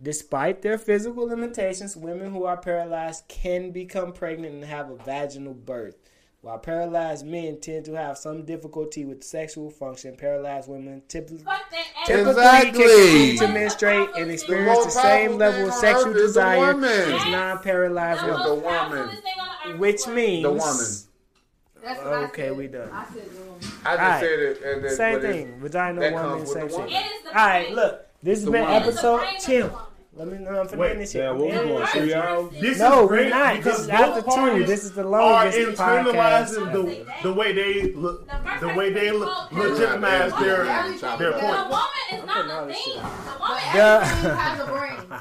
S1: Despite their physical limitations, women who are paralyzed can become pregnant and have a vaginal birth. While paralyzed men tend to have some difficulty with sexual function, paralyzed women typically
S6: Fuck that ass.
S1: typically
S4: Exactly.
S1: continue to menstruate and experience the,
S4: most
S1: same
S4: powerful
S1: level of
S4: thing on
S1: sexual
S4: earth is the
S1: desire
S4: woman.
S1: as non-paralyzed
S4: Yeah,
S1: women,
S4: the woman.
S1: which means
S4: The woman.
S5: That's what I
S1: Okay,
S5: said.
S1: we done.
S5: I said woman.
S4: I just
S1: Alright.
S4: said it. And then,
S1: Same
S4: but it's-
S1: thing. Vagina,
S4: that
S1: woman,
S4: comes with
S1: same
S4: the
S1: thing.
S4: woman.
S6: It is the
S1: All right,
S6: brain.
S1: look. This has
S4: The
S1: been
S4: woman.
S1: episode
S6: It's the brain of
S1: chill.
S6: the woman.
S1: Let me know. I'm finna
S3: Wait,
S1: finish it.
S7: Yeah, what we
S1: Yeah.
S7: going? Three hours?
S3: This
S1: No,
S3: is
S1: we're
S3: great
S1: not.
S3: because
S1: This is after
S3: both
S1: two.
S3: parties
S1: This is the
S3: are
S1: longest podcast
S3: internalizing the, the way they look,
S6: The first
S3: the
S6: person
S3: way they
S6: who
S3: le-
S6: spoke
S3: legitimize
S6: was
S3: their
S6: the
S3: their
S6: The
S3: point.
S6: woman is not a thing. The woman is
S1: The-
S5: Everything has a brain,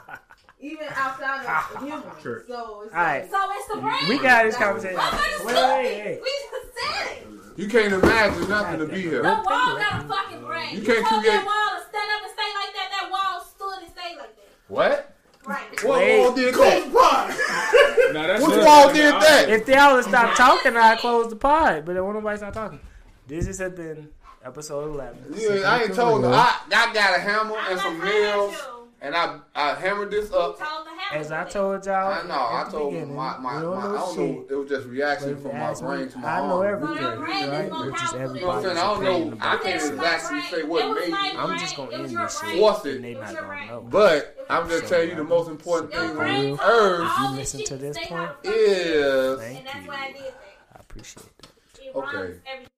S5: even outside
S1: <laughs>
S5: of humans.
S3: Sure.
S5: So it's
S1: All right.
S5: like,
S6: So it's the brain.
S1: we got this conversation.
S6: Motherfuckers
S1: Wait,
S6: stupid.
S1: wait, wait.
S6: We just said it.
S4: You can't imagine nothing to be
S6: The
S4: here.
S6: wall got a fucking brain.
S4: You
S6: You,
S4: can't
S6: told
S4: create-
S6: that wall to stand up and stay like that. That wall stood and stayed like that.
S4: What?
S6: Right.
S4: What
S1: Wait.
S4: wall did that?
S7: Now that's
S4: Which
S7: it.
S4: wall did that?
S1: If y'all would stop talking, I close the pod. But I want nobody stop talking. This has been episode eleven.
S4: You ain't- I ain't told her. I, I got a hammer and some nails, and I, I hammered this
S6: You
S4: up.
S6: told the hammer
S1: As I
S6: that.
S1: told y'all,
S4: I know.
S1: at
S4: I
S1: the
S4: told
S1: beginning,
S4: my, my,
S1: we
S4: my, I don't know.
S1: shit.
S4: It was just
S1: But
S4: reaction
S1: if you
S4: from my
S1: ask me,
S4: brain to my
S1: I
S4: arm.
S1: know
S6: So
S1: everything,
S6: your brain
S1: right?
S6: is gonna
S1: Which is
S6: powerful.
S4: You know what
S1: everybody's
S4: I'm saying? I don't know.
S1: opinion
S4: I
S1: about
S4: can't
S1: this.
S4: exactly say
S6: It
S4: what
S6: was
S4: made
S6: my-
S4: me
S1: I'm just gonna
S6: It was
S1: end
S6: your
S1: this shit.
S6: brain.
S4: force
S1: And they
S4: it,
S1: not gonna know.
S4: but I'm just telling you the most important
S6: Your
S4: thing
S6: brain
S4: on
S6: told
S4: earth
S6: all
S1: You
S6: this
S1: listen
S6: shit
S1: to this
S6: stay how
S1: part?
S6: the fuck it is.
S4: is
S1: Thank
S6: And that's
S1: you.
S6: why I did that.
S1: I appreciate that.
S6: It
S4: Okay.
S6: runs everything.